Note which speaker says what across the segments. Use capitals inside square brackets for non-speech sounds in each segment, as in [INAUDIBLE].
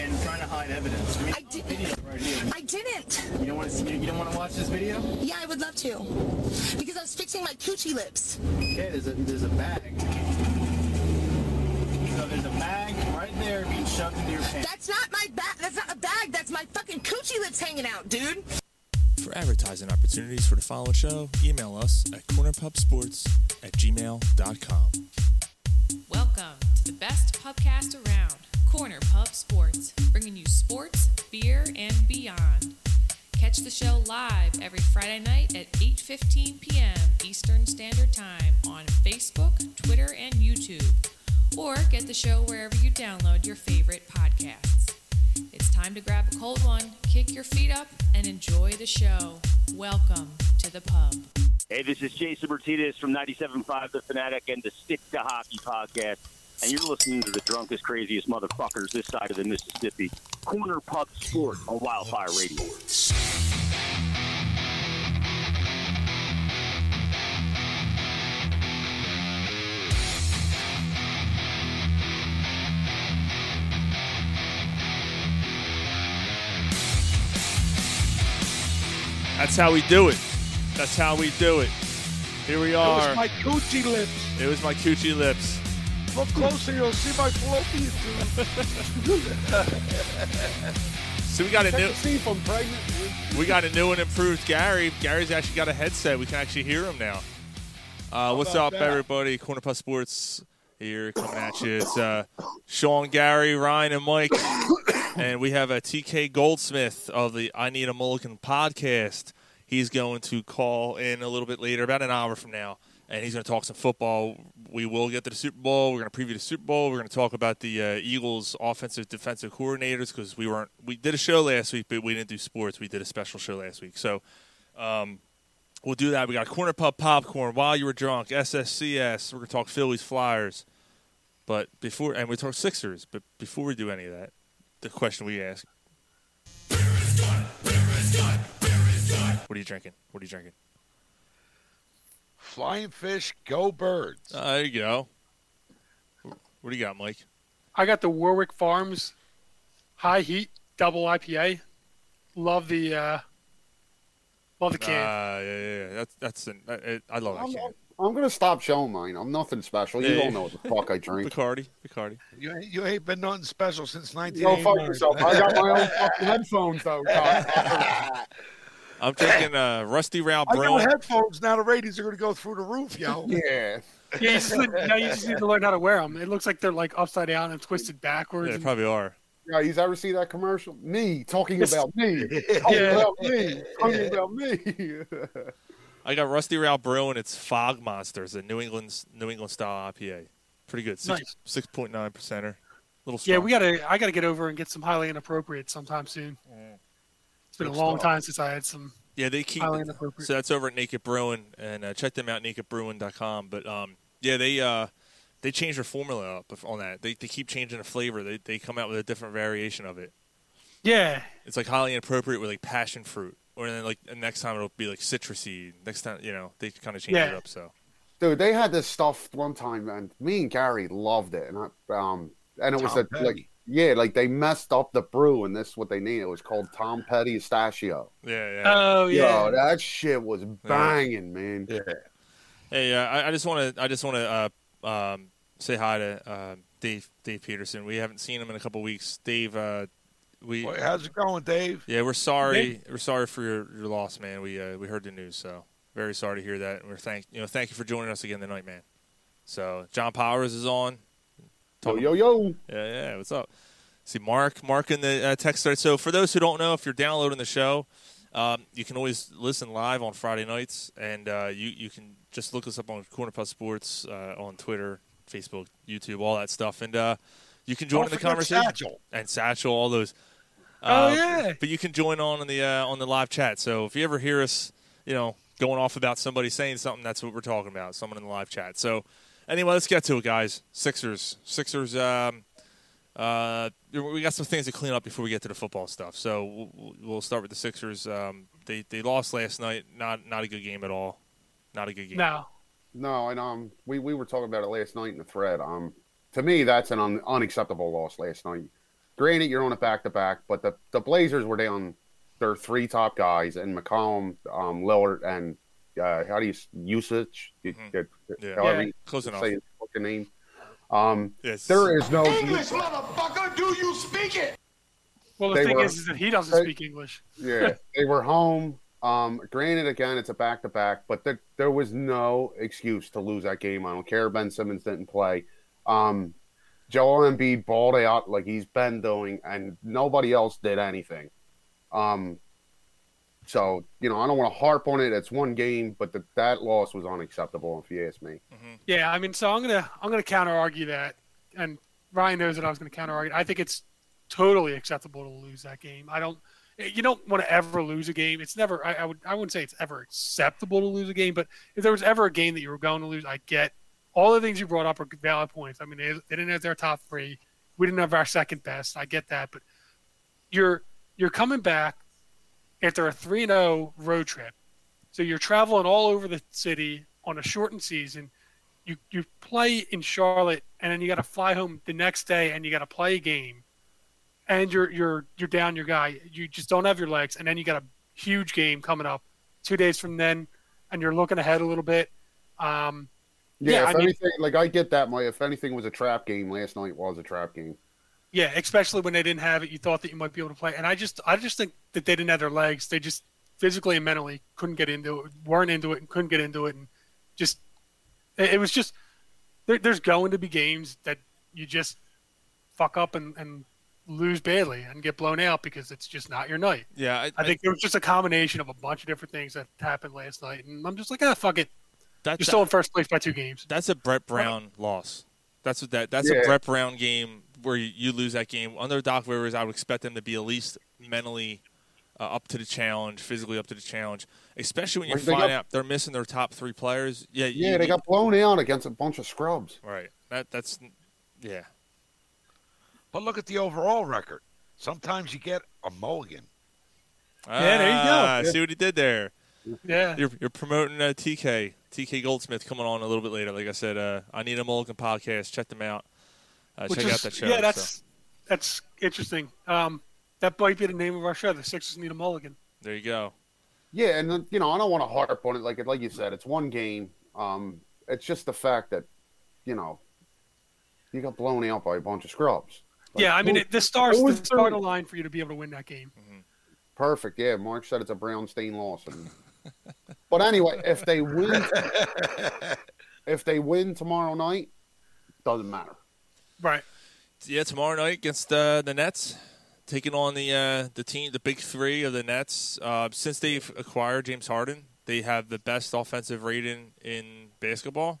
Speaker 1: online evidence. I, mean,
Speaker 2: I didn't-
Speaker 1: video right here.
Speaker 2: I didn't.
Speaker 1: You don't want to. You, you don't want to watch this video?
Speaker 2: Yeah, I would love to. Because I was fixing my coochie lips.
Speaker 1: Okay, there's a there's a bag. So there's a bag right there being shoved into your pants.
Speaker 2: That's not my bag. That's not a bag. That's my fucking coochie lips hanging out, dude.
Speaker 3: For advertising opportunities for the following show, email us at cornerpubsports at gmail.com.
Speaker 4: Welcome to the best pubcast around, Corner Pub Sports, bringing you sports, beer, and beyond. Catch the show live every Friday night at 8:15 p.m. Eastern Standard Time on Facebook, Twitter, and YouTube, or get the show wherever you download your favorite podcasts. It's time to grab a cold one, kick your feet up, and enjoy the show. Welcome to the pub.
Speaker 5: Hey, this is Jason Martinez from 97.5 The Fanatic and the Stick to Hockey podcast. And you're listening to the drunkest, craziest motherfuckers this side of the Mississippi. Corner Pub Sport on Wildfire Radio.
Speaker 3: That's how we do it. That's how we do it. Here we
Speaker 6: It
Speaker 3: are.
Speaker 6: was my coochie lips.
Speaker 3: It was my coochie lips.
Speaker 6: Look closer, you'll see my fallopian tube.
Speaker 3: So we got a
Speaker 6: I
Speaker 3: new,
Speaker 6: can see if I'm pregnant.
Speaker 3: we got a new and improved Gary. Gary's actually got a headset. We can actually hear him now. Uh, what's up,
Speaker 6: about that?
Speaker 3: everybody? Corner Puff Sports here coming at you. It's uh, Sean, Gary, Ryan, and Mike, and we have a TK Goldsmith of the I Need a Mulligan podcast. He's going to call in a little bit later, about an hour from now, and he's going to talk some football. We will get to the Super Bowl. We're going to preview the Super Bowl. We're going to talk about the uh, Eagles' offensive defensive coordinators because we weren't we did a show last week, but we didn't do sports. We did a special show last week, so. um, We'll do that. We got corner pub popcorn while you were drunk. SSCS. We're gonna talk Phillies Flyers, but before and we talk Sixers. But before we do any of that, the question we ask: What are you drinking? What are you drinking?
Speaker 6: Flying fish, go birds.
Speaker 3: Uh, there you go. What do you got, Mike?
Speaker 7: I got the Warwick Farms High Heat Double IPA. Love the uh, love the
Speaker 3: Uh,
Speaker 7: can.
Speaker 3: yeah, yeah, yeah. That's that's an, I, I- I love
Speaker 8: I'm,
Speaker 3: that can.
Speaker 8: I'm gonna stop showing mine. I'm nothing special. You
Speaker 3: Yeah.
Speaker 8: don't know what the fuck
Speaker 3: [LAUGHS]
Speaker 8: I drink.
Speaker 3: Bacardi, Bacardi.
Speaker 9: You, ain't- you ain't been nothing special since
Speaker 8: Go fuck
Speaker 9: 1989.
Speaker 8: yourself. I got my own fucking headphones though.
Speaker 3: I'm drinking uh, Rusty Round
Speaker 9: I got
Speaker 3: Brown.
Speaker 9: headphones now. The ratings are going to go through the roof, yo.
Speaker 8: yeah.
Speaker 7: yeah, you just, need- now you just need to learn how to wear them. It looks like they're like upside down and twisted backwards.
Speaker 3: Yeah, they
Speaker 7: and-
Speaker 3: probably are.
Speaker 8: Yeah, he's ever see that commercial? Me talking
Speaker 7: Yes.
Speaker 8: about me. Talking
Speaker 7: Yeah.
Speaker 8: about me. Talking about me. [LAUGHS]
Speaker 3: I got Rusty Row Brew and it's Fog Monsters, a New England's New England style IPA. Pretty good.
Speaker 7: Nice.
Speaker 3: Six point nine percenter. Little strong.
Speaker 7: yeah, we gotta. I gotta get over and get some highly inappropriate sometime soon. It's been a
Speaker 3: Mm. Good
Speaker 7: long
Speaker 3: stuff.
Speaker 7: time since I had some
Speaker 3: Yeah, they keep
Speaker 7: highly inappropriate.
Speaker 3: so that's over at Naked Brewing and uh, check them out nakedbrewing.com. But um, yeah, they uh, they changed their formula up on that. They, they keep changing the flavor. They they come out with a different variation of it.
Speaker 7: yeah,
Speaker 3: It's like highly inappropriate with like passion fruit, or then like the next time it'll be like citrusy. Next time you know they kind of change it
Speaker 7: Yeah.
Speaker 3: up. So
Speaker 8: Dude, they had this stuff one time, and me and Gary loved it, and I, um, and it was
Speaker 9: Tom
Speaker 8: a,
Speaker 9: Petty.
Speaker 8: like, yeah, like they messed up the brew, and this is what they needed. It was called Tom Petty Pistachio.
Speaker 3: yeah, yeah.
Speaker 7: oh yeah.
Speaker 8: Yo, that shit was banging, man.
Speaker 3: Hey, uh, I, I just want to I just want to uh, um, say hi to uh, Dave Dave Peterson. We haven't seen him in a couple weeks. Dave, uh, we
Speaker 9: Boy, how's it going, Dave?
Speaker 3: yeah, we're sorry. We're sorry for your, your loss, man. We uh, we heard the news, so very sorry to hear that. And we're thank you know thank you for joining us again tonight, man. So John Powers is on.
Speaker 8: Yo, yo, yo.
Speaker 3: Yeah, yeah. What's up? See, Mark, Mark in the uh, text thread. So, for those who don't know, if you're downloading the show, um, you can always listen live on Friday nights, and uh, you you can just look us up on Corner Puff Sports uh, on Twitter, Facebook, YouTube, all that stuff, and uh, you can join
Speaker 9: Don't
Speaker 3: in the
Speaker 9: forget
Speaker 3: conversation.
Speaker 9: Satchel.
Speaker 3: And Satchel, all those.
Speaker 7: Oh,
Speaker 3: Um,
Speaker 7: yeah.
Speaker 3: But you can join on in the uh, on the live chat. So if you ever hear us, you know, going off about somebody saying something, that's what we're talking about. Someone in the live chat. So anyway, let's get to it, guys. Sixers, Sixers. Um, uh, we got some things to clean up before we get to the football stuff. So we'll, we'll start with the Sixers. Um, they they lost last night. Not not a good game at all. Not a good game.
Speaker 7: No,
Speaker 8: No, and um, we we were talking about it last night in the thread. Um, to me, that's an un- unacceptable loss last night. Granted, you're on it back to back, but the, the Blazers were down their three top guys and McCollum, um, Lillard, and uh, how do you usage?
Speaker 3: Mhm. Yeah.
Speaker 8: However
Speaker 7: Yeah.
Speaker 8: you
Speaker 3: Close enough.
Speaker 8: say his fucking name. Um,
Speaker 3: Yes.
Speaker 8: there is no
Speaker 6: motherfucker, do you speak it?
Speaker 7: Well, the
Speaker 8: They
Speaker 7: thing
Speaker 8: were-
Speaker 7: is, is that he doesn't
Speaker 8: they-
Speaker 7: speak English.
Speaker 8: yeah, they were home. Um, granted, again, it's a back to back, but there, there was no excuse to lose that game. I don't care. Ben Simmons didn't play. Um, Joel Embiid balled out like he's been doing, and nobody else did anything. Um, so, you know, I don't want to harp on it. It's one game, but the, that loss was unacceptable, if you ask me.
Speaker 7: Yeah, I mean, so I'm gonna I'm gonna counter argue that, and Ryan knows that I was gonna counter argue. I think it's totally acceptable to lose that game. I don't. You don't want to ever lose a game. It's never. I, I would. I wouldn't say it's ever acceptable to lose a game. But if there was ever a game that you were going to lose, I get all the things you brought up are valid points. I mean, they, they didn't have their top three. We didn't have our second best. I get that. But you're you're coming back after a three and zero road trip. So you're traveling all over the city on a shortened season you you play in Charlotte and then you got to fly home the next day and you got to play a game, and you're you're you're down your guy. You just don't have your legs, and then you got a huge game coming up two days from then, and you're looking ahead a little bit. Um,
Speaker 8: Yeah,
Speaker 7: Yeah,
Speaker 8: if
Speaker 7: I mean-
Speaker 8: anything, like I get that. My, if anything was a trap game, last night was a trap game.
Speaker 7: yeah, especially when they didn't have it, you thought that you might be able to play. And I just I just think that they didn't have their legs. They just physically and mentally couldn't get into it, weren't into it, and couldn't get into it, and just it, it was just there, there's going to be games that you just fuck up and, and lose badly and get blown out because it's just not your night.
Speaker 3: Yeah, I,
Speaker 7: I think it was just a combination of a bunch of different things that happened last night, and I'm just like, ah, fuck it. You're
Speaker 3: that's
Speaker 7: still in first place by two games.
Speaker 3: that's a Brett Brown loss. That's what that that's a
Speaker 8: Yeah.
Speaker 3: Brett Brown game where you, you lose that game under Doc Rivers. I would expect them to be at least mentally uh, up to the challenge, physically up to the challenge, especially when you
Speaker 8: Like, they
Speaker 3: find
Speaker 8: got-
Speaker 3: out they're missing their top three players. Yeah, you-
Speaker 8: Yeah, they
Speaker 3: you-
Speaker 8: got blown out against a bunch of scrubs.
Speaker 3: right. That that's yeah.
Speaker 9: But look at the overall record. Sometimes you get a mulligan.
Speaker 7: Yeah, there you go.
Speaker 3: Ah, See what he did there.
Speaker 7: Yeah,
Speaker 3: You're, you're promoting uh, TK. TK Goldsmith coming on a little bit later. Like I said, uh, I need a Mulligan podcast. Check them out. Uh, check out that show.
Speaker 7: Yeah, that's
Speaker 3: So,
Speaker 7: that's interesting. Um, that might be the name of our show. The Sixers need a mulligan.
Speaker 3: there you go.
Speaker 8: Yeah, and then, you know, I don't want to harp on it. Like like you said, it's one game. Um, it's just the fact that, you know, you got blown out by a bunch of scrubs. Like,
Speaker 7: yeah, I mean,
Speaker 8: who-
Speaker 7: it, the stars,
Speaker 8: who
Speaker 7: the
Speaker 8: was third?
Speaker 7: start line for you to be able to win that game.
Speaker 8: perfect. Yeah, Mark said it's a brown stain loss. And, [LAUGHS] but anyway, if they win, if they win tomorrow night, doesn't matter.
Speaker 7: Right.
Speaker 3: Yeah, tomorrow night against uh, the Nets, taking on the uh, the team, the big three of the Nets. Uh, since they've acquired James Harden, they have the best offensive rating in basketball,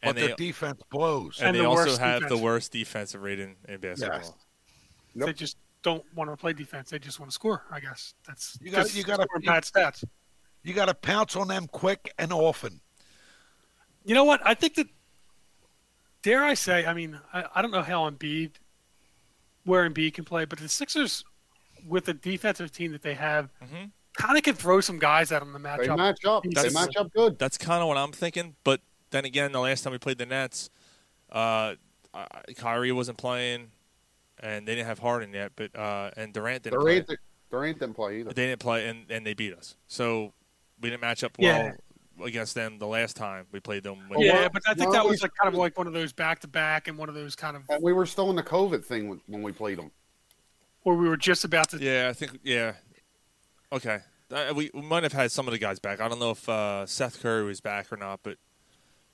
Speaker 9: But
Speaker 3: and they
Speaker 9: their defense blows.
Speaker 3: and,
Speaker 7: And
Speaker 3: they
Speaker 7: the
Speaker 3: also
Speaker 7: worst
Speaker 3: have the
Speaker 7: defense.
Speaker 3: worst defensive rating in basketball.
Speaker 9: Yes.
Speaker 8: Yep.
Speaker 7: They just don't want to play defense. They just want to score. I guess that's
Speaker 9: You gotta-
Speaker 7: just
Speaker 9: you gotta-
Speaker 7: scoring bad stats.
Speaker 9: You got to pounce on them quick
Speaker 3: [LAUGHS]
Speaker 9: and often.
Speaker 7: You know what? I think that dare I say? I mean, I, I don't know how Embiid, where Embiid can play, but the Sixers with the defensive team that they have,
Speaker 3: Mhm.
Speaker 7: kind of can throw some guys out on the
Speaker 8: They
Speaker 7: matchup.
Speaker 8: match up. They
Speaker 3: That's-
Speaker 8: match up good.
Speaker 3: That's kind of what I'm thinking. But then again, the last time we played the Nets, uh, I- Kyrie wasn't playing, and they didn't have Harden yet. But uh, and Durant didn't. play.
Speaker 8: Durant, Durant didn't play either.
Speaker 3: But they didn't play, and, and they beat us. So we didn't match up well
Speaker 7: Yeah.
Speaker 3: against them the last time we played them. When
Speaker 7: Yeah,
Speaker 8: Well,
Speaker 7: but I think
Speaker 8: well,
Speaker 7: that
Speaker 8: we-
Speaker 7: was like kind of like one of those back to back and one of those kind of
Speaker 8: And we were still in the COVID thing when- when we played them.
Speaker 7: where we were just about to.
Speaker 3: yeah, I think yeah. Okay, Uh, we, we might have had some of the guys back. I don't know if uh, Seth Curry was back or not, but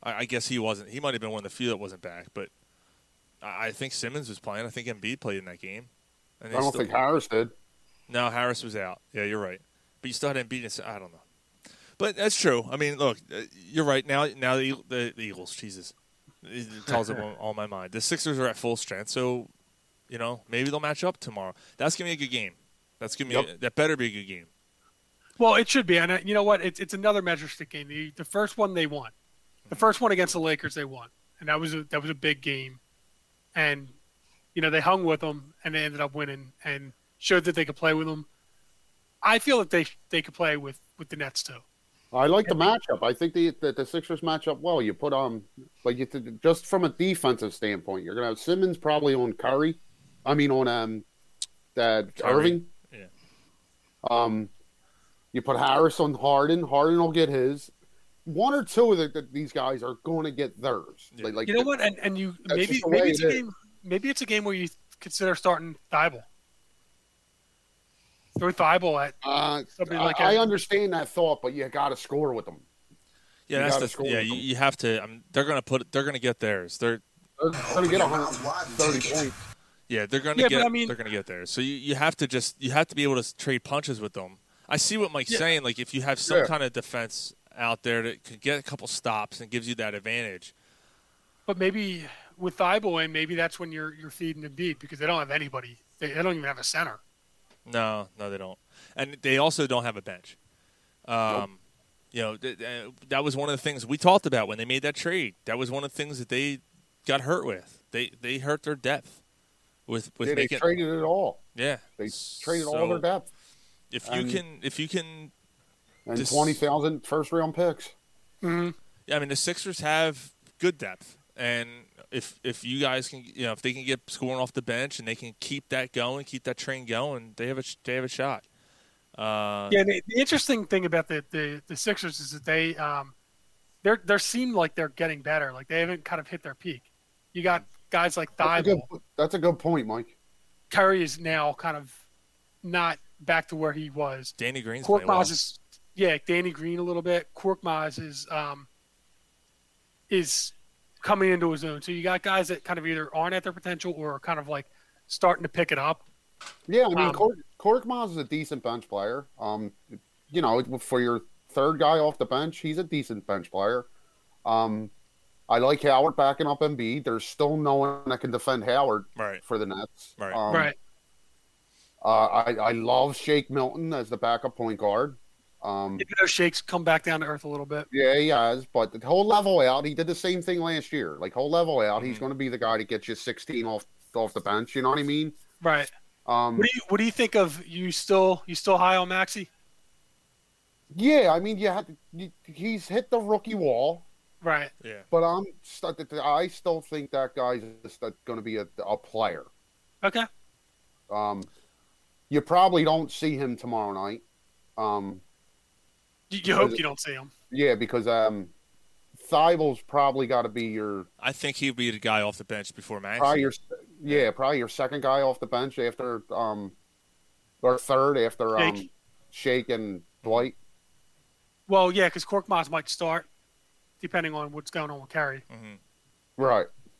Speaker 3: I, I guess he wasn't. He might have been one of the few that wasn't back. But I, I think Simmons was playing. I think Embiid played in that game. And
Speaker 8: I
Speaker 3: they
Speaker 8: don't
Speaker 3: still-
Speaker 8: think Harris did.
Speaker 3: No, Harris was out. Yeah, you're right. But you still had Embiid. and Sa- I don't know. But that's true. I mean, look, uh, you're right. Now, now the, Eag- the, the Eagles, Jesus, it
Speaker 8: [LAUGHS]
Speaker 3: tells them all, all my mind. The Sixers are at full strength, so you know maybe they'll match up tomorrow. That's gonna be a good game. That's gonna be that better be a good game.
Speaker 7: Well, it should be, and uh, you know what? It's it's another measure stick game. The the first one they won, the first one against the Lakers they won, and that was a, that was a big game, and you know they hung with them and they ended up winning and showed that they could play with them. I feel that they they could play with with the Nets too.
Speaker 8: I like the matchup. I think the, the the Sixers match up well. You put um like you th- just from a defensive standpoint, you're gonna have Simmons probably on Curry, I mean, on um, that
Speaker 3: Kyrie.
Speaker 8: Irving.
Speaker 3: Yeah.
Speaker 8: Um, you put Harris on Harden. Harden will get his. One or two of the, the, these guys are going to get theirs.
Speaker 3: Yeah.
Speaker 8: Like, like
Speaker 7: You know what? And and you
Speaker 8: That's
Speaker 7: maybe
Speaker 8: just the way
Speaker 7: maybe it's
Speaker 8: it
Speaker 7: a
Speaker 8: is.
Speaker 7: game. Maybe it's a game where you consider starting Thibault. Throw Thibault at
Speaker 8: Uh,
Speaker 7: Somebody
Speaker 8: I,
Speaker 7: like
Speaker 8: I
Speaker 7: that.
Speaker 8: understand that thought, but you got to score with them.
Speaker 3: Yeah,
Speaker 8: You
Speaker 3: that's
Speaker 8: gotta
Speaker 3: the
Speaker 8: score
Speaker 3: yeah.
Speaker 8: with
Speaker 3: You,
Speaker 8: them.
Speaker 3: you have to. I mean, they're gonna put. They're gonna get theirs. They're
Speaker 8: They're going to get 130 points.
Speaker 3: yeah. They're gonna
Speaker 7: Yeah, but
Speaker 3: get.
Speaker 7: I mean-
Speaker 3: they're gonna get theirs. So you, you have to just you have to be able to s- trade punches with them. I see what Mike's saying. Like if you have some
Speaker 8: Yeah.
Speaker 3: kind of defense out there that could get a couple stops and gives you that advantage.
Speaker 7: But maybe with Thibault in, maybe that's when you're you're feeding Embiid because they don't have anybody. They, they don't even have a center.
Speaker 3: No, no, they don't, and they also don't have a bench. Um, you know, th- th- that was one of the things we talked about when they made that trade. That was one of the things that they got hurt with. They they hurt their depth with with
Speaker 8: They, they
Speaker 3: making
Speaker 8: traded it all.
Speaker 3: yeah
Speaker 8: They traded all their
Speaker 3: So,
Speaker 8: depth
Speaker 3: If you
Speaker 8: and-
Speaker 3: can, if you can,
Speaker 8: and
Speaker 3: Just-
Speaker 8: 20,000 first round picks.
Speaker 3: yeah, I mean, the Sixers have good depth, and if if you guys can, you know, if they can get scoring off the bench and they can keep that going, keep that train going, they have a sh- they have a shot. Uh,
Speaker 7: Yeah. The, the interesting thing about the, the the Sixers is that they um, they're they seem like they're getting better. Like they haven't kind of hit their peak. You got guys like
Speaker 8: That's a, good,
Speaker 7: Thibault.
Speaker 8: that's a good point, Mike.
Speaker 7: Curry is now kind of not back to where he was.
Speaker 3: Danny Green's
Speaker 7: Korkmaz
Speaker 3: playing well.
Speaker 7: is yeah, Danny Green a little bit. Korkmaz is um is coming into his own. So you got guys that kind of either aren't at their potential or are kind of like starting to pick it up.
Speaker 8: Yeah, I mean,
Speaker 7: Um,
Speaker 8: Kork, Korkmaz is a decent bench player. Um, you know, for your third guy off the bench, he's a decent bench player. Um, I like Howard backing up Embiid. There's still no one that can defend Howard
Speaker 3: Right.
Speaker 8: for the Nets.
Speaker 3: Right.
Speaker 8: Um,
Speaker 7: right.
Speaker 8: Uh, I, I love Shake Milton as the backup point guard. Um,
Speaker 7: Even though Shakes come back down to earth a little bit.
Speaker 8: yeah, he has, but the whole level out, he did the same thing last year. Like whole level out, he's going to be the guy that gets you 16 off off the bench. You know what I mean?
Speaker 7: Right.
Speaker 8: Um,
Speaker 7: What do you what do you think of you still you still high on Maxi?
Speaker 8: yeah, I mean, you have to, you, he's hit the rookie wall.
Speaker 7: Right.
Speaker 3: Yeah.
Speaker 8: But I'm st- I still think that guy's going to be a, a player.
Speaker 7: Okay.
Speaker 8: Um, you probably don't see him tomorrow night. Um,
Speaker 7: You, you hope you don't see him.
Speaker 8: yeah, because um, Thibault's probably got to be your
Speaker 3: I think he'd be the guy off the bench before Maxey.
Speaker 8: probably your yeah probably your second guy off the bench after um or third after um
Speaker 7: Shake.
Speaker 8: Shake and Dwight.
Speaker 7: Well, yeah, because Korkmaz might start depending on what's going on with Carey.
Speaker 8: Right.
Speaker 3: Mm-hmm.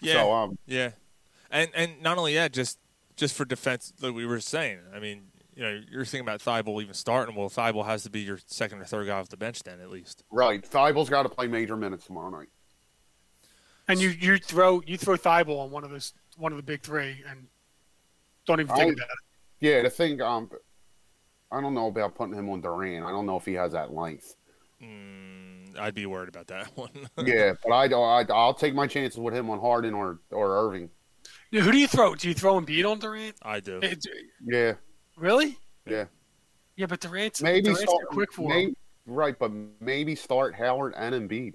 Speaker 3: Yeah,
Speaker 7: uh,
Speaker 8: So um
Speaker 3: yeah, and and not only that, just just for defense, like we were saying. I mean, you know, you're thinking about Thibault even starting. Well, Thibault has to be your second or third guy off the bench then, at least.
Speaker 8: right Thibault's got to play major minutes tomorrow night.
Speaker 7: And you, you throw you throw Thibault on one of those one of the big three and don't even think
Speaker 8: I-
Speaker 7: about it.
Speaker 8: Yeah, the thing um I don't know about putting him on Duran. I don't know if he has
Speaker 7: [LAUGHS]
Speaker 8: that length.
Speaker 3: Mm, I'd be worried about that [LAUGHS] one.
Speaker 8: yeah, but I, I I'll take my chances with him on Harden or or Irving.
Speaker 7: Yeah, Who do you throw? Do you throw Embiid on Durant?
Speaker 3: I do.
Speaker 7: It-
Speaker 8: Yeah,
Speaker 7: really?
Speaker 8: yeah.
Speaker 7: Yeah, but Durant's
Speaker 8: Maybe
Speaker 7: Durant's
Speaker 8: start
Speaker 7: too quick for
Speaker 8: may-
Speaker 7: him.
Speaker 8: right, but maybe start Howard and Embiid.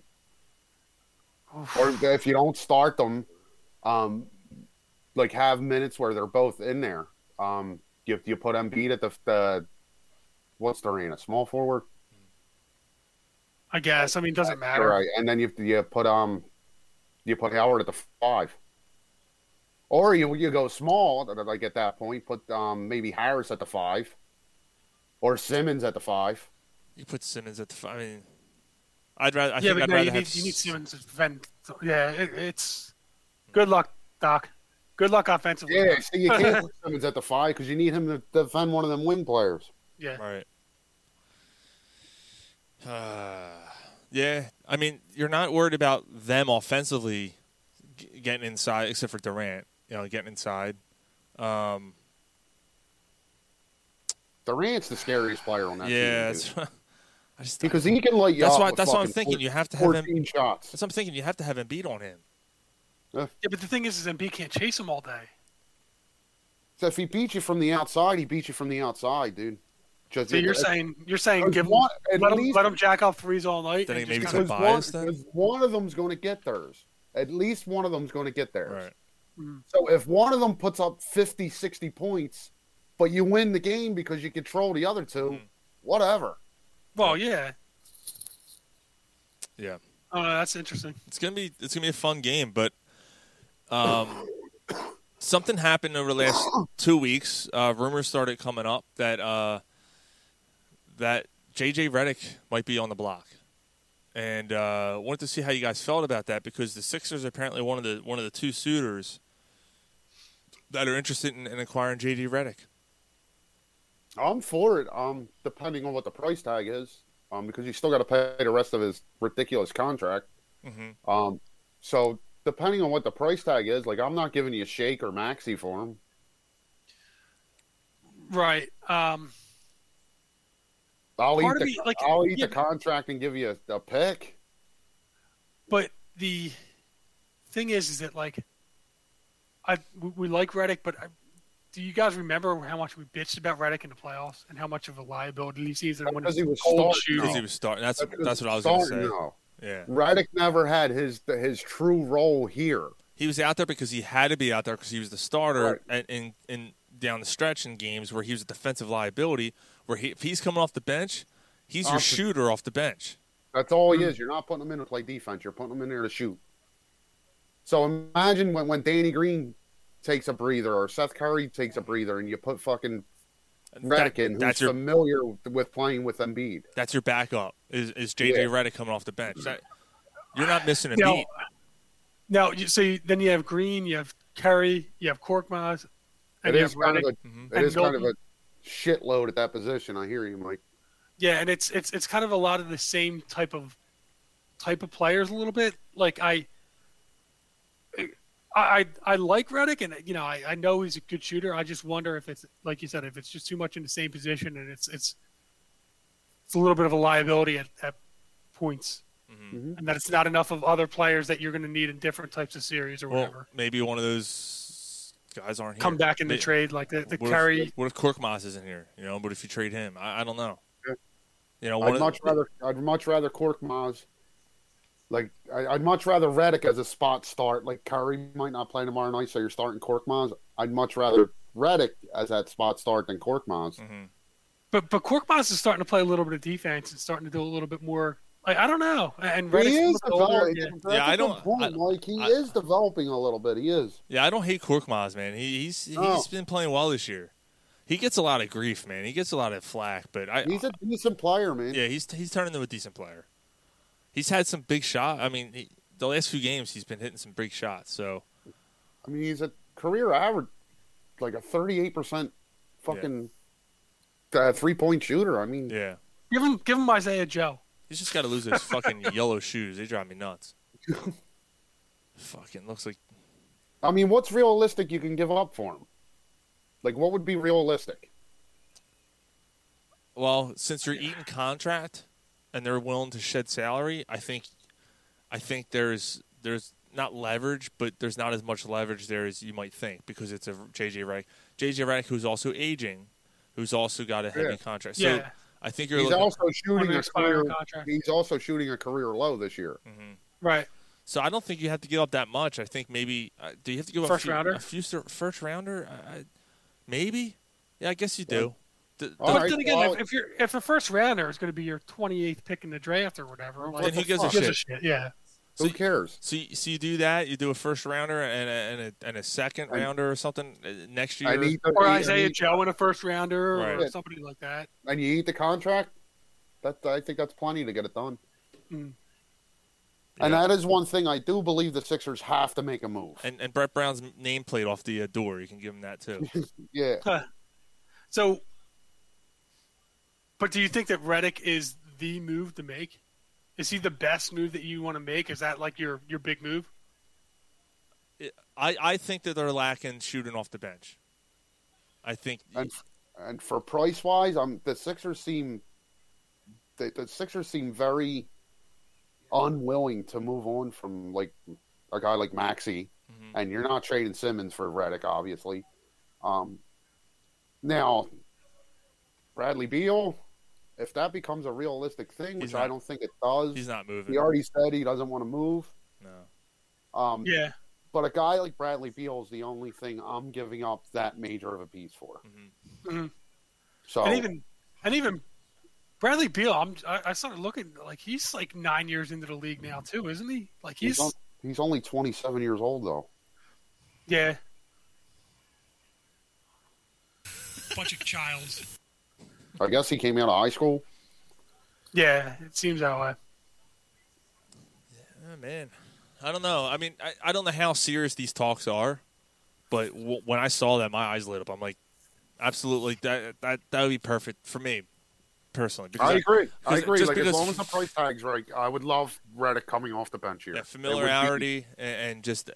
Speaker 8: Or if you don't start them, um, like have minutes where they're both in there. Um, you you put Embiid at the, the what's Durant a small forward?
Speaker 7: I guess. I mean, it doesn't matter.
Speaker 8: Right, and then you you put um you put Howard at the five, or you you go small like at that point. Put um maybe Harris at the five, or Simmons at the five.
Speaker 3: You put Simmons at the. f- I mean, I'd rather. I
Speaker 7: yeah,
Speaker 3: think
Speaker 7: but
Speaker 3: I'd
Speaker 7: no,
Speaker 3: rather
Speaker 7: you
Speaker 3: have.
Speaker 7: need, you need
Speaker 3: s-
Speaker 7: Simmons to defend. Yeah, it, it's good luck, Doc. Good luck offensively.
Speaker 8: Yeah, see, you can't put [LAUGHS] Simmons at the five because you need him to defend one of them wing players.
Speaker 7: yeah.
Speaker 3: Right. Uh, [SIGHS] yeah, I mean, you're not worried about them offensively g- getting inside, except for Durant, you know, getting inside. Um,
Speaker 8: Durant's the scariest player on that team,
Speaker 3: yeah,
Speaker 8: dude.
Speaker 3: that's, [LAUGHS] I just
Speaker 8: because he can light you
Speaker 3: That's
Speaker 8: up
Speaker 3: why-
Speaker 8: with
Speaker 3: that's what I'm
Speaker 8: fucking
Speaker 3: thinking.
Speaker 8: 14
Speaker 3: You have to have him-
Speaker 8: shots.
Speaker 3: that's what I'm thinking. You have to have him beat on him.
Speaker 7: Yeah, but the thing is, is Embiid can't chase him all day.
Speaker 8: So if he beats you from the outside, he beats you from the outside, dude. Just
Speaker 7: So you're saying you're saying
Speaker 8: There's
Speaker 7: give him,
Speaker 8: one- at
Speaker 7: let him
Speaker 8: least-
Speaker 7: let him jack off threes all night.
Speaker 3: Then
Speaker 7: and
Speaker 3: he
Speaker 7: just
Speaker 3: maybe
Speaker 7: kinda-
Speaker 3: took
Speaker 8: because
Speaker 3: bias
Speaker 8: one,
Speaker 3: then?
Speaker 8: because one of them's going to get theirs. At least one of them's going to get theirs.
Speaker 3: Right.
Speaker 8: So if one of them puts up 50, 60 points, but you win the game because you control the other two,
Speaker 3: Hmm.
Speaker 8: whatever.
Speaker 7: Well, yeah.
Speaker 3: Yeah.
Speaker 7: Oh, that's interesting.
Speaker 3: it's gonna be it's gonna be a fun game, but um, something happened over the last two weeks. Uh, rumors started coming up that uh, that JJ Redick might be on the block, and uh, wanted to see how you guys felt about that because the Sixers are apparently one of the one of the two suitors that are interested in, in acquiring JJ Redick.
Speaker 8: I'm for it. Um, depending on what the price tag is, um, because you still got to pay the rest of his ridiculous contract.
Speaker 3: Mm-hmm.
Speaker 8: Um, so depending on what the price tag is, like I'm not giving you Shake or Maxi for him.
Speaker 7: Right. Um,
Speaker 8: I'll
Speaker 7: Part
Speaker 8: eat the
Speaker 7: of me, like,
Speaker 8: I'll eat
Speaker 7: yeah.
Speaker 8: the contract and give you a, a pick.
Speaker 7: but the thing is, is that like, I we, we like Reddick, but I, do you guys remember how much we bitched about Reddick in the playoffs and how much of a liability he sees when
Speaker 8: Because he was
Speaker 7: cold
Speaker 8: starting
Speaker 7: shooting?
Speaker 3: Because he was starting. That's that's what I was
Speaker 8: Sorry,
Speaker 3: gonna say.
Speaker 8: no.
Speaker 3: Yeah,
Speaker 8: Radic never had his his true role here.
Speaker 3: he was out there because he had to be out there because he was the starter and in, in down the stretch in games where he was a defensive liability. Where he, if he's coming off the bench, he's your
Speaker 8: Off the-
Speaker 3: shooter off the bench.
Speaker 8: That's all he is. You're not putting him in to play defense. You're putting him in there to shoot. So imagine when, when Danny Green takes a breather or Seth Curry takes a breather and you put fucking Redick
Speaker 3: That-
Speaker 8: in, who's
Speaker 3: that's your
Speaker 8: familiar with playing with Embiid.
Speaker 3: that's your backup is is JJ
Speaker 8: Yeah.
Speaker 3: Redick coming off the bench. That, you're not missing a
Speaker 7: No.
Speaker 3: beat.
Speaker 7: Now, you, so you, then you have Green, you have Curry, you have Korkmaz, and
Speaker 8: It
Speaker 7: you
Speaker 8: is
Speaker 7: have
Speaker 8: kind of
Speaker 7: Reddick.
Speaker 8: a
Speaker 3: Mhm.
Speaker 8: it
Speaker 7: And
Speaker 8: is kind of a
Speaker 7: Milton.
Speaker 8: shitload at that position. I hear you, Mike.
Speaker 7: Yeah, and it's it's it's kind of a lot of the same type of type of players a little bit. Like I, I I, I like Reddick, and you know I, I know he's a good shooter. I just wonder if it's like you said, if it's just too much in the same position, and it's it's it's a little bit of a liability at, at points,
Speaker 3: mm-hmm.
Speaker 8: Mm-hmm.
Speaker 7: and that it's not enough of other players that you're going to need in different types of series or whatever.
Speaker 3: Well, maybe one of those guys aren't here.
Speaker 7: Come back in the
Speaker 3: May-
Speaker 7: trade, like the, the
Speaker 3: what
Speaker 7: Curry.
Speaker 3: If, what if Korkmaz isn't here? You know, but if you trade him, I, I don't know. You know, one
Speaker 8: I'd
Speaker 3: of-
Speaker 8: much rather I'd much rather Korkmaz. Like I, I'd much rather Redick as a spot start. Like Curry might not play tomorrow night, so you're starting Korkmaz. I'd much rather Redick as that spot start than Korkmaz.
Speaker 3: Mm-hmm.
Speaker 7: But but Korkmaz is starting to play a little bit of defense and starting to do a little bit more. Like, I don't know. And Reddick's
Speaker 8: He
Speaker 7: a
Speaker 8: is
Speaker 7: little older.
Speaker 8: developing.
Speaker 7: Yeah.
Speaker 8: That's
Speaker 3: Yeah, I
Speaker 8: a good
Speaker 3: don't-
Speaker 8: point,
Speaker 3: I-
Speaker 8: Mike. He
Speaker 3: I-
Speaker 8: is developing a little bit. He is.
Speaker 3: Yeah, I don't hate Korkmaz, man. He, he's he's
Speaker 8: No.
Speaker 3: been playing well this year. He gets a lot of grief, man. He gets a lot of flack, but I uh,
Speaker 8: He's a decent player, man.
Speaker 3: yeah, he's he's turned into a decent player. He's had some big shot. I mean, he, the last few games he's been hitting some big shots. So
Speaker 8: I mean, he's a career average, like a thirty-eight percent, fucking uh, three-point shooter. I mean,
Speaker 3: yeah,
Speaker 7: Give him give him Isaiah Joe.
Speaker 3: he's just got to lose those
Speaker 8: [LAUGHS]
Speaker 3: fucking yellow shoes. They drive me nuts. fucking looks like
Speaker 8: I mean, what's realistic you can give up for him? Like, what would be realistic?
Speaker 3: Well, since you're eating contract and they're willing to shed salary, I think I think there's there's not leverage, but there's not as much leverage there as you might think because it's a JJ Redick. JJ Redick who's also aging, who's also got a heavy
Speaker 8: Yeah.
Speaker 3: contract. So
Speaker 7: Yeah.
Speaker 3: I think you're
Speaker 8: He's
Speaker 3: looking,
Speaker 8: also
Speaker 7: On
Speaker 8: shooting
Speaker 7: an
Speaker 8: a career.
Speaker 7: expiring contract.
Speaker 8: He's also shooting a career low this year.
Speaker 3: Hmm.
Speaker 7: Right.
Speaker 3: so I don't think you have to give up that much. I think maybe uh, do you have to give up
Speaker 7: First
Speaker 3: a few,
Speaker 7: rounder?
Speaker 3: a few cer- first rounder? I, I, maybe. Yeah, I guess you do. The- the-
Speaker 8: All
Speaker 7: But
Speaker 8: right,
Speaker 7: then again,
Speaker 8: well-
Speaker 7: if, if you're if a first rounder is going to be your 28th pick in the draft or whatever, like,
Speaker 3: Then who gives a shit?
Speaker 7: Yeah.
Speaker 8: Who cares?
Speaker 3: So you, so you do that, you do a first rounder and a, and a, and a second
Speaker 8: I-
Speaker 3: rounder or something uh, next year.
Speaker 8: And, he,
Speaker 7: Or
Speaker 8: and
Speaker 7: Isaiah
Speaker 8: he-
Speaker 7: Joe in a first rounder or
Speaker 3: Right.
Speaker 7: somebody like that.
Speaker 8: and you eat the contract. That I think that's plenty to get it done.
Speaker 7: Mm.
Speaker 8: And that is one thing I do believe the Sixers have to make a move.
Speaker 3: And, and Brett Brown's nameplate off the uh, door. You can give him that
Speaker 8: [LAUGHS]
Speaker 3: too.
Speaker 8: yeah,
Speaker 7: So, but do you think that Reddick is the move to make? Is he the best move that you want to make? Is that like your your big move?
Speaker 3: I, I think that they're lacking shooting off the bench. I think
Speaker 8: and and for price wise, I'm the Sixers seem the, the Sixers seem very unwilling to move on from like a guy like Maxi,
Speaker 3: Mm-hmm.
Speaker 8: and you're not trading Simmons for Redick, obviously. Um, now, Bradley Beal, if that becomes a realistic thing, which I
Speaker 3: not-
Speaker 8: don't think it does,
Speaker 3: he's not moving.
Speaker 8: he already said he doesn't want to move.
Speaker 3: no.
Speaker 8: Um,
Speaker 7: Yeah.
Speaker 8: But a guy like Bradley Beal is the only thing I'm giving up that major of a piece for.
Speaker 3: Mm-hmm.
Speaker 8: Mm-hmm.
Speaker 7: Mhm.
Speaker 8: So
Speaker 7: And even and even Bradley Beal, I'm I, I started looking like he's like nine years into the league now too, isn't he? Like
Speaker 8: he's
Speaker 7: he's
Speaker 8: on- he's only 27 years old though.
Speaker 7: yeah.
Speaker 10: Bunch of childs.
Speaker 8: I guess he came out of high school.
Speaker 7: Yeah, it seems that way.
Speaker 3: Oh, man, I don't know. I mean, I, I don't know how serious these talks are, but w- when I saw that, my eyes lit up. I'm like, absolutely, that that that would be perfect for me personally. Because
Speaker 8: I agree. I
Speaker 3: because-
Speaker 8: agree.
Speaker 3: just
Speaker 8: Like as
Speaker 3: because-
Speaker 8: long as the price tag's right, I would love Reddick coming off the bench here.
Speaker 3: yeah,
Speaker 8: It would be-
Speaker 3: familiarity a- and, just uh,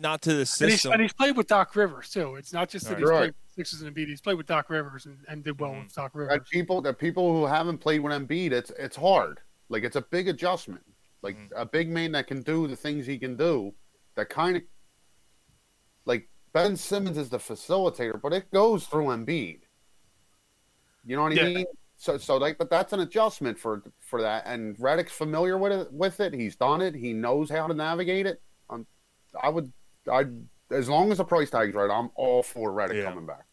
Speaker 3: not to the
Speaker 7: And he's,
Speaker 3: system.
Speaker 7: and he's played with Doc Rivers too. It's not just that he's
Speaker 8: Right. Mm-hmm.
Speaker 7: played with Sixers and Embiid. He's played with Doc Rivers and, and did well with Doc Rivers.
Speaker 8: that people that people who haven't played with Embiid, it's it's hard. Like it's a big adjustment. Like a big man that can do the things he can do, that kind of like Ben Simmons is the facilitator, but it goes through Embiid. You know what I
Speaker 7: Yeah.
Speaker 8: mean? So so like, but that's an adjustment for for that. And Reddick's familiar with it. With it, he's done it. He knows how to navigate it. I'm, I would I as long as the price tag's right, I'm all for Reddick
Speaker 3: Yeah.
Speaker 8: coming back.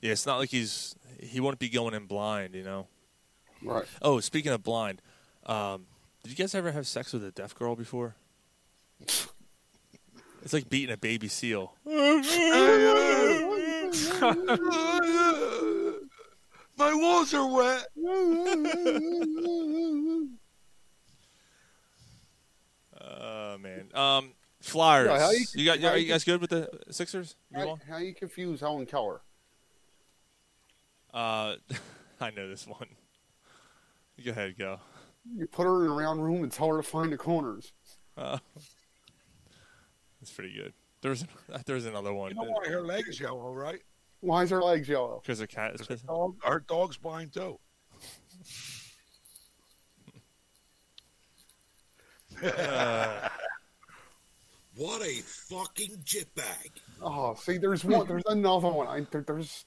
Speaker 3: yeah, it's not like he's he wouldn't be going in blind, you know.
Speaker 8: Right.
Speaker 3: Oh, speaking of blind, um, did you guys ever have sex with a deaf girl
Speaker 8: [LAUGHS]
Speaker 3: before? It's like beating a baby seal.
Speaker 9: My walls are wet.
Speaker 3: Oh man. Um, Flyers.
Speaker 8: Yeah, how
Speaker 3: you,
Speaker 8: you-
Speaker 3: got?
Speaker 8: how
Speaker 3: are
Speaker 8: you
Speaker 3: you guys good with the Sixers? Move
Speaker 8: How,
Speaker 3: on?
Speaker 8: how you confuse Helen Keller?
Speaker 3: Uh, [LAUGHS] I know this one. Go ahead, go.
Speaker 8: You put her in a round room and tell her to find the corners.
Speaker 3: That's pretty good. [LAUGHS] There's there's another one.
Speaker 9: You know why her legs yellow, right?
Speaker 8: Why is her legs yellow?
Speaker 3: Because a cat is pissing.
Speaker 9: Dog, her dog's blind too.
Speaker 10: [LAUGHS] What a fucking jitbag.
Speaker 8: Oh, see, there's one. There's another one. I, there, there's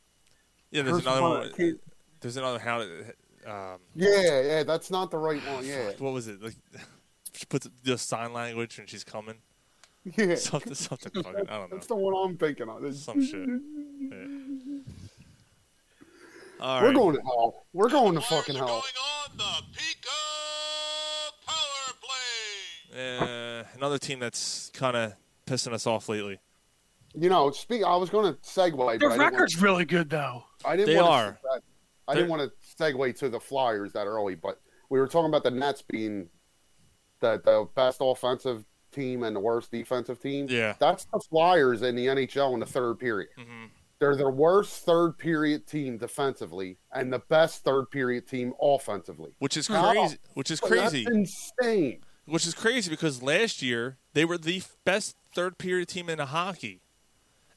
Speaker 3: Yeah, there's
Speaker 8: there's
Speaker 3: another
Speaker 8: one.
Speaker 3: one.
Speaker 8: I can't-
Speaker 3: There's another how. to- Um,
Speaker 8: Yeah, yeah, that's not the right one. Yeah,
Speaker 3: what was it? Like, [LAUGHS] she puts the sign language and she's coming.
Speaker 8: [LAUGHS] [LAUGHS] yeah.
Speaker 3: Something, something. Fucking, I don't know.
Speaker 8: That's the one I'm thinking of. It's-
Speaker 3: Some shit. Yeah. All
Speaker 8: We're
Speaker 3: right.
Speaker 8: going to hell. We're going to fucking hell.
Speaker 10: on the Pico Power Play.
Speaker 3: Uh, another team that's kind of pissing us off lately.
Speaker 8: You know, speak. I was going to segue.
Speaker 7: Their
Speaker 8: but
Speaker 7: record's really good though.
Speaker 8: I didn't.
Speaker 3: They
Speaker 8: wanna,
Speaker 3: are.
Speaker 8: that- I didn't want to segue to the Flyers that early, but we were talking about the Nets being the the best offensive team and the worst defensive team.
Speaker 3: Yeah.
Speaker 8: that's the Flyers in the NHL in the third period. They're the worst third period team defensively and the best third period team offensively.
Speaker 3: Which is
Speaker 8: How?
Speaker 3: crazy. Which is
Speaker 8: So
Speaker 3: crazy.
Speaker 8: That's insane.
Speaker 3: which is crazy because last year they were the f- best third period team in hockey,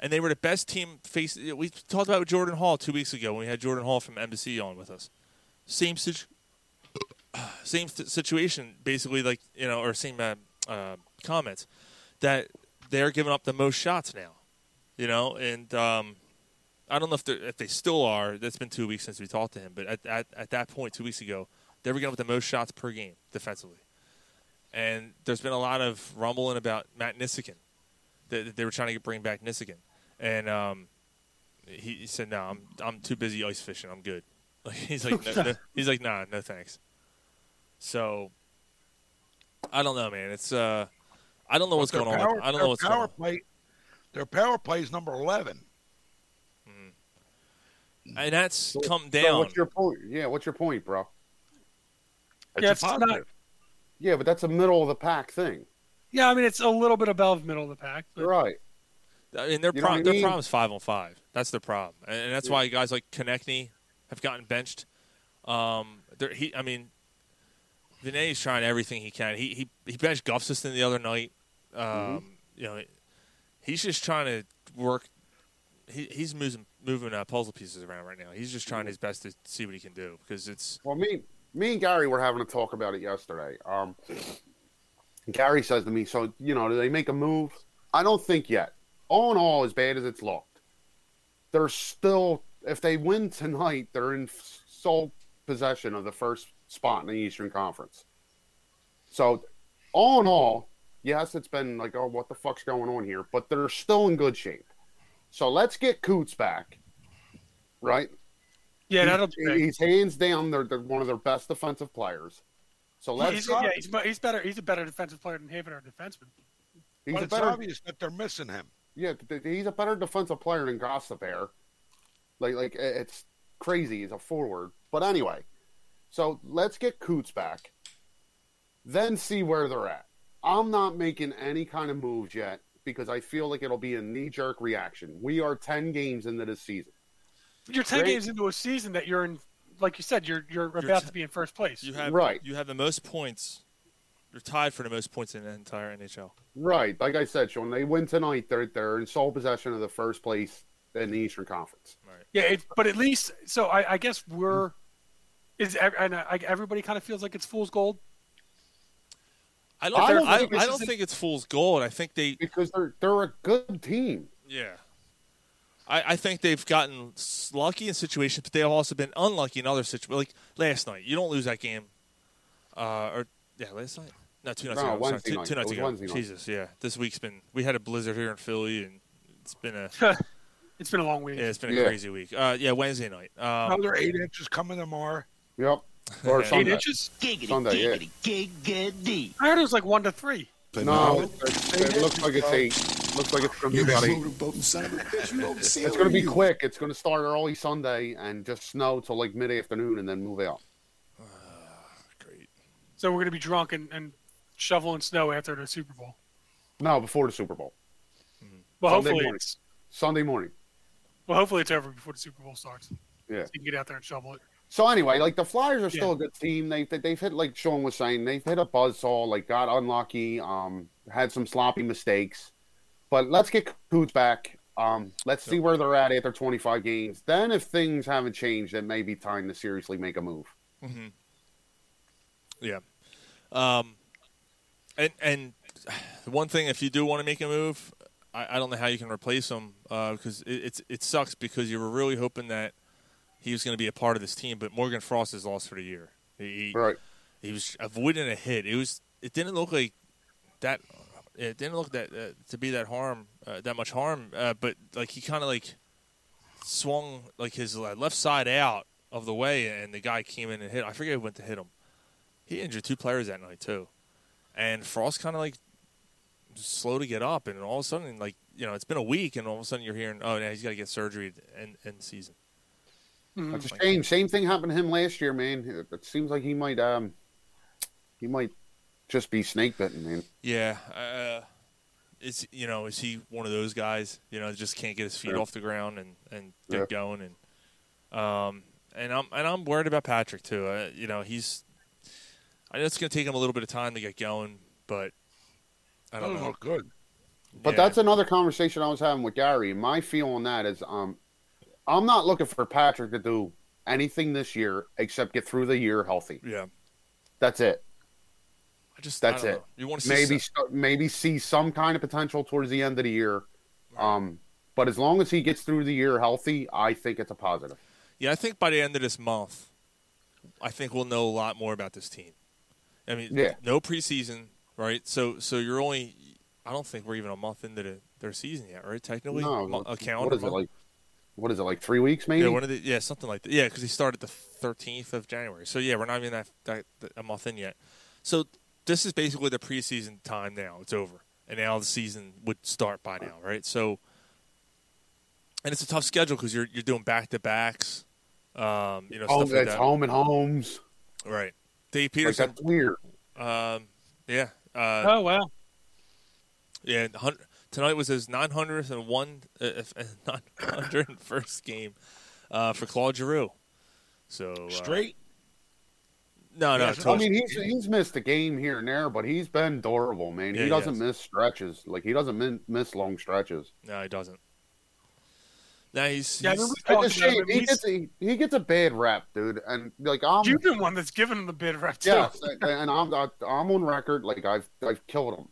Speaker 3: and they were the best team face. We talked about Jordan Hall two weeks ago when we had Jordan Hall from Embassy on with us. Same situ- [SIGHS] same th- situation, basically, like you know, or same uh, uh, comments that they're giving up the most shots now, you know, and um, I don't know if they if they still are. That's been two weeks since we talked to him, but at at, at that point, two weeks ago, they were giving up the most shots per game defensively and there's been a lot of rumbling about Matt Niskanen. They, they were trying to bring back Niskanen, and um, he, he said, "No, I'm I'm too busy ice fishing. I'm good." [LAUGHS] Like, he's like, no,
Speaker 9: [LAUGHS]
Speaker 3: no- he's like, "Nah, no thanks." So I don't know, man. It's uh, I don't know what's
Speaker 9: Their
Speaker 3: going on.
Speaker 9: power-
Speaker 3: with- I don't
Speaker 9: their
Speaker 3: know what's
Speaker 9: power
Speaker 3: going on.
Speaker 9: play. Their power play is number eleven.
Speaker 3: And that's come down.
Speaker 8: So what's your point? Yeah, what's your point, bro?
Speaker 9: It's
Speaker 7: Yeah,
Speaker 9: a
Speaker 7: it's not-
Speaker 9: positive.
Speaker 8: Yeah, but that's a middle of the pack thing.
Speaker 7: Yeah, I mean it's a little bit above middle of the pack, but
Speaker 8: Right.
Speaker 3: I mean, their
Speaker 8: You know
Speaker 3: problem,
Speaker 8: what I
Speaker 3: their
Speaker 8: mean?
Speaker 3: problem is five on five. That's their problem, and, and that's why guys like Konechny have gotten benched. Um, there- he, I mean, Vinay is trying everything he can. He he he benched Gustafson the other night. Um,
Speaker 8: Mm-hmm.
Speaker 3: You know, he's just trying to work. He, he's moving moving uh, puzzle pieces around right now. He's just trying his best to see what he can do because it's
Speaker 8: Well, me, me and Gary were having a talk about it yesterday. Um, Gary says to me, "So you know, do they make a move?" I don't think yet. All in all, as bad as it's looked, they're still. If they win tonight, they're in f- sole possession of the first spot in the Eastern Conference. So, all in all, Yes, it's been like, oh, what the fuck's going on here? But they're still in good shape. So let's get Coots back, right?
Speaker 7: Yeah,
Speaker 8: He-
Speaker 7: that'll be big.
Speaker 8: He's hands down their, their- one of their best defensive players. So let's
Speaker 7: he's, yeah, he's, mu- he's better. He's a better defensive player than Haven or defenseman.
Speaker 8: He's
Speaker 9: but
Speaker 8: a
Speaker 9: it's
Speaker 8: better-
Speaker 9: obvious that they're missing him.
Speaker 8: Yeah, th- th- he's a better defensive player than Gossip Like, like i- it's crazy. He's a forward. But anyway, so let's get Coots back, then see where they're at. I'm not making any kind of moves yet because I feel like it'll be a knee jerk reaction. We are 10 games into this season.
Speaker 7: You're ten
Speaker 8: Great.
Speaker 7: games into a season that you're in. Like you said, you're you're about
Speaker 3: t-
Speaker 7: to be in first place.
Speaker 3: You have
Speaker 8: Right.
Speaker 3: You have the most points. You're tied for the most points in the entire NHL.
Speaker 8: Right. Like I said, Sean, they win tonight. They're, they're in sole possession of the first place in the Eastern Conference.
Speaker 7: Yeah, it, but at least so I, I guess we're is ev- and I, everybody kind of feels like it's fool's gold.
Speaker 3: I don't.
Speaker 7: I
Speaker 3: I
Speaker 7: don't
Speaker 3: don't, I,
Speaker 7: think
Speaker 3: think,
Speaker 7: this
Speaker 3: I
Speaker 7: is
Speaker 3: don't
Speaker 7: an-
Speaker 3: think it's fool's gold. I think they.
Speaker 8: Because they're, they're a good team.
Speaker 3: Yeah. I, I think they've gotten s- lucky in situations, but they've also been unlucky in other situations. Like last night, you don't lose that game. Uh, or yeah, last night. No, two nights ago.
Speaker 8: No,
Speaker 3: I'm sorry,
Speaker 8: Wednesday
Speaker 3: two,
Speaker 8: night.
Speaker 3: two
Speaker 8: It
Speaker 3: nights
Speaker 8: was
Speaker 3: ago.
Speaker 8: Wednesday night.
Speaker 3: Jesus, yeah. This week's been. We had a blizzard here in Philly, and it's been a.
Speaker 7: It's been a long week.
Speaker 3: Yeah, it's been a
Speaker 8: Yeah.
Speaker 3: crazy week. Uh, yeah, Wednesday night. Um,
Speaker 9: Another eight inches coming tomorrow.
Speaker 8: Yep. Or
Speaker 7: Eight
Speaker 8: Sunday.
Speaker 7: inches.
Speaker 8: Sunday, yeah.
Speaker 7: I heard it was like one to three.
Speaker 8: No, it, it looks like it's eight. Looks like it's going to be about eight. It's going to be quick. It's going to start early Sunday and just snow till like mid afternoon and then move out.
Speaker 3: great.
Speaker 7: So we're gonna be drunk and, and shoveling snow after the Super Bowl.
Speaker 8: No, before the Super Bowl.
Speaker 7: Well,
Speaker 8: Sunday
Speaker 7: hopefully
Speaker 8: morning.
Speaker 7: it's
Speaker 8: Sunday morning.
Speaker 7: well, hopefully it's over before the Super Bowl starts. So
Speaker 8: Yeah.
Speaker 7: you can get out there and shovel it.
Speaker 8: So anyway, like the Flyers are still a good team. They, they they've hit like Sean was saying, they've hit a buzzsaw. Like got unlucky. Um, had some sloppy mistakes. But let's get Coots back. Um, let's see where they're at after 25 games. Then if things haven't changed, it may be time to seriously make a move.
Speaker 3: Yeah. Um, and and the one thing, if you do want to make a move, I, I don't know how you can replace him because it, it's it sucks because you were really hoping that he was going to be a part of this team, but Morgan Frost is lost for the year. He, he-
Speaker 8: Right.
Speaker 3: He was avoiding a hit. It was. It didn't look like that. It didn't look that uh, to be that harm, uh, that much harm. Uh, but like he kind of like swung like his le- left side out of the way, and the guy came in and hit. I forget who went to hit him. He injured two players that night too, and Frost kind of like was slow to get up, and all of a sudden, like you know, it's been a week, and all of a sudden you're hearing, oh, now he's got to get surgery and end season.
Speaker 8: That's a shame. Same thing happened to him last year, man. It- It seems like he might um he might just be snake bitten, man.
Speaker 3: Yeah, uh, is you know is he one of those guys you know just can't get his feet
Speaker 8: Yeah.
Speaker 3: off the ground and and get
Speaker 8: Yeah.
Speaker 3: going and um and I'm and I'm worried about Patrick too. Uh, you know he's I know it's going to take him a little bit of time to get going, but I don't
Speaker 9: That'll
Speaker 3: know.
Speaker 9: look good.
Speaker 8: But
Speaker 3: Yeah.
Speaker 8: that's another conversation I was having with Gary. and My feel on that is um I'm not looking for Patrick to do anything this year except get through the year healthy.
Speaker 3: yeah.
Speaker 8: That's it.
Speaker 3: I just
Speaker 8: That's
Speaker 3: I don't
Speaker 8: it.
Speaker 3: know. You want to see
Speaker 8: Maybe
Speaker 3: some-
Speaker 8: st- maybe see some kind of potential towards the end of the year. Um but as long as he gets through the year healthy, I think it's a positive.
Speaker 3: yeah. I think by the end of this month, I think we'll know a lot more about this team. I mean,
Speaker 8: Yeah.
Speaker 3: no preseason, right? So so you're only I don't think we're even a month into the, their season yet, right? Technically,
Speaker 8: No,
Speaker 3: Mo- a
Speaker 8: what
Speaker 3: calendar
Speaker 8: is it
Speaker 3: month?
Speaker 8: like? What is it like? Three weeks, maybe?
Speaker 3: Yeah, one of the, yeah, something like that. Yeah, because he started the thirteenth of January. So yeah, we're not even that, that, that a month in yet. So this is basically the preseason time now. It's over, and now the season would start by now, right? So, and it's a tough schedule because you're you're doing back to backs, um, you know, stuff
Speaker 8: home,
Speaker 3: like
Speaker 8: that's
Speaker 3: that.
Speaker 8: Oh, home and homes.
Speaker 3: Right, Dave
Speaker 8: Like,
Speaker 3: Peterson.
Speaker 8: that's weird.
Speaker 3: um, yeah, uh,
Speaker 7: Oh wow.
Speaker 3: yeah. and hun- Tonight was his 901 uh, [LAUGHS] uh, 901st game uh, for Claude Giroux. So uh,
Speaker 9: Straight.
Speaker 3: No, no.
Speaker 9: Yeah,
Speaker 3: it's
Speaker 9: so-
Speaker 8: I mean, he's he's missed a game here and there, but he's been durable, man.
Speaker 3: Yeah,
Speaker 8: he
Speaker 3: he
Speaker 8: doesn't
Speaker 3: has.
Speaker 8: miss stretches. Like he doesn't min- miss long stretches.
Speaker 3: No, he doesn't. No, he's.
Speaker 7: Yeah, I
Speaker 3: he's-
Speaker 7: remember we
Speaker 8: It's
Speaker 7: talked
Speaker 8: a
Speaker 7: about him.
Speaker 8: shame. He
Speaker 7: He's-
Speaker 8: gets a, he gets a bad rap, dude. And like I'm
Speaker 7: You've been one that's given him the bid rep too.
Speaker 8: yes, and- and I'm I, I'm on record. Like I've I've killed him.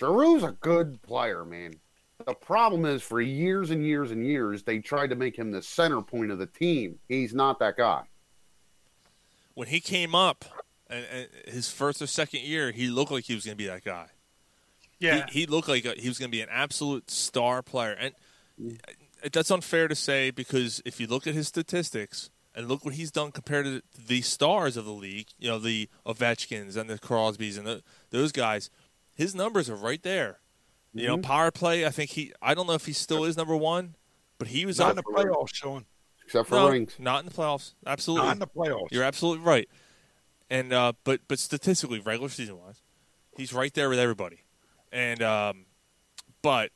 Speaker 8: Giroux's a good player, man. The problem is, for years and years and years, they tried to make him the center point of the team. He's not that guy.
Speaker 3: when he came up, and, and his first or second year, he looked like he was going to be that guy.
Speaker 7: Yeah.
Speaker 3: he, he looked like a, he was going to be an absolute star player, and
Speaker 9: Mm.
Speaker 3: that's unfair to say because if you look at his statistics and look what he's done compared to the stars of the league, you know the Ovechkins and the Crosbys and the, those guys, his numbers are right there. You know,
Speaker 9: Mhm.
Speaker 3: power play. I think he. I don't know if he still is number one, but he was on
Speaker 9: Not in the playoffs, Sean.
Speaker 8: Except
Speaker 3: no, Not in the playoffs. Absolutely.
Speaker 9: Not in the playoffs.
Speaker 3: You're absolutely right. And uh, but but statistically, regular season wise, he's right there with everybody. And um, but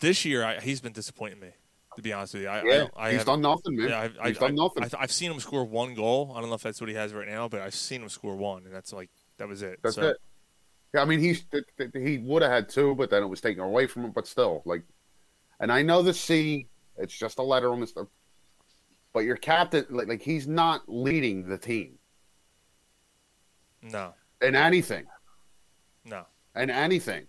Speaker 3: this year, I, he's been disappointing me. To be honest with you, I, I
Speaker 8: Yeah,
Speaker 3: don't- I
Speaker 8: he's
Speaker 3: have-
Speaker 8: done nothing, man.
Speaker 3: Yeah, I've,
Speaker 8: He's
Speaker 3: I've-
Speaker 8: done
Speaker 3: I've-
Speaker 8: nothing.
Speaker 3: I've, I've seen him score one goal. I don't know if that's what he has right now, but I've seen him score one, and that's like that was it.
Speaker 8: That's
Speaker 3: So-
Speaker 8: it. Yeah, I mean, he's th- th- he would have had two, but then it was taken away from him. But still, like, and I know the C, it's just a letter on this. uh, But your captain, like, like he's not leading the team
Speaker 3: No,
Speaker 8: in anything,
Speaker 3: no.
Speaker 8: in anything.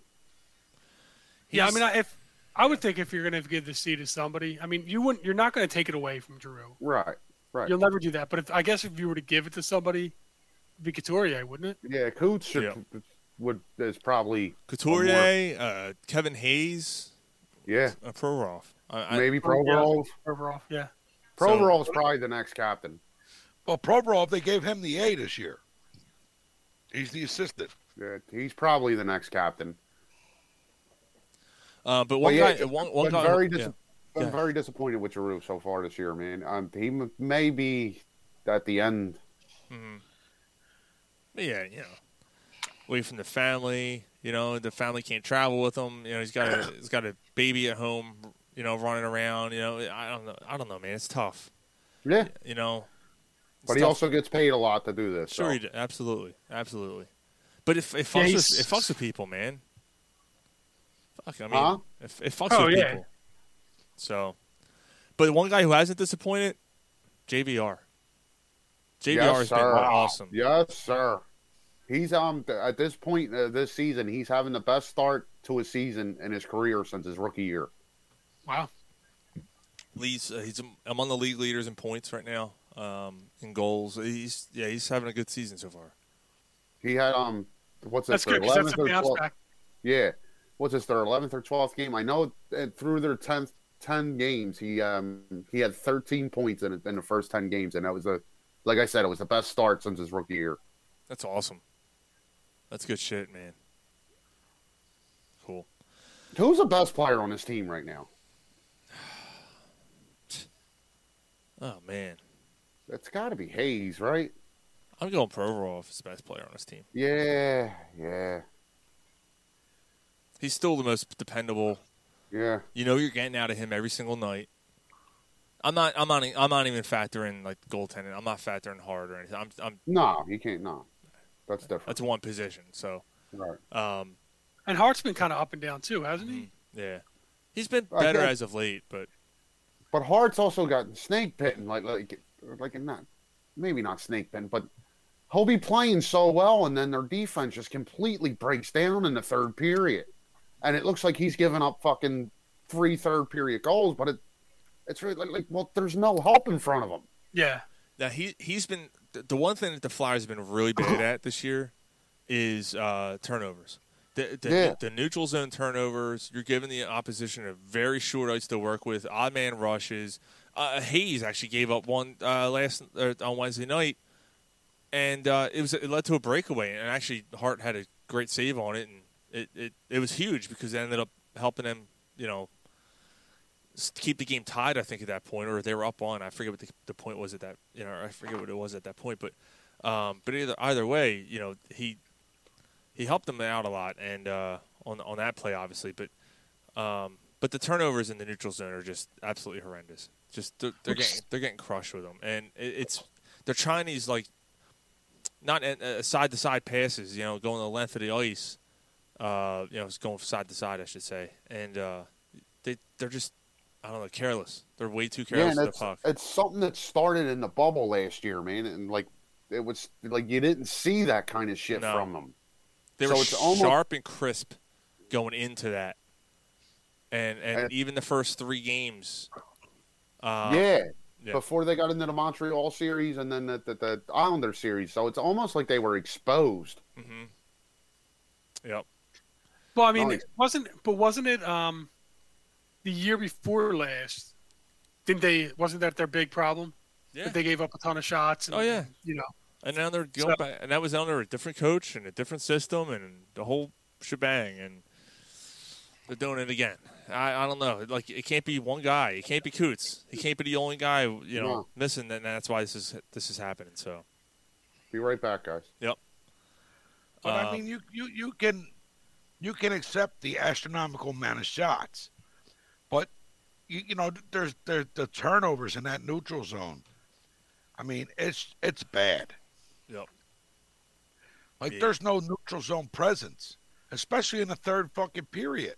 Speaker 7: yeah, I mean, I- if I would think if you're going to give the C to somebody, I mean, you wouldn't. You're not going to take it away from Drew.
Speaker 8: Right, right.
Speaker 7: You'll never do that. But if, I guess if you were to give it to somebody, it'd be Couturier, wouldn't it?
Speaker 8: Yeah, Coots should, would is probably
Speaker 3: Couturier, uh, Kevin Hayes,
Speaker 8: yeah,
Speaker 3: uh, Provorov. I, I,
Speaker 8: maybe Provorov.
Speaker 7: Provorov, yeah.
Speaker 8: Provorov's probably the next captain.
Speaker 9: Well, Provorov, they gave him the A this year. He's the assistant.
Speaker 8: Yeah, he's probably the next captain.
Speaker 3: Uh, but
Speaker 8: Well,
Speaker 3: one
Speaker 8: yeah,
Speaker 3: guy, one, one
Speaker 8: been
Speaker 3: guy,
Speaker 8: very dis-
Speaker 3: yeah.
Speaker 8: been
Speaker 3: Yeah.
Speaker 8: very disappointed with Giroux so far this year, man. Um, he m- may be at the end.
Speaker 3: Mhm. But yeah, you know, away from the family. You know, the family can't travel with him. You know, he's got
Speaker 7: [COUGHS]
Speaker 3: a he's got a baby at home. You know, running around. You know, I don't know. I don't know, man. It's tough.
Speaker 8: Yeah,
Speaker 3: You know,
Speaker 8: but
Speaker 3: it's
Speaker 8: he
Speaker 3: tough.
Speaker 8: also gets paid a lot to do this.
Speaker 3: sure
Speaker 8: so.
Speaker 3: he did. absolutely, absolutely. But if it
Speaker 7: Yeah,
Speaker 3: fucks with
Speaker 7: he's-
Speaker 3: it fucks with people, man. Fuck, I mean,
Speaker 8: Huh?
Speaker 3: if it fucks
Speaker 7: Oh,
Speaker 3: with
Speaker 7: yeah.
Speaker 3: people. So, but one guy who hasn't disappointed, JVR. JVR has been awesome.
Speaker 8: Yes, sir. He's um th- at this point uh, this season, he's having the best start to a season in his career since his rookie year.
Speaker 7: Wow.
Speaker 3: leads. Uh, he's am- among the league leaders in points right now, um, in goals. He's yeah, he's having a good season so far.
Speaker 8: He had um what's
Speaker 7: That's
Speaker 8: his
Speaker 7: good 'cause that's a bounce
Speaker 8: 12th?
Speaker 7: back.
Speaker 8: Yeah, what's this their eleventh or twelfth game? I know uh, through their tenth ten games, he um he had thirteen points in in the first ten games, and that was a like I said, it was the best start since his rookie year.
Speaker 3: That's awesome. That's good shit, man. Cool.
Speaker 8: Who's the best player on his team right now?
Speaker 3: Oh man,
Speaker 8: It's got to be Hayes, right?
Speaker 3: I'm going Provorov as the best player on his team.
Speaker 8: Yeah, yeah,
Speaker 3: He's still the most dependable.
Speaker 8: yeah.
Speaker 3: You know, you're getting out of him every single night. I'm not. I'm not. e, I'm not even factoring like goaltending. I'm not factoring hard or anything. I'm. I'm.
Speaker 8: No, he can't. No, that's different.
Speaker 3: That's one position. So,
Speaker 8: Right.
Speaker 3: um,
Speaker 7: And Hart's been kind of up and down too, hasn't he?
Speaker 3: yeah, he's been
Speaker 8: I
Speaker 3: better
Speaker 8: guess-
Speaker 3: as of late, but
Speaker 8: But Hart's also got snake bitten, like like like not maybe not snake bitten, but he'll be playing so well, and then their defense just completely breaks down in the third period, and it looks like he's giving up fucking three third period goals. But it it's really like, like well, there's no help in front of him.
Speaker 7: Yeah.
Speaker 3: Now he he's been th- the one thing that the Flyers have been really bad at this year is uh, turnovers. The, the,
Speaker 8: Yeah.
Speaker 3: the neutral zone turnovers. You're giving the opposition a very short ice to work with. Odd man rushes. Uh, Hayes actually gave up one uh, last uh, on Wednesday night, and uh, it was it led to a breakaway. And actually, Hart had a great save on it, and it it, it was huge because it ended up helping them. You know, s- keep the game tied. I think at that point, or they were up on. I forget what the, the point was at that. You know, I forget what it was at that point. But, um, but either either way, you know, he he helped them out a lot, and uh, on on that play, obviously. But, um, but the turnovers in the neutral zone are just absolutely horrendous. Just they're, they're getting they're getting crushed with them, and it, it's they're trying these like not side to side passes. You know, going the length of the ice. Uh, you know, it's going side to side, I should say, and uh, they they're just I don't know careless. They're way too
Speaker 8: Yeah,
Speaker 3: careless with
Speaker 8: and
Speaker 3: the
Speaker 8: it's,
Speaker 3: puck.
Speaker 8: it's something that started in the bubble last year, man, and like it was like you didn't see that kind of shit
Speaker 3: No.
Speaker 8: from them.
Speaker 3: They
Speaker 8: so
Speaker 3: were
Speaker 8: it's almost-
Speaker 3: sharp and crisp going into that, and and
Speaker 8: And-
Speaker 3: even the first three games. Um,
Speaker 8: yeah.
Speaker 3: yeah.
Speaker 8: Before they got into the Montreal series and then the, the, the Islander series. So it's almost like they were exposed.
Speaker 3: hmm Yep.
Speaker 7: Well, I mean,
Speaker 8: Nice.
Speaker 7: wasn't but wasn't it um the year before last? Didn't they? Wasn't that their big problem?
Speaker 3: Yeah.
Speaker 7: That they gave up a ton of shots. And,
Speaker 3: Oh, yeah.
Speaker 7: You know.
Speaker 3: And now they're going back, and that was under a different coach and a different system and the whole shebang, and they're doing it again. I, I don't know. Like it can't be one guy. It can't be Coots. He can't be the only guy you know
Speaker 8: No.
Speaker 3: missing. And that's why this is this is happening. So
Speaker 8: Be right back, guys.
Speaker 3: yep.
Speaker 9: But
Speaker 3: Uh,
Speaker 9: I mean, you, you you can you can accept the astronomical amount of shots, but you you know there's there's the turnovers in that neutral zone. I mean, it's it's bad.
Speaker 3: Yep.
Speaker 9: Like
Speaker 3: Yeah.
Speaker 9: there's no neutral zone presence, especially in the third fucking period.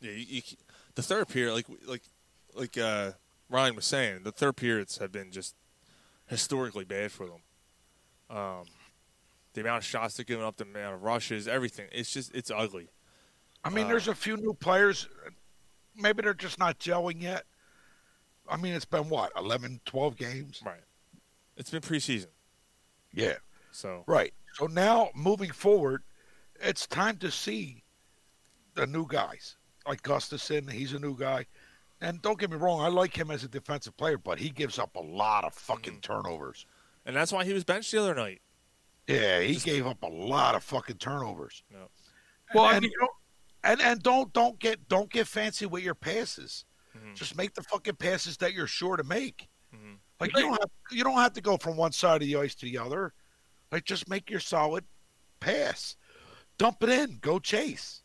Speaker 3: Yeah, you, you, c- the third period, like like like uh, Ryan was saying, the third periods have been just historically bad for them. Um, the amount of shots they're giving up, the amount of rushes, everything. It's just it's ugly.
Speaker 9: I mean,
Speaker 3: Uh.
Speaker 9: there's a few new players. Maybe they're just not gelling yet. I mean, it's been what 11, 12 games.
Speaker 3: Right. It's been preseason,
Speaker 9: Yeah.
Speaker 3: so
Speaker 9: Right. So now moving forward, it's time to see the new guys like Gustafson. He's a new guy, and don't get me wrong, I like him as a defensive player, but he gives up a lot of fucking turnovers.
Speaker 3: and that's why he was benched the other night.
Speaker 9: Yeah, he gave up a lot of fucking turnovers.
Speaker 3: No.
Speaker 9: Well, and, you know, and and don't don't get don't get fancy with your passes.
Speaker 3: Mm-hmm.
Speaker 9: Just make the fucking passes that you're sure to make.
Speaker 3: Mhm.
Speaker 9: Like you don't have you don't have to go from one side of the ice to the other. Like just make your solid pass. Dump it in. Go chase.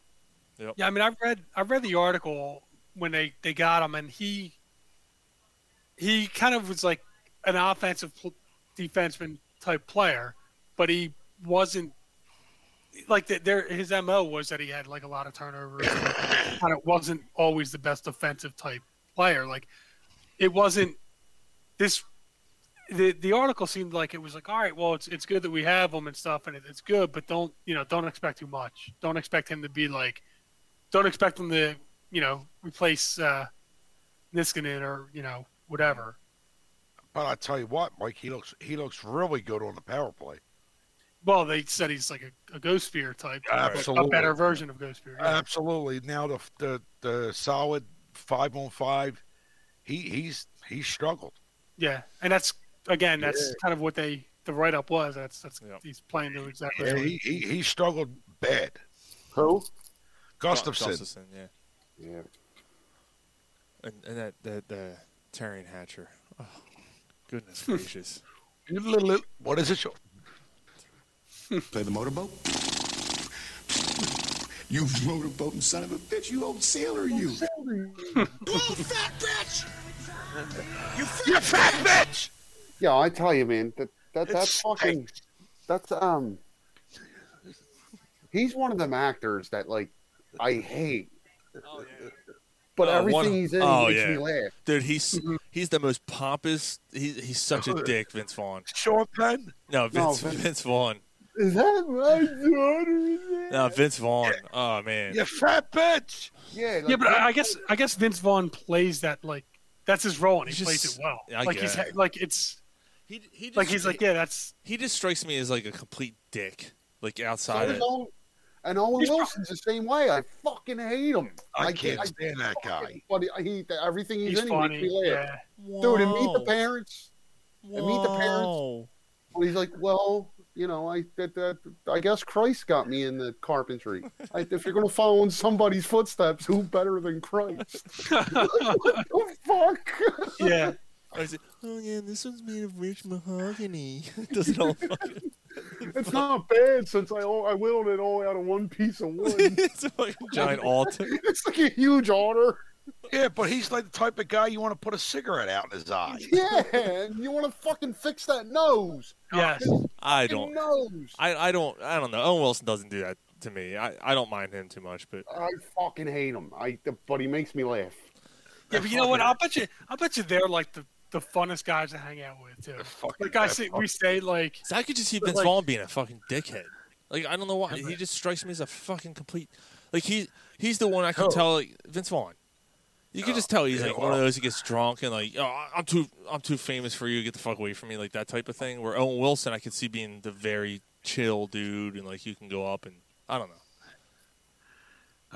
Speaker 7: Yeah. I mean, I read I read the article when they they got him, and he he kind of was like an offensive pl- defenseman type player, but he wasn't like that. There, his mo was that he had like a lot of turnovers, and [COUGHS] kind of wasn't always the best offensive type player. Like it wasn't this. The, the article seemed like it was like all right well it's it's good that we have him and stuff and it, it's good but don't you know don't expect too much don't expect him to be like don't expect him to you know replace uh, Niskanen or you know whatever.
Speaker 9: But I tell you what, Mike, he looks he looks really good on the power play.
Speaker 7: Well, they said he's like a, a Ghost Spear type, like
Speaker 9: Absolutely. Uh,
Speaker 7: a better version of Ghost Spear. yeah.
Speaker 9: Absolutely. Now the the the solid five on five, he he's he struggled.
Speaker 7: Yeah, and that's again, that's
Speaker 9: Yeah.
Speaker 7: kind of what they the write up was. That's that's
Speaker 3: Yeah.
Speaker 7: he's playing to exactly.
Speaker 9: Yeah, he, he he struggled bad.
Speaker 8: Who?
Speaker 9: Gustafson.
Speaker 3: Gustafson, yeah,
Speaker 8: Yeah.
Speaker 3: and, and that that the Tarian Hatcher. Oh,
Speaker 7: [LAUGHS]
Speaker 3: goodness gracious.
Speaker 9: You little- What is it?
Speaker 11: Play the motorboat. You motorboat son of a bitch. You old sailor, you.
Speaker 10: Bull fat bitch! You fat
Speaker 9: You fat bitch!
Speaker 8: Yeah, I tell you, man, that that
Speaker 9: It
Speaker 8: that's fucking that's um He's one of them actors that like I hate. But
Speaker 3: Oh,
Speaker 8: everything
Speaker 3: one-
Speaker 8: he's in
Speaker 3: oh,
Speaker 8: makes
Speaker 3: yeah.
Speaker 8: me laugh.
Speaker 3: Dude, he's
Speaker 7: Mm-hmm.
Speaker 3: he's the most pompous. He, he's such a dick, Vince Vaughn.
Speaker 9: Sean Penn?
Speaker 3: No, Vince,
Speaker 8: Vin-
Speaker 3: Vince Vaughn.
Speaker 8: Is that my daughter in there?
Speaker 3: No, Vince Vaughn. Oh man,
Speaker 9: You fat bitch!
Speaker 8: Yeah, like,
Speaker 7: yeah, but I, I guess I guess Vince Vaughn plays that like that's his role and he
Speaker 3: He's
Speaker 7: plays
Speaker 3: just-
Speaker 7: it well.
Speaker 3: I
Speaker 7: like he's
Speaker 3: get
Speaker 7: ha- like it's
Speaker 3: he, he just,
Speaker 7: like he's like yeah that's
Speaker 3: he just strikes me as like a complete dick. Like
Speaker 8: so
Speaker 7: Oh,
Speaker 3: outside,
Speaker 8: is
Speaker 3: of,
Speaker 8: Owen- and Owen
Speaker 7: He's
Speaker 8: Wilson's the same way. I fucking hate him.
Speaker 9: I,
Speaker 8: I
Speaker 9: can't
Speaker 8: can't-
Speaker 9: stand that guy.
Speaker 8: But I hate that everything he's,
Speaker 7: he's
Speaker 8: in. He
Speaker 7: funny.
Speaker 8: makes me laugh.
Speaker 7: Yeah.
Speaker 8: Dude, and meet the parents.
Speaker 3: Whoa.
Speaker 8: and meet the parents.
Speaker 3: Whoa.
Speaker 8: Well, he's like, well, you know, I that, that I guess Christ got me in the carpentry. I, if you're gonna follow in somebody's footsteps, who better than Christ? [LAUGHS] what the fuck?
Speaker 7: yeah.
Speaker 3: I was like, oh yeah, this one's made of rich mahogany. [LAUGHS] Does it
Speaker 7: [LAUGHS]
Speaker 3: all fucking?
Speaker 8: It's not bad since I all- I whittled it all out of one piece of wood.
Speaker 7: [LAUGHS]
Speaker 3: it's a fucking giant altar.
Speaker 8: it's like a huge honor.
Speaker 9: Yeah, but he's like the type of guy you want to put a cigarette out in his eye.
Speaker 8: [LAUGHS] Yeah, and you want to fucking fix that nose?
Speaker 7: Yes.
Speaker 3: I don't.
Speaker 8: Fucking nose.
Speaker 3: I, I don't. I don't know. Owen Wilson doesn't do that to me. I, I don't mind him too much, but
Speaker 8: I fucking hate him. I but he makes me laugh.
Speaker 7: Yeah, but you know what? I'll bet you. I'll bet you they're like the, the funnest guys to hang out with too.
Speaker 9: fucking-
Speaker 7: Like I see, we say like
Speaker 3: so I could just see Vince
Speaker 7: like-
Speaker 3: Vaughn being a fucking dickhead. Like I don't know why he just strikes me as a fucking complete. Like he he's the one I can tell. Like Vince Vaughn, you can just tell he's like one of those who gets drunk and like, oh, I- I'm too I'm too famous for you. Get the fuck away from me, like that type of thing. Where Owen Wilson, I could see being the very chill dude and like you can go up and I don't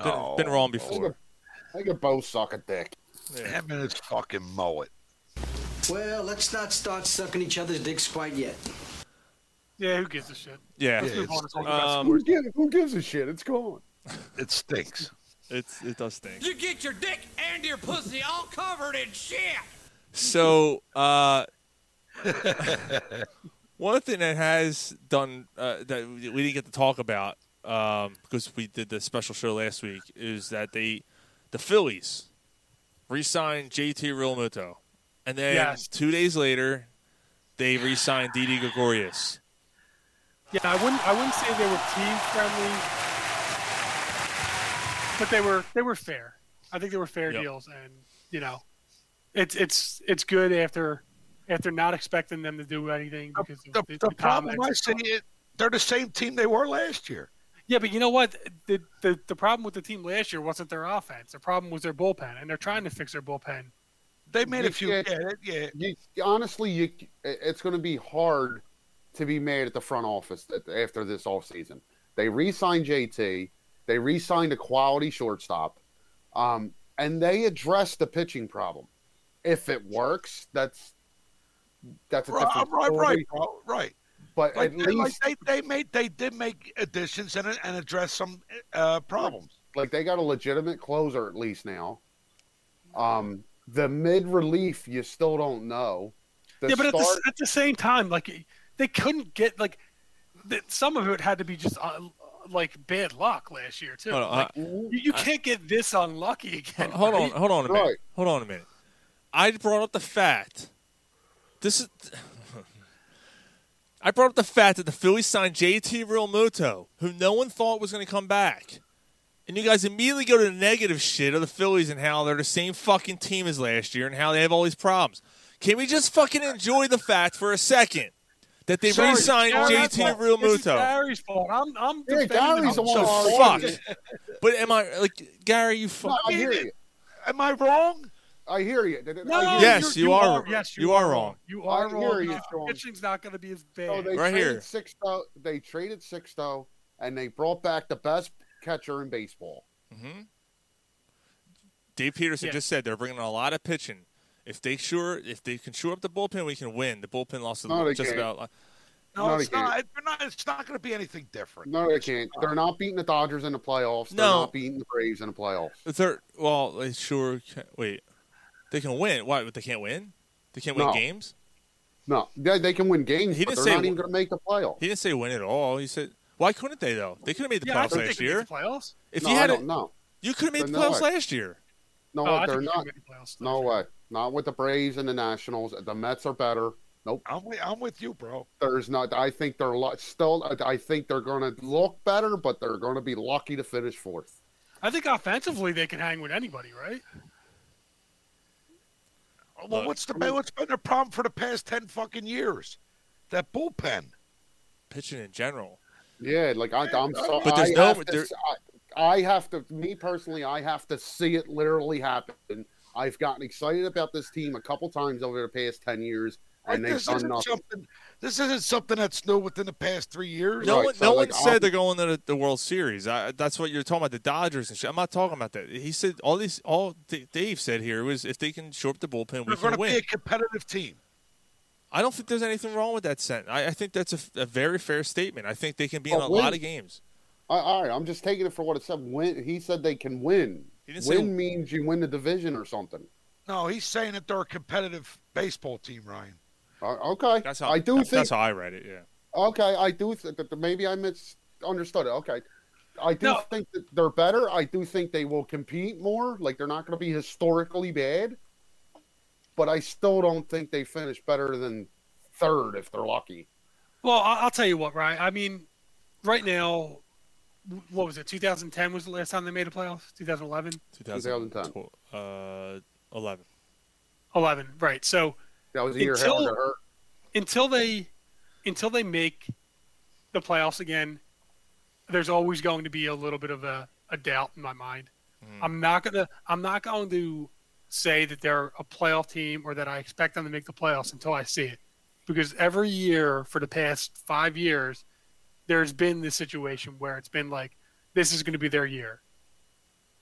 Speaker 3: know. Been, been wrong before.
Speaker 8: I think Bo suck a dick.
Speaker 9: Him and his fucking mullet.
Speaker 12: Well, let's not start sucking each other's dicks quite yet.
Speaker 7: Yeah, who gives a shit?
Speaker 3: Yeah.
Speaker 7: Let's move on to talking about
Speaker 3: Um,
Speaker 8: who, gives, who gives a shit? It's gone.
Speaker 9: It stinks.
Speaker 3: It's it does stink.
Speaker 10: You get your dick and your pussy all covered in shit.
Speaker 3: So, uh, [LAUGHS] one thing that has done uh, that we didn't get to talk about um, because we did the special show last week is that they, the Phillies, re-signed JT Realmuto, and then
Speaker 7: Yes.
Speaker 3: two days later, they re-signed Didi Gregorius.
Speaker 7: Yeah, I wouldn't. I wouldn't say they were team friendly, but they were they were fair. I think they were fair
Speaker 3: Yep.
Speaker 7: deals, and you know, it's it's it's good after after not expecting them to do anything because the, the,
Speaker 9: The problem I
Speaker 7: comments.
Speaker 9: see is they're the same team they were last year.
Speaker 7: Yeah, but you know what? The, the the problem with the team last year wasn't their offense. The problem was their bullpen, and they're trying to fix their bullpen.
Speaker 9: They made
Speaker 8: You can't-
Speaker 9: yeah.
Speaker 8: You, honestly, you, it's going to be hard to be mad at the front office that, after this offseason. They re signed JT, they re signed a quality shortstop, um, and they addressed the pitching problem. If it works, that's that's a
Speaker 9: Right,
Speaker 8: different
Speaker 9: right,
Speaker 8: story.
Speaker 9: right, bro, right.
Speaker 8: But
Speaker 9: Like,
Speaker 8: at
Speaker 9: they- like
Speaker 8: least
Speaker 9: they, they made they did make additions and and address some uh, problems.
Speaker 8: like they got a legitimate closer at least now. Um, the mid relief you still don't know. The
Speaker 7: yeah, but at,
Speaker 8: start-
Speaker 7: the, at the same time, like they couldn't get like th- some of it had to be just uh, like bad luck last year too.
Speaker 3: Hold on,
Speaker 7: Like,
Speaker 3: I-
Speaker 7: you, you can't get this unlucky
Speaker 3: [LAUGHS]
Speaker 7: again.
Speaker 3: Hold on,
Speaker 7: right?
Speaker 3: hold on a minute.
Speaker 7: Right.
Speaker 3: Hold on a minute. I brought up the fact. This is. [LAUGHS] I brought up the fact that the Phillies signed JT Realmuto, who no one thought was going to come back. And you guys immediately go to the negative shit of the Phillies and how they're the same fucking team as last year and how they have all these problems. Can we just fucking enjoy the fact for a second that they
Speaker 7: Sorry,
Speaker 3: re signed
Speaker 7: Gary, that's
Speaker 3: JT
Speaker 7: my- This is
Speaker 3: Realmuto?
Speaker 7: Gary's fault. I'm, I'm
Speaker 8: Yeah,
Speaker 7: defending
Speaker 8: Gary's the
Speaker 7: him. So
Speaker 8: one who-
Speaker 7: fuck.
Speaker 3: Fuck. But am I, like, Gary, you fuck.
Speaker 8: No, I hear you.
Speaker 9: Am I wrong?
Speaker 8: I hear you.
Speaker 7: No,
Speaker 8: I hear
Speaker 3: Yes,
Speaker 7: you're-
Speaker 3: you are.
Speaker 7: Yes,
Speaker 3: you are wrong.
Speaker 7: You
Speaker 8: I
Speaker 7: are
Speaker 8: hear
Speaker 7: wrong.
Speaker 8: you,
Speaker 7: The
Speaker 8: Sean.
Speaker 7: Pitching's not going to be as bad.
Speaker 8: So they
Speaker 3: Right
Speaker 8: traded
Speaker 3: here.
Speaker 8: Sixto, they traded Sixto, and they brought back the best catcher in baseball.
Speaker 3: Mm-hmm. Dave Peterson
Speaker 7: Yeah.
Speaker 3: just said they're bringing a lot of pitching. If they sure, if they can shore up the bullpen, we can win. The bullpen lost
Speaker 8: No, they
Speaker 3: just
Speaker 8: can't.
Speaker 3: about.
Speaker 9: No,
Speaker 8: No,
Speaker 9: it's
Speaker 8: they can't.
Speaker 9: not. They're not. It's not going to be anything different.
Speaker 8: No, they can't. They're not beating the Dodgers in the playoffs. They're
Speaker 3: No.
Speaker 8: not beating the Braves in the playoffs.
Speaker 3: They're well, they sure. Can, wait, they can win. Why? But they can't win. They can't win
Speaker 8: No.
Speaker 3: games.
Speaker 8: No, they, they can win games,
Speaker 3: He
Speaker 8: but
Speaker 3: didn't
Speaker 8: they're
Speaker 3: say
Speaker 8: not even
Speaker 3: wh-
Speaker 8: going to make the playoffs.
Speaker 3: He didn't say win at all. He said, why couldn't they though? They could have made the
Speaker 7: yeah, I
Speaker 3: playoffs
Speaker 7: think they
Speaker 3: last
Speaker 7: can make
Speaker 3: year.
Speaker 7: the playoffs.
Speaker 3: if
Speaker 8: no,
Speaker 3: you
Speaker 8: I
Speaker 3: had,
Speaker 8: don't
Speaker 3: it,
Speaker 8: know.
Speaker 3: you could have made the
Speaker 8: They're
Speaker 3: playoffs
Speaker 8: not.
Speaker 3: last year.
Speaker 8: No,
Speaker 7: Oh, I
Speaker 8: they're
Speaker 7: think they can
Speaker 8: not.
Speaker 7: make the playoffs.
Speaker 8: No way. Not with the Braves and the Nationals. The Mets are better. Nope.
Speaker 9: I'm with, I'm with you, bro.
Speaker 8: There's not. I think they're lu- still. I think they're going to look better, but they're going to be lucky to finish fourth.
Speaker 7: I think offensively they can hang with anybody, right?
Speaker 9: Well,
Speaker 3: Look.
Speaker 9: what's the what's been the problem for the past ten fucking years? That bullpen.
Speaker 3: Pitching in general.
Speaker 8: Yeah, like I, I'm sorry.
Speaker 3: But there's
Speaker 8: I
Speaker 3: no-
Speaker 8: Have to,
Speaker 3: there-
Speaker 8: s- I, I have to. Me personally, I have to see it literally happen. I've gotten excited about this team a couple times over the past ten years,
Speaker 9: Like,
Speaker 8: and they've
Speaker 9: this
Speaker 8: done
Speaker 9: isn't
Speaker 8: nothing.
Speaker 9: something. This isn't something that's new within the past three years.
Speaker 3: No
Speaker 8: Right,
Speaker 3: one,
Speaker 8: so,
Speaker 3: no
Speaker 8: like,
Speaker 3: one said
Speaker 8: I'm-
Speaker 3: they're going to the, the World Series. I, that's what you're talking about, the Dodgers and shit. I'm not talking about that. He said all these, all D- Dave said here was if they can shore up the bullpen, we
Speaker 9: They're going
Speaker 3: can
Speaker 9: to be
Speaker 3: win.
Speaker 9: a competitive team.
Speaker 3: I don't think there's anything wrong with that sentence. I, I think that's a, f- a very fair statement. I think they can be in
Speaker 8: But
Speaker 3: a lot
Speaker 8: win.
Speaker 3: of games.
Speaker 8: I, all right, I'm just taking it for what it said. Win. He said they can win.
Speaker 3: He didn't
Speaker 8: Win
Speaker 3: say-
Speaker 8: means you win the division or something.
Speaker 9: No, he's saying that they're a competitive baseball team, Ryan.
Speaker 8: Uh, okay,
Speaker 3: That's how
Speaker 8: I do
Speaker 3: that-
Speaker 8: think.
Speaker 3: that's how I read it. Yeah.
Speaker 8: Okay, I do think that maybe I misunderstood it. Okay. I do
Speaker 7: No.
Speaker 8: think that they're better. I do think they will compete more. Like they're not going to be historically bad, but I still don't think they finish better than third if they're lucky.
Speaker 7: Well, I- I'll tell you what, Ryan. I mean, right now, w- what was it? 2010 was the last time they made a playoffs. 2011,
Speaker 8: 2010.
Speaker 3: Uh, 11.
Speaker 7: 11, right? So
Speaker 8: That was the year
Speaker 7: Until-
Speaker 8: Howard got hurt.
Speaker 7: until they until they make the playoffs again, there's always going to be a little bit of a, a doubt in my mind. I'm not gonna I'm not going to say that they're a playoff team or that I expect them to make the playoffs until I see it. Because every year for the past five years, there's been this situation where it's been like, this is gonna be their year.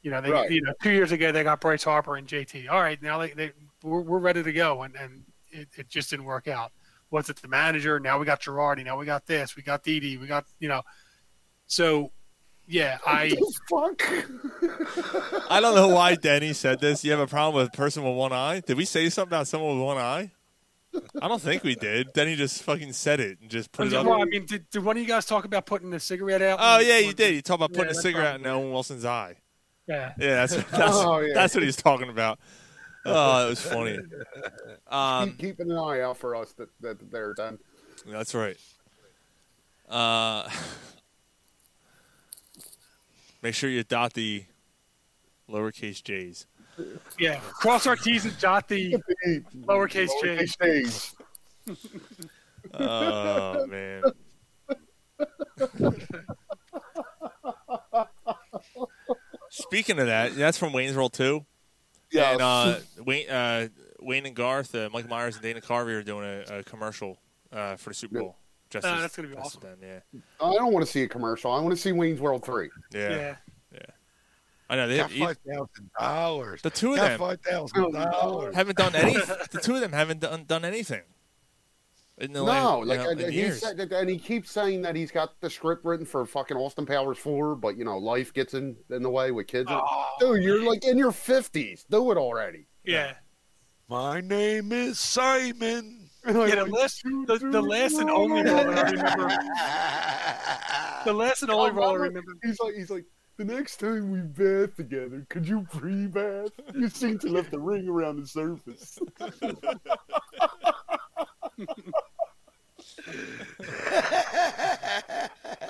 Speaker 7: You know, they
Speaker 9: Right.
Speaker 7: you know two years ago they got Bryce Harper and JT. All right, now they, they we're, we're ready to go, and and it, it just didn't work out. Was it the manager? Now we got Girardi. Now we got this. We got Didi. We got you know. So, yeah,
Speaker 8: [LAUGHS]
Speaker 7: I
Speaker 3: I don't know why Denny said this. You have a problem with a person with one eye? Did we say something about someone with one eye? I don't think we did. Denny just fucking said it and just [LAUGHS] put
Speaker 7: I'm
Speaker 3: it
Speaker 7: just-
Speaker 3: up.
Speaker 7: well, I mean, did, did one of you guys talk about putting a cigarette out?
Speaker 3: Oh
Speaker 7: when-
Speaker 3: yeah, you
Speaker 7: when-
Speaker 3: did. You talked about
Speaker 7: Yeah,
Speaker 3: putting a
Speaker 7: that's
Speaker 3: cigarette in Owen Wilson's eye.
Speaker 7: Yeah.
Speaker 3: Yeah, that's [LAUGHS] that's,
Speaker 8: Oh, yeah.
Speaker 3: that's what he's talking about. Oh, that was funny. Um,
Speaker 8: Keep keeping an eye out for us that, that they're done.
Speaker 3: that's right. Uh, [LAUGHS] make sure you dot the lowercase j's.
Speaker 7: Yeah, cross our T's and dot the lowercase
Speaker 8: Lowercase
Speaker 7: j's.
Speaker 3: Oh [LAUGHS] man. Speaking of that, that's from Wayne's World too.
Speaker 8: Yeah.
Speaker 3: And uh, Wayne, uh, Wayne and Garth, uh, Mike Myers and Dana Carvey are doing a, a commercial uh, for the Super Bowl. Just
Speaker 7: Uh,
Speaker 3: as-
Speaker 7: that's gonna be
Speaker 3: just
Speaker 7: awesome.
Speaker 3: then, yeah.
Speaker 8: I don't want to see a commercial. I want to see Wayne's World three.
Speaker 3: Yeah.
Speaker 7: Yeah.
Speaker 3: I know they
Speaker 9: Got
Speaker 3: have, e
Speaker 9: five thousand dollars.
Speaker 3: the two of
Speaker 9: Got
Speaker 3: them
Speaker 9: five
Speaker 8: Oh,
Speaker 9: thousand dollars.
Speaker 3: haven't done any. the two of them haven't done, done anything. In the
Speaker 8: No,
Speaker 3: la- you
Speaker 8: like
Speaker 3: know,
Speaker 8: uh,
Speaker 3: in
Speaker 8: he
Speaker 3: years.
Speaker 8: said, that, and he keeps saying that he's got the script written for fucking Austin Powers four, but you know life gets in in the way with kids.
Speaker 3: Oh,
Speaker 8: Dude, you're like in your fifties. Do it already.
Speaker 7: Yeah.
Speaker 9: My name is Simon. [LAUGHS]
Speaker 7: Yeah, the last, the, the last and only role that I
Speaker 3: [LAUGHS]
Speaker 7: remember. The last
Speaker 3: Oh,
Speaker 7: and only role I remember.
Speaker 8: He's like, he's like, the next time we bath together, could you pre-bath? [LAUGHS] You seem to left the ring around the surface. [LAUGHS]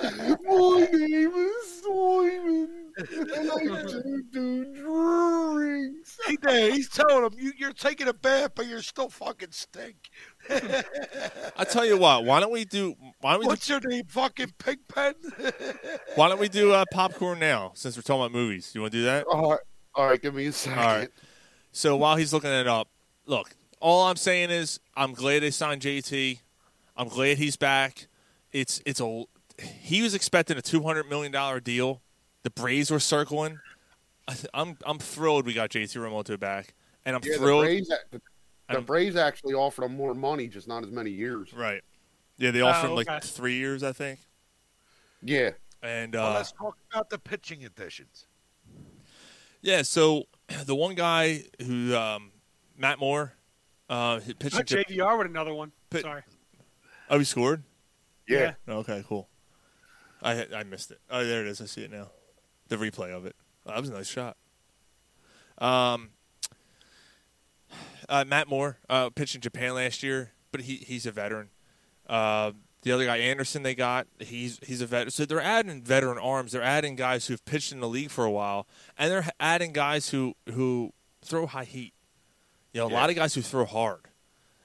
Speaker 8: My name is Simon, and
Speaker 3: [LAUGHS]
Speaker 8: I do do drawings.
Speaker 9: He- yeah, he's telling him you, you're taking a bath, but you're still fucking stink.
Speaker 3: I tell you what. Why don't we do? Why don't we? Do,
Speaker 9: What's your name, fucking [LAUGHS] Pigpen?
Speaker 3: Uh, why don't we do uh, popcorn now? Since we're talking about movies, you want to do that?
Speaker 8: All right, all right, give me a second.
Speaker 3: All right. So while he's looking it up, look, all I'm saying is I'm glad they signed JT. I'm glad he's back. It's it's a he was expecting a 200 million dollar deal. The Braves were circling. I th- I'm I'm thrilled we got JT Realmuto back, and I'm
Speaker 8: Yeah, the
Speaker 3: thrilled.
Speaker 8: Braves, act- the, the
Speaker 3: I'm-
Speaker 8: Braves actually offered him more money, just not as many years.
Speaker 3: Right. Yeah, they offered him
Speaker 7: okay.
Speaker 3: like three years, I think.
Speaker 8: Yeah,
Speaker 3: And uh,
Speaker 9: Well, let's talk about the pitching additions.
Speaker 3: yeah, so [CLEARS THROAT] the one guy who um, Matt Moore, uh, he pitched.
Speaker 7: Not JVR with another one.
Speaker 3: Pit-
Speaker 7: Sorry.
Speaker 3: oh, he scored.
Speaker 8: yeah.
Speaker 3: Oh, Okay, cool. I I missed it. Oh, there it is. I see it now. The replay of it. Oh, that was a nice shot. Um, uh, Matt Moore uh, pitched in Japan last year, but he he's a veteran. Uh, the other guy Anderson they got, he's he's a veteran. So they're adding veteran arms. They're adding guys who've pitched in the league for a while, and they're adding guys who who throw high heat. You know, a lot of guys who throw hard.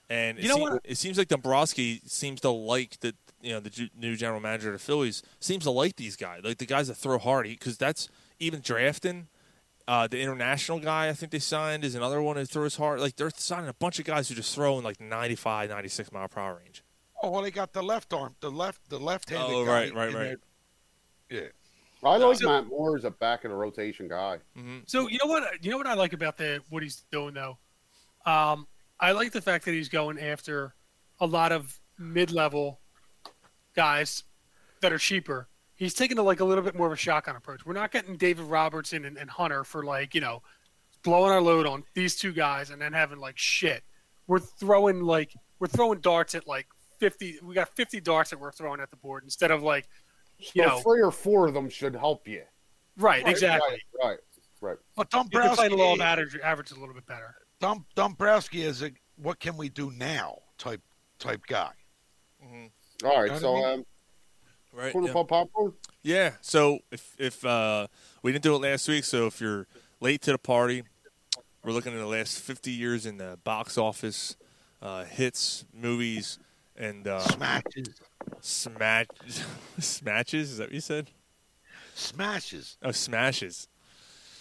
Speaker 3: And it,
Speaker 7: You know
Speaker 3: seem-
Speaker 7: what?
Speaker 3: it seems like Dombrowski seems to like the you know the ju- new general manager of the Phillies seems to like these guys, like the guys that throw hard, because that's even drafting. Uh, the international guy I think they signed is another one who throws hard. Like they're signing a bunch of guys who just throw in like 95, 96 mile per hour range.
Speaker 9: Oh, well, they got the left arm, the left, the left-handed
Speaker 3: Oh,
Speaker 9: guy.
Speaker 3: right, right,
Speaker 9: in
Speaker 3: right.
Speaker 9: there. Yeah.
Speaker 8: I like Matt Moore as a back of the rotation guy.
Speaker 7: So you know what you know what I like about the what he's doing though. Um, I like the fact that he's going after a lot of mid-level guys that are cheaper. He's taking a, like a little bit more of a shotgun approach. We're not getting David Robertson and, and Hunter for like you know blowing our load on these two guys and then having like shit. We're throwing like we're throwing darts at like fifty. We got fifty darts that we're throwing at the board instead of like
Speaker 8: So
Speaker 7: You know-
Speaker 8: three or four of them should help you.
Speaker 7: right, exactly.
Speaker 8: Right, right.
Speaker 9: But
Speaker 7: You can play the law of
Speaker 9: Dombrowski,
Speaker 7: average, average a little bit better.
Speaker 9: Dom, Dombrowski is a what can we do now type type guy.
Speaker 8: right.
Speaker 9: Know
Speaker 8: All right.
Speaker 9: what
Speaker 8: So,
Speaker 9: I
Speaker 8: um,
Speaker 3: Right.
Speaker 8: corner
Speaker 3: yeah.
Speaker 8: pop popcorn.
Speaker 3: Yeah. So if if uh, we didn't do it last week, so if you're late to the party, we're looking at the last 50 years in the box office uh, hits, movies, and uh,
Speaker 9: Smashes,
Speaker 3: [LAUGHS] smash smashes. Is that what you said?
Speaker 9: smashes,
Speaker 3: Oh, smashes,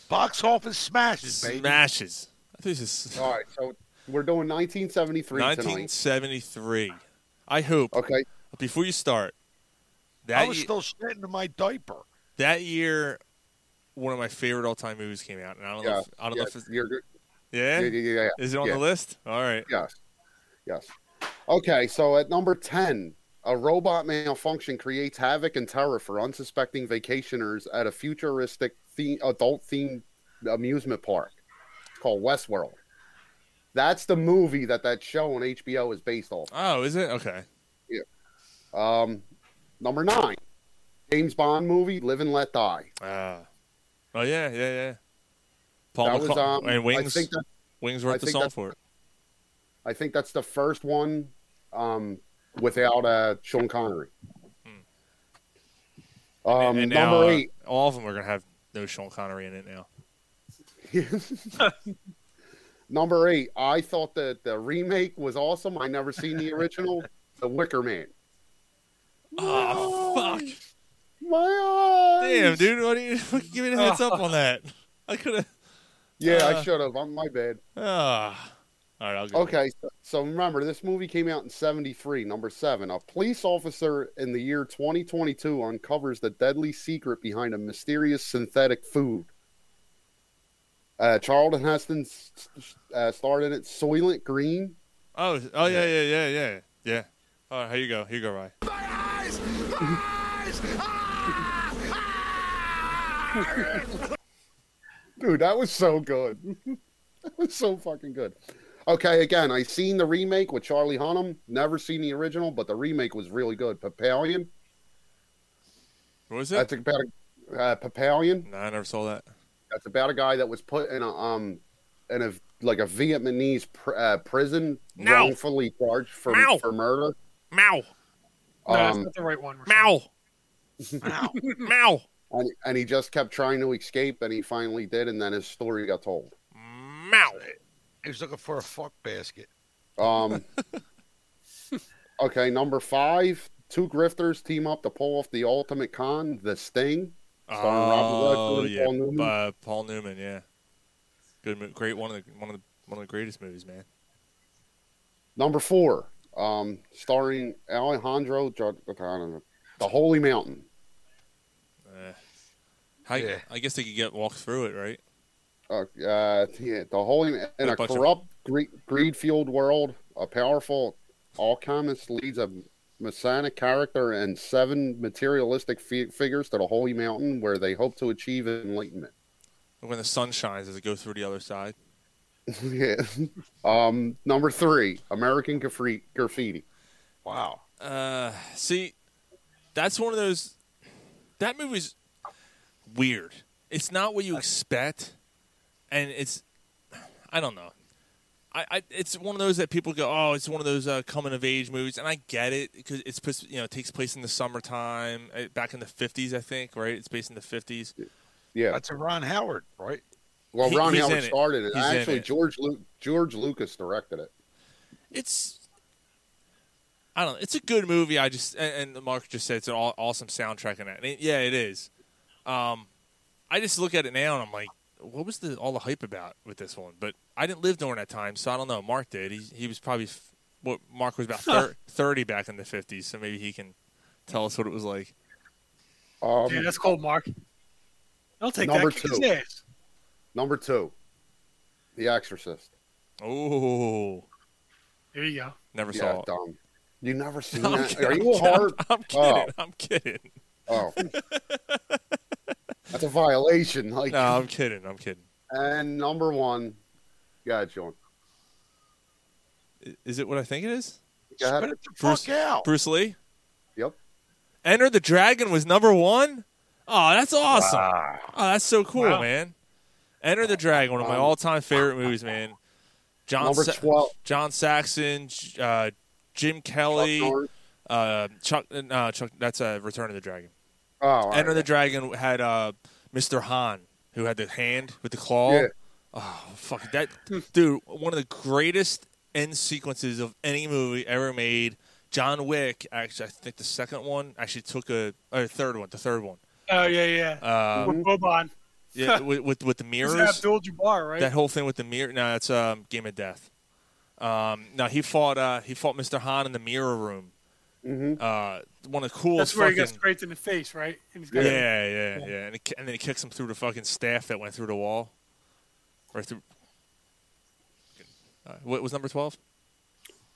Speaker 9: box office smashes, baby.
Speaker 3: smashes. I think this is
Speaker 8: All right. So we're doing 1973 Oh, tonight. Oh.
Speaker 3: 1973. I hope
Speaker 8: Okay.
Speaker 3: before you start
Speaker 9: I
Speaker 3: that
Speaker 9: was
Speaker 3: ye- [LAUGHS]
Speaker 9: still shitting in my diaper.
Speaker 3: that year one of my favorite all time movies came out, and I don't know.
Speaker 8: Yeah,
Speaker 3: If, I don't
Speaker 8: yeah,
Speaker 3: know if it's,
Speaker 8: you're good.
Speaker 3: yeah?
Speaker 8: Yeah, yeah, yeah,
Speaker 3: Is it on
Speaker 8: yeah.
Speaker 3: the list? All right.
Speaker 8: Yes. Yes. Okay, so at number 10, a robot malfunction creates havoc and terror for unsuspecting vacationers at a futuristic theme, adult themed amusement park It's called Westworld. That's the movie that that show on HBO is based off.
Speaker 3: Oh, is it? Okay.
Speaker 8: Yeah. Um, number 9, James Bond movie Live and Let Die.
Speaker 3: Ah. Oh yeah, yeah, yeah. Paul
Speaker 8: That was,
Speaker 3: McCart-
Speaker 8: um, I
Speaker 3: and Wings.
Speaker 8: think that-
Speaker 3: Wings
Speaker 8: I
Speaker 3: wrote the
Speaker 8: think
Speaker 3: song
Speaker 8: that-
Speaker 3: for it.
Speaker 8: I think that's the first one um, without uh, Sean Connery. Um,
Speaker 3: Hmm. And now,
Speaker 8: number
Speaker 3: uh,
Speaker 8: eight.
Speaker 3: all of them are gonna have no Sean Connery in it now.
Speaker 8: Number eight. I thought that the remake was awesome. I never seen the original, The Wicker Man.
Speaker 3: Oh fuck!
Speaker 8: My eyes.
Speaker 3: Damn, dude, what do you [LAUGHS] fucking give me a heads up on that? I could have.
Speaker 8: Yeah,
Speaker 3: Uh.
Speaker 8: I should have. I'm my bad.
Speaker 3: Ah. All right, I'll go.
Speaker 8: Okay, so, so remember this movie came out in '73. Number seven, a police officer in the year 2022 uncovers the deadly secret behind a mysterious synthetic food. Uh, Charlton Heston s- s- uh, starred in it. Soylent Green.
Speaker 3: Oh, oh yeah, yeah, yeah, yeah, yeah. All right, here you go. Here you go, Ryan.
Speaker 8: Dude, that was so good. [LAUGHS] that was so fucking good. Okay, again, I seen the remake with Charlie Hunnam. Never seen the original, but the remake was really good. Papalion.
Speaker 3: What was it?
Speaker 8: That's about a, uh, Papalion.
Speaker 3: No, I never saw that.
Speaker 8: That's about a guy that was put in a um in a like a Vietnamese pr- uh, prison
Speaker 3: Now.
Speaker 8: wrongfully charged for
Speaker 3: Now.
Speaker 8: for murder.
Speaker 3: Mow,
Speaker 7: No, that's
Speaker 8: Um,
Speaker 7: not the right one.
Speaker 3: mow, mow,
Speaker 8: And, and he just kept trying to escape, and he finally did, and then his story got told.
Speaker 3: mow.
Speaker 9: He was looking for a fuck basket.
Speaker 3: [LAUGHS]
Speaker 8: Um, okay, number five. Two grifters team up to pull off the ultimate con, the Sting. Starring Robert
Speaker 3: Oh
Speaker 8: Redford and
Speaker 3: yeah,
Speaker 8: Paul Newman.
Speaker 3: Uh, Paul Newman. Yeah, good, mo- great one of the one of the one of the greatest movies, man.
Speaker 8: Number four, um, starring Alejandro, Jar- I don't know. the Holy Mountain.
Speaker 3: Uh, how,
Speaker 9: Yeah.
Speaker 3: I guess they could get walk through it, right?
Speaker 8: uh, uh, yeah, the holy in
Speaker 3: Yeah,
Speaker 8: a
Speaker 3: but-
Speaker 8: corrupt, gre- greed-fueled world, a powerful alchemist leads a Masonic character and seven materialistic fi- figures to the holy mountain, where they hope to achieve enlightenment. [LAUGHS]
Speaker 3: When the sun shines, does it go through the other side?
Speaker 8: yeah. Um, number three, American Graffiti. graffiti.
Speaker 9: Wow.
Speaker 3: Uh, see, that's one of those. That movie's weird. It's not what you expect, and it's. I don't know. I, I it's one of those that people go, oh, it's one of those uh, coming of age movies, and I get it because it's pus- you know it takes place in the summertime, uh, back in the fifties, I think, right? It's based in the fifties.
Speaker 8: Yeah.
Speaker 9: That's a Ron Howard, right?
Speaker 8: Well,
Speaker 3: He-
Speaker 8: Ron
Speaker 3: he's
Speaker 8: Howard
Speaker 3: in it.
Speaker 8: started it.
Speaker 3: He's in
Speaker 8: Actually,
Speaker 3: it.
Speaker 8: George Lu- George Lucas directed it.
Speaker 3: It's. I don't know. It's a good movie. I just and, and Mark just said it's an aw- awesome soundtrack in that. And it- yeah, it is. Um, I just look at it now and I'm like, what was the all the hype about with this one? But I didn't live during that time, so I don't know. Mark did. He he was probably f- what Mark was
Speaker 8: [LAUGHS]
Speaker 3: about thir- thirty back in the fifties, so maybe he can tell us what it was like.
Speaker 8: Um,
Speaker 7: Dude, that's cold, Mark. I'll take
Speaker 8: Number
Speaker 7: that. Kick his
Speaker 8: two.
Speaker 7: ass.
Speaker 8: Number two, The Exorcist.
Speaker 3: Oh,
Speaker 7: There you go.
Speaker 3: never
Speaker 8: yeah,
Speaker 3: saw it.
Speaker 8: dumb. You never
Speaker 3: [LAUGHS]
Speaker 8: seen
Speaker 3: I'm
Speaker 8: that?
Speaker 3: kidding,
Speaker 8: Are
Speaker 3: I'm
Speaker 8: you a Oh.
Speaker 3: kidding, I'm-
Speaker 8: hard?
Speaker 3: I'm kidding. I'm kidding.
Speaker 8: Oh. That's a violation. Like,
Speaker 3: No, I'm kidding. I'm kidding.
Speaker 8: and number one, yeah, John.
Speaker 3: I- Is it what I think it is?
Speaker 8: Go
Speaker 9: Spit
Speaker 8: ahead.
Speaker 9: it the
Speaker 3: Bruce-
Speaker 9: fuck
Speaker 8: Oh.
Speaker 9: out.
Speaker 3: Bruce Lee.
Speaker 8: Yep.
Speaker 3: Enter the Dragon was number one. Oh, that's awesome.
Speaker 9: Ah.
Speaker 3: Oh, that's so cool,
Speaker 7: Wow.
Speaker 3: man. Enter the Dragon, one of my
Speaker 8: Um,
Speaker 3: all-time favorite movies, man. John
Speaker 8: number
Speaker 3: Sa-
Speaker 8: twelve.
Speaker 3: John Saxon, J- uh, Jim Kelly,
Speaker 8: Chuck Norris.
Speaker 3: uh, Chuck. uh, No, Chuck. That's uh, Return of the Dragon.
Speaker 8: Oh, all
Speaker 3: Enter
Speaker 8: right.
Speaker 3: the Dragon had uh, Mr. Han, who had the hand with the claw.
Speaker 8: Yeah.
Speaker 3: Oh, fuck that, dude! One of the greatest end sequences of any movie ever made. John Wick, actually, I think the second one actually took a or third one, the third one.
Speaker 7: Oh yeah, yeah. [LAUGHS]
Speaker 3: Uh,
Speaker 7: With Boban.
Speaker 3: yeah, with, with with the
Speaker 7: He's
Speaker 3: mirrors,
Speaker 7: Abdul Jabbar, right?
Speaker 3: that whole thing with the mirror. No, that's um, Game of Death. Um, no, he fought. Uh, he fought Mr. Han in the mirror room, Uh, one of the coolest
Speaker 7: Mm-hmm. That's where he
Speaker 3: fucking
Speaker 7: got scraped in the face, right? And he's
Speaker 3: yeah,
Speaker 7: got-
Speaker 3: yeah, yeah, And, it, ki- and then it kicks him through the fucking staff that went through the wall. Right through. Uh, what was number 12?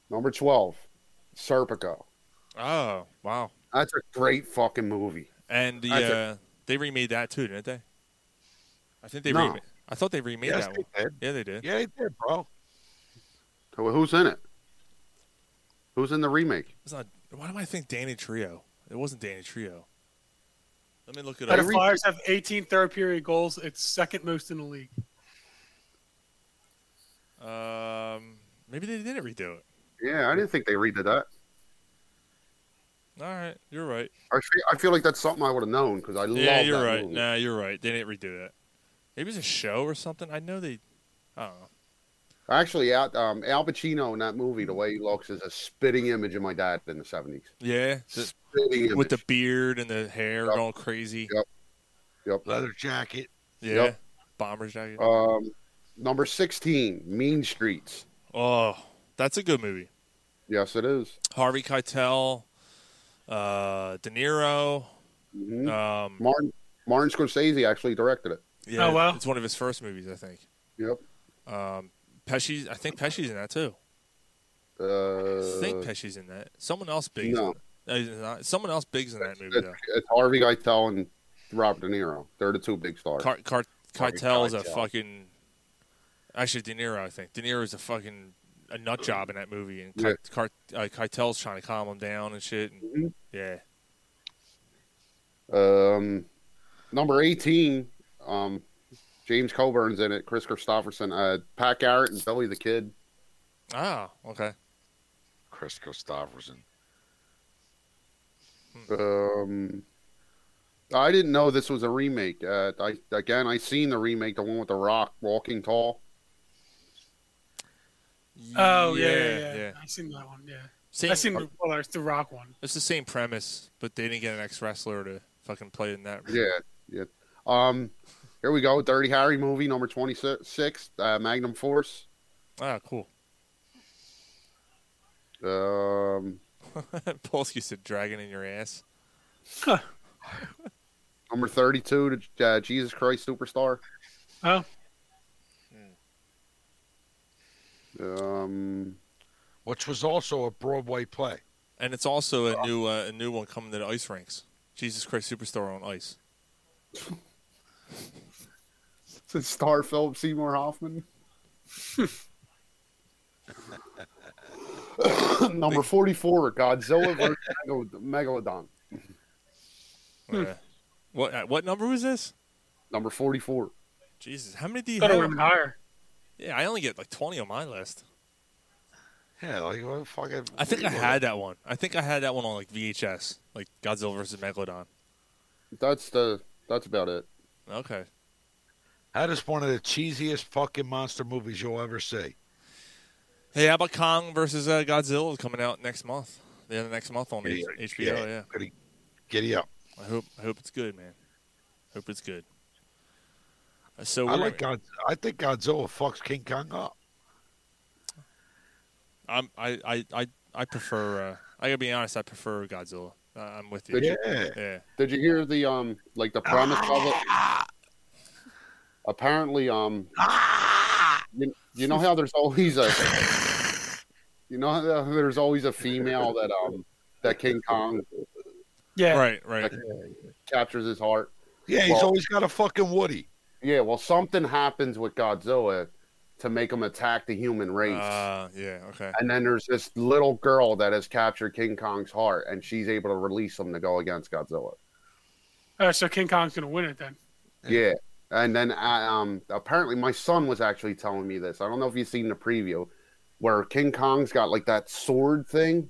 Speaker 8: Number 12, Serpico.
Speaker 3: Oh, wow.
Speaker 8: That's a great fucking movie.
Speaker 3: And the
Speaker 8: That's it.
Speaker 3: uh, they remade that too, didn't they? I think they
Speaker 8: No.
Speaker 3: remade. I thought they remade
Speaker 8: Yes,
Speaker 3: that
Speaker 8: they
Speaker 3: one. Yeah, they did.
Speaker 9: Yeah, they did, bro.
Speaker 8: So who's in it? Who's in the remake?
Speaker 3: It's not. Why do I think Danny Trio? It wasn't Danny Trio. Let me look it
Speaker 7: But
Speaker 3: up.
Speaker 7: the Flyers have 18 third period goals. It's second most in the league.
Speaker 3: Um, maybe they didn't redo it.
Speaker 8: Yeah, I didn't think they redid that.
Speaker 3: All right, you're right.
Speaker 8: I feel, I feel like that's something I would have known because I love
Speaker 3: yeah, you're
Speaker 8: that
Speaker 3: right.
Speaker 8: movie.
Speaker 3: Nah, you're right. They didn't redo that. Maybe it's a show or something. I know they. I don't know.
Speaker 8: Actually, Al, um, Al Pacino in that movie, the way he looks is a spitting image of my dad in the 70s.
Speaker 3: Yeah, the-
Speaker 8: Spitting
Speaker 3: with the beard and the hair all crazy.
Speaker 8: Yep. Yep.
Speaker 9: Leather jacket.
Speaker 3: Yeah.
Speaker 8: Yep.
Speaker 3: Bomber jacket.
Speaker 8: Um, number 16, Mean Streets.
Speaker 3: oh, that's a good movie.
Speaker 8: Yes, it is.
Speaker 3: Harvey Keitel, uh, De Niro. Um,
Speaker 8: Mm-hmm. Martin, Martin Scorsese actually directed it.
Speaker 3: yeah,
Speaker 8: Oh, wow.
Speaker 3: it's one of his first movies, I think.
Speaker 8: Yep.
Speaker 3: Um, Pesci's, I think Pesci's in that too.
Speaker 8: Uh,
Speaker 3: I think Pesci's in that. Someone else big.
Speaker 8: no.
Speaker 3: No. no he's not. Someone else big's in that movie
Speaker 8: It's,
Speaker 3: though.
Speaker 8: it's Harvey Keitel and Robert De Niro. They're the two big stars.
Speaker 3: Car- Car-
Speaker 8: Harvey
Speaker 3: Keitel is a
Speaker 8: Keitel.
Speaker 3: fucking. Actually, De Niro, I think De Niro is a fucking a nut job in that movie, and
Speaker 8: Yeah.
Speaker 3: Car- uh, Keitel's trying to calm him down and shit. And,
Speaker 8: Mm-hmm.
Speaker 3: Yeah,
Speaker 8: Um, number 18, um, James Coburn's in it, Chris Christopherson, uh, Pat Garrett, and Billy the Kid.
Speaker 7: Ah,
Speaker 3: Oh, okay.
Speaker 9: Chris Christopherson.
Speaker 8: Um, I didn't know this was a remake. Uh, I again, I seen the remake, the one with the Rock walking tall.
Speaker 7: Oh, yeah, yeah, yeah.
Speaker 3: yeah.
Speaker 7: i seen that one, yeah.
Speaker 3: Same-
Speaker 7: i seen the, well, it's the Rock one.
Speaker 3: it's the same premise, but they didn't get an ex wrestler to fucking play in that.
Speaker 8: Yeah, yeah. Um, here we go, Dirty Harry movie number twenty six, uh, Magnum Force.
Speaker 3: Ah, cool. [LAUGHS]
Speaker 8: Um,
Speaker 3: Polsky said, "Dragon in your ass."
Speaker 8: number thirty two, to uh, Jesus Christ Superstar.
Speaker 7: Oh,
Speaker 8: Um,
Speaker 9: which was also a Broadway play.
Speaker 3: And it's also a new uh, a new one coming to the ice rinks. Jesus Christ Superstar on ice.
Speaker 8: It's star Philip Seymour Hoffman. [LAUGHS] number forty four, Godzilla [LAUGHS] versus Megal- Megalodon. Hmm.
Speaker 3: Yeah. What uh, what number was this?
Speaker 8: Number forty four.
Speaker 3: Jesus, how many do you
Speaker 7: Thought it
Speaker 3: have?
Speaker 7: would've been higher.
Speaker 3: Yeah, I only get like twenty on my list.
Speaker 9: Yeah, like what the fuck?
Speaker 3: I think I had that one. I think I had that one on like VHS, like Godzilla versus Megalodon.
Speaker 8: That's the that's about it.
Speaker 3: Okay.
Speaker 9: That is one of the cheesiest fucking monster movies you'll ever see.
Speaker 3: Hey, how about Kong versus uh, Godzilla coming out next month? The end of next month on H- HBO. Yeah.
Speaker 9: Giddy, giddy up.
Speaker 3: I hope I hope it's good, man. Hope it's good. Uh, So
Speaker 9: I
Speaker 3: we're-
Speaker 9: like God. I think Godzilla fucks King Kong up.
Speaker 3: I'm, I, I, I, I prefer. Uh, I gotta be honest. I prefer Godzilla. Uh, I'm with you.
Speaker 8: Did you-
Speaker 3: yeah.
Speaker 8: Did you hear the um like the premise of it? Apparently, um, you, you know how there's always a you know how there's always a female that um that King Kong
Speaker 7: yeah
Speaker 3: right right
Speaker 8: captures his heart.
Speaker 9: Yeah, he's
Speaker 8: Well-
Speaker 9: always got a fucking Woody.
Speaker 8: Yeah, well, something happens with Godzilla to make him attack the human race.
Speaker 3: Uh, yeah. Okay.
Speaker 8: and then there's this little girl that has captured King Kong's heart, and she's able to release him to go against Godzilla.
Speaker 7: Uh, so King Kong's going to win it then.
Speaker 8: Yeah. And then I, um, apparently my son was actually telling me this. I don't know if you've seen the preview where King Kong's got like that sword thing.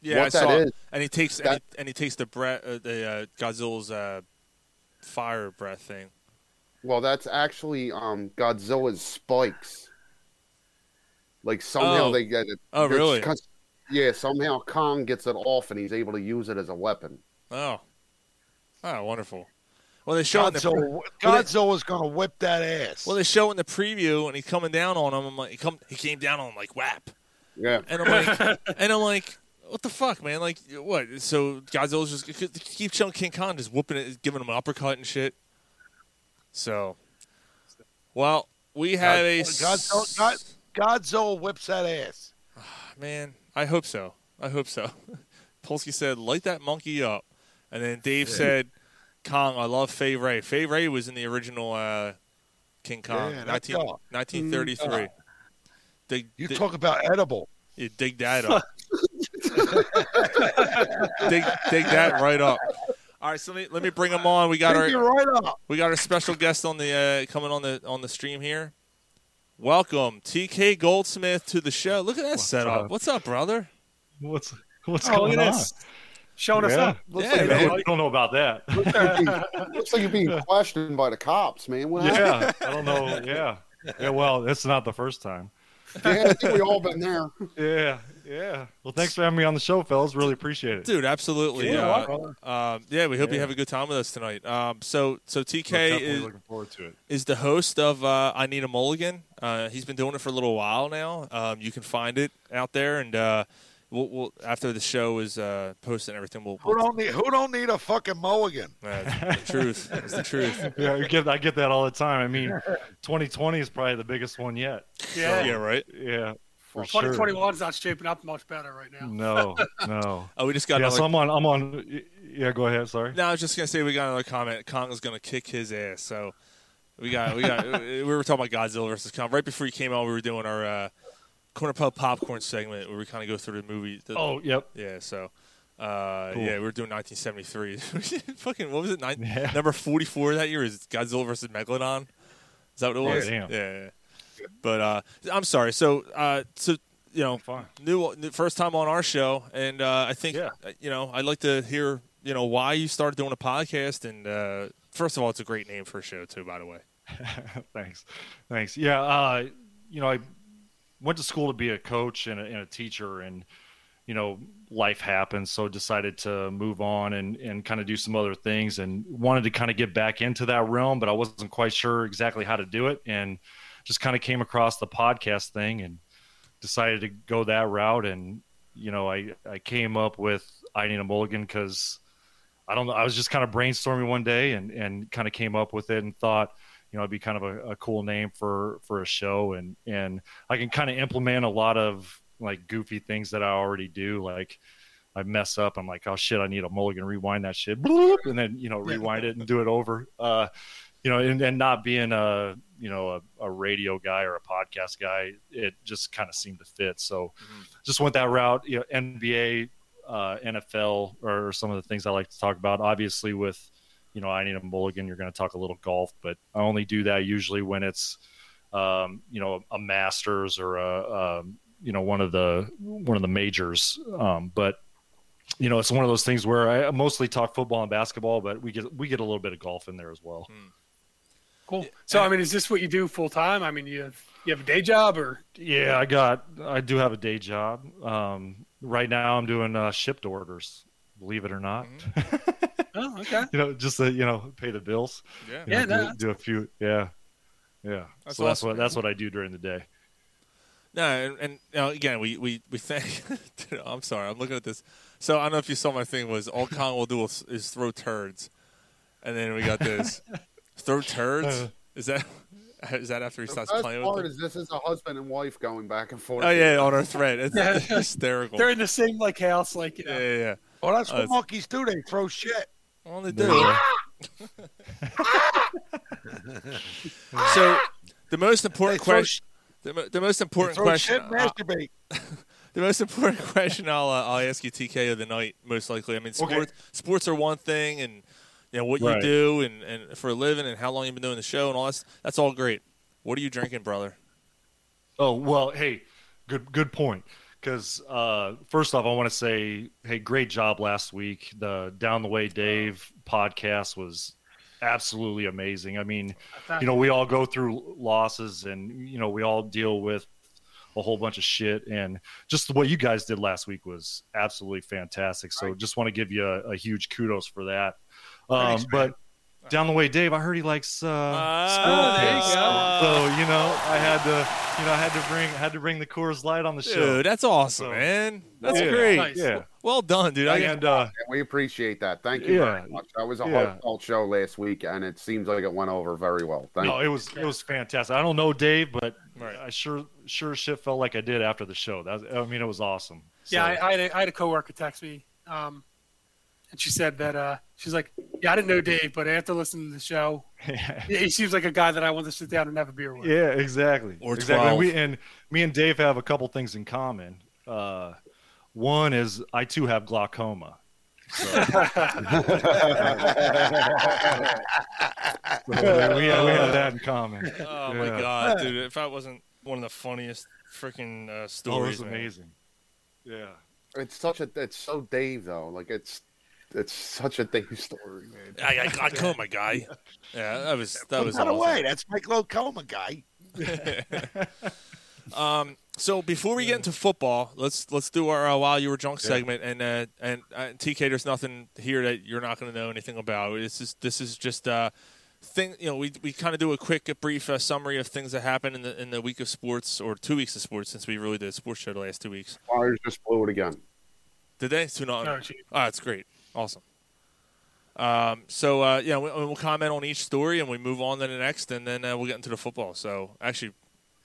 Speaker 3: Yeah.
Speaker 8: What
Speaker 3: I
Speaker 8: that
Speaker 3: saw.
Speaker 8: is-
Speaker 3: and he takes and, he, and he takes the breath, uh, the uh, Godzilla's uh, fire breath thing.
Speaker 8: Well, that's actually um, Godzilla's spikes. Like somehow
Speaker 3: Oh.
Speaker 8: they get it.
Speaker 3: Oh,
Speaker 8: it's
Speaker 3: really?
Speaker 8: cus- Yeah, somehow Kong gets it off and he's able to use it as a weapon.
Speaker 3: Oh. Oh, wonderful. Well, they show in the
Speaker 9: Godzilla,
Speaker 3: well, they,
Speaker 9: Godzilla's gonna whip that ass.
Speaker 3: well, they show in the preview, and he's coming down on him. I'm like, he come, he came down on him like whap,
Speaker 8: Yeah.
Speaker 3: and I'm like, and I'm like, what the fuck, man? Like what? So Godzilla's just c- c- keep showing King Kong just whooping it, giving him an uppercut and shit. So, well, we had a s-
Speaker 9: Godzilla, God, Godzilla whips that ass.
Speaker 3: man. I hope so. I hope so. [LAUGHS] Polsky said, "Light that monkey up," and then Dave
Speaker 9: Yeah.
Speaker 3: said, "Kong, I love Fay Ray. Fay Ray was in the original uh, King Kong,
Speaker 9: Yeah, that's
Speaker 3: 19,
Speaker 9: all.
Speaker 3: 1933."
Speaker 9: Mm.
Speaker 3: Dig,
Speaker 9: You
Speaker 3: dig-
Speaker 9: talk about edible.
Speaker 3: you dig that
Speaker 9: [LAUGHS]
Speaker 3: up. dig, dig that right up. All right, so let me, let me bring him on. We got
Speaker 9: Dig
Speaker 3: our
Speaker 9: it right up.
Speaker 3: we got our special guest on the uh, coming on the on the stream here. Welcome TK Goldsmith to the show. Look at that setup.
Speaker 13: up?
Speaker 3: What's up, brother?
Speaker 13: What's what's
Speaker 7: Oh,
Speaker 13: going
Speaker 7: look
Speaker 13: on?
Speaker 7: at this. Showing us
Speaker 13: Yeah.
Speaker 7: up.
Speaker 13: Yeah,
Speaker 8: like
Speaker 13: man.
Speaker 8: a-
Speaker 13: I don't know about that.
Speaker 8: Looks like, you're being, [LAUGHS] looks like you're
Speaker 13: [LAUGHS]
Speaker 8: being questioned by the cops, man. What happened?
Speaker 13: yeah, I don't know. Yeah. yeah, well, it's not the first time.
Speaker 8: [LAUGHS] Yeah, I think we all been there.
Speaker 13: Yeah, yeah. Well, thanks for having me on the show, fellas. Really appreciate it.
Speaker 3: Dude, absolutely.
Speaker 13: Yeah,
Speaker 3: uh,
Speaker 13: brother.
Speaker 3: um, yeah we hope you
Speaker 13: Yeah.
Speaker 3: have a good time with us tonight. Um, so, so
Speaker 13: We're
Speaker 3: TK
Speaker 13: definitely
Speaker 3: is
Speaker 13: looking forward to it.
Speaker 3: is the host of uh, I Need a Mulligan. Uh, he's been doing it for a little while now. Um, you can find it out there, and uh, we'll, we'll after the show is uh, posted and everything, we'll.
Speaker 9: Who don't need Who don't need a fucking mulligan?
Speaker 3: Uh, the truth. It's the truth.
Speaker 13: Yeah, I get, I get that all the time. I mean, 2020 is probably the biggest one yet.
Speaker 7: Yeah.
Speaker 3: Yeah, right.
Speaker 13: [LAUGHS] Yeah, for sure.
Speaker 7: 2021 is not shaping up much better right now.
Speaker 13: No,
Speaker 3: [LAUGHS]
Speaker 13: no.
Speaker 3: Oh, we just got
Speaker 13: Yeah,
Speaker 3: another-
Speaker 13: so I'm on. I'm on. y- Yeah, go ahead. Sorry.
Speaker 3: No, I was just gonna say we got another comment. Kong is gonna kick his ass. So we got we
Speaker 13: [LAUGHS]
Speaker 3: got we were talking about Godzilla versus Kong right before you came on. We were doing our uh, corner pub popcorn segment where we kind of go through the movie. The,
Speaker 13: Oh, yep.
Speaker 3: Yeah. So. Uh,
Speaker 13: Cool.
Speaker 3: Yeah, we were doing 1973. [LAUGHS] Fucking what was it? Nine, Number 44 that year is Godzilla versus Megalodon. Is that what it
Speaker 13: Yeah,
Speaker 3: was?
Speaker 13: Oh, damn.
Speaker 3: yeah. yeah. But uh, I'm sorry. So uh, so you know, new new- first time on our show, and uh, I think uh, you know I'd like to hear you know why you started doing a podcast. And uh, first of all, it's a great name for a show too. By the way,
Speaker 13: [LAUGHS] thanks thanks yeah uh, you know i went to school to be a coach and a, and a teacher and you know life happened so decided to move on and and kind of do some other things and wanted to kind of get back into that realm but i wasn't quite sure exactly how to do it and just kind of came across the podcast thing and decided to go that route and you know i i came up with i need a mulligan because I don't know. I was just kind of brainstorming one day and, and kind of came up with it and thought, you know, it'd be kind of a, a cool name for, for a show. And, and I can kind of implement a lot of like goofy things that I already do. Like I mess up. I'm like, oh shit, I need a mulligan, rewind that shit. Bloop, and then, you know, rewind it and do it over. Uh, you know, and, and not being a, you know, a, a radio guy or a podcast guy, it just kind of seemed to fit. So just went that route, you know, NBA, uh, NFL or some of the things I like to talk about. Obviously, with you know, I need a mulligan. You're going to talk a little golf, but I only do that usually when it's um, you know a Masters or a um, you know one of the one of the majors. Um, but you know, it's one of those things where I mostly talk football and basketball, but we get we get a little bit of golf in there as well.
Speaker 7: Cool. So, I mean, is this what you do full time? I mean, you have, you have a day job or?
Speaker 13: Yeah, I got. I do have a day job. Um, right now, I'm doing uh, shipped orders. Believe it or not, [LAUGHS]
Speaker 7: Oh, okay.
Speaker 13: you know, just to, you know, pay the bills.
Speaker 7: Yeah.
Speaker 13: You know,
Speaker 7: Yeah, no,
Speaker 13: do-
Speaker 7: that's-
Speaker 13: do, a few. Yeah, yeah.
Speaker 3: That's
Speaker 13: so that's
Speaker 3: awesome,
Speaker 13: what
Speaker 3: man.
Speaker 13: that's what I do during the day.
Speaker 3: No, and, and you know, again, we we we thank. [LAUGHS] Dude, I'm sorry, I'm looking at this. So I don't know if you saw my thing was all Kong will do is, is throw turds, and then we got this throw turds. Is that is that after he
Speaker 8: The
Speaker 3: stops
Speaker 8: best
Speaker 3: playing with
Speaker 8: part
Speaker 3: them?
Speaker 8: is this is a husband and wife going back and forth.
Speaker 3: Oh yeah, on our thread, it's [LAUGHS] hysterical.
Speaker 7: They're in the same like house, like you
Speaker 3: Yeah,
Speaker 7: know.
Speaker 3: yeah, yeah.
Speaker 9: Well, that's
Speaker 3: Uh,
Speaker 9: what monkeys do. They throw shit.
Speaker 3: Well, they
Speaker 9: do.
Speaker 3: [LAUGHS] so the most important
Speaker 9: They throw
Speaker 3: question. The, mo- the most important
Speaker 9: throw
Speaker 3: question. Uh-huh.
Speaker 9: shit, masturbate.
Speaker 3: the most important [LAUGHS] question I'll uh, I'll ask you TK of the night most likely. I mean, sports
Speaker 13: Okay.
Speaker 3: sports are one thing, and you know what you
Speaker 13: Right.
Speaker 3: do and, and for a living, and how long you've been doing the show, and all that's that's all great. What are you drinking, brother?
Speaker 13: Oh well, hey, good good point. Because uh, first off, I want to say, hey, great job last week. The Down the Way Dave podcast was absolutely amazing. I mean, you know, we all go through losses, and you know, we all deal with a whole bunch of shit. And just what you guys did last week was absolutely fantastic. So, just want to give you a, a huge kudos for that. Um,
Speaker 7: Thanks,
Speaker 13: but down the way, Dave. I heard he likes uh,
Speaker 3: Ah,
Speaker 13: squirrel
Speaker 3: there you
Speaker 13: cakes.
Speaker 3: go.
Speaker 13: So you know, I had to, you know, I had to bring, had to bring the Coors Light on the show.
Speaker 3: Dude, that's awesome, man. That's great.
Speaker 13: Yeah.
Speaker 3: Well done, dude. I
Speaker 13: And, uh,
Speaker 8: we appreciate that. Thank you
Speaker 13: Yeah.
Speaker 8: very much. That was a
Speaker 13: Yeah.
Speaker 8: heartfelt show last week, and it seems like it went over very well. Thank
Speaker 13: No,
Speaker 8: you.
Speaker 13: it was it was fantastic. I don't know Dave, but I sure sure as shit felt like I did after the show. That was, I mean, it was awesome.
Speaker 7: Yeah,
Speaker 13: So-
Speaker 7: I, I, had a, I had a coworker text me, um, and she said that uh, she's like, "Yeah, I didn't know Dave, but after listening to
Speaker 13: [LAUGHS]
Speaker 7: the show, he he seems like a guy that I want to sit down and have a beer with."
Speaker 13: Yeah, exactly.
Speaker 3: Or
Speaker 13: exactly.
Speaker 3: 12.
Speaker 13: And we and me and Dave have a couple things in common. Uh, one is I too have glaucoma. So, So, yeah, we, have, we have that in common.
Speaker 3: Oh my
Speaker 13: Yeah.
Speaker 3: god, dude! If I wasn't one of the funniest freaking uh, stories, man.
Speaker 13: Oh, amazing. Yeah.
Speaker 8: It's such a. It's so Dave though. Like it's. It's such a Dave story, man.
Speaker 3: I, I, I killed my
Speaker 13: [LAUGHS]
Speaker 3: guy. Yeah, that was that
Speaker 9: Put
Speaker 3: was
Speaker 9: that
Speaker 3: awesome.
Speaker 9: away. That's my glaucoma guy.
Speaker 3: Um, so before we get into football, let's let's do our uh, while you were drunk segment. And uh, and uh, TK, there's nothing here that you're not going to know anything about. This is this is just uh, thing. You know, we we kind of do a quick, a brief uh, summary of things that happened in the in the week of sports or two weeks of sports since we really did a sports show the last two weeks.
Speaker 8: Fires just blew it again.
Speaker 3: Did they? Two not.
Speaker 7: No, she-
Speaker 3: Ah, it's great. Awesome. Um, so uh, yeah, we, we'll comment on each story and we move on to the next, and then uh, we'll get into the football. So actually,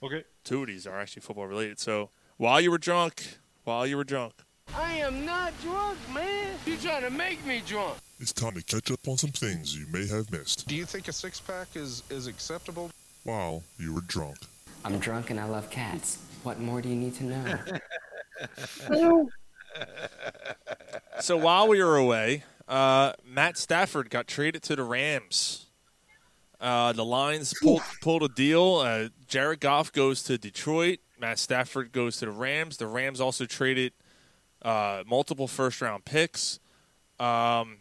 Speaker 13: okay,
Speaker 3: two of these are actually football related. So while you were drunk, while you were drunk,
Speaker 10: I am not drunk, man. You trying to make me drunk?
Speaker 14: It's time to catch up on some things you may have missed
Speaker 15: Do you think a six pack is is acceptable?
Speaker 14: while you were drunk.
Speaker 16: I'm drunk and I love cats. What more do you need to know?
Speaker 3: so while we were away, uh, Matt Stafford got traded to the Rams. Uh, the Lions pulled, pulled a deal. Uh, Jared Goff goes to Detroit. Matt Stafford goes to the Rams. The Rams also traded uh, multiple first round picks. Um,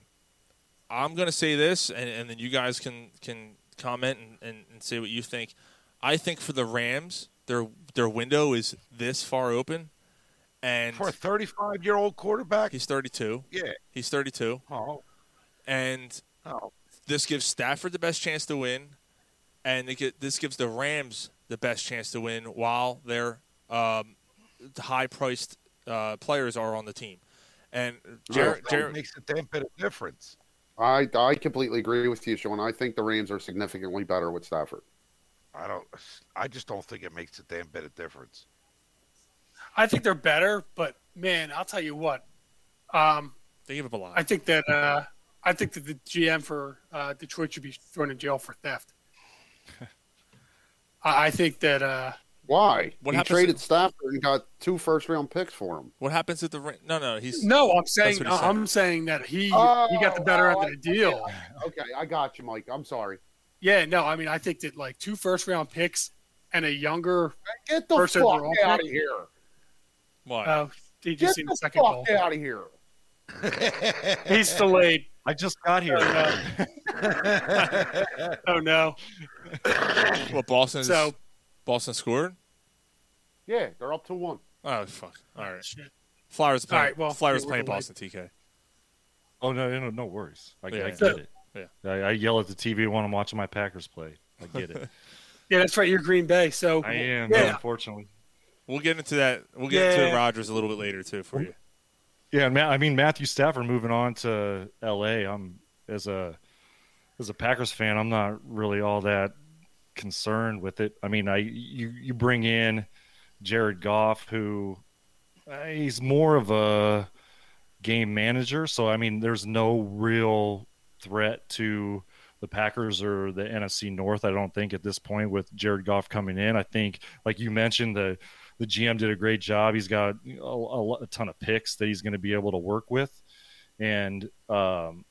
Speaker 3: I'm going to say this, and, and then you guys can can comment and, and, and say what you think. I think for the Rams, their their window is this far open, and
Speaker 9: For a 35 year old quarterback?
Speaker 3: He's 32.
Speaker 9: Yeah.
Speaker 3: He's 32.
Speaker 9: Oh.
Speaker 3: And this gives Stafford the best chance to win, and it get, this gives the Rams the best chance to win while their um, high priced uh, players are on the team. And Jared,
Speaker 9: That
Speaker 3: Jared,
Speaker 9: makes a damn bit of difference.
Speaker 8: I I completely agree with you, Sean. I think the Rams are significantly better with Stafford.
Speaker 9: I don't. I just don't think it makes a damn bit of difference. [LAUGHS]
Speaker 7: I think they're better, but man, I'll tell you what. Um,
Speaker 3: they give up a lot.
Speaker 7: I think that uh, I think that the GM for uh, Detroit should be thrown in jail for
Speaker 13: [LAUGHS]
Speaker 7: theft. I, I think that uh,
Speaker 8: Why?
Speaker 7: What
Speaker 8: he
Speaker 7: happens-
Speaker 8: traded Stafford and got two first round picks for him.
Speaker 3: what happens if the Ra- no no he's
Speaker 7: no, I'm
Speaker 3: that's
Speaker 7: saying
Speaker 3: what he said.
Speaker 7: I'm saying that he he got the
Speaker 8: Oh,
Speaker 7: better
Speaker 8: oh,
Speaker 7: end of the deal.
Speaker 8: Okay, I got you, Mike. I'm sorry.
Speaker 7: Yeah, no, I mean I think that like two first round picks and a younger
Speaker 8: Get the
Speaker 7: first
Speaker 8: fuck
Speaker 7: overall
Speaker 8: out
Speaker 7: pick-
Speaker 8: of here.
Speaker 3: Why?
Speaker 7: Oh, he
Speaker 8: Get
Speaker 7: just seen
Speaker 8: the
Speaker 7: the second
Speaker 8: fuck
Speaker 7: goal.
Speaker 8: out of here.
Speaker 7: He's delayed.
Speaker 13: I just got here.
Speaker 7: oh no.
Speaker 3: What Boston?
Speaker 8: So-
Speaker 3: Boston scored.
Speaker 8: Yeah, they're up to one.
Speaker 3: Oh fuck! All right. Flowers
Speaker 8: All
Speaker 3: playing.
Speaker 8: right, well,
Speaker 3: Flowers
Speaker 8: we're
Speaker 3: playing
Speaker 8: delayed.
Speaker 3: Boston. TK.
Speaker 13: Oh no, no, no worries. I,
Speaker 3: Yeah.
Speaker 13: I get it.
Speaker 3: Yeah.
Speaker 13: I, I yell at the TV when I'm watching my Packers play. I get it.
Speaker 7: Yeah, that's right. You're Green Bay,
Speaker 13: [LAUGHS]
Speaker 7: so
Speaker 13: I am,
Speaker 7: Yeah,
Speaker 13: unfortunately.
Speaker 3: We'll get into that. We'll get
Speaker 13: Yeah.
Speaker 3: into Rogers a little bit later too for you.
Speaker 13: Yeah, and Ma- I mean Matthew Stafford moving on to L.A. I'm as a as a Packers fan, I'm not really all that concerned with it. I mean, I you you bring in Jared Goff, who uh, he's more of a game manager, so I mean, there's no real threat to the Packers or the NFC North. I don't think at this point with Jared Goff coming in. I think, like you mentioned, the the GM did a great job. He's got a, a lo- a ton of picks that he's going to be able to work with, and um,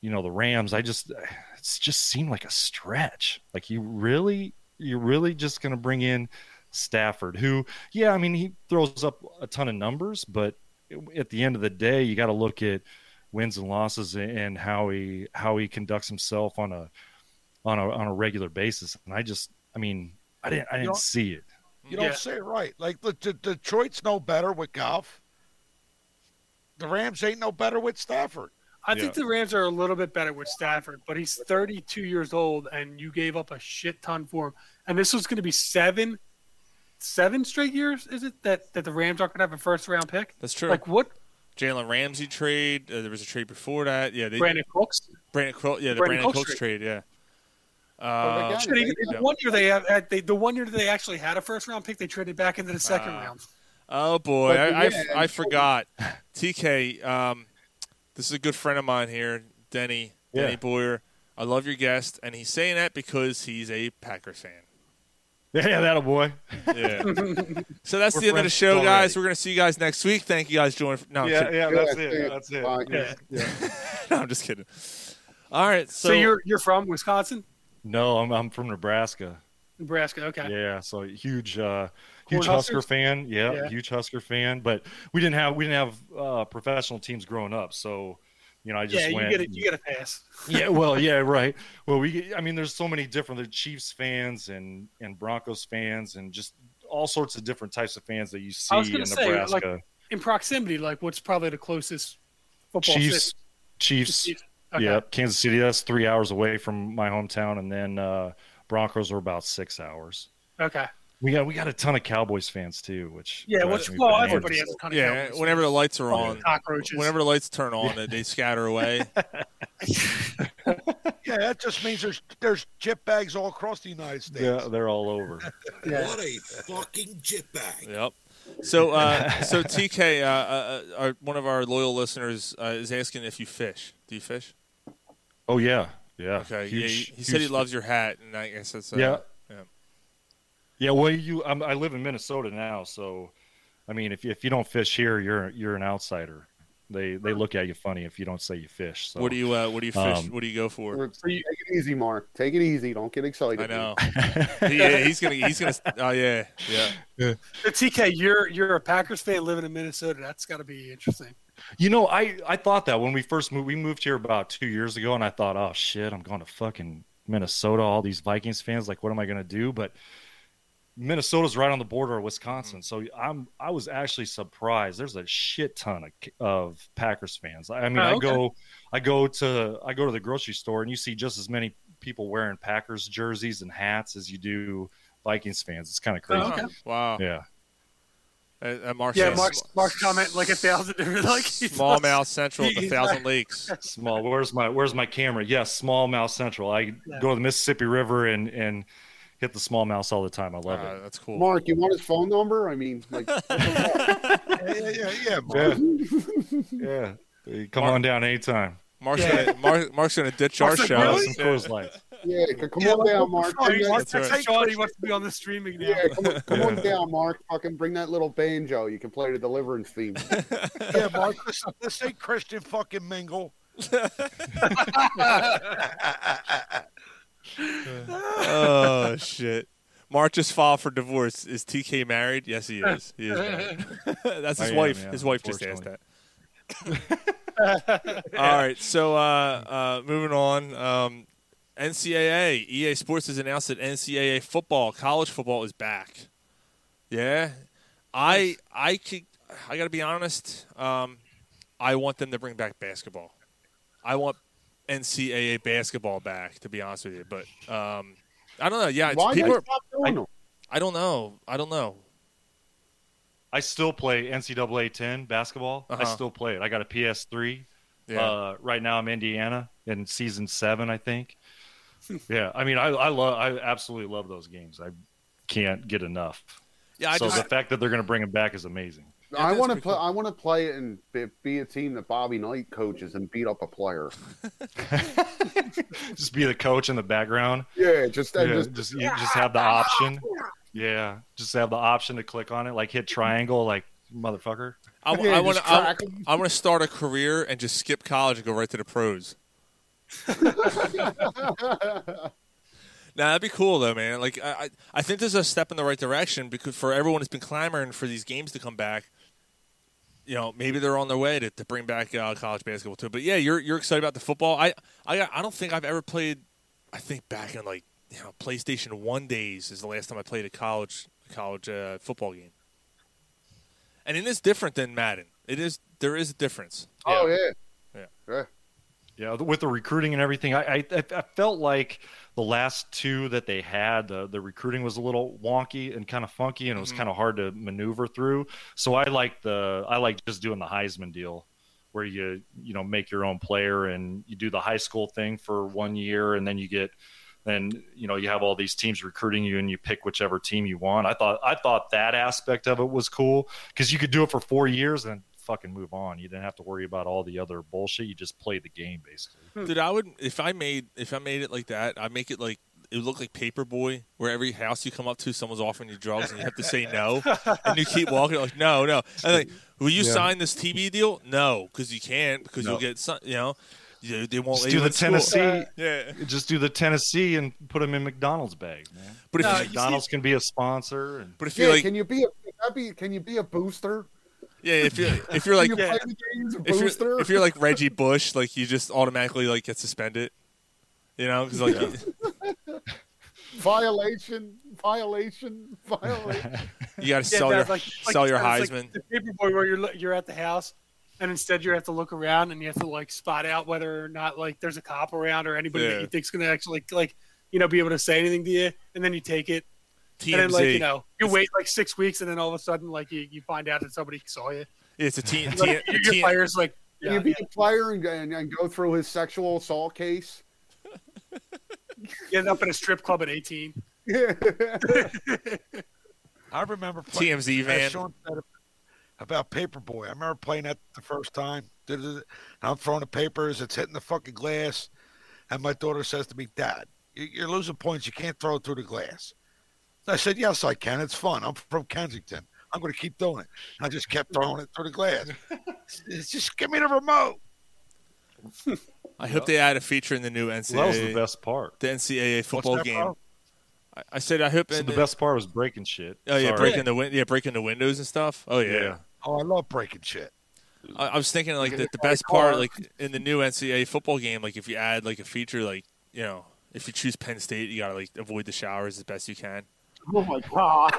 Speaker 13: you know the Rams. I just it's just seemed like a stretch. Like you really, you're really just going to bring in Stafford, who, yeah, I mean he throws up a ton of numbers, but at the end of the day, you got to look at wins and losses and how he how he conducts himself on a on a on a regular basis. And I just, I mean, I didn't I
Speaker 9: You
Speaker 13: didn't
Speaker 9: don't-
Speaker 13: see it.
Speaker 9: You don't
Speaker 13: Yeah.
Speaker 9: say it right. Like the, the Detroit's no better with golf. The Rams ain't no better with Stafford.
Speaker 7: I think the Rams are a little bit better with Stafford, but he's 32 years old, and you gave up a shit ton for him. And this was going to be seven, seven straight years, is it that that the Rams aren't going to have a first round pick?
Speaker 3: That's true.
Speaker 7: Like what?
Speaker 3: Jalen Ramsey trade. Uh, there was a trade before that. Yeah, they,
Speaker 7: Brandon Cooks.
Speaker 13: Uh,
Speaker 3: Brandon Cooks. Yeah, the
Speaker 7: Brandon
Speaker 3: Brandon,
Speaker 7: Cooks
Speaker 3: Cooks, trade. Yeah. Uh,
Speaker 7: Shit, even- the one year they have, had, they, the one year they actually had a first round pick, they traded back into the second
Speaker 13: Uh,
Speaker 3: Wow.
Speaker 7: round.
Speaker 3: Oh boy,
Speaker 7: But,
Speaker 3: I, I,
Speaker 7: yeah,
Speaker 3: I
Speaker 7: and-
Speaker 13: [LAUGHS]
Speaker 3: forgot. TK, um, this is a good friend of mine here, Denny Denny
Speaker 17: Yeah.
Speaker 3: Boyer. I love your guest, and he's saying that because he's a Packer fan.
Speaker 13: Yeah, that'll boy. [LAUGHS]
Speaker 3: Yeah. so that's
Speaker 13: We're
Speaker 3: the end of the
Speaker 13: friends
Speaker 3: show,
Speaker 13: already.
Speaker 3: guys. We're gonna see you guys next week. Thank you guys for joining. No, I'm
Speaker 13: Yeah,
Speaker 3: kidding.
Speaker 13: yeah, that's Yeah, it, that's it. bye. Yeah.
Speaker 3: [LAUGHS] no, I'm just kidding. All right,
Speaker 7: So,
Speaker 3: so, [LAUGHS]
Speaker 7: you're you're from Wisconsin,
Speaker 13: No, I'm I'm from Nebraska.
Speaker 7: Nebraska? Okay.
Speaker 13: Yeah, so huge, uh, huge
Speaker 7: Corn
Speaker 13: Husker
Speaker 7: Huskers?
Speaker 13: fan. Yeah,
Speaker 7: Yeah.
Speaker 13: huge Husker fan. But we didn't have we didn't have uh, professional teams growing up, so you know I just
Speaker 7: yeah,
Speaker 13: went.
Speaker 7: you get a,
Speaker 13: and-
Speaker 7: you get a pass.
Speaker 13: yeah, well, yeah, right. Well, we I mean, there's so many different. There's Chiefs fans and and Broncos fans and just all sorts of different types of fans that you see
Speaker 7: I was
Speaker 13: in
Speaker 7: going to
Speaker 13: Nebraska.
Speaker 7: say, like in proximity, like what's probably the closest football
Speaker 13: Chiefs,
Speaker 7: city?
Speaker 13: Chiefs.
Speaker 7: Chiefs, okay.
Speaker 13: Yeah, Kansas City. That's three hours away from my hometown, and then uh, Broncos are about six hours.
Speaker 7: Okay.
Speaker 13: We got we got a ton of Cowboys fans too, which
Speaker 7: Yeah,
Speaker 13: drives
Speaker 7: what's-
Speaker 13: me
Speaker 7: well,
Speaker 13: bananas.
Speaker 7: everybody has a ton of
Speaker 3: yeah,
Speaker 7: Cowboys.
Speaker 3: whenever the lights are on,
Speaker 7: cockroaches.
Speaker 3: whenever the lights turn on, they- they scatter
Speaker 13: [LAUGHS]
Speaker 3: away.
Speaker 9: Yeah, that just means there's there's jet bags all across the United States.
Speaker 13: Yeah, they're all over.
Speaker 9: What a fucking jet bag.
Speaker 3: Yep. So, uh, so TK, uh, uh, uh, our, one of our loyal listeners uh, is asking if you fish. Do you fish?
Speaker 13: Oh yeah, yeah.
Speaker 3: Okay.
Speaker 13: Huge-
Speaker 3: yeah, he, he said he
Speaker 13: huge-
Speaker 3: loves your hat, and I guess that's uh,
Speaker 13: Yeah.
Speaker 3: yeah.
Speaker 13: Yeah, well, you I'm, I live in Minnesota now, so I mean, if you- if you don't fish here, you're you're an outsider. They they look at you funny if you don't say you fish. So
Speaker 3: What do you uh, What do you fish?
Speaker 13: um,
Speaker 3: what do you go for?
Speaker 8: Take it easy, Mark. Take it easy. Don't get excited.
Speaker 3: I know.
Speaker 13: [LAUGHS]
Speaker 3: yeah, he's gonna. He's gonna. Oh yeah, yeah.
Speaker 7: So TK, you're you're a Packers fan living in Minnesota. That's got to be interesting.
Speaker 13: You know, I I thought that when we first moved, we moved here about two years ago, and I thought, oh shit, I'm going to fucking Minnesota. All these Vikings fans, like, what am I going to do? But Minnesota's right on the border of Wisconsin, so I'm I was actually surprised. There's a shit ton of, of Packers fans. I, I mean,
Speaker 17: Oh,
Speaker 13: I
Speaker 17: okay.
Speaker 13: go I go to I go to the grocery store, and you see just as many people wearing Packers jerseys and hats as you do Vikings fans. It's kind of crazy.
Speaker 7: okay.
Speaker 3: Wow.
Speaker 13: Yeah.
Speaker 3: Uh, uh, Mark
Speaker 7: yeah,
Speaker 3: says-
Speaker 7: Mark's Mark's comment like a thousand. [LAUGHS] Like he's-
Speaker 3: Smallmouth Central at the
Speaker 7: he's
Speaker 3: Thousand
Speaker 7: like-
Speaker 3: Lakes.
Speaker 13: Small. Where's my Where's my camera? Yes, Smallmouth Central. I go to the Mississippi River and and hit the smallmouth all the time. [LAUGHS] I love it.
Speaker 3: Uh, That's cool.
Speaker 8: Mark, you want his phone number? I mean, like,
Speaker 3: [LAUGHS]
Speaker 9: yeah, yeah, yeah.
Speaker 13: Yeah. yeah. Hey, Come on down anytime.
Speaker 3: Mark's gonna Mark, Mark's gonna ditch our
Speaker 13: Mark's
Speaker 3: show.
Speaker 13: like, really? Some Coors Light.
Speaker 8: yeah, c- come
Speaker 7: Yeah,
Speaker 8: on down, Mark.
Speaker 7: Mark- Mark- Mark-
Speaker 3: That's right.
Speaker 7: Sean, he "Oh, wants to be on the streaming now.
Speaker 8: Yeah, come, on, come on down, Mark. Fucking bring that little banjo. You can play the
Speaker 3: [LAUGHS]
Speaker 8: Deliverance theme.
Speaker 9: Yeah, Mark, this, this ain't Christian fucking mingle.
Speaker 3: [LAUGHS] oh shit. Mark just filed for divorce. Is TK married? Yes, he is. He is
Speaker 7: [LAUGHS]
Speaker 3: married. [LAUGHS] That's his
Speaker 13: I am,
Speaker 3: wife.
Speaker 13: yeah,
Speaker 3: his wife just asked that.
Speaker 13: unfortunately.
Speaker 3: [LAUGHS] All right. So uh, uh, moving on. Um, NCAA EA E Sports has announced that NCAA football, college football, is back. Yeah, I I could. I got to be honest. Um, I want them to bring back basketball. I want NCAA basketball back. To be honest with you, but um, I don't know. Yeah, it's-
Speaker 13: Why
Speaker 3: people
Speaker 13: they
Speaker 3: are-
Speaker 13: stop
Speaker 8: doing
Speaker 3: I,
Speaker 8: them?
Speaker 3: I don't know. I don't know.
Speaker 13: I still play NCAA 10 basketball. I
Speaker 3: Uh-huh.
Speaker 13: still play it. I got a PS3.
Speaker 3: Yeah.
Speaker 13: Uh, right now I'm Indiana in season seven, I think. yeah. I mean, I, I love, I absolutely love those games. I can't get enough.
Speaker 3: Yeah, I
Speaker 13: so
Speaker 3: just-
Speaker 13: the fact that they're going to bring them back is amazing.
Speaker 8: I want to play. I want to play it and be, be a team that Bobby Knight coaches and beat up a
Speaker 3: [LAUGHS]
Speaker 8: player.
Speaker 13: just be the coach in the background.
Speaker 8: Yeah, just-
Speaker 13: yeah,
Speaker 8: and just-
Speaker 13: just, you just have the option. Yeah, just have the option to click on it, like hit triangle, like motherfucker.
Speaker 3: I,
Speaker 13: Yeah,
Speaker 3: want
Speaker 13: just
Speaker 3: to.
Speaker 13: track
Speaker 3: I want to start a career and just skip college and go right to the pros. Nah, that'd be cool though, man. Like I, I, I think there's a step in the right direction because for everyone that's been clamoring for these games to come back, you know, maybe they're on their way to, to bring back uh, college basketball too. But yeah, you're you're excited about the football. I, I I don't think I've ever played. I think back in like you know PlayStation One days is the last time I played a college college uh, football game. And it is different than Madden. It is there is a difference.
Speaker 8: Oh yeah.
Speaker 3: Yeah.
Speaker 8: yeah.
Speaker 13: Yeah, th- with the recruiting and everything, I, I I I felt like the last two that they had, the the recruiting was a little wonky and kind of funky, and it was
Speaker 3: Mhm.
Speaker 13: kind of hard to maneuver through. So I like the I like just doing the Heisman deal, where you you know make your own player and you do the high school thing for one year, and then you get then you know you have all these teams recruiting you, and you pick whichever team you want. I thought I thought that aspect of it was cool because you could do it for four years and fucking move on. You didn't have to worry about all the other bullshit. You just play the game basically.
Speaker 3: Dude, I would if I made if I made it like that, I make it like it would look like Paperboy, where every house you come up to, someone's offering you drugs, and you have to say no, and you keep walking like no, no. And like, will you
Speaker 13: Yeah.
Speaker 3: sign this TV deal? No, because you can't, because
Speaker 13: No.
Speaker 3: you'll get some, you know, you, they won't.
Speaker 13: Just
Speaker 3: let
Speaker 13: do
Speaker 3: you
Speaker 13: the
Speaker 3: in school.
Speaker 13: Tennessee.
Speaker 3: yeah.
Speaker 8: Uh,
Speaker 13: Just do the Tennessee and put them in McDonald's bags, man.
Speaker 3: But if No, you-
Speaker 13: McDonald's can be a sponsor, and
Speaker 3: But if
Speaker 8: Uh, yeah,
Speaker 3: you're like,
Speaker 8: can you be a can I be can you be a booster?
Speaker 3: yeah, if you're if you're
Speaker 7: [LAUGHS]
Speaker 3: like,
Speaker 8: Can you play the games of
Speaker 3: if
Speaker 8: booster?
Speaker 3: you're if you're like Reggie Bush, like you just automatically like get suspended, you know, because like.
Speaker 8: [LAUGHS] violation, violation, violation.
Speaker 13: [LAUGHS]
Speaker 3: You got to sell your
Speaker 7: that's like- like-
Speaker 3: sell your
Speaker 7: that's
Speaker 3: Heisman.
Speaker 7: like the paperboy where you're lo- you're at the house, and instead you have to look around and you have to like spot out whether or not like there's a cop around or anybody
Speaker 3: Yeah.
Speaker 7: that you think's gonna actually like you know be able to say anything to you, and then you take it. And then, like
Speaker 3: TMZ.
Speaker 7: you know, you wait like six weeks, and then all of a sudden, like you, you find out that somebody saw you.
Speaker 3: it's
Speaker 7: [LAUGHS]
Speaker 3: a team.
Speaker 7: Like, your your player's like,
Speaker 8: Can you be a player and, and, and go through his sexual assault case? [LAUGHS]
Speaker 7: you end up in a strip club at eighteen.
Speaker 9: I remember playing,
Speaker 3: TMZ
Speaker 9: as
Speaker 3: van.
Speaker 9: Sean said about Paperboy. I remember playing that the first time. Did it- and I'm throwing the papers. It's hitting the fucking glass, and my daughter says to me, "Dad, you- you're losing points. You can't throw it through the glass." I said, "Yes, I can. It's fun. I'm from Kensington. I'm going to keep doing it." And I just kept throwing it through the glass. It's just give me the remote.
Speaker 3: I hope they add a feature in the new NCAA.
Speaker 13: Well, that was the best part.
Speaker 3: The NCAA football
Speaker 13: that,
Speaker 3: game.
Speaker 13: bro?
Speaker 3: I, I said I hope.
Speaker 13: So
Speaker 3: and-
Speaker 13: the best part was breaking shit.
Speaker 3: Oh yeah,
Speaker 13: Sorry.
Speaker 3: breaking the win- yeah breaking the windows and stuff. Oh yeah.
Speaker 13: Yeah.
Speaker 9: Oh, I love breaking shit.
Speaker 3: I, I was thinking like
Speaker 9: Yeah,
Speaker 3: the, the
Speaker 9: my
Speaker 3: best part
Speaker 9: car.
Speaker 3: like in the new NCAA football game like if you add like a feature like you know if you choose Penn State you gotta like avoid the showers as best you can.
Speaker 7: Oh my god!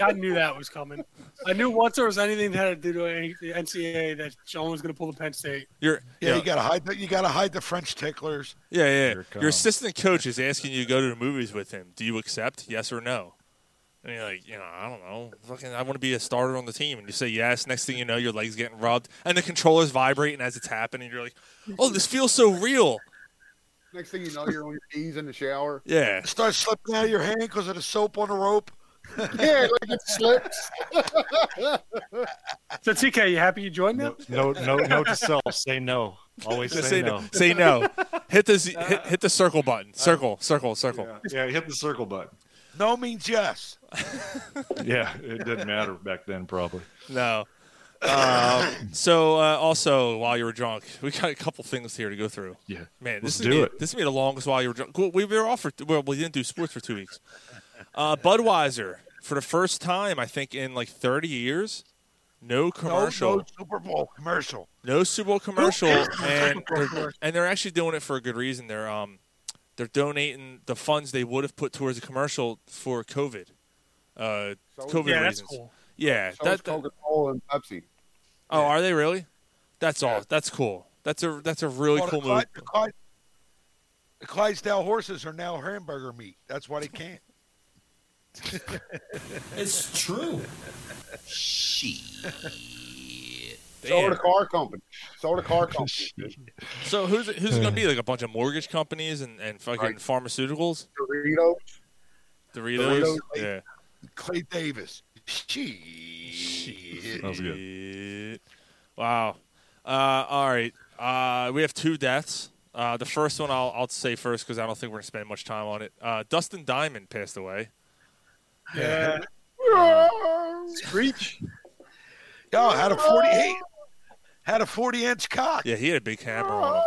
Speaker 7: I knew that was coming. I knew once there was anything that had to do to any- the NCAA that Sean was going to pull the Penn State.
Speaker 3: You're
Speaker 9: Yeah, you got to hide. The, you got to hide the French ticklers.
Speaker 3: Yeah, yeah.
Speaker 9: it
Speaker 3: Your
Speaker 9: comes.
Speaker 3: assistant coach is asking you to go to the movies with him. Do you accept? Yes or no? And you're like, you know, I don't know. Fucking, I want to be a starter on the team. And you say yes. Next thing you know, your leg's getting rubbed, and the controller's vibrating as it's happening. You're like, oh, this feels so real.
Speaker 8: Next thing you know, you're on your knees in the shower.
Speaker 9: [LAUGHS]
Speaker 3: Yeah.
Speaker 9: Start slipping out of your hand because of the soap on the rope.
Speaker 8: Yeah, like it slips.
Speaker 7: So TK, you happy you joined now?
Speaker 13: No, no, no to self. Say no. Always say,
Speaker 3: Just
Speaker 13: no.
Speaker 3: Say no. Hit the z- hit, hit the circle button. Circle, circle, circle.
Speaker 13: Yeah, hit the circle button.
Speaker 9: No means yes.
Speaker 13: Yeah, it didn't matter back then, probably.
Speaker 3: No. Uh, so uh, also, while you were drunk, we got a couple things here to go through.
Speaker 13: Yeah.
Speaker 3: man, this
Speaker 13: Let's
Speaker 3: is
Speaker 13: do
Speaker 3: gonna be,
Speaker 13: it.
Speaker 3: This is gonna be the longest while you were drunk. Cool, We were off for well, we didn't do sports for two weeks. Uh, Budweiser, for the first time, I think in like 30 years, no commercial,
Speaker 9: No, no Super Bowl commercial.
Speaker 3: no Super Bowl commercial, and
Speaker 9: Super Bowl
Speaker 3: they're, and they're actually doing it for a good reason. They're um, they're donating the funds they would have put towards a commercial for COVID, uh, COVID
Speaker 7: yeah, that's
Speaker 3: reasons.
Speaker 7: cool.
Speaker 3: Yeah,
Speaker 8: So
Speaker 3: that,
Speaker 8: is Coca-Cola and Pepsi.
Speaker 3: Oh, are they really? That's all. That's cool. That's a that's a really
Speaker 9: Well, the
Speaker 3: cool
Speaker 9: Clyde-
Speaker 3: move.
Speaker 9: the Clyde- the Clydesdale horses are now hamburger meat. That's why
Speaker 3: [LAUGHS]
Speaker 9: they can't.
Speaker 11: It's true.
Speaker 8: So
Speaker 3: Damn.
Speaker 8: the car company. So
Speaker 13: [LAUGHS]
Speaker 8: the car company.
Speaker 3: So who's it- who's it
Speaker 13: [SIGHS]
Speaker 3: gonna be like a bunch of mortgage companies and and fucking
Speaker 8: Right.
Speaker 3: pharmaceuticals,
Speaker 8: Doritos.
Speaker 3: Doritos.
Speaker 9: Doritos.
Speaker 3: Yeah,
Speaker 9: Clay Davis. She.
Speaker 3: that was good. Wow. Uh, all right. Uh, we have two deaths. Uh, the first one I'll I'll say first because I don't think we're gonna spend much time on it. Uh, Dustin Diamond passed away.
Speaker 7: Yeah.
Speaker 9: Screech. Yo, had a 48. Had a 40 inch cock.
Speaker 3: Yeah, he had a big hammer on him.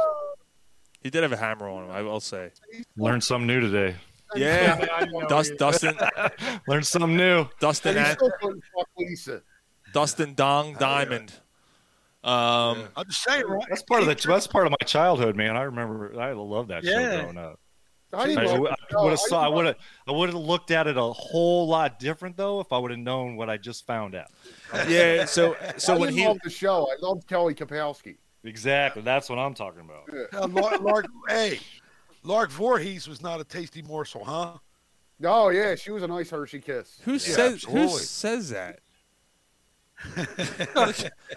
Speaker 3: He did have a hammer on him. I will say.
Speaker 13: Learned something new today.
Speaker 3: Yeah,
Speaker 7: I know
Speaker 3: [LAUGHS] Dust,
Speaker 7: it.
Speaker 3: Dustin,
Speaker 13: Learned something new.
Speaker 3: Dustin,
Speaker 13: [LAUGHS]
Speaker 8: And he
Speaker 3: and,
Speaker 8: still couldn't fuck Lisa.
Speaker 3: Dustin Dong Diamond. Um,
Speaker 9: I'm just saying, right?
Speaker 13: That's part of the. That's part of my childhood, man. I remember. I loved that show
Speaker 7: Yeah.
Speaker 13: growing up.
Speaker 8: How
Speaker 13: I,
Speaker 8: do you know-
Speaker 13: would have saw. I would have. I would have looked at it a whole lot different though if I would have known what I just found out.
Speaker 3: yeah. So
Speaker 8: I
Speaker 3: so when
Speaker 8: didn't
Speaker 3: he
Speaker 8: love the show, I loved Kelly Kapowski.
Speaker 13: Exactly. That's what I'm talking about.
Speaker 9: Uh, Lark, Lark, hey, Lark Voorhees was not a tasty morsel, huh?
Speaker 8: Oh yeah, she was a nice Hershey kiss.
Speaker 3: Who says who says [LAUGHS] that?
Speaker 13: That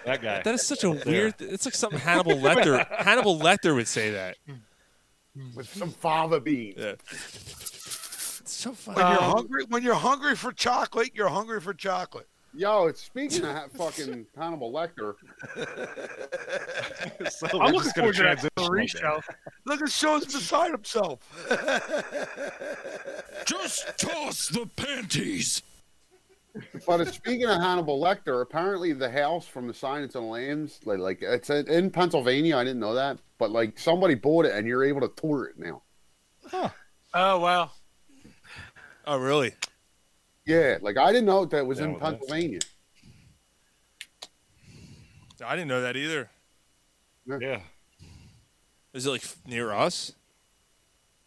Speaker 13: guy.
Speaker 3: That is such a weird. It's like something Hannibal Lecter. Hannibal Lecter would say that.
Speaker 8: with some fava beans.
Speaker 3: It's so
Speaker 9: When you're
Speaker 3: Um,
Speaker 9: hungry, when you're hungry for chocolate, you're hungry for chocolate.
Speaker 8: Yo, it's speaking of ha- fucking Hannibal Lecter.
Speaker 13: so
Speaker 9: I'm looking
Speaker 7: forward to that
Speaker 9: three
Speaker 7: show.
Speaker 9: Look at Show's beside himself. [LAUGHS]
Speaker 10: Just toss the panties.
Speaker 8: But it's- speaking of Hannibal Lecter, apparently the house from the Silence of the Lambs, like, like it's in- in Pennsylvania. I didn't know that, but like somebody bought it, and you're able to tour it now.
Speaker 7: Oh wow.
Speaker 3: Oh really?
Speaker 8: Yeah, like I didn't know that was
Speaker 13: Yeah,
Speaker 8: in
Speaker 13: well, that's-
Speaker 8: Pennsylvania.
Speaker 3: I didn't know that either.
Speaker 13: Yeah.
Speaker 3: Is it like f- near us?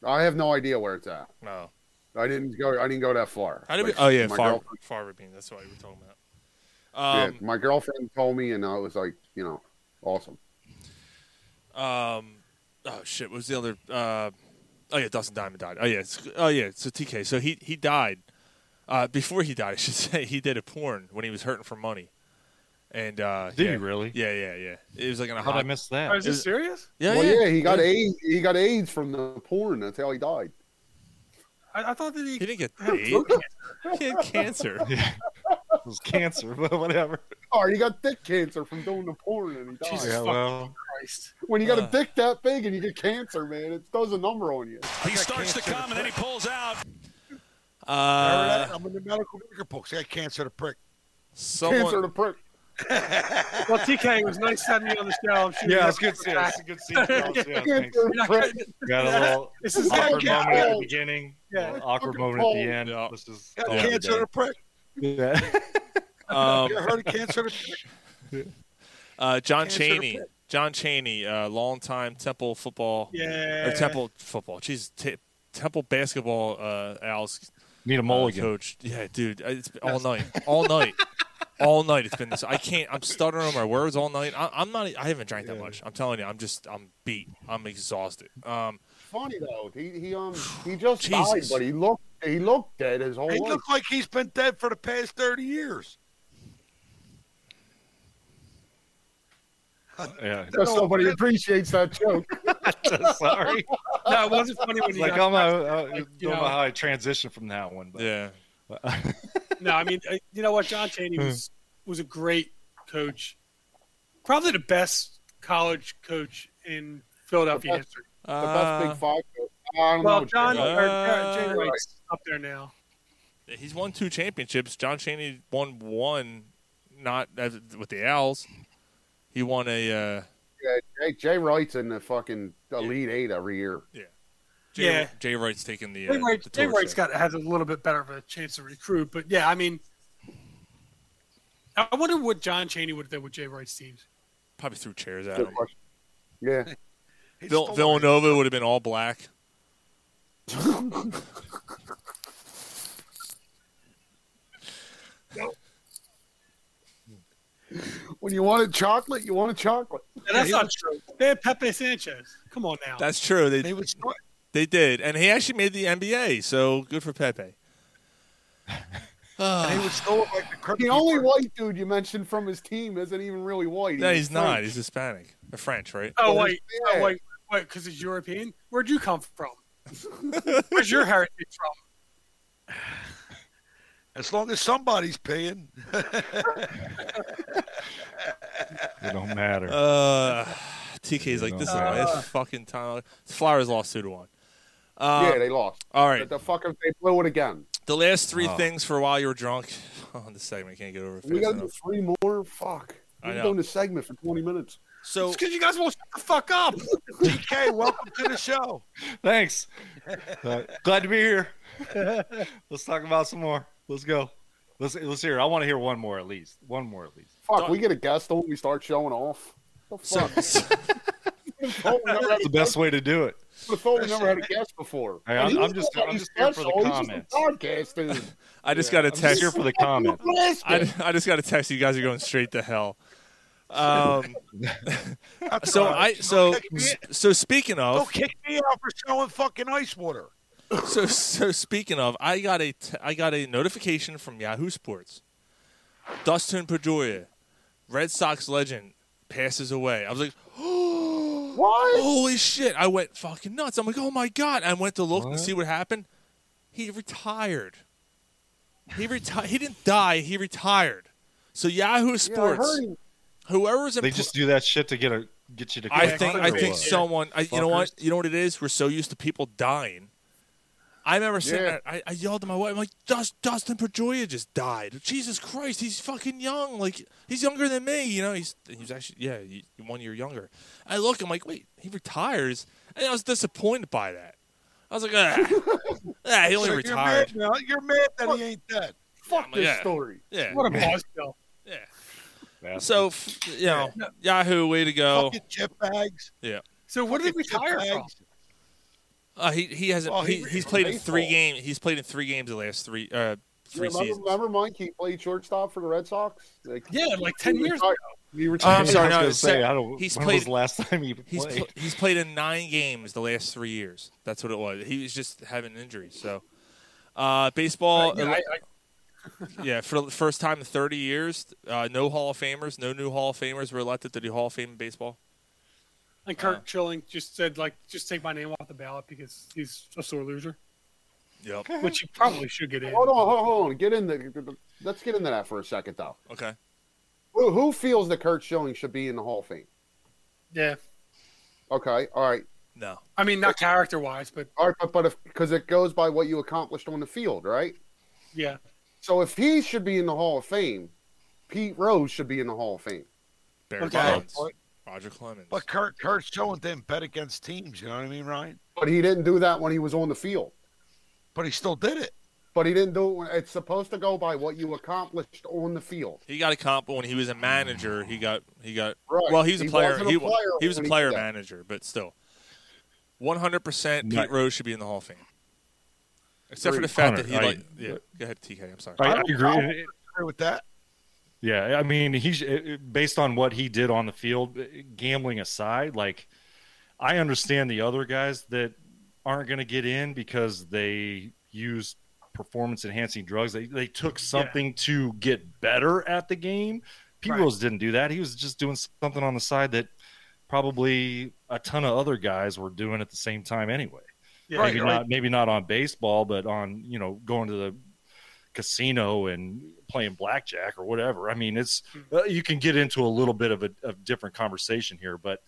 Speaker 8: I have no idea where it's at.
Speaker 3: No.
Speaker 8: I didn't go. I didn't go that far.
Speaker 3: How did we?
Speaker 8: Like,
Speaker 3: Oh yeah,
Speaker 8: my
Speaker 3: far
Speaker 8: girlfriend-
Speaker 3: far Rabin. That's what we were talking about.
Speaker 8: yeah,
Speaker 3: Um,
Speaker 8: my girlfriend told me, and I was like, you know, awesome.
Speaker 3: Um, oh shit, what was the other? Uh, oh yeah, Dustin Diamond died. Oh yeah, it's, oh yeah. So TK, so he he died. Uh, before he died, I should [LAUGHS] say he did a porn when he was hurting for money. And uh,
Speaker 13: Did
Speaker 3: yeah.
Speaker 13: he really?
Speaker 3: Yeah, yeah, yeah. It was like in a
Speaker 13: How'd I
Speaker 3: hot-
Speaker 13: miss that?
Speaker 7: Oh, is
Speaker 3: It
Speaker 7: this
Speaker 3: was-
Speaker 7: serious?
Speaker 3: Yeah,
Speaker 8: well,
Speaker 3: yeah.
Speaker 8: yeah, he got AIDS. He got AIDS from the porn. That's how he died.
Speaker 7: I, I thought that he,
Speaker 3: He didn't
Speaker 13: [LAUGHS]
Speaker 3: get
Speaker 7: had
Speaker 3: AIDS.
Speaker 7: throat cancer.
Speaker 3: [LAUGHS] He had cancer.
Speaker 13: Yeah. It was cancer, but whatever.
Speaker 8: Oh, he got dick cancer from doing the porn, and he died.
Speaker 7: Jesus
Speaker 13: Yeah,
Speaker 7: fucking
Speaker 13: well.
Speaker 7: Christ.
Speaker 8: When you got a
Speaker 3: Uh.
Speaker 8: dick that big and you get cancer, man, it does a number on you.
Speaker 10: He starts to come and then he pulls out.
Speaker 3: Uh,
Speaker 9: I'm in the medical record books. I got cancer to prick.
Speaker 8: Cancer
Speaker 3: someone,
Speaker 8: to prick.
Speaker 7: Well, TK, it was nice having you on the show. I'm sure
Speaker 13: Yeah,
Speaker 7: you
Speaker 13: it's good
Speaker 7: to
Speaker 13: seeing it's a good
Speaker 7: [LAUGHS]
Speaker 13: seeing Charles. Yeah, thanks.
Speaker 8: Cancer to
Speaker 7: You're not [LAUGHS]
Speaker 8: prick.
Speaker 7: getting-
Speaker 13: Got a little
Speaker 7: This is uh,
Speaker 13: awkward
Speaker 8: getting
Speaker 13: moment at the
Speaker 8: old.
Speaker 13: beginning,
Speaker 7: Yeah.
Speaker 13: little awkward
Speaker 8: Fucking
Speaker 13: moment at the
Speaker 8: old.
Speaker 13: end.
Speaker 3: Yeah.
Speaker 13: This is
Speaker 9: I got
Speaker 13: all every
Speaker 9: cancer
Speaker 13: day.
Speaker 9: to prick.
Speaker 13: Yeah.
Speaker 3: um,
Speaker 9: I heard
Speaker 13: [LAUGHS]
Speaker 9: of cancer to prick.
Speaker 3: uh, John
Speaker 9: Cancer
Speaker 3: Cheney.
Speaker 9: pit.
Speaker 3: John Cheney, uh, longtime Temple football
Speaker 7: Yeah.
Speaker 3: or Uh, Temple football. Jeez, t- Temple basketball. Uh, Al's
Speaker 13: Need a
Speaker 3: Uh,
Speaker 13: mulligan.
Speaker 3: coach. Yeah, dude, uh, it's been all night, all night, all night. It's been this. I can't. I'm stuttering on my words all night. I, I'm not. e, I haven't drank that much. I'm telling you. I'm just. I'm beat. I'm exhausted. Um,
Speaker 8: Funny though, he he um
Speaker 3: [SIGHS]
Speaker 8: he just
Speaker 3: Jesus.
Speaker 8: died, but he looked he looked dead his whole
Speaker 9: He
Speaker 8: life.
Speaker 9: looked like he's been dead for the past 30 years.
Speaker 13: Yeah.
Speaker 8: Just nobody appreciates
Speaker 7: [LAUGHS]
Speaker 8: that joke.
Speaker 13: Sorry.
Speaker 7: No, it wasn't funny
Speaker 13: [LAUGHS]
Speaker 7: when
Speaker 13: It's
Speaker 7: he
Speaker 13: like I'm
Speaker 7: got
Speaker 13: a, I Uh, don't
Speaker 7: you
Speaker 13: know
Speaker 7: know.
Speaker 13: how I transitioned from that one, but
Speaker 3: yeah.
Speaker 7: No, I mean, I- you know what? John Cheney
Speaker 13: Hmm.
Speaker 7: was was a great coach, probably the best college coach in Philadelphia
Speaker 8: best-
Speaker 7: history.
Speaker 8: The
Speaker 3: Uh,
Speaker 8: best big five. joke. I don't
Speaker 7: Well,
Speaker 8: know.
Speaker 7: John
Speaker 8: Joe.
Speaker 7: or uh, Jay
Speaker 3: Uh,
Speaker 7: Wright's up there now.
Speaker 3: He's won two championships. John Cheney won one, not as, with the Owls. He won a. Uh,
Speaker 8: Yeah, Jay, Jay Wright's in the fucking elite eight every year.
Speaker 3: Jay,
Speaker 7: Yeah.
Speaker 3: Jay Wright's taking the. Uh,
Speaker 7: Jay Wright,
Speaker 3: the
Speaker 7: Jay
Speaker 3: torch
Speaker 7: Wright's
Speaker 3: there.
Speaker 7: got has a little bit better of a chance to recruit, but yeah, I mean, I wonder what John Cheney would have done with Jay Wright's teams.
Speaker 3: probably threw chairs at
Speaker 8: Good
Speaker 3: him.
Speaker 8: question.
Speaker 3: [LAUGHS]
Speaker 8: Yeah,
Speaker 9: He's
Speaker 3: Vill-
Speaker 9: still
Speaker 3: Villanova would have been all black.
Speaker 8: when you wanted chocolate, you wanted chocolate.
Speaker 7: Yeah, that's not true. They had Pepe Sanchez. Come on now.
Speaker 3: That's true.
Speaker 9: He
Speaker 3: They
Speaker 9: was
Speaker 3: they did, and he actually made the NBA. So good for Pepe.
Speaker 9: and he was still like the crypt
Speaker 8: The only
Speaker 9: keeper.
Speaker 8: white dude you mentioned from his team isn't even really white.
Speaker 3: No, he's not.
Speaker 8: French.
Speaker 3: He's Hispanic. Or French, right?
Speaker 7: oh wait,
Speaker 8: Yeah.
Speaker 7: oh wait, wait, because he's European. Where'd you come
Speaker 8: [LAUGHS]
Speaker 7: from? Where's your heritage from?
Speaker 9: As long as somebody's paying.
Speaker 13: it don't matter.
Speaker 3: Uh, TK's like,
Speaker 13: no.
Speaker 3: this is my last fucking time. Flowers lost two to one. Uh,
Speaker 8: Yeah, they lost.
Speaker 3: all
Speaker 8: But
Speaker 3: right.
Speaker 8: the fuckers, they blew it again.
Speaker 3: The last three
Speaker 13: Oh.
Speaker 3: things for while you were drunk [LAUGHS] on the segment. Can't get over it.
Speaker 8: We
Speaker 3: fast
Speaker 8: got to do
Speaker 3: enough.
Speaker 8: three more. Fuck.
Speaker 3: I
Speaker 8: We've
Speaker 3: know.
Speaker 8: been doing this segment for 20 minutes.
Speaker 3: So
Speaker 7: because you guys won't shut the fuck
Speaker 3: [LAUGHS]
Speaker 7: up.
Speaker 9: DK, welcome to the show.
Speaker 13: Thanks. Uh, glad to be here. [LAUGHS] let's talk about some more. Let's go. Let's let's hear. I want to hear one more at least. One more at least.
Speaker 8: Fuck,
Speaker 3: Don't-
Speaker 8: we get a guest on, we start showing off. The
Speaker 3: so,
Speaker 8: fuck? [LAUGHS] Oh, we never had,
Speaker 13: That's the best way to do it.
Speaker 8: I thought we never had a guest before.
Speaker 13: Hey, I'm-
Speaker 8: And he's
Speaker 13: I'm just-
Speaker 8: nobody
Speaker 13: I'm just here for the
Speaker 8: special, he's just a
Speaker 3: [LAUGHS]
Speaker 8: Podcast dude.
Speaker 3: I just got a
Speaker 13: I'm just
Speaker 3: text.
Speaker 13: here for the comment.
Speaker 8: Blast
Speaker 3: [LAUGHS] I,
Speaker 8: it.
Speaker 3: I just got a text. You guys are going straight to hell. Um, [LAUGHS]
Speaker 9: That's
Speaker 3: so
Speaker 9: all
Speaker 3: I
Speaker 9: right.
Speaker 3: so
Speaker 9: Don't kick me out.
Speaker 3: so speaking of
Speaker 9: Don't kick me out for showing fucking ice water.
Speaker 3: so so speaking of, I got a t- I got a notification from Yahoo Sports. Dustin Pedroia, Red Sox legend, passes away. I was like,
Speaker 8: what?
Speaker 3: Holy shit! I went fucking nuts. I'm like, oh my god! I went to look and see what happened. He retired. He retired. he didn't die. He retired. So Yahoo Sports,
Speaker 13: he-
Speaker 3: whoever's in
Speaker 13: They just do that shit to get a get you to.
Speaker 3: I
Speaker 13: click
Speaker 3: think
Speaker 13: on it
Speaker 3: I
Speaker 13: or
Speaker 3: think
Speaker 13: what?
Speaker 3: someone. I, you know
Speaker 13: Fuckers.
Speaker 3: what? You know what it is? We're so used to people dying. I remember sitting
Speaker 13: Yeah.
Speaker 3: there. I, I yelled at my wife, I'm like, Dust, Dustin Pedroia just died. Jesus Christ, he's fucking young. Like he's younger than me. You know, he's he's actually yeah, he- one year younger. I look, I'm like, wait, he retires, and I was disappointed by that. I was like, ah, ah he only
Speaker 9: So
Speaker 3: retired.
Speaker 9: You're mad, now- you're mad that he ain't dead.
Speaker 8: Fuck
Speaker 3: this Yeah. story. Yeah. What a
Speaker 7: buzzkill.
Speaker 3: Yeah. So f- you know, Yahoo, way to go.
Speaker 9: Fucking chip bags.
Speaker 3: Yeah.
Speaker 7: So what did he retire from?
Speaker 3: Uh, he he hasn't.
Speaker 8: Well, he
Speaker 3: he,
Speaker 8: re-
Speaker 3: he's played in
Speaker 8: baseball.
Speaker 3: three games. He's played in three games the last three uh
Speaker 8: You
Speaker 3: three
Speaker 8: remember,
Speaker 3: seasons.
Speaker 8: remember Mike? He played shortstop for the Red Sox. Like,
Speaker 7: yeah, like 10 years
Speaker 8: ago. He
Speaker 3: Oh,
Speaker 8: retired.
Speaker 3: I'm sorry.
Speaker 13: [LAUGHS] I was
Speaker 3: No,
Speaker 13: gonna
Speaker 3: it's
Speaker 13: say,
Speaker 3: se-
Speaker 13: I don't-
Speaker 3: He's
Speaker 13: when
Speaker 3: played
Speaker 13: was the last time he
Speaker 3: He's
Speaker 13: played?
Speaker 3: pl- he's played in nine games the last three years. That's what it was. He was just having injuries. So, uh, baseball.
Speaker 8: Oh,
Speaker 7: Yeah, I- I-
Speaker 3: yeah, for the first time in 30 years, uh, no Hall of Famers, no new Hall of Famers were elected to the Hall of Fame in baseball.
Speaker 7: And
Speaker 8: uh.
Speaker 7: Kirk Schilling just said, like, just take my name off the ballot because he's a sore
Speaker 8: [LAUGHS]
Speaker 7: loser,
Speaker 3: Yep.
Speaker 7: which he probably should get in.
Speaker 8: Hold on, hold on, hold on. Get in the. Let's get into that for a second, though.
Speaker 3: Okay.
Speaker 8: Who, who feels that Kurt Schilling should be in the Hall of Fame?
Speaker 7: Yeah.
Speaker 8: Okay, all right,
Speaker 3: No.
Speaker 7: I mean, not character wise, but
Speaker 8: all right, but but if because it goes by what you accomplished on the field, right?
Speaker 7: yeah.
Speaker 8: So if he should be in the Hall of Fame, Pete Rose should be in the Hall of Fame.
Speaker 3: Barry
Speaker 8: Okay.
Speaker 3: Bonds, Roger Clemens.
Speaker 9: But Kurt Kurt Schilling didn't bet against teams. You know what I mean, Ryan?
Speaker 8: But he didn't do that when he was on the field.
Speaker 9: But he still did it.
Speaker 8: But he didn't do it. When, it's supposed to go by what you accomplished on the field.
Speaker 3: He got a comp when he was a manager. He got he got
Speaker 8: Right.
Speaker 3: well. He was a
Speaker 8: He
Speaker 3: player.
Speaker 8: wasn't a
Speaker 3: He, wa-
Speaker 8: player
Speaker 3: he was a
Speaker 8: when he-
Speaker 3: player
Speaker 8: yeah.
Speaker 3: manager, but still, one hundred percent. Pete
Speaker 13: Right.
Speaker 3: Rose should be in the Hall of Fame, except for
Speaker 13: Agreed.
Speaker 3: the fact
Speaker 13: Connor,
Speaker 3: that he
Speaker 13: I-
Speaker 3: like. Yeah, go ahead, TK. I'm sorry.
Speaker 13: I- I agree.
Speaker 9: I agree with that.
Speaker 13: Yeah, I mean, he's based on what he did on the field, uh, gambling aside. Like, I understand the other guys that aren't going to get in because they used performance enhancing drugs. They they took something to get better at the game. P Rose didn't do that. He was just doing something on the side that probably a ton of other guys were doing at the same time anyway.
Speaker 7: Yeah.
Speaker 13: maybe
Speaker 7: Right,
Speaker 13: not
Speaker 7: right.
Speaker 13: maybe not on baseball, but on you know going to the casino and playing blackjack or whatever. I mean, it's uh, you can get into a little bit of a of different conversation here, but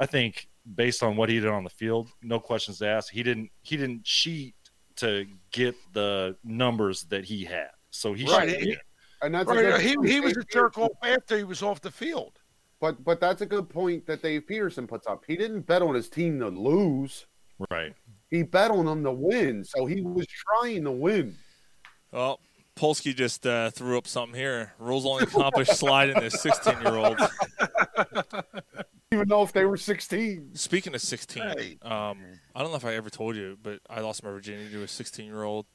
Speaker 13: I think based on what he did on the field, no questions asked. He didn't he didn't cheat to get the numbers that he had, so he
Speaker 9: Right.
Speaker 13: should. be in.
Speaker 8: And that's a
Speaker 9: Right,
Speaker 8: good
Speaker 9: he,
Speaker 8: point
Speaker 9: he was a
Speaker 8: Dave
Speaker 9: jerk
Speaker 8: Peterson-
Speaker 9: off after he was off the field.
Speaker 8: But but that's a good point that Dave Peterson puts up. He didn't bet on his team to lose.
Speaker 13: Right.
Speaker 8: He bet on them to win. So he was trying to win.
Speaker 3: Well, Polsky just uh, threw up something here. Rules only
Speaker 13: [LAUGHS]
Speaker 3: accomplished slide in this 16 year old.
Speaker 8: Even though if they were sixteen. [LAUGHS]
Speaker 3: Speaking of 16, um, I don't know if I ever told you, but I lost my virginity to a 16 year old.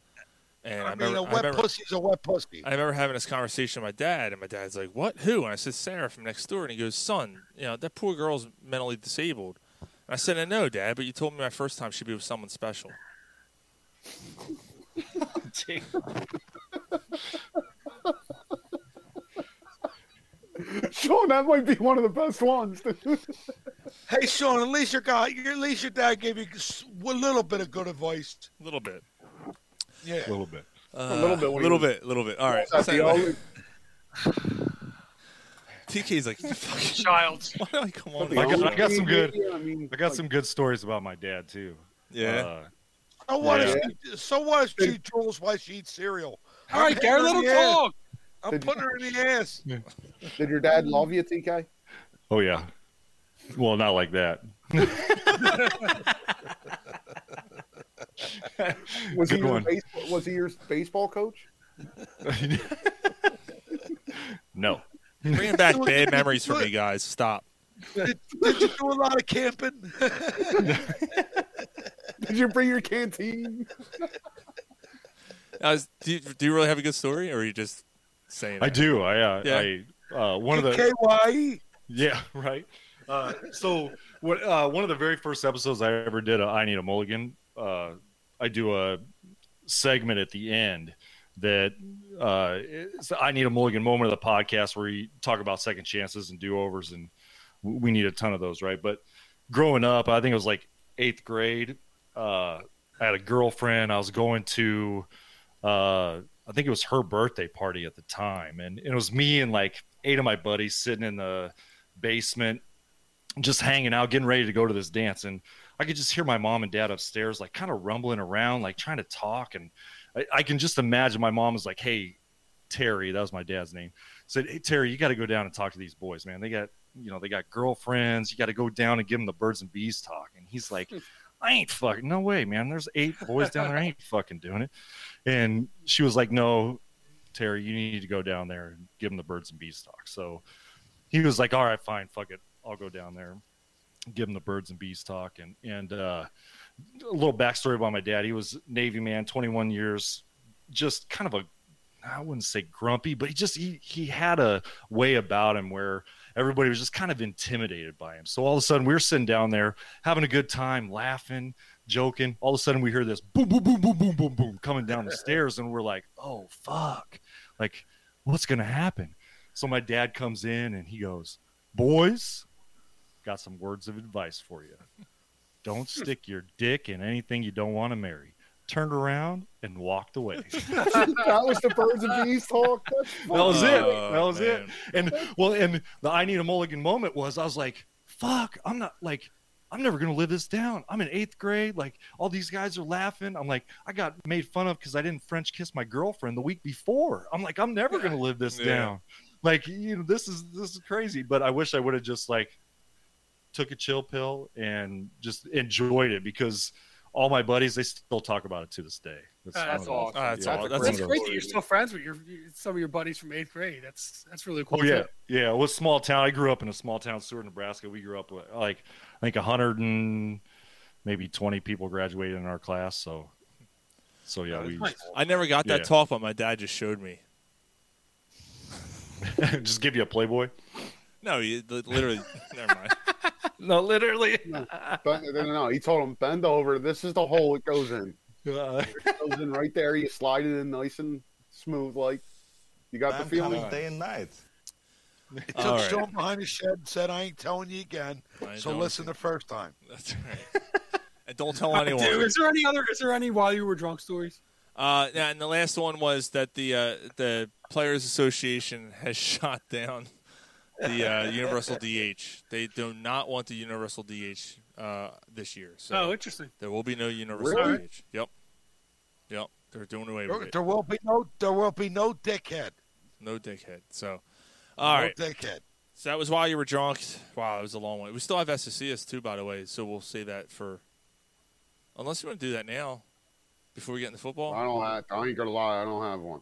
Speaker 3: And I,
Speaker 9: I, mean,
Speaker 3: remember,
Speaker 9: a
Speaker 3: I
Speaker 9: wet
Speaker 3: remember-
Speaker 9: pussy's a wet pussy.
Speaker 3: I remember having this conversation with my dad, and my dad's like, "What? Who?" And I said, "Sarah from next door." And he goes, "Son, you know that poor girl's mentally disabled." And I said, "I know, Dad, but you told me my first time she'd be with someone special."
Speaker 8: Sean, that might be one of the best ones. [LAUGHS] dude.
Speaker 9: Hey, Sean, at least your guy, your- at least your dad gave you s- a little bit of good advice.
Speaker 3: A little bit.
Speaker 9: Yeah,
Speaker 13: a little bit.
Speaker 3: Uh,
Speaker 8: little bit when he
Speaker 3: little
Speaker 8: was-
Speaker 3: bit. Little bit. All right.
Speaker 8: That's the
Speaker 3: So anyway,
Speaker 8: only-
Speaker 3: TK's like, "You fucking
Speaker 7: Childs.
Speaker 3: [LAUGHS] Why do I come on?
Speaker 8: that's the
Speaker 13: I got,
Speaker 8: only
Speaker 13: I got some
Speaker 8: thing,
Speaker 13: good
Speaker 8: yeah, I mean,
Speaker 13: I got
Speaker 8: like,
Speaker 13: some good stories about my dad too.
Speaker 3: Yeah.
Speaker 13: Uh,
Speaker 9: So what? if
Speaker 13: Yeah.
Speaker 9: she, so what? If she drools while she eats cereal.
Speaker 7: All right,
Speaker 9: I'm hitting her
Speaker 7: Gary,
Speaker 9: in
Speaker 7: let him
Speaker 9: the ass.
Speaker 7: talk.
Speaker 9: I'm
Speaker 8: Did-
Speaker 9: putting her
Speaker 13: [LAUGHS]
Speaker 9: in the ass.
Speaker 8: Did your dad love you, TK?
Speaker 13: oh yeah. Well, not like that.
Speaker 8: [LAUGHS] Was
Speaker 13: Good
Speaker 8: he your
Speaker 13: one.
Speaker 8: baseball, was he your baseball coach?
Speaker 13: No.
Speaker 3: Bringing
Speaker 9: [LAUGHS]
Speaker 3: back bad memories for me, guys. Stop.
Speaker 9: Did, did you do a lot of camping? [LAUGHS]
Speaker 8: Did you bring your canteen?
Speaker 3: I was- Uh, do, you, do you really have a good story, or are you just saying?
Speaker 13: I
Speaker 3: that?
Speaker 13: do. I uh,
Speaker 3: Yeah. [LAUGHS]
Speaker 13: I uh, one of the
Speaker 9: KYE.
Speaker 3: Yeah, right. Uh, so what? Uh, one of the very first episodes I ever did, of I need a mulligan. Uh, I do a segment at the end that uh, it's the I need a mulligan moment of the podcast where we talk about second chances and do overs, and w- we need a ton of those, right? But growing up, I think it was like eighth grade. Uh, I had a girlfriend. I was going to, uh, I think it was her birthday party at the time, and, and it was me and like eight of my buddies sitting in the basement just hanging out, getting ready to go to this dance, and I could just hear my mom and dad upstairs, like kind of rumbling around, like trying to talk, and I, I can just imagine my mom was like, "Hey, Terry, that was my dad's name," said, "Hey, Terry, you got to go down and talk to these boys, man. They got, you know, they got girlfriends. You got to go down and give them the birds and bees talk." And he's like, "I ain't fucking no way, man. There's eight boys down there. I ain't fucking doing it." And she was like, "No, Terry, you need to go down there and give them the birds and bees talk." So he was like, "All right, fine, fuck it, I'll go down there, give him the birds and bees talk." And and uh, a little backstory about my dad. He was Navy man, 21 years, just kind of a I wouldn't say grumpy, but he just he he had a way about him where everybody was just kind of intimidated by him. So all of a sudden we were sitting down there having a good time, laughing, joking. All of a sudden we hear this boom, boom, boom, boom, boom, boom, boom coming down the stairs, and we're like, oh fuck, like what's gonna happen? So my dad comes in and he goes, boys, got some words of advice for you. Don't stick your dick in anything you don't want to marry. Turned around and walked [LAUGHS] away.
Speaker 8: that was the birds and bees talk. That's
Speaker 3: That was it.
Speaker 8: funny.
Speaker 3: That
Speaker 9: Oh,
Speaker 3: was it. And well, and the I need a mulligan moment was I was like, fuck, I'm not like I'm never gonna live this down. I'm in eighth grade. Like all these guys are laughing. I'm like, I got made fun of because I didn't French kiss my girlfriend the week before. I'm like, I'm never gonna live this
Speaker 18: Yeah.
Speaker 3: down. Like you know, this is this is crazy. But I wish I would have just like took a chill pill and just enjoyed it because all my buddies they still talk about it to this day.
Speaker 7: Uh, that's
Speaker 3: one of
Speaker 7: awesome.
Speaker 3: those- yeah, one of
Speaker 7: that's
Speaker 3: those-
Speaker 7: great that you're still friends with your you- some of your buddies from eighth grade. That's that's really cool.
Speaker 3: Oh yeah,
Speaker 7: too.
Speaker 3: yeah. It was small town. I grew up in a small town, Seward, Nebraska. We grew up with like I think hundred and maybe twenty people graduated in our class. So, so yeah, we
Speaker 18: I never got that
Speaker 3: Yeah.
Speaker 18: talk, but my dad just showed me.
Speaker 3: [LAUGHS] just give you a Playboy.
Speaker 18: No, you li- literally. [LAUGHS] never
Speaker 9: [LAUGHS]
Speaker 18: mind.
Speaker 3: [LAUGHS] No, literally.
Speaker 8: No, Bend- no, no, no. He told him bend over. This is the hole it goes in.
Speaker 3: it
Speaker 8: goes in right there. You slide it in nice and smooth, like you got the
Speaker 1: I'm
Speaker 8: feeling.
Speaker 1: coming day and night.
Speaker 9: It
Speaker 1: All
Speaker 9: took
Speaker 1: right.
Speaker 9: Stone behind his shed and said, I ain't telling you again.
Speaker 1: I
Speaker 9: So
Speaker 1: don't
Speaker 9: listen the first time.
Speaker 18: That's right. And don't
Speaker 9: [LAUGHS]
Speaker 18: tell
Speaker 7: Uh,
Speaker 18: anyone.
Speaker 7: dude, is there any other? Is there any while you were drunk stories?
Speaker 18: Uh, yeah, and the last one was that the uh, the Players Association has [LAUGHS] shot down the uh, Universal DH. They do not want the Universal DH uh, this year. So
Speaker 7: Oh, interesting.
Speaker 18: There will be no Universal
Speaker 9: Really?
Speaker 18: DH. Yep. Yep. They're doing away
Speaker 9: There,
Speaker 18: with it.
Speaker 9: there will be no there will be no dickhead.
Speaker 18: No dickhead. So, all
Speaker 9: no
Speaker 18: right.
Speaker 9: dickhead.
Speaker 18: So that was while you were drunk. Wow, it was a long one. We still have SSCS too, by the way. So we'll save that for. Unless you want to do that now, before we get into football.
Speaker 8: I don't. Have, I ain't gonna lie. I don't have one.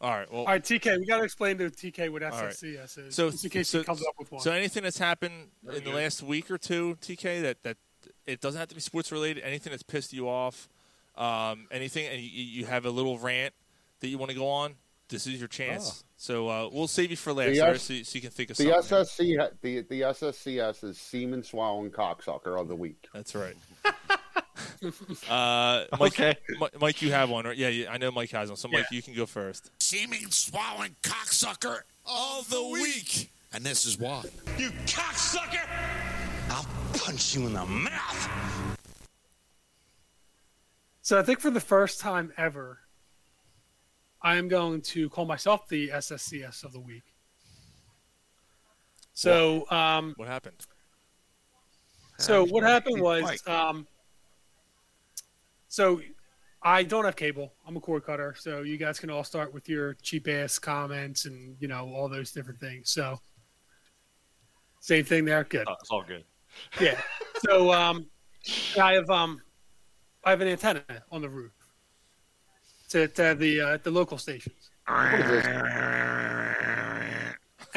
Speaker 18: All right. Well,
Speaker 7: All right, TK, we got to explain to TK what
Speaker 18: All right.
Speaker 7: SSCS is,
Speaker 18: So,
Speaker 7: just in case
Speaker 18: so,
Speaker 7: he comes up with one.
Speaker 18: so anything that's happened in the
Speaker 7: good.
Speaker 18: last week or two, TK, that that it doesn't have to be sports related. Anything that's pissed you off, um, anything, and you, you have a little rant that you want to go on. This is your chance. So uh, we'll save you for last,
Speaker 8: The
Speaker 18: all right,
Speaker 8: S-
Speaker 18: so, you- so you can think of
Speaker 8: The
Speaker 18: something.
Speaker 8: SSC, ha- the the SSCS is semen swallowing cocksucker of the week.
Speaker 18: That's right. Uh, Mike, okay. Mike, you have one, right? Yeah, yeah, I know Mike has one. So Mike, you can go first.
Speaker 19: Seeming swallowing cocksucker of the week. And this is why. You cocksucker! I'll punch you in the mouth.
Speaker 7: So I think for the first time ever, I am going to call myself the SSCS of the week. So um,
Speaker 18: what happened?
Speaker 7: So what happened
Speaker 9: Big
Speaker 7: was,
Speaker 9: Mike.
Speaker 7: um, so I don't have cable. I'm a cord cutter, so you guys can all start with your cheap ass comments and you know all those different things. So same thing there. Good.
Speaker 3: it's all good.
Speaker 7: Yeah. so um, I have um, I have an antenna on the roof to, to the uh, at the local stations.
Speaker 8: What is this?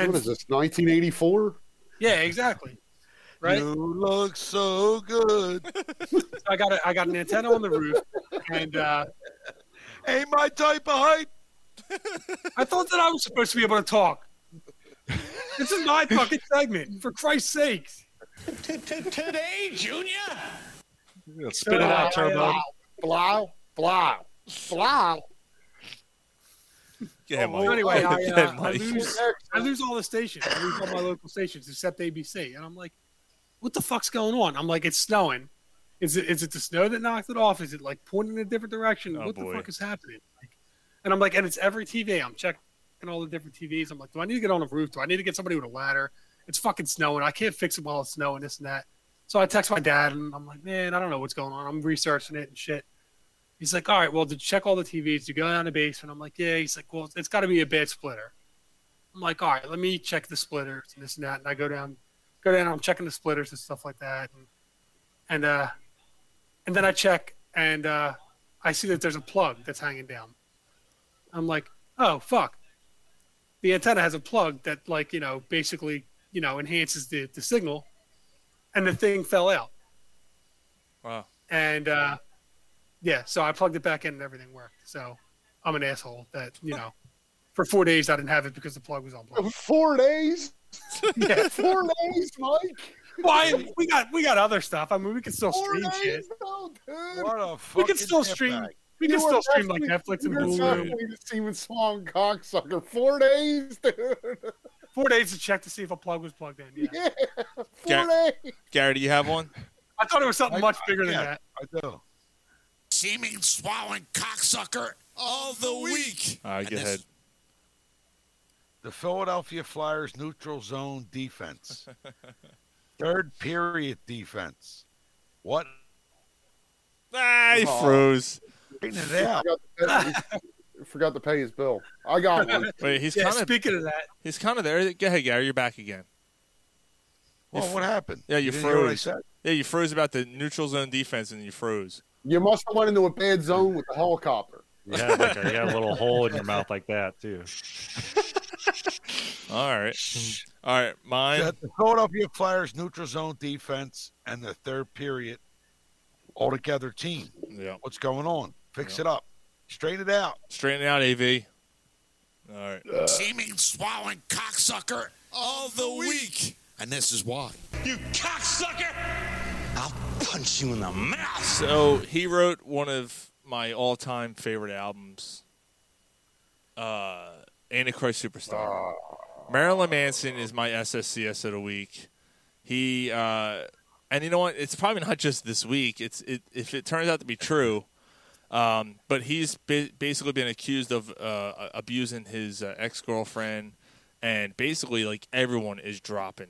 Speaker 8: what is this? 1984?
Speaker 7: Yeah, exactly. Right.
Speaker 9: You look so good.
Speaker 7: I got a, I got an antenna on the roof, and uh,
Speaker 9: ain't my type of height.
Speaker 7: I thought that I was supposed to be able to talk. This is my fucking segment, for Christ's sake.
Speaker 10: Today, Junior.
Speaker 7: Spit it out, Turbo.
Speaker 20: Blow, blow, blow.
Speaker 3: Yeah, Mike.
Speaker 7: So Oh, anyway, I,
Speaker 3: Yeah,
Speaker 7: uh, I,
Speaker 3: Mike.
Speaker 7: lose, I lose all the stations. I lose all my local stations except ABC. And I'm like, what the fuck's going on? I'm like, it's snowing. Is it is it the snow that knocked it off? Is it like pointing in a different direction?
Speaker 3: Oh,
Speaker 7: what
Speaker 3: boy.
Speaker 7: the fuck is happening? Like, and I'm like, and it's every TV. I'm checking all the different TVs. I'm like, do I need to get on a roof? Do I need to get somebody with a ladder? It's fucking snowing. I can't fix it while it's snowing, this and that. So I text my dad and I'm like, man, I don't know what's going on. I'm researching it and shit. He's like, all right, well, to check all the TVs, you go down the basement. I'm like, yeah. He's like, well, it's got to be a bad splitter. I'm like, all right, let me check the splitters and this and that. And I go down, go down. I'm checking the splitters and stuff like that. And and uh, and then I check and uh, I see that there's a plug that's hanging down. I'm like, oh fuck, the antenna has a plug that like you know basically you know enhances the the signal, and the thing fell out.
Speaker 3: Wow.
Speaker 7: And uh, yeah, so I plugged it back in and everything worked. So I'm an asshole that, you know, for four days I didn't have it because the plug was on
Speaker 8: [LAUGHS]
Speaker 7: block.
Speaker 20: Four days?
Speaker 7: Yeah.
Speaker 20: Four days, Mike?
Speaker 7: Why? We got we got other stuff. I mean, we can still
Speaker 20: Four
Speaker 7: stream shit.
Speaker 20: days, though, dude.
Speaker 9: What a
Speaker 7: We can
Speaker 9: fucking
Speaker 7: still
Speaker 9: shit
Speaker 7: stream.
Speaker 9: bag.
Speaker 7: We
Speaker 20: You
Speaker 7: can
Speaker 20: were
Speaker 7: still stream like
Speaker 20: definitely-
Speaker 7: Netflix and
Speaker 20: you were
Speaker 7: Hulu.
Speaker 20: definitely the Steven Song cocksucker. Four days, dude.
Speaker 7: Four days to check to see if a plug was plugged in. Yeah.
Speaker 20: Four days.
Speaker 3: Gary, do you have
Speaker 7: [LAUGHS]
Speaker 3: one?
Speaker 7: I thought it was something much bigger than that.
Speaker 9: I do.
Speaker 17: Seeming swallowing cocksucker of the week.
Speaker 3: All right, go
Speaker 17: this-
Speaker 3: ahead.
Speaker 9: The Philadelphia Flyers neutral zone defense. Third period defense. What?
Speaker 3: Ah, he
Speaker 8: Aw.
Speaker 18: Oh.
Speaker 3: froze.
Speaker 9: Straighten it
Speaker 8: Forgot
Speaker 9: out.
Speaker 8: to pay- [LAUGHS] forgot to pay his bill. I got one.
Speaker 3: Wait, he's
Speaker 7: Yeah,
Speaker 3: kind of
Speaker 7: speaking of that,
Speaker 3: he's kind of there. Go ahead, Gary. You're back again.
Speaker 9: Well, what happened?
Speaker 3: Yeah, you,
Speaker 9: didn't hear what I
Speaker 3: froze.
Speaker 9: said?
Speaker 3: Yeah, you froze about the neutral zone defense, and you froze.
Speaker 8: You must have went into a bad zone with the helicopter.
Speaker 13: You had, like a, you had a little hole in your mouth like that too.
Speaker 3: All right, all right. Mine.
Speaker 9: The, the Philadelphia Flyers neutral zone defense and the third period altogether team.
Speaker 3: Yeah.
Speaker 9: What's going on? Fix it up. Straighten it out.
Speaker 3: Straighten it out, AV. All right.
Speaker 17: Uh. Seeming swallowing cocksucker of the week. And this is why. You cocksucker! I'll punch you in the mouth.
Speaker 3: So he wrote one of my all-time favorite albums, uh, Antichrist Superstar. Marilyn Manson is my SSCS of the week. He uh, and you know what? It's probably not just this week. It's it, if it turns out to be true, um, but he's ba- basically been accused of uh, abusing his uh, ex-girlfriend, and basically like everyone is dropping,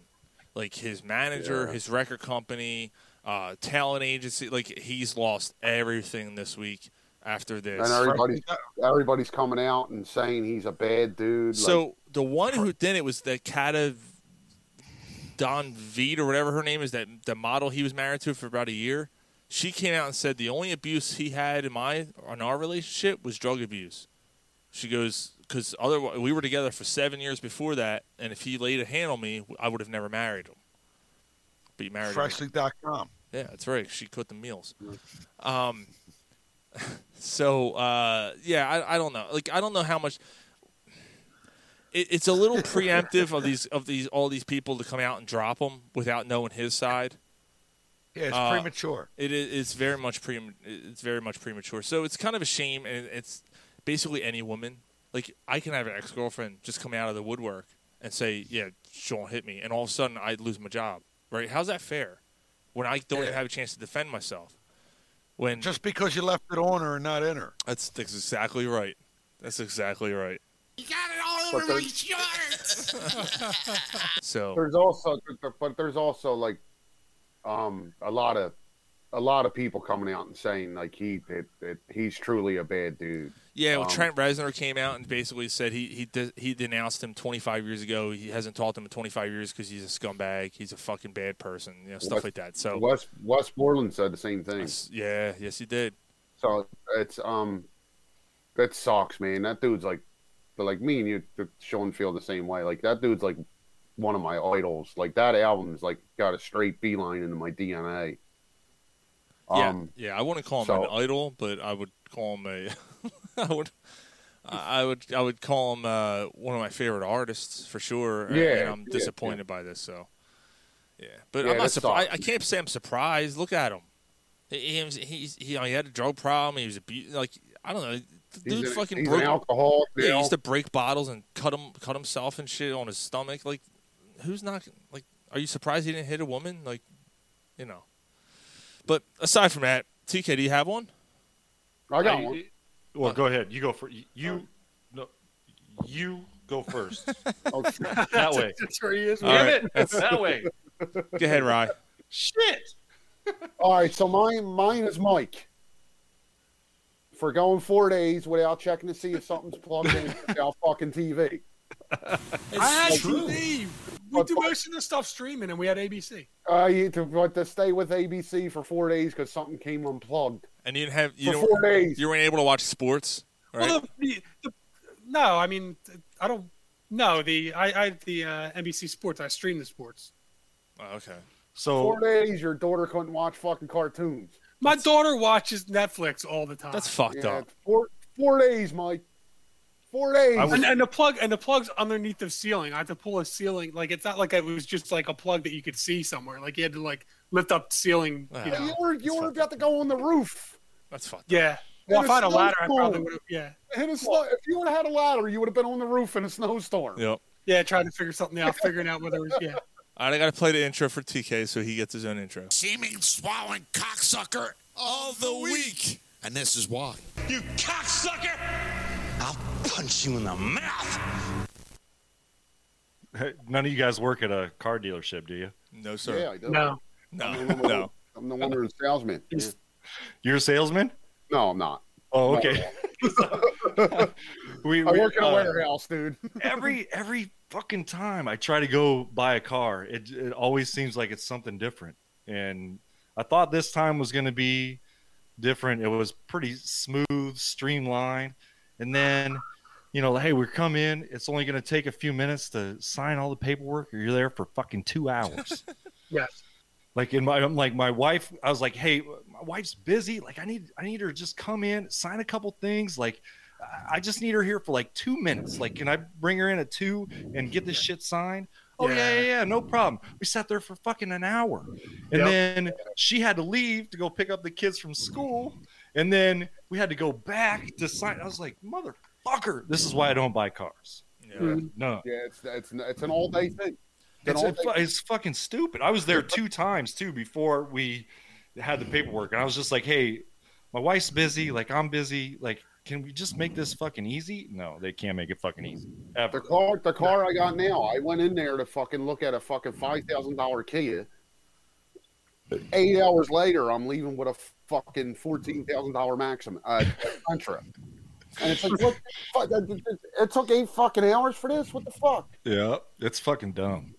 Speaker 3: like his manager,
Speaker 20: Yeah.
Speaker 3: his record company, uh, talent agency. Like he's lost everything this week after this.
Speaker 8: And everybody's everybody's coming out and saying he's a bad dude.
Speaker 3: So the one who did it was that cat of Don Veed or whatever her name is, that the model he was married to for about a year. She came out and said the only abuse he had in my on our relationship was drug abuse. She goes because otherwise we were together for seven years before that, and if he laid a hand on me, I would have never married him. But you married him.
Speaker 9: Freshly.com.
Speaker 3: Yeah, that's right. She cooked the meals. Um, [LAUGHS] so uh, yeah, I, I don't know. Like I don't know how much. It, it's a little preemptive of these of these all these people to come out and drop him without knowing his side.
Speaker 9: Yeah, it's
Speaker 3: Uh,
Speaker 9: premature.
Speaker 3: It is it's very much pre it's very much premature. So it's kind of a shame, and it's basically any woman. Like I can have an ex girlfriend just come out of the woodwork and say, "Yeah, Sean hit me," and all of a sudden I lose my job. Right? How's that fair? When I don't
Speaker 9: Yeah.
Speaker 3: have a chance to defend myself. When
Speaker 9: Just because you left it on her and not in her.
Speaker 3: that's, that's exactly right. That's exactly right.
Speaker 17: You got it all
Speaker 8: But
Speaker 17: over my
Speaker 8: there's-
Speaker 17: shorts!
Speaker 8: like,
Speaker 3: So
Speaker 8: there's also, but there's also like, um, a lot of, a lot of people coming out and saying like he that, that he's truly a bad dude.
Speaker 3: yeah, well,
Speaker 8: Um,
Speaker 3: Trent Reznor came out and basically said he he de- he denounced him 25 years ago. He hasn't talked to him in 25 years because he's a scumbag. He's a fucking bad person. You know stuff
Speaker 8: Wes-
Speaker 3: like that. So
Speaker 8: West Westmoreland said the same thing.
Speaker 3: yeah, yes he did.
Speaker 8: So it's um, that sucks, man. That dude's like, but like me and you, Sean feel the same way. Like that dude's like one of my idols. Like that album's like got a straight beeline into my DNA.
Speaker 3: Yeah,
Speaker 8: Um,
Speaker 3: yeah. I wouldn't call him
Speaker 8: so-
Speaker 3: an idol, but [LAUGHS] I would call him a. I would. I I would I would call him uh, one of my favorite artists for sure. and-
Speaker 21: Yeah,
Speaker 3: and I'm
Speaker 21: yeah,
Speaker 3: disappointed by this. So, yeah, but
Speaker 21: Yeah,
Speaker 3: I'm not
Speaker 21: that's
Speaker 3: surprised.
Speaker 21: awesome.
Speaker 3: I can't say I'm surprised. Look at him. He he, was- he's, he, you know, he had a drug problem. He was abu- like I don't know. The
Speaker 8: He's
Speaker 3: dude
Speaker 8: an-
Speaker 3: fucking
Speaker 8: he's an
Speaker 3: broke
Speaker 8: alcoholic
Speaker 3: Yeah, he
Speaker 8: now.
Speaker 3: used to break bottles and cut him cut himself and shit on his stomach. Like, who's not like? Are you surprised he didn't hit a woman? Like, you know. But aside from that, TK, do you have one?
Speaker 8: I got
Speaker 13: I-
Speaker 3: uh,
Speaker 8: one.
Speaker 13: Well, go ahead. You go for you. No, you
Speaker 3: [LAUGHS]
Speaker 13: go first. that
Speaker 8: Oh,
Speaker 7: That's-
Speaker 13: way.
Speaker 7: That's where he is.
Speaker 13: All
Speaker 7: Damn
Speaker 13: right.
Speaker 3: [LAUGHS]
Speaker 7: it.
Speaker 13: That's- that way.
Speaker 3: Go ahead, Rye.
Speaker 7: Shit.
Speaker 8: All right, so mine mine is Mike. For going four days without checking to see if something's plugged in without fucking TV.
Speaker 7: I had
Speaker 8: true.
Speaker 7: TV. We do most of the stuff streaming, and we had ABC.
Speaker 8: I had to, but to stay with ABC for four days because something came unplugged.
Speaker 3: And you didn't have you
Speaker 8: For
Speaker 3: don't-
Speaker 8: four days.
Speaker 3: You weren't able to watch sports, right?
Speaker 7: Well, the, the, no, I mean, I don't. No, the I, I the uh, NBC Sports. I stream the sports.
Speaker 3: Oh, okay.
Speaker 8: four days, your daughter couldn't watch fucking cartoons.
Speaker 7: My daughter watches Netflix all the time.
Speaker 3: That's fucked
Speaker 8: Yeah,
Speaker 3: up.
Speaker 8: Four four days, Mike. Four days.
Speaker 7: and, and the plug and the plug's underneath the ceiling. I had to pull a ceiling. Like it's not like it was just like a plug that you could see somewhere. Like you had to like lift up the ceiling. You
Speaker 8: you
Speaker 7: know.
Speaker 8: were you were about to go on the roof.
Speaker 3: That's fucked.
Speaker 7: Yeah.
Speaker 8: In
Speaker 7: Well, if I had a ladder, I
Speaker 8: snowstorm.
Speaker 7: probably would have. Yeah.
Speaker 8: In a snow, if you would have had a ladder, you would have been on the roof in a snowstorm.
Speaker 3: Yep.
Speaker 7: Yeah, trying to figure something out, figuring out whether it was yeah.
Speaker 3: All right, I gotta play the intro for TK so he gets his own intro.
Speaker 17: Seeming swallowing cocksucker of the week. And this is why. You cocksucker! I'll punch you in the mouth.
Speaker 13: Hey, None of you guys work at a car dealership, do you?
Speaker 3: No,
Speaker 8: sir. Yeah, I do.
Speaker 7: No.
Speaker 8: I'm the one-
Speaker 13: No.
Speaker 8: I'm the wonder salesman.
Speaker 13: You're a salesman?
Speaker 8: No, I'm not.
Speaker 13: Oh,
Speaker 8: No.
Speaker 13: okay. [LAUGHS] we,
Speaker 8: I
Speaker 13: we,
Speaker 8: work in
Speaker 13: uh,
Speaker 8: a warehouse, dude. [LAUGHS]
Speaker 13: every every fucking time I try to go buy a car, it it always seems like it's something different. And I thought this time was going to be different. It was pretty smooth, streamlined. And then, you know, hey, we come in. It's only going to take a few minutes to sign all the paperwork, or you're there for fucking two hours.
Speaker 7: Yes.
Speaker 13: Like in my, I'm like my wife. I was like, hey, my wife's busy. Like I need, I need her to just come in, sign a couple things. Like I- I just need her here for like two minutes. Like, can I bring her in at two and get this shit signed? Oh yeah, yeah, yeah, no problem. We sat there for fucking an hour, and
Speaker 21: Yep.
Speaker 13: then she had to leave to go pick up the kids from school, and then we had to go back to sign. I was like, motherfucker, this is why I don't buy cars.
Speaker 8: Mhm.
Speaker 13: No,
Speaker 8: Yeah, it's it's it's an all day thing. an
Speaker 13: it's, it's,
Speaker 8: all-day-
Speaker 13: it's fucking stupid. I was there two times too before we had
Speaker 8: Mm.
Speaker 13: the paperwork, and I was just like, "Hey, my wife's busy. Like I'm busy. Like, can we just make this fucking easy?" No, they can't make it fucking easy ever.
Speaker 8: The car, the car I got now, I went in there to fucking look at a fucking five thousand dollar Kia. Eight hours later, I'm leaving with a fucking fourteen thousand dollar Maxim uh, Contra, and it's like, what? the fuck? It- it- It took eight fucking hours for this. What the fuck?
Speaker 13: Yeah, it's fucking dumb.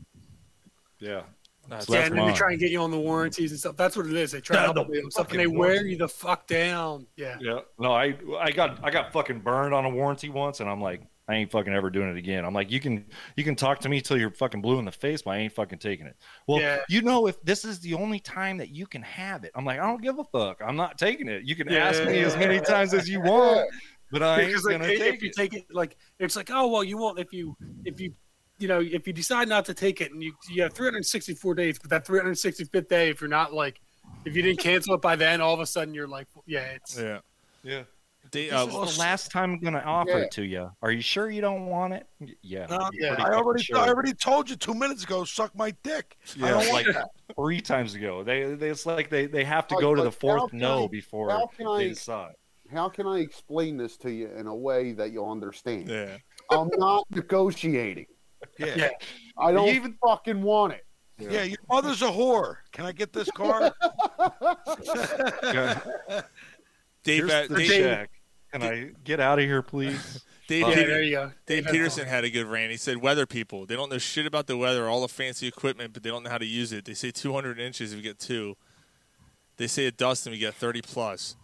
Speaker 13: Yeah. That's
Speaker 7: yeah, and then they try and get you on the warranties and stuff. That's what it is. They try
Speaker 13: Yeah,
Speaker 7: to help
Speaker 13: the
Speaker 7: you on stuff, and
Speaker 13: fucking
Speaker 7: they wear
Speaker 13: warranty.
Speaker 7: you the fuck down. Yeah.
Speaker 13: Yeah. No, I I got I got fucking burned on a warranty once, and I'm like, I ain't fucking ever doing it again. I'm like, you can you can talk to me till you're fucking blue in the face, but I ain't fucking taking it. Well,
Speaker 21: Yeah.
Speaker 13: you know, if this is the only time that you can have it, I'm like, I don't give a fuck. I'm not taking it. You can ask me as many times as you want, but I ain't
Speaker 7: Because, like,
Speaker 13: gonna
Speaker 7: if
Speaker 13: take
Speaker 7: you
Speaker 13: it.
Speaker 7: take it, like it's like, oh well, you won't if you if you you know if you decide not to take it, and you you have 364 days, but that 365th day, if you're not like if you didn't cancel it by then, all of a sudden you're like, yeah, it's
Speaker 3: Yeah.
Speaker 13: Yeah.
Speaker 3: They,
Speaker 13: This
Speaker 3: uh,
Speaker 13: is the last time I'm gonna offer
Speaker 7: Yeah.
Speaker 13: it to you. Are you sure you don't want it? Y- Yeah.
Speaker 9: Uh,
Speaker 13: I'm pretty
Speaker 9: I
Speaker 13: fucking
Speaker 9: already,
Speaker 13: sure.
Speaker 9: I already told you two minutes ago. Suck my dick. I
Speaker 13: Yeah,
Speaker 9: don't
Speaker 13: like
Speaker 9: want that.
Speaker 13: three times ago. They, they it's like they, they have to
Speaker 8: Like-
Speaker 13: go to the
Speaker 8: like, how
Speaker 13: fourth
Speaker 8: can
Speaker 13: no
Speaker 8: I-
Speaker 13: before
Speaker 8: how can I-
Speaker 13: they decide.
Speaker 8: How can I explain this to you in a way that you'll understand?
Speaker 3: Yeah.
Speaker 8: I'm not negotiating.
Speaker 9: Yeah.
Speaker 7: yeah.
Speaker 8: I don't
Speaker 9: You
Speaker 8: even fucking want it.
Speaker 9: your mother's a whore. Can I get this car?
Speaker 3: Dave,
Speaker 13: Here's
Speaker 3: uh,
Speaker 13: the
Speaker 3: Dave-
Speaker 13: check. Can I get out of here, please?
Speaker 3: Dave,
Speaker 13: Fuck.
Speaker 3: Peter-
Speaker 7: Dave
Speaker 3: Dave Peterson had a good rant. He said, "Weather people, they don't know shit about the weather. All the fancy equipment, but they don't know how to use it. They say 200 inches, we get two. They say it dusts, and we get 30 plus.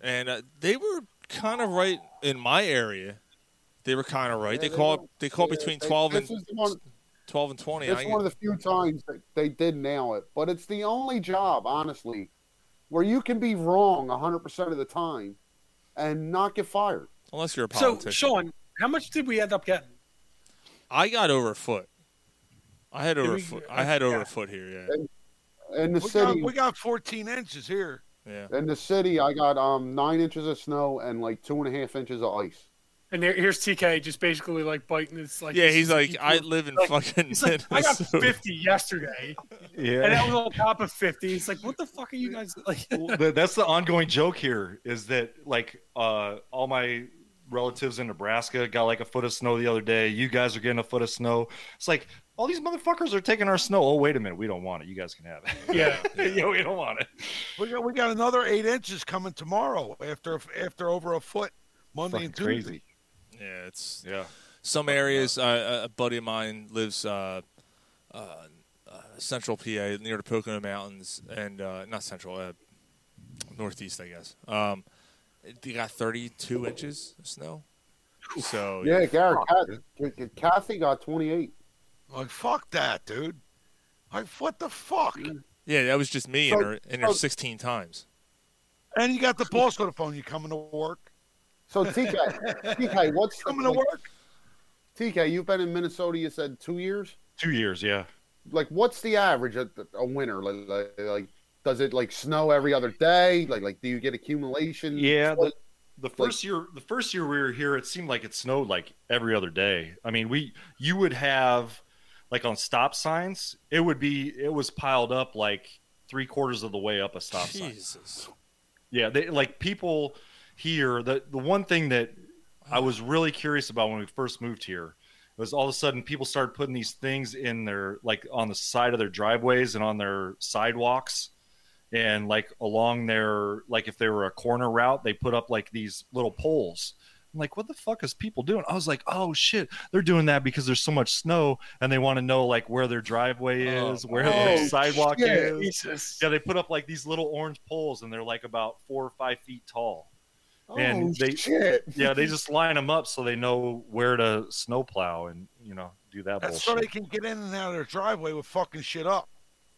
Speaker 3: And uh, they were kind of right in my area. They were kind of right. they
Speaker 8: they
Speaker 3: call
Speaker 8: were.
Speaker 3: they call
Speaker 8: Yeah,
Speaker 3: between
Speaker 8: they-
Speaker 3: 12
Speaker 8: this
Speaker 3: and
Speaker 8: is the one-
Speaker 3: 12 and 20.
Speaker 8: It's
Speaker 3: I-
Speaker 8: one of the few times that they did nail it, but it's the only job, honestly, where you can be wrong 100% of the time and not get fired.
Speaker 3: Unless you're a
Speaker 7: So,
Speaker 3: politician.
Speaker 7: Sean, how much did we end up getting?
Speaker 3: I got over a foot. I had
Speaker 7: Did
Speaker 3: over a
Speaker 7: we-
Speaker 3: foot. I
Speaker 8: uh,
Speaker 3: had over
Speaker 9: yeah.
Speaker 3: a foot here. Yeah.
Speaker 8: In the
Speaker 9: we
Speaker 8: city,
Speaker 9: Got, we got 14 inches here.
Speaker 3: Yeah.
Speaker 8: in the city, I got um nine inches of snow and like two and a half inches of ice.
Speaker 7: And there, here's TK just basically like biting his like.
Speaker 3: Yeah,
Speaker 7: this
Speaker 3: he's
Speaker 7: is-
Speaker 3: like, "I live in fucking
Speaker 7: He's [LAUGHS] like,
Speaker 3: [LAUGHS]
Speaker 7: I got
Speaker 3: Minnesota."
Speaker 7: fifty yesterday, and that was on top of fifty. It's like, what the fuck are you guys
Speaker 13: [LAUGHS]
Speaker 7: like?
Speaker 13: Well, th- that's the ongoing joke here is that like uh, all my relatives in Nebraska got like a foot of snow the other day. You guys are getting a foot of snow. It's like all these motherfuckers are taking our snow. Oh wait a minute, we don't want it. You guys can have it.
Speaker 7: Yeah,
Speaker 13: yeah, we don't want it.
Speaker 9: We got, we got another eight inches coming tomorrow after after over a foot Monday
Speaker 13: Fucking
Speaker 9: and Tuesday.
Speaker 13: crazy.
Speaker 3: Yeah, it's
Speaker 13: yeah.
Speaker 3: Some areas, uh, a buddy of mine lives uh, uh, uh, central PA near the Pocono Mountains, and uh, not central, uh, northeast, I guess. Um, they got 32 inches of snow. So
Speaker 8: yeah, Garrett, Kat, K- K- Kathy got twenty eight.
Speaker 9: Like fuck that, dude. Like what the fuck?
Speaker 3: yeah, that was just me and her, and her 16 times.
Speaker 9: And you got the boss on the phone. You coming to work?
Speaker 8: So TK, TK, what's
Speaker 9: coming to work?
Speaker 8: TK, you've been in Minnesota. You said two years.
Speaker 13: Two years, yeah.
Speaker 8: Like, what's the average of the- a winter? Like, like, like, does it like snow every other day? Like, like, do you get accumulation?
Speaker 13: Yeah,
Speaker 8: Like,
Speaker 13: The first year, the first year we were here, it seemed like it snowed like every other day. I mean, we you would have like on stop signs, it would be it was piled up like three quarters of the way up a stop sign.
Speaker 3: Jesus.
Speaker 13: Yeah, they like people here. The the one thing that I was really curious about when we first moved here was all of a sudden people started putting these things in their like on the side of their driveways and on their sidewalks and like along their like if they were a corner route they put up like these little poles i'm like what the fuck is people doing i was like oh shit they're doing that because there's so much snow and they want to know like where their driveway is where
Speaker 9: oh,
Speaker 13: their sidewalk
Speaker 9: shit,
Speaker 13: is yeah they put up like these little orange poles and they're like about four or five feet tall and
Speaker 9: Oh,
Speaker 13: they
Speaker 9: shit.
Speaker 13: yeah they just line them up so they know where to snowplow and you know do that
Speaker 9: That's so
Speaker 13: bullshit.
Speaker 9: they can get in and out of their driveway with fucking shit up.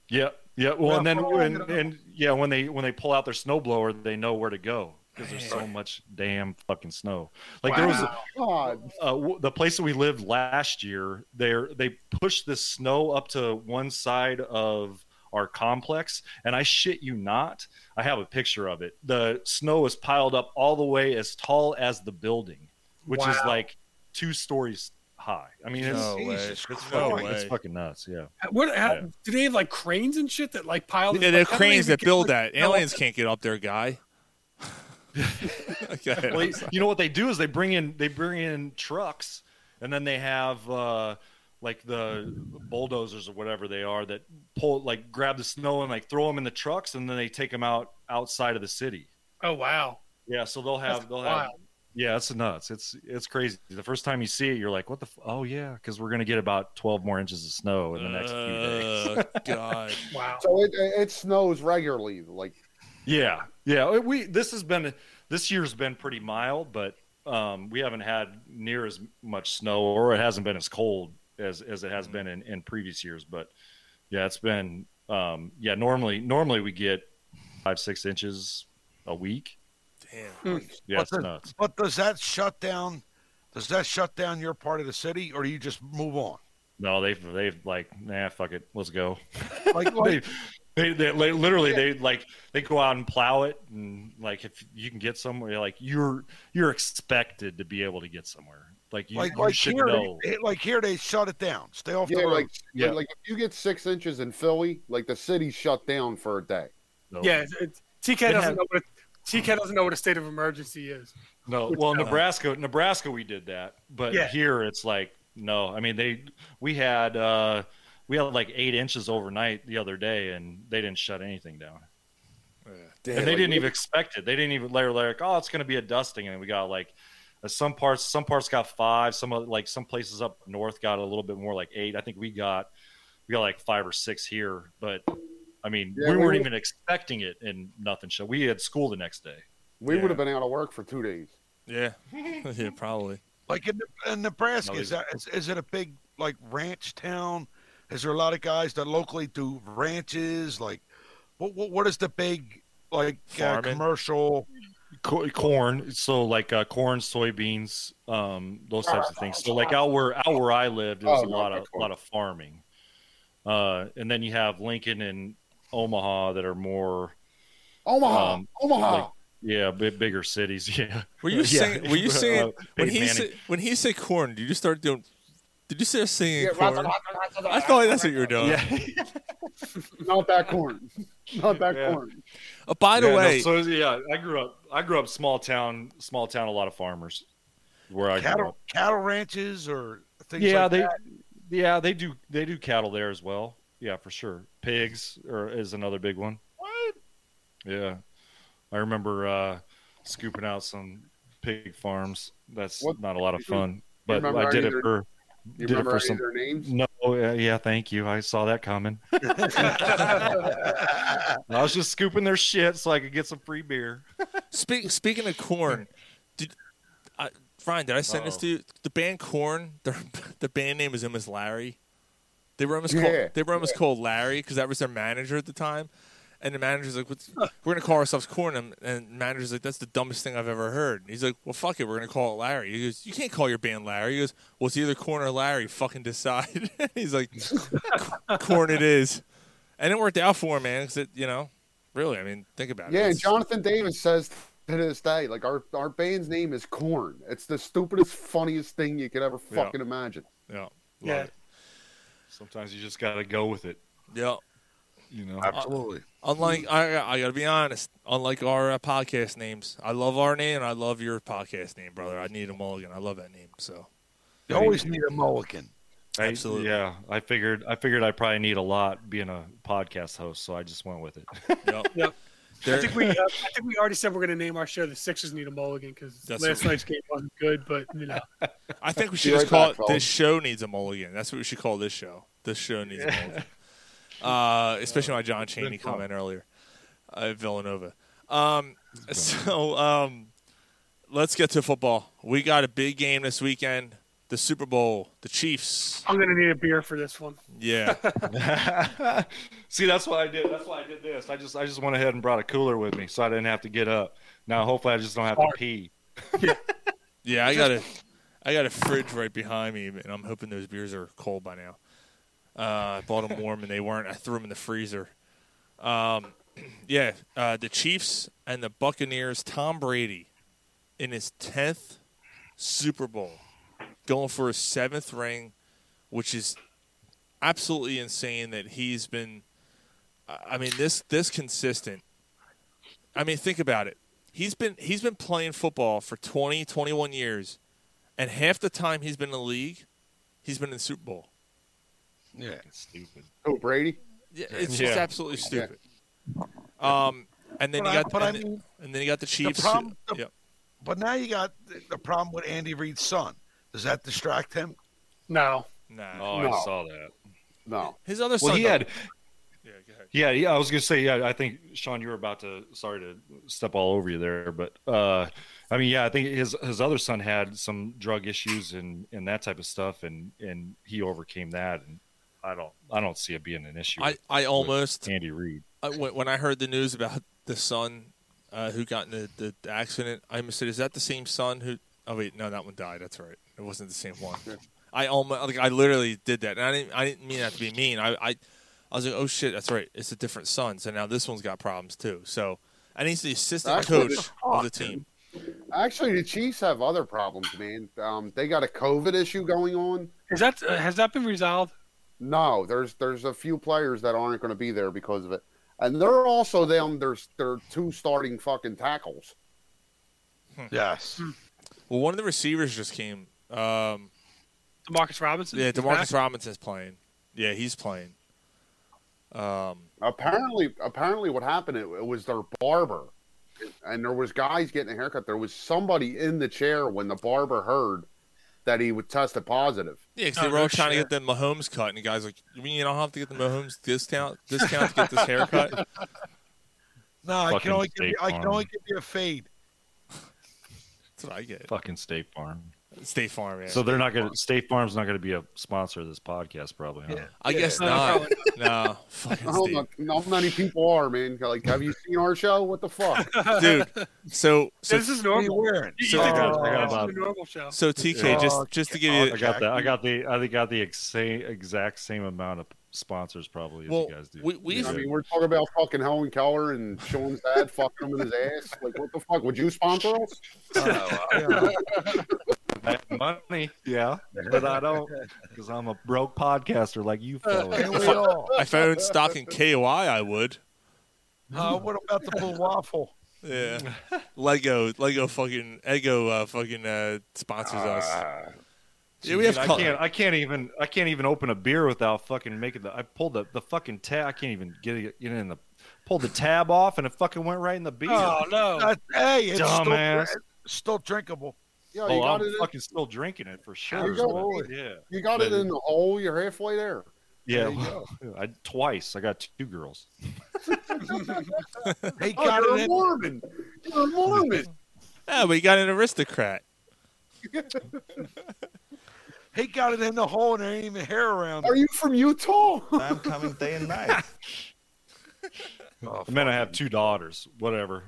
Speaker 13: Yeah, yeah. Well, and then
Speaker 9: Yeah.
Speaker 13: and, and yeah, when they when they pull out their snowblower, they know where to go because there's so much damn fucking snow. Like there was a-
Speaker 8: God.
Speaker 13: uh, w- the place that we lived last year. There they pushed this snow up to one side of our complex, and I shit you not, I have a picture of it. The snow is piled up all the way as tall as the building, which is
Speaker 7: Wow.
Speaker 13: like two stories high. I
Speaker 7: Oh,
Speaker 13: mean, it's,
Speaker 3: No way.
Speaker 13: it's,
Speaker 3: No
Speaker 13: fucking, it's
Speaker 3: way.
Speaker 13: fucking nuts. Yeah.
Speaker 7: What? How, Do they have like cranes and shit that like pile?
Speaker 3: Yeah,
Speaker 7: like,
Speaker 3: they're
Speaker 7: how do they
Speaker 3: cranes
Speaker 7: even
Speaker 3: that
Speaker 7: get,
Speaker 3: build
Speaker 7: like,
Speaker 3: that. Aliens can't get up there,
Speaker 7: [LAUGHS]
Speaker 3: guy. [LAUGHS] Okay.
Speaker 13: well, you know what they do is they bring in they bring in trucks, and then they have uh, like the bulldozers or whatever they are that pull like grab the snow and like throw them in the trucks, and then they take them out outside of the city.
Speaker 7: Oh wow.
Speaker 13: Yeah, so they'll have
Speaker 7: That's
Speaker 13: they'll have.
Speaker 7: wild.
Speaker 13: Yeah, it's nuts. It's it's crazy. The first time you see it, you're like, "What the? F- oh yeah," because we're gonna get about 12 more inches of snow Oh, in the next few days.
Speaker 3: Oh,
Speaker 13: [LAUGHS]
Speaker 3: God.
Speaker 7: Wow.
Speaker 8: So it, it it snows regularly. Like,
Speaker 13: Yeah, yeah. We this has been this year's been pretty mild, but um, we haven't had near as much snow, or it hasn't been as cold as as it has
Speaker 8: Mm-hmm.
Speaker 13: been in, in previous years. But yeah, it's been um, yeah. Normally, normally we get five six inches a week.
Speaker 8: Hmm.
Speaker 3: Damn.
Speaker 13: Yeah,
Speaker 9: but,
Speaker 13: it's
Speaker 9: does-
Speaker 13: nuts.
Speaker 9: but does that shut down? Does that shut down your part of the city, or do you just move on?
Speaker 13: No, they've they've like nah, fuck it, let's go. [LAUGHS]
Speaker 9: Like,
Speaker 13: they,
Speaker 9: like
Speaker 13: they, they, they literally they like they go out and plow it and like if you can get somewhere like you're you're expected to be able to get somewhere like you,
Speaker 9: like,
Speaker 13: you
Speaker 9: like
Speaker 13: should
Speaker 9: here,
Speaker 13: know
Speaker 9: they- like here, they shut it down. Stay off
Speaker 8: yeah,
Speaker 9: the road.
Speaker 8: like,
Speaker 13: Yeah.
Speaker 8: like, if you get six inches in Philly, like the city's shut down for a day.
Speaker 7: Yeah, it's- it's- TK
Speaker 13: They
Speaker 7: doesn't
Speaker 13: have-
Speaker 7: know what a, TK doesn't know what a state of emergency is.
Speaker 13: no well Nebraska Nebraska we did that but
Speaker 7: Yeah.
Speaker 13: here it's like no I mean they we had uh we had like eight inches overnight the other day and they didn't shut anything down and they didn't even expect it. They didn't even they were like, oh, it's gonna be a dusting, and we got like uh, some parts. Some parts got five. Some other- like some places up north got a little bit more, like eight. I think we got we got like five or six here, but I mean,
Speaker 8: Yeah,
Speaker 13: we,
Speaker 8: we
Speaker 13: weren't
Speaker 8: would-
Speaker 13: even expecting it, and nothing. So we had school the next day.
Speaker 8: We would have been out of work for two days.
Speaker 3: Yeah. yeah, [LAUGHS] probably.
Speaker 9: Like in, in Nebraska,
Speaker 13: No,
Speaker 9: is
Speaker 13: they-
Speaker 9: that is, is it a big like ranch town? Is there a lot of guys that locally do ranches? Like, what what, what is the big like uh,
Speaker 3: Farming?
Speaker 9: commercial
Speaker 13: co- corn. So like uh, corn, soybeans, um, those types of things. So like out where out where I lived, there's
Speaker 20: Oh,
Speaker 13: a
Speaker 20: no,
Speaker 13: lot
Speaker 20: okay,
Speaker 13: of
Speaker 20: cool.
Speaker 13: lot of farming. Uh, and then you have Lincoln and Omaha that are more
Speaker 20: Omaha,
Speaker 13: um,
Speaker 20: Omaha.
Speaker 13: like- yeah, big, bigger cities. Yeah.
Speaker 3: Were you
Speaker 13: Yeah.
Speaker 3: saying?
Speaker 13: [LAUGHS]
Speaker 3: Were you saying
Speaker 13: Uh,
Speaker 3: when
Speaker 13: Peyton
Speaker 3: he
Speaker 13: Manning.
Speaker 3: said, when he said corn? Did you start doing? Did you start singing
Speaker 20: Yeah,
Speaker 3: corn?
Speaker 20: Razzle,
Speaker 3: I thought that's what you were doing.
Speaker 13: Yeah.
Speaker 20: Not that
Speaker 8: [LAUGHS]
Speaker 20: corn. Not that
Speaker 13: Yeah.
Speaker 20: corn.
Speaker 3: Uh, by the
Speaker 13: Yeah, no,
Speaker 3: way,
Speaker 13: so yeah, I grew up. I grew up small town, small town. A lot of farmers where I grew
Speaker 9: cattle
Speaker 13: up.
Speaker 9: cattle ranches or things
Speaker 13: Yeah,
Speaker 9: like
Speaker 13: they
Speaker 9: that.
Speaker 13: yeah they do they do cattle there as well. Yeah, for sure. Pigs or is another big one.
Speaker 9: What?
Speaker 13: Yeah, I remember uh, scooping out some pig farms. That's
Speaker 20: What-
Speaker 13: not a lot of
Speaker 20: you
Speaker 13: fun, but
Speaker 20: remember
Speaker 13: I
Speaker 20: any
Speaker 13: did it
Speaker 20: of their-
Speaker 13: for.
Speaker 20: you
Speaker 13: did it
Speaker 20: remember
Speaker 13: for
Speaker 20: any of
Speaker 13: some-
Speaker 20: their names?
Speaker 13: No, uh, yeah, thank you. I saw that coming. I was just scooping their shit so I could get some free beer.
Speaker 3: Speak, speaking of corn, did I, Ryan? Did I send this
Speaker 13: Uh-oh.
Speaker 3: to you? The band Corn, their [LAUGHS] the band name is Ms. Larry. They were almost
Speaker 20: Yeah,
Speaker 3: called, they were almost
Speaker 20: yeah.
Speaker 3: called Larry because that was their manager at the time, and the manager's like, What's, "We're gonna call ourselves Corn," and, and the manager's like, "That's the dumbest thing I've ever heard." And he's like, "Well, fuck it, we're gonna call it Larry." He goes, "You can't call your band Larry." He goes, "Well, it's either Corn or Larry. Fucking decide." [LAUGHS] he's like, "Corn it is," and it worked out for him, man. Because it, you know, really, I mean, think about it.
Speaker 8: Yeah, and
Speaker 3: It's-
Speaker 8: Jonathan Davis says to this day, like our our band's name is Corn. It's the stupidest, funniest thing you could ever
Speaker 13: Yeah.
Speaker 8: fucking imagine.
Speaker 3: Yeah.
Speaker 13: Yeah. Sometimes you just got to go with it.
Speaker 3: Yeah.
Speaker 13: You know.
Speaker 9: Absolutely.
Speaker 3: Unlike I, I gotta be honest. Unlike our uh, podcast names, I love our name and I love your podcast name, brother. I need a mulligan. I love that name. So
Speaker 9: You always need a mulligan.
Speaker 13: I-
Speaker 3: Absolutely.
Speaker 13: yeah, I figured I figured I probably need a lot being a podcast host, so I just went with it.
Speaker 3: Yep.
Speaker 7: Yep. I
Speaker 13: There-
Speaker 7: think we, uh, I think we already said we're going to name our show "The Sixers Need a Mulligan" because
Speaker 3: That's
Speaker 7: last
Speaker 3: what-
Speaker 7: night's game wasn't good. But you know,
Speaker 3: I think we
Speaker 7: Be
Speaker 3: should
Speaker 7: right
Speaker 3: just call
Speaker 7: back,
Speaker 3: it
Speaker 7: Paul.
Speaker 3: "This Show Needs a Mulligan." That's what we should call this show. This show needs a mulligan. Uh, especially my John Cheney
Speaker 20: fun.
Speaker 3: comment earlier uh, at Villanova. Um, so um, let's get to football. We got a big game this weekend. The Super Bowl. The Chiefs.
Speaker 7: I'm going to need a beer for this one.
Speaker 3: Yeah.
Speaker 13: [LAUGHS] See, that's what I did. That's why I did this. I just I just went ahead and brought a cooler with me, so I didn't have to get up. Now, hopefully, I just don't have to pee.
Speaker 3: [LAUGHS] Yeah, I got a, I got a fridge right behind me, and I'm hoping those beers are cold by now. Uh, I bought them warm, and they weren't. I threw them in the freezer. Um, [CLEARS THROAT] yeah, uh, the Chiefs and the Buccaneers. Tom Brady, in his tenth Super Bowl, going for his seventh ring, which is absolutely insane that he's been. I I mean this this consistent I mean, think about it. He's been he's been playing football for 20, 21 years, and half the time he's been in the league, he's been in the Super Bowl.
Speaker 9: Yeah.
Speaker 13: Stupid.
Speaker 8: Oh, Brady.
Speaker 3: Yeah, it's just absolutely stupid. Um, and then
Speaker 9: But
Speaker 3: you
Speaker 9: I-
Speaker 3: got
Speaker 9: but I
Speaker 3: and, then-
Speaker 9: mean,
Speaker 3: and then you got the Chiefs. who-
Speaker 9: problem- the-
Speaker 3: yep.
Speaker 9: But now you got the- the problem with Andy Reid's son. Does that distract him?
Speaker 7: No.
Speaker 3: Nah.
Speaker 13: Oh,
Speaker 9: No.
Speaker 13: I saw that.
Speaker 8: No.
Speaker 3: His other
Speaker 13: Well,
Speaker 3: son.
Speaker 13: he
Speaker 3: though-
Speaker 13: had.
Speaker 3: yeah, go ahead.
Speaker 13: Yeah, yeah. I was gonna say. Yeah, I think Sean, you were about to. Sorry to step all over you there, but uh, I mean, yeah, I think his his other son had some drug issues and and that type of stuff, and and he overcame that. And I don't I don't see it being an issue.
Speaker 3: I-
Speaker 13: with-
Speaker 3: I
Speaker 13: with
Speaker 3: almost-
Speaker 13: Andy Reid.
Speaker 3: I, when, when I heard the news about the son uh, who got in the, the, the accident, I almost said, "Is that the same son who?" Oh wait, no, that one died. That's right. It wasn't the same one. I almost like I literally did that, and I didn't. I didn't mean that to be mean. I, I, I was like, "Oh shit, that's right. It's a different son." So now this one's got problems too. So, and he's the assistant
Speaker 8: Actually,
Speaker 3: coach
Speaker 8: the-
Speaker 3: of the team.
Speaker 8: Actually, the Chiefs have other problems, man. Um, they got a COVID issue going on.
Speaker 7: Is that uh, has that been resolved?
Speaker 8: No, there's there's a few players that aren't going to be there because of it, and they're also down their their two starting fucking tackles.
Speaker 9: Yes.
Speaker 3: Well, one of the receivers just came. Um,
Speaker 7: Demarcus Robinson.
Speaker 3: yeah,
Speaker 7: He's
Speaker 3: Demarcus
Speaker 7: back?
Speaker 3: Robinson's playing. Yeah, he's playing. Um,
Speaker 8: Apparently, apparently, what happened it, it was their barber, and there was guys getting a haircut. There was somebody in the chair when the barber heard that he would test it positive.
Speaker 3: Yeah, 'cause they were all trying to get the Mahomes cut, and the guy's like, "You mean you don't have to get the Mahomes discount discount to get this
Speaker 7: [LAUGHS]
Speaker 3: haircut?"
Speaker 9: No, I
Speaker 13: Fucking
Speaker 9: can only give you, I can
Speaker 13: Saquon.
Speaker 9: only give you a fade.
Speaker 3: That's what I get.
Speaker 13: Fucking State Farm.
Speaker 3: State Farm. Yeah.
Speaker 13: So they're not gonna State Farm's not gonna be a sponsor of this podcast, probably. Huh?
Speaker 3: I guess
Speaker 7: No,
Speaker 3: not.
Speaker 7: [LAUGHS] probably
Speaker 3: No, fucking
Speaker 8: I don't
Speaker 3: Steve.
Speaker 8: know how many people are, man. Like, have you seen our show? What
Speaker 3: [LAUGHS]
Speaker 8: the fuck?
Speaker 7: [LAUGHS]
Speaker 3: dude. So, so
Speaker 7: This is normal.
Speaker 8: What are you wearing?
Speaker 7: You- you
Speaker 3: So-
Speaker 7: think
Speaker 3: I
Speaker 7: that's-
Speaker 3: got- I got
Speaker 7: that's
Speaker 13: about-
Speaker 7: the normal show.
Speaker 3: So TK, just just to give you,
Speaker 13: Oh, I got that. I got the. I got the exa- exact same amount of sponsors probably as
Speaker 8: Well,
Speaker 13: you guys do.
Speaker 3: we-
Speaker 8: I mean, we're talking about fucking Helen Keller and Sean's dad fucking him in his ass. Like, what the fuck? Would you sponsor us?
Speaker 9: Oh,
Speaker 13: I have money, yeah, but I don't because I'm a broke podcaster like you fellas.
Speaker 3: if I owned stock in KOI, I would.
Speaker 9: Uh, what about the blue waffle?
Speaker 3: Yeah,
Speaker 7: [LAUGHS]
Speaker 3: Lego, Lego, fucking Ego, uh, fucking uh, sponsors
Speaker 7: Uh,
Speaker 3: us. Yeah, we
Speaker 13: Dude,
Speaker 3: have.
Speaker 13: I
Speaker 3: col-
Speaker 13: can't. I can't even. I can't even open a beer without fucking making the. I pulled the the fucking tab. I can't even get it get it in the. Pulled the tab off and it fucking went right in the beer.
Speaker 7: Oh no!
Speaker 9: Uh, hey, it's still,
Speaker 13: Dumbass.
Speaker 9: dri- still drinkable.
Speaker 8: Yeah, you
Speaker 13: oh,
Speaker 8: got
Speaker 13: I'm
Speaker 8: it. in-
Speaker 13: fucking still drinking it for sure.
Speaker 8: you got,
Speaker 13: but- yeah,
Speaker 8: you got it
Speaker 13: But-
Speaker 8: in the hole. You're halfway there.
Speaker 13: Yeah,
Speaker 8: There you go.
Speaker 13: I, twice. I got two girls.
Speaker 9: They
Speaker 8: Oh,
Speaker 9: got
Speaker 8: you're
Speaker 9: it
Speaker 8: a
Speaker 9: in-
Speaker 8: Mormon. You're a Mormon.
Speaker 3: Yeah, but you got an aristocrat.
Speaker 9: He got it in the hole, and there ain't even hair around.
Speaker 8: Are you
Speaker 13: [LAUGHS]
Speaker 8: from Utah?
Speaker 21: I'm coming day and night.
Speaker 9: Oh,
Speaker 13: And then I have two daughters. Whatever.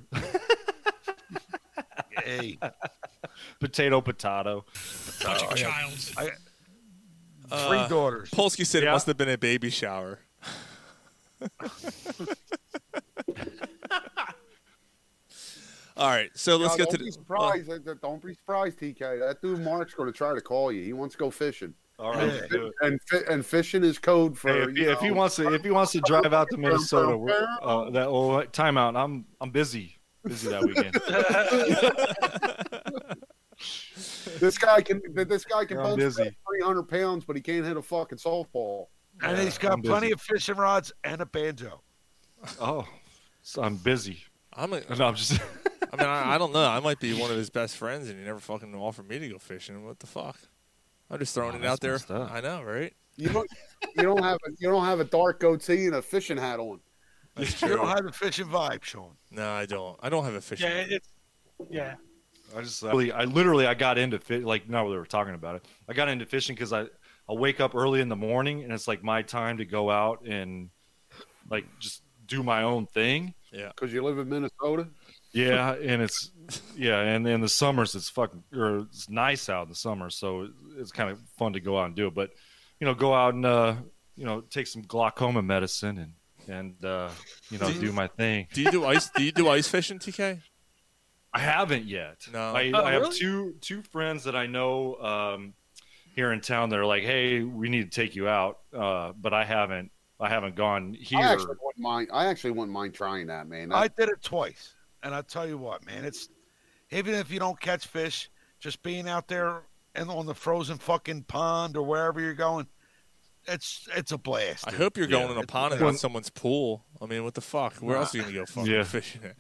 Speaker 13: [LAUGHS]
Speaker 9: hey,
Speaker 13: potato, potato.
Speaker 9: Bunch of child. I, three
Speaker 3: [LAUGHS] Uh,
Speaker 9: daughters.
Speaker 3: Polsky said it
Speaker 13: Yeah.
Speaker 3: must have been a baby
Speaker 13: [LAUGHS]
Speaker 3: shower. All right, so let's get
Speaker 8: Yeah, don't
Speaker 3: to
Speaker 8: be
Speaker 13: uh,
Speaker 3: the.
Speaker 8: surprised. That- don't be surprised, TK. That dude Mark's going to try to call you. He wants to go fishing.
Speaker 13: All right,
Speaker 8: And,
Speaker 13: let's do it.
Speaker 8: and, fi- and fishing is code for
Speaker 13: Hey, if,
Speaker 8: you
Speaker 13: if he
Speaker 8: know,
Speaker 13: wants to, if he wants to drive out to Minnesota, we're, uh, that oh, timeout. I'm I'm busy, busy that weekend.
Speaker 8: [LAUGHS] this guy can this guy can
Speaker 13: I'm
Speaker 8: punch
Speaker 13: busy.
Speaker 8: three hundred pounds, but he can't hit a fucking softball.
Speaker 9: and he's got plenty of fishing rods and a banjo.
Speaker 13: Oh, so I'm busy.
Speaker 3: uh, I'm a,
Speaker 13: No, I'm just.
Speaker 3: I mean, I, I don't know. I might be one of his best friends, and he never fucking offered me to go fishing. What the fuck? I'm just throwing
Speaker 13: Wow,
Speaker 3: it out
Speaker 13: that's
Speaker 3: there.
Speaker 13: messed up.
Speaker 3: I know, right?
Speaker 8: You don't you don't have a, you don't have a dark goatee and a fishing hat on.
Speaker 3: That's
Speaker 9: You
Speaker 3: true.
Speaker 9: don't have the fishing vibe, Sean.
Speaker 3: no, I don't. I don't have a fishing.
Speaker 7: Yeah, it's yeah.
Speaker 13: I just really, I literally, I got into fi- like now we were talking about it. I got into fishing because I I wake up early in the morning and it's like my time to go out and like just do my own thing.
Speaker 3: Yeah.
Speaker 8: Because you live in Minnesota.
Speaker 13: Yeah, and it's yeah, and in the summers it's fucking or it's nice out in the summer, so it's kind of fun to go out and do it. But you know, go out and uh, you know take some glaucoma medicine and and uh, you know
Speaker 3: Do you-
Speaker 13: do my thing.
Speaker 3: Do you do ice? Do you do ice fishing, TK?
Speaker 13: I haven't yet.
Speaker 3: No.
Speaker 13: I,
Speaker 3: Oh,
Speaker 13: I have
Speaker 3: really?
Speaker 13: two two friends that I know um, here in town that are like, "Hey, we need to take you out," uh, but I haven't. I haven't gone here.
Speaker 8: I actually wouldn't mind. I actually wouldn't mind trying that, man.
Speaker 9: I
Speaker 8: That-
Speaker 9: did it twice, and I tell you what, man, it's even if you don't catch fish, just being out there and on the frozen fucking pond or wherever you're going, it's it's a blast.
Speaker 3: I
Speaker 9: dude.
Speaker 3: hope you're going in a
Speaker 9: It's
Speaker 3: pond and
Speaker 9: blast.
Speaker 3: not someone's pool. I mean, what the fuck? Where else are you gonna go fucking
Speaker 13: Yeah.
Speaker 3: fishing? At?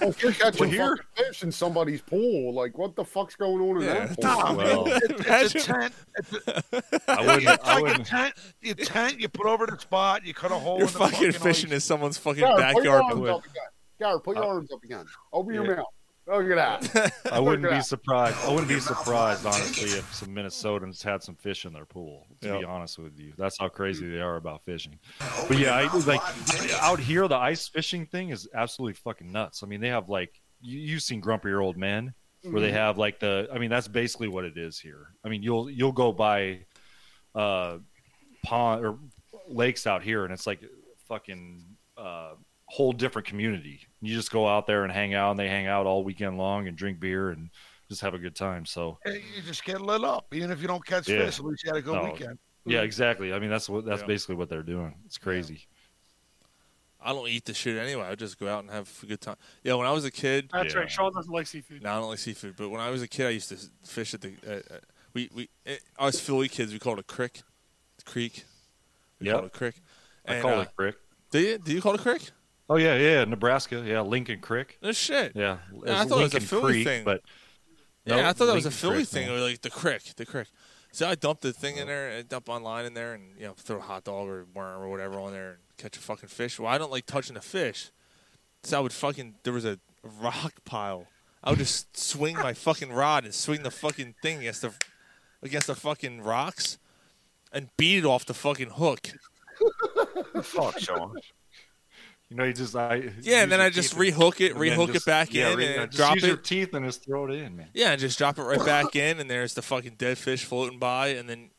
Speaker 8: well, if
Speaker 3: [LAUGHS]
Speaker 8: you're catching
Speaker 13: Well, here-
Speaker 8: fucking fish in somebody's pool. Like, what the fuck's going on in
Speaker 3: Yeah.
Speaker 8: that pool?
Speaker 9: No,
Speaker 13: Well-
Speaker 9: man,
Speaker 3: [LAUGHS]
Speaker 9: it's, it's a tent. It's, a,
Speaker 13: I
Speaker 9: it's
Speaker 13: wouldn't. I
Speaker 9: like a
Speaker 13: wouldn't.
Speaker 9: tent. You tent. You put over the spot. You cut a hole.
Speaker 3: You're
Speaker 9: in the
Speaker 3: fucking
Speaker 9: fucking
Speaker 3: fishing in someone's fucking
Speaker 8: Garrett, put your
Speaker 3: backyard.
Speaker 8: arms
Speaker 3: pool.
Speaker 8: up again. Garrett, put your arms up again. Open your
Speaker 13: Uh, Yeah.
Speaker 8: mouth. Look at that.
Speaker 13: [LAUGHS] I wouldn't
Speaker 8: Look at
Speaker 13: be
Speaker 8: that.
Speaker 13: surprised. I wouldn't be surprised, honestly, if some Minnesotans had some fish in their pool. To be
Speaker 3: Yeah.
Speaker 13: honest with you, that's how crazy they are about fishing. But yeah, I, like out here, the ice fishing thing is absolutely fucking nuts. I mean, they have like you, you've seen grumpier old men where they have like the. I mean, that's basically what it is here. I mean, you'll you'll go by uh, pond or lakes out here, and it's like fucking uh, whole different community. You just go out there and hang out, and they hang out all weekend long and drink beer and just have a good time. So
Speaker 9: And You just get lit up, even if you don't catch
Speaker 13: Yeah.
Speaker 9: fish. At least you had a good
Speaker 13: No. [LAUGHS]
Speaker 9: weekend.
Speaker 13: yeah, exactly. I mean, that's what that's
Speaker 3: Mm-hmm. Yeah.
Speaker 13: basically what they're doing. It's crazy.
Speaker 3: I don't eat the shit anyway. I just go out and have a good time. Yeah, when I was a kid,
Speaker 7: That's
Speaker 13: Yeah.
Speaker 7: right. Sean doesn't like seafood.
Speaker 3: No, I don't like seafood. But when I was a kid, I used to s- fish at the. Uh, uh, we we uh, us Philly kids, we called it a creek, creek. We
Speaker 13: Yep.
Speaker 3: called it a creek.
Speaker 13: I
Speaker 3: And,
Speaker 13: call
Speaker 3: uh,
Speaker 13: it Crick.
Speaker 3: Do you do you call it a creek?
Speaker 13: Oh yeah, yeah, Nebraska. Yeah, Lincoln Crick.
Speaker 3: No shit.
Speaker 13: Yeah,
Speaker 3: I thought it was a
Speaker 13: Lincoln
Speaker 3: Philly
Speaker 13: Creek,
Speaker 3: thing.
Speaker 13: but
Speaker 3: Yeah,
Speaker 13: no,
Speaker 3: I thought that was a
Speaker 13: Lincoln
Speaker 3: Philly
Speaker 13: Creek,
Speaker 3: thing.
Speaker 13: no.
Speaker 3: It was like the crick, the crick. So I dumped the thing in there, and dump online in there, and you know throw a hot dog or worm or whatever on there and catch a fucking fish. Well, I don't like touching the fish, so I would fucking there was a rock pile. I would just swing my fucking rod and swing the fucking thing against the against the fucking rocks, and beat it off the fucking hook.
Speaker 9: Fuck, Sean.
Speaker 13: You know, you just I
Speaker 3: Yeah, and then I just rehook it, rehook it back in,
Speaker 13: re-
Speaker 3: and
Speaker 13: uh, just
Speaker 3: drop
Speaker 13: use your
Speaker 3: it.
Speaker 13: teeth and just throw it in, man.
Speaker 3: Yeah, and just drop it right back in, and there's the fucking dead fish floating by, and then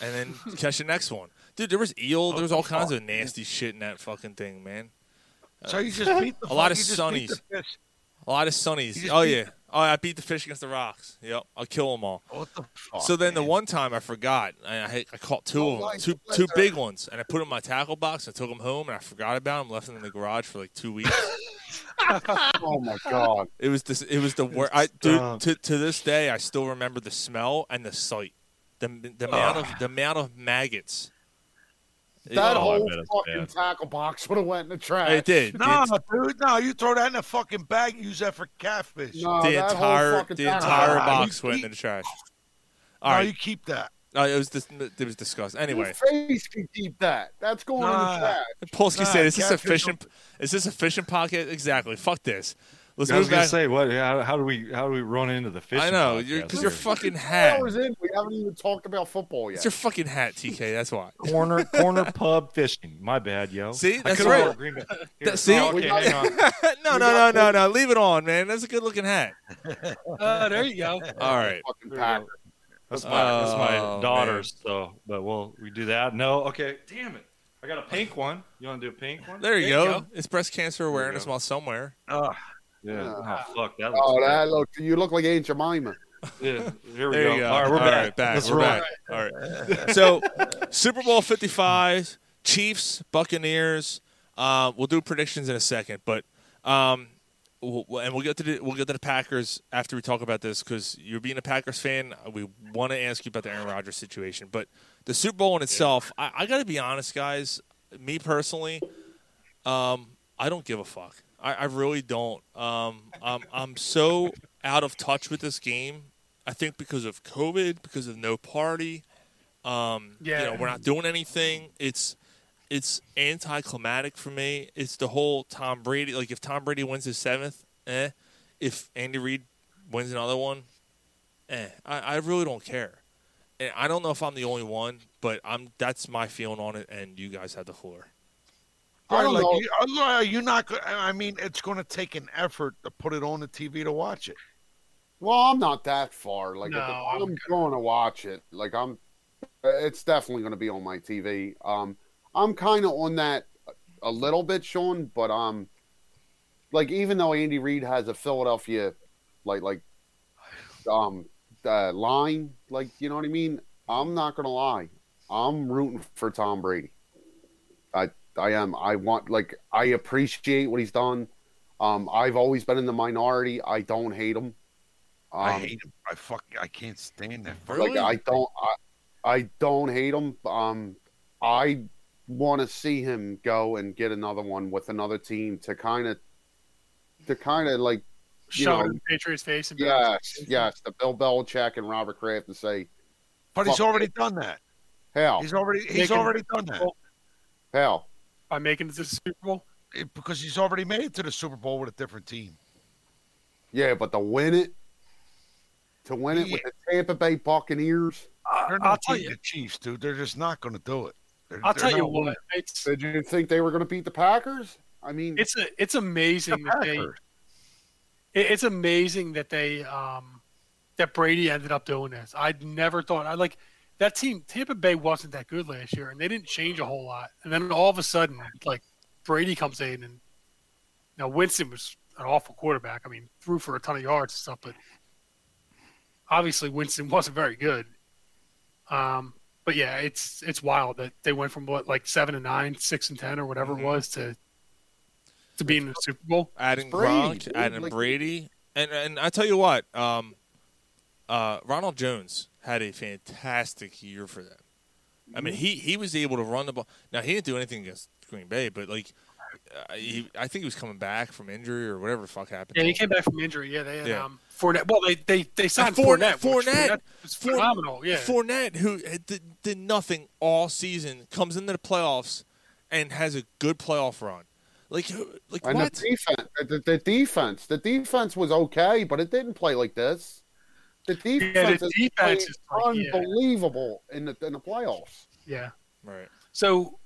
Speaker 3: and
Speaker 9: [LAUGHS]
Speaker 3: then catch the next one. Dude, there was eel. There was all kinds of nasty shit in that fucking thing, man.
Speaker 9: [LAUGHS] So you just beat the
Speaker 3: a lot
Speaker 9: fuck-
Speaker 3: of
Speaker 9: you just beat
Speaker 3: sunnies,
Speaker 9: the fish.
Speaker 3: a lot of sunnies.
Speaker 9: just
Speaker 3: Oh
Speaker 9: beat
Speaker 3: yeah, oh I beat the fish against the rocks. Yep, I'll kill them all.
Speaker 9: What the fuck? Oh,
Speaker 3: so then the one time I forgot, I, I, had- I caught two of them,
Speaker 9: like
Speaker 3: two
Speaker 9: the
Speaker 3: two
Speaker 9: weather.
Speaker 3: big ones, and I put them in my tackle box. I took them home, and I forgot about them, left them in the garage for like two weeks.
Speaker 8: oh my
Speaker 3: [LAUGHS]
Speaker 8: god!
Speaker 3: It was this. It was the worst. I dude, to to this day, I still remember the smell and the sight, the the amount of the amount of maggots.
Speaker 8: That
Speaker 3: Oh, I
Speaker 8: whole
Speaker 3: bet it's
Speaker 8: fucking
Speaker 3: bad.
Speaker 8: tackle box would have went in the trash.
Speaker 3: It did.
Speaker 9: No, dude, no, you throw that in a fucking bag and use that for catfish.
Speaker 8: No,
Speaker 3: the
Speaker 8: that whole
Speaker 3: entire
Speaker 8: fucking
Speaker 3: the
Speaker 8: tackle
Speaker 3: entire
Speaker 8: box.
Speaker 3: box went in the trash. All
Speaker 9: no,
Speaker 3: right,
Speaker 9: you keep that.
Speaker 3: Uh, it was dis- it was disgusting. Anyway,
Speaker 8: Your face can keep that. That's going in
Speaker 9: Nah.
Speaker 8: the trash.
Speaker 3: Polsky
Speaker 9: Nah,
Speaker 3: said, "Is this a
Speaker 9: catfish
Speaker 3: fishing? Is this a fishing pocket? Exactly. Fuck this. Let's
Speaker 13: I was
Speaker 3: move
Speaker 13: gonna
Speaker 3: back.
Speaker 13: say what? How, how do we? How do we run into the fish?
Speaker 3: I know you're because your fucking hat.
Speaker 8: Hours in, we haven't even talked about football yet.
Speaker 3: It's your fucking hat, TK. That's why.
Speaker 13: [LAUGHS] corner corner pub fishing. My bad, yo.
Speaker 3: See,
Speaker 13: I
Speaker 3: that's
Speaker 13: could've
Speaker 3: right.
Speaker 13: wore Green Bay.
Speaker 3: [LAUGHS]
Speaker 13: Here,
Speaker 3: That- see,
Speaker 13: oh, okay, hang on.
Speaker 3: [LAUGHS] no, no, no, no, no. Leave it on, man. That's a good looking hat.
Speaker 7: [LAUGHS] Uh, there you go.
Speaker 3: All right. [LAUGHS]
Speaker 8: Fucking Packer.
Speaker 13: That's my, that's
Speaker 3: Oh,
Speaker 13: my daughter's. So, but we'll we do that. No, okay. Damn it! I got a pink one. You want to do a pink one?
Speaker 3: There you go. It's breast cancer awareness
Speaker 13: go.
Speaker 3: month somewhere.
Speaker 9: Uh,
Speaker 13: Yeah. Oh, fuck that. Looks
Speaker 8: Oh,
Speaker 13: good.
Speaker 8: that look! You look like Aunt Jemima.
Speaker 13: Yeah. Here we
Speaker 3: There
Speaker 13: go.
Speaker 3: you go.
Speaker 13: All right, we're
Speaker 3: All
Speaker 13: back.
Speaker 3: right, back.
Speaker 13: Let's
Speaker 3: We're
Speaker 13: roll.
Speaker 3: back. All right. So, Super Bowl 55, Chiefs, Buccaneers. Uh, we'll do predictions in a second, but um, we'll, we'll- and we'll get to the, we'll get to the Packers after we talk about this because you're being a Packers fan. uh, We want to ask you about the Aaron Rodgers situation, but the Super Bowl in itself, I, I got to be honest, guys. Me personally, um, I don't give a fuck. I, I really don't. Um, I'm, I'm so out of touch with this game. I think because of COVID, because of no party. Um,
Speaker 7: Yeah.
Speaker 3: You know, we're not doing anything. It's it's anticlimactic for me. It's the whole Tom Brady. Like if Tom Brady wins his seventh, eh. If Andy Reid wins another one, eh. I, I really don't care. And I don't know if I'm the only one, but I'm. That's my feeling on it. And you guys have the floor.
Speaker 9: I
Speaker 8: don't
Speaker 9: like
Speaker 8: know.
Speaker 9: you. I- Are you not? go- I mean, it's going to take an effort to put it on the TV to watch it.
Speaker 8: Well, I'm not that far. Like,
Speaker 7: No,
Speaker 8: if
Speaker 7: I'm
Speaker 8: I'm, going to watch it. Like, I'm. It's definitely going to be on my TV. Um, I'm kind of on that a little bit, Sean, but um, like even though Andy Reid has a Philadelphia, like like, um, uh, line, like you know what I mean. I'm not going to lie. I'm rooting for Tom Brady. I I am. I want like I appreciate what he's done. Um, I've always been in the minority. I don't hate him. Um,
Speaker 9: I hate him. I fuck. I can't stand that. fuck-
Speaker 8: like I don't, I, I don't hate him. Um, I want to see him go and get another one with another team to kind of, to kind of like, you
Speaker 7: Shove it
Speaker 8: know,
Speaker 7: in the Patriots' face. And be like,
Speaker 8: yes, yes, the Bill Belichick and Robert Kraft and say,
Speaker 9: But he's
Speaker 8: fuck
Speaker 9: already done that.
Speaker 8: hell,
Speaker 9: He's already. He's
Speaker 7: Making-
Speaker 9: already done that
Speaker 8: hell,
Speaker 7: By making it to the Super Bowl.
Speaker 9: It- eh, because he's already made it to the Super Bowl with a different team.
Speaker 8: yeah, but to win it, to win it with the Tampa Bay Buccaneers.
Speaker 9: They're
Speaker 7: I'll
Speaker 9: not
Speaker 7: tell
Speaker 9: beating
Speaker 7: you.
Speaker 9: the Chiefs, dude. They're just not going to do it. They're-
Speaker 7: I'll
Speaker 9: they're
Speaker 7: tell you
Speaker 9: not
Speaker 7: what.
Speaker 9: winning.
Speaker 7: It's
Speaker 8: Did you think they were going to beat the Packers? I mean,
Speaker 7: it's a, it's amazing that they
Speaker 9: Packers.
Speaker 7: it, it's amazing that they um that Brady ended up doing this. I'd never thought I like that team Tampa Bay wasn't that good last year and they didn't change a whole lot. And then all of a sudden like Brady comes in and now Winston was an awful quarterback. I mean, threw for a ton of yards and stuff, but obviously Winston [LAUGHS] wasn't very good. Um but yeah, it's it's wild that they went from what like seven and nine, six and ten, or whatever it was, to to being in the Super Bowl.
Speaker 3: adding
Speaker 8: Brady,
Speaker 3: Gronk,
Speaker 8: dude,
Speaker 3: adding
Speaker 8: like-
Speaker 3: Brady, and and I tell you what, um, uh, Ronald Jones had a fantastic year for them. I
Speaker 8: Mm-hmm.
Speaker 3: mean, he he was able to run the ball. Now he didn't do anything against Green Bay, but like, uh, he, I think he was coming back from injury or whatever the fuck happened.
Speaker 7: Yeah,
Speaker 3: to
Speaker 7: he
Speaker 3: him.
Speaker 7: came back from injury. Yeah, they had
Speaker 3: Yeah.
Speaker 7: um Fournette. Well, they they they signed
Speaker 3: And Fournette-
Speaker 7: Fournette. which
Speaker 3: Fournette-
Speaker 7: was
Speaker 3: Four-
Speaker 7: phenomenal. Yeah,
Speaker 3: Fournette, who had- did, did nothing all season, comes into the playoffs and has a good playoff run. Like, who- like
Speaker 8: And
Speaker 3: what?
Speaker 8: the defense, the, the defense, the defense was okay, but it didn't play like this. The defense, has
Speaker 7: defense
Speaker 8: played
Speaker 7: is like, yeah.
Speaker 8: unbelievable in the in the playoffs.
Speaker 7: yeah.
Speaker 3: Right.
Speaker 7: So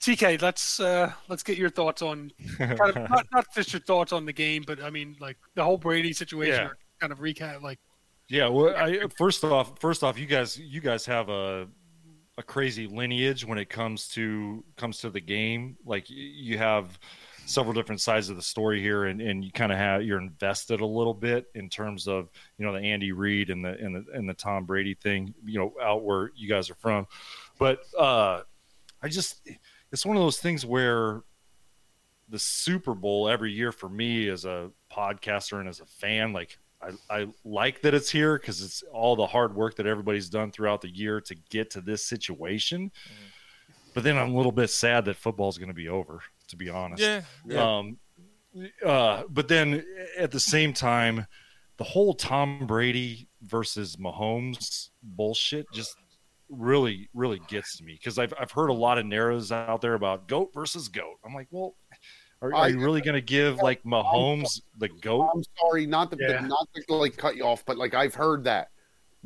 Speaker 7: TK, let's uh, let's get your thoughts on kind of, not not just your thoughts on the game, but I mean like the whole Brady situation.
Speaker 13: Yeah.
Speaker 7: or Kind of recap, like
Speaker 13: Yeah. Well, I, first off, first off, you guys, you guys have a a crazy lineage when it comes to comes to the game. Like y- you have several different sides of the story here, and, and you kind of have you're invested a little bit in terms of you know the Andy Reid and the and the and the Tom Brady thing. You know, out where you guys are from, but uh, I just it's one of those things where the Super Bowl every year for me as a podcaster and as a fan, like I, I like that it's here because it's all the hard work that everybody's done throughout the year to get to this situation. But then I'm a little bit sad that football's going to be over, to be honest.
Speaker 3: Yeah, yeah.
Speaker 13: Um, uh, but then at the same time, the whole Tom Brady versus Mahomes bullshit just really, really gets to me because I've, I've heard a lot of narratives out there about goat versus goat. I'm like, well, are, are you really going to give like Mahomes the goat?
Speaker 8: I'm sorry, not to
Speaker 13: Yeah.
Speaker 8: not to like cut you off, but like I've heard that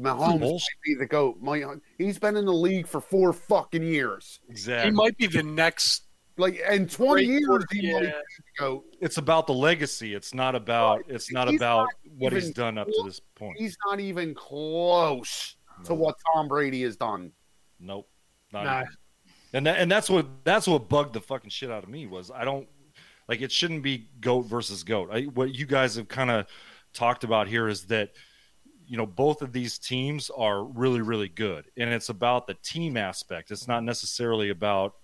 Speaker 8: Mahomes might
Speaker 13: Bullshit.
Speaker 8: be the goat. My, he's been in the league for four fucking years.
Speaker 13: Exactly. He
Speaker 7: might be the next.
Speaker 8: Like in twenty years, he might.
Speaker 7: Yeah.
Speaker 13: It's about the legacy. It's not about. It's not
Speaker 8: he's
Speaker 13: about
Speaker 8: not
Speaker 13: what he's
Speaker 8: even
Speaker 13: done up to
Speaker 8: close.
Speaker 13: this point.
Speaker 8: He's not even close to what Tom Brady has done.
Speaker 13: Nope. Not
Speaker 8: Nah.
Speaker 13: even. And that, and that's what that's what bugged the fucking shit out of me was I don't like it shouldn't be goat versus goat. I, what you guys have kind of talked about here is that you know both of these teams are really really good and it's about the team aspect. It's not necessarily about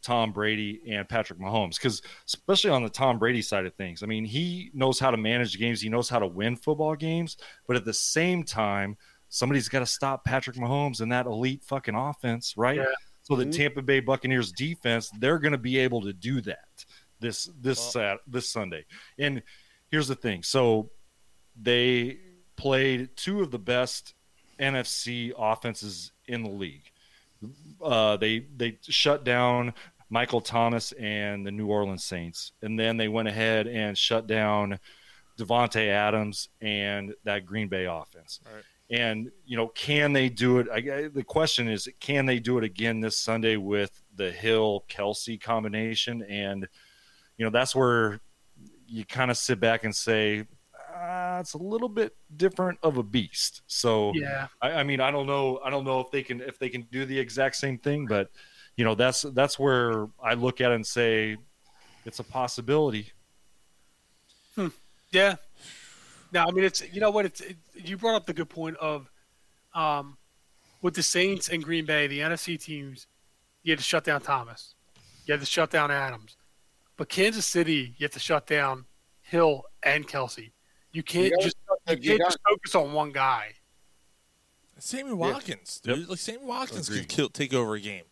Speaker 13: Tom Brady and Patrick Mahomes cuz especially on the Tom Brady side of things. I mean, he knows how to manage games, he knows how to win football games, but at the same time, somebody's got to stop Patrick Mahomes and that elite fucking offense, right?
Speaker 7: Yeah.
Speaker 13: So
Speaker 8: Mm-hmm.
Speaker 13: the Tampa Bay Buccaneers defense, they're going to be able to do that this this Sat- this Sunday. And here's the thing. So they played two of the best NFC offenses in the league. Uh, they they shut down Michael Thomas and the New Orleans Saints, and then they went ahead and shut down Devonte Adams and that Green Bay offense. And you know, can they do it? I, I- the question is, can they do it again this Sunday with the Hill Kelsey combination? And you know, that's where you kind of sit back and say, uh, it's a little bit different of a beast. So
Speaker 7: Yeah.
Speaker 13: I, I mean, I don't know, I don't know if they can if they can do the exact same thing, but you know, that's that's where I look at it and say it's a possibility.
Speaker 7: Hmm. Yeah. No, I mean it's you know what it's it, you brought up the good point of um with the Saints and Green Bay, the NFC teams, you had to shut down Thomas. You had to shut down Adams. But Kansas City, you have to shut down Hill and Kelsey. You can't
Speaker 8: gotta
Speaker 7: just you
Speaker 8: shut-
Speaker 7: can't
Speaker 8: you
Speaker 7: just focus on one guy.
Speaker 3: Sammy Watkins, dude. Like Sammy Watkins could kill, take over a game.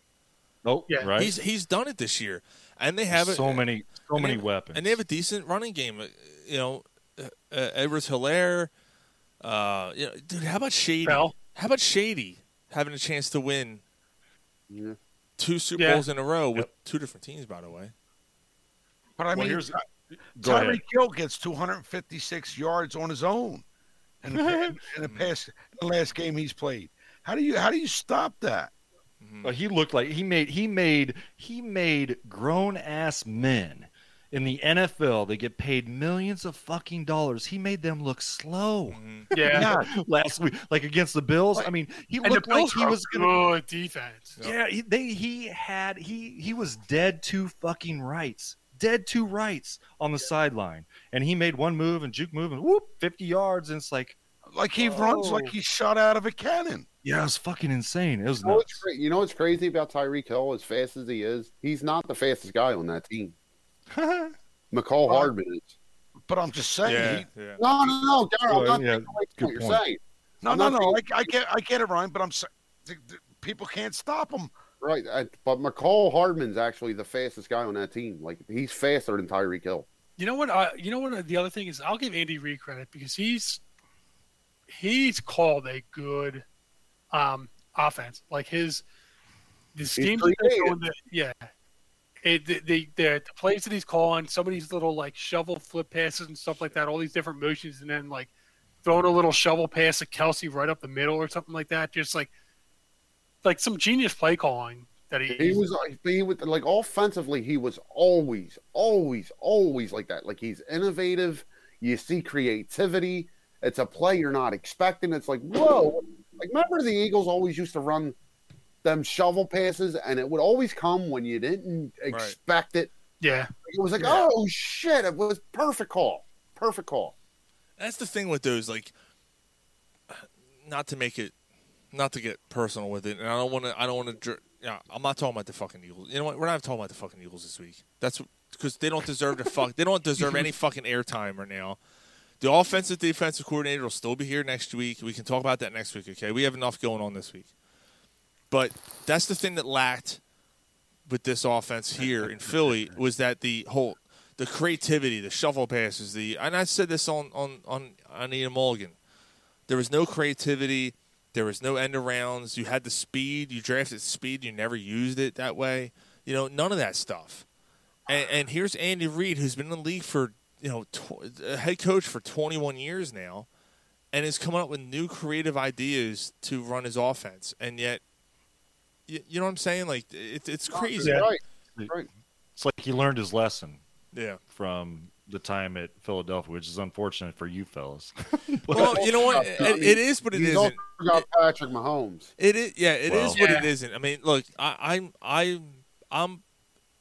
Speaker 13: Nope.
Speaker 7: Yeah.
Speaker 13: Oh, Right.
Speaker 3: He's he's done it this year, and they have
Speaker 13: so
Speaker 3: it,
Speaker 13: many so
Speaker 3: and
Speaker 13: many
Speaker 3: they-
Speaker 13: weapons.
Speaker 3: and they have a decent running game. Uh, You know, uh, uh, Edwards Hilaire. Uh, you know, dude, how about Shady?
Speaker 13: [LAUGHS]
Speaker 3: How about Shady having a chance to win two Super
Speaker 9: Yeah.
Speaker 3: Bowls in a row with two different teams? By the way,
Speaker 9: But I
Speaker 3: Well,
Speaker 9: mean,
Speaker 3: here's-
Speaker 9: Ty-
Speaker 3: go
Speaker 9: Tyreek
Speaker 3: ahead.
Speaker 9: Hill gets 256 yards on his own in the, pa- in the past the last game he's played. How do you how do you stop that?
Speaker 3: Mm-hmm.
Speaker 13: Uh, he looked like he made he made he made grown ass men in the NFL that get paid millions of fucking dollars. He made them look slow.
Speaker 3: Mm-hmm.
Speaker 7: Yeah.
Speaker 13: last week, like against the Bills. I mean, he
Speaker 7: And the
Speaker 13: looked like
Speaker 7: Bills
Speaker 13: he
Speaker 7: are
Speaker 13: was
Speaker 7: good
Speaker 13: gonna.
Speaker 7: defense.
Speaker 13: Yeah, he, they he had he he was dead to fucking rights, dead to rights on the sideline, and he made one move and juke move and whoop fifty yards, and it's like
Speaker 9: Like he runs like he's shot out of a cannon.
Speaker 13: yeah, it was fucking insane. It was
Speaker 8: You know,
Speaker 13: nuts.
Speaker 8: what's cra- you know what's crazy about Tyreek Hill? As fast as he is, he's not the fastest guy on
Speaker 13: [LAUGHS]
Speaker 8: that team. McCall Hardman is.
Speaker 9: But I'm just saying. he-
Speaker 8: No, no, no, Darryl, I'm not
Speaker 9: Yeah,
Speaker 8: taking away from
Speaker 9: good
Speaker 8: what you're
Speaker 9: point.
Speaker 8: saying.
Speaker 9: No,
Speaker 8: I'm
Speaker 9: no,
Speaker 8: not
Speaker 9: no.
Speaker 8: taking-
Speaker 9: I, I get I get it, Ryan. But I'm saying people can't stop him.
Speaker 8: Right, I, but McCall Hardman's actually the fastest guy on that team. Like he's faster than Tyreek Hill.
Speaker 7: You know what? I, you know what? The other thing is, I'll give Andy Reid credit because he's he's called a good um, offense. Like his the schemes that they're
Speaker 8: creative.
Speaker 7: doing, the, yeah, it, the, the the the plays that he's calling, some of these little like shovel flip passes and stuff like that, all these different motions, and then like throwing a little shovel pass to Kelsey right up the middle or something like that. Just like like some genius play calling that he,
Speaker 8: He was like, he was like offensively, he was always, always, always like that. Like he's innovative. You see creativity. It's a play you're not expecting. It's like whoa. Like remember the Eagles always used to run them shovel passes, and it would always come when you didn't expect it.
Speaker 7: Yeah,
Speaker 8: it was like oh shit, it was perfect call, perfect call.
Speaker 3: That's the thing with those, like, not to make it, not to get personal with it, and I don't want to. I don't want to. Yeah, I'm not talking about the fucking Eagles. You know what? We're not talking about the fucking Eagles this week. That's because they don't deserve to fuck. They don't deserve any fucking airtime right now. The offensive defensive coordinator will still be here next week. We can talk about that next week. Okay, we have enough going on this week. But that's the thing that lacked with this offense here in Philly was that the whole the creativity, the shovel passes, the and I said this on on on on Ian Mulligan. There was no creativity. There was no end arounds. You had the speed. You drafted speed. You never used it that way. You know none of that stuff. And, and here's Andy Reid, who's been in the league for you know tw- a head coach for 21 years now, and is coming up with new creative ideas to run his offense. And yet, you, you know what I'm saying? Like it, it's crazy.
Speaker 13: [LAUGHS]
Speaker 8: right.
Speaker 13: It's like he learned his lesson.
Speaker 3: Yeah.
Speaker 13: From the time at Philadelphia, which is unfortunate for you fellas.
Speaker 3: Well, you know what? It- it is, but it
Speaker 8: He's
Speaker 3: isn't.
Speaker 8: also got Patrick Mahomes.
Speaker 3: It is, yeah. It is
Speaker 13: Well-
Speaker 3: what
Speaker 13: Yeah.
Speaker 3: it isn't. I mean, look, I, I'm, I, I'm.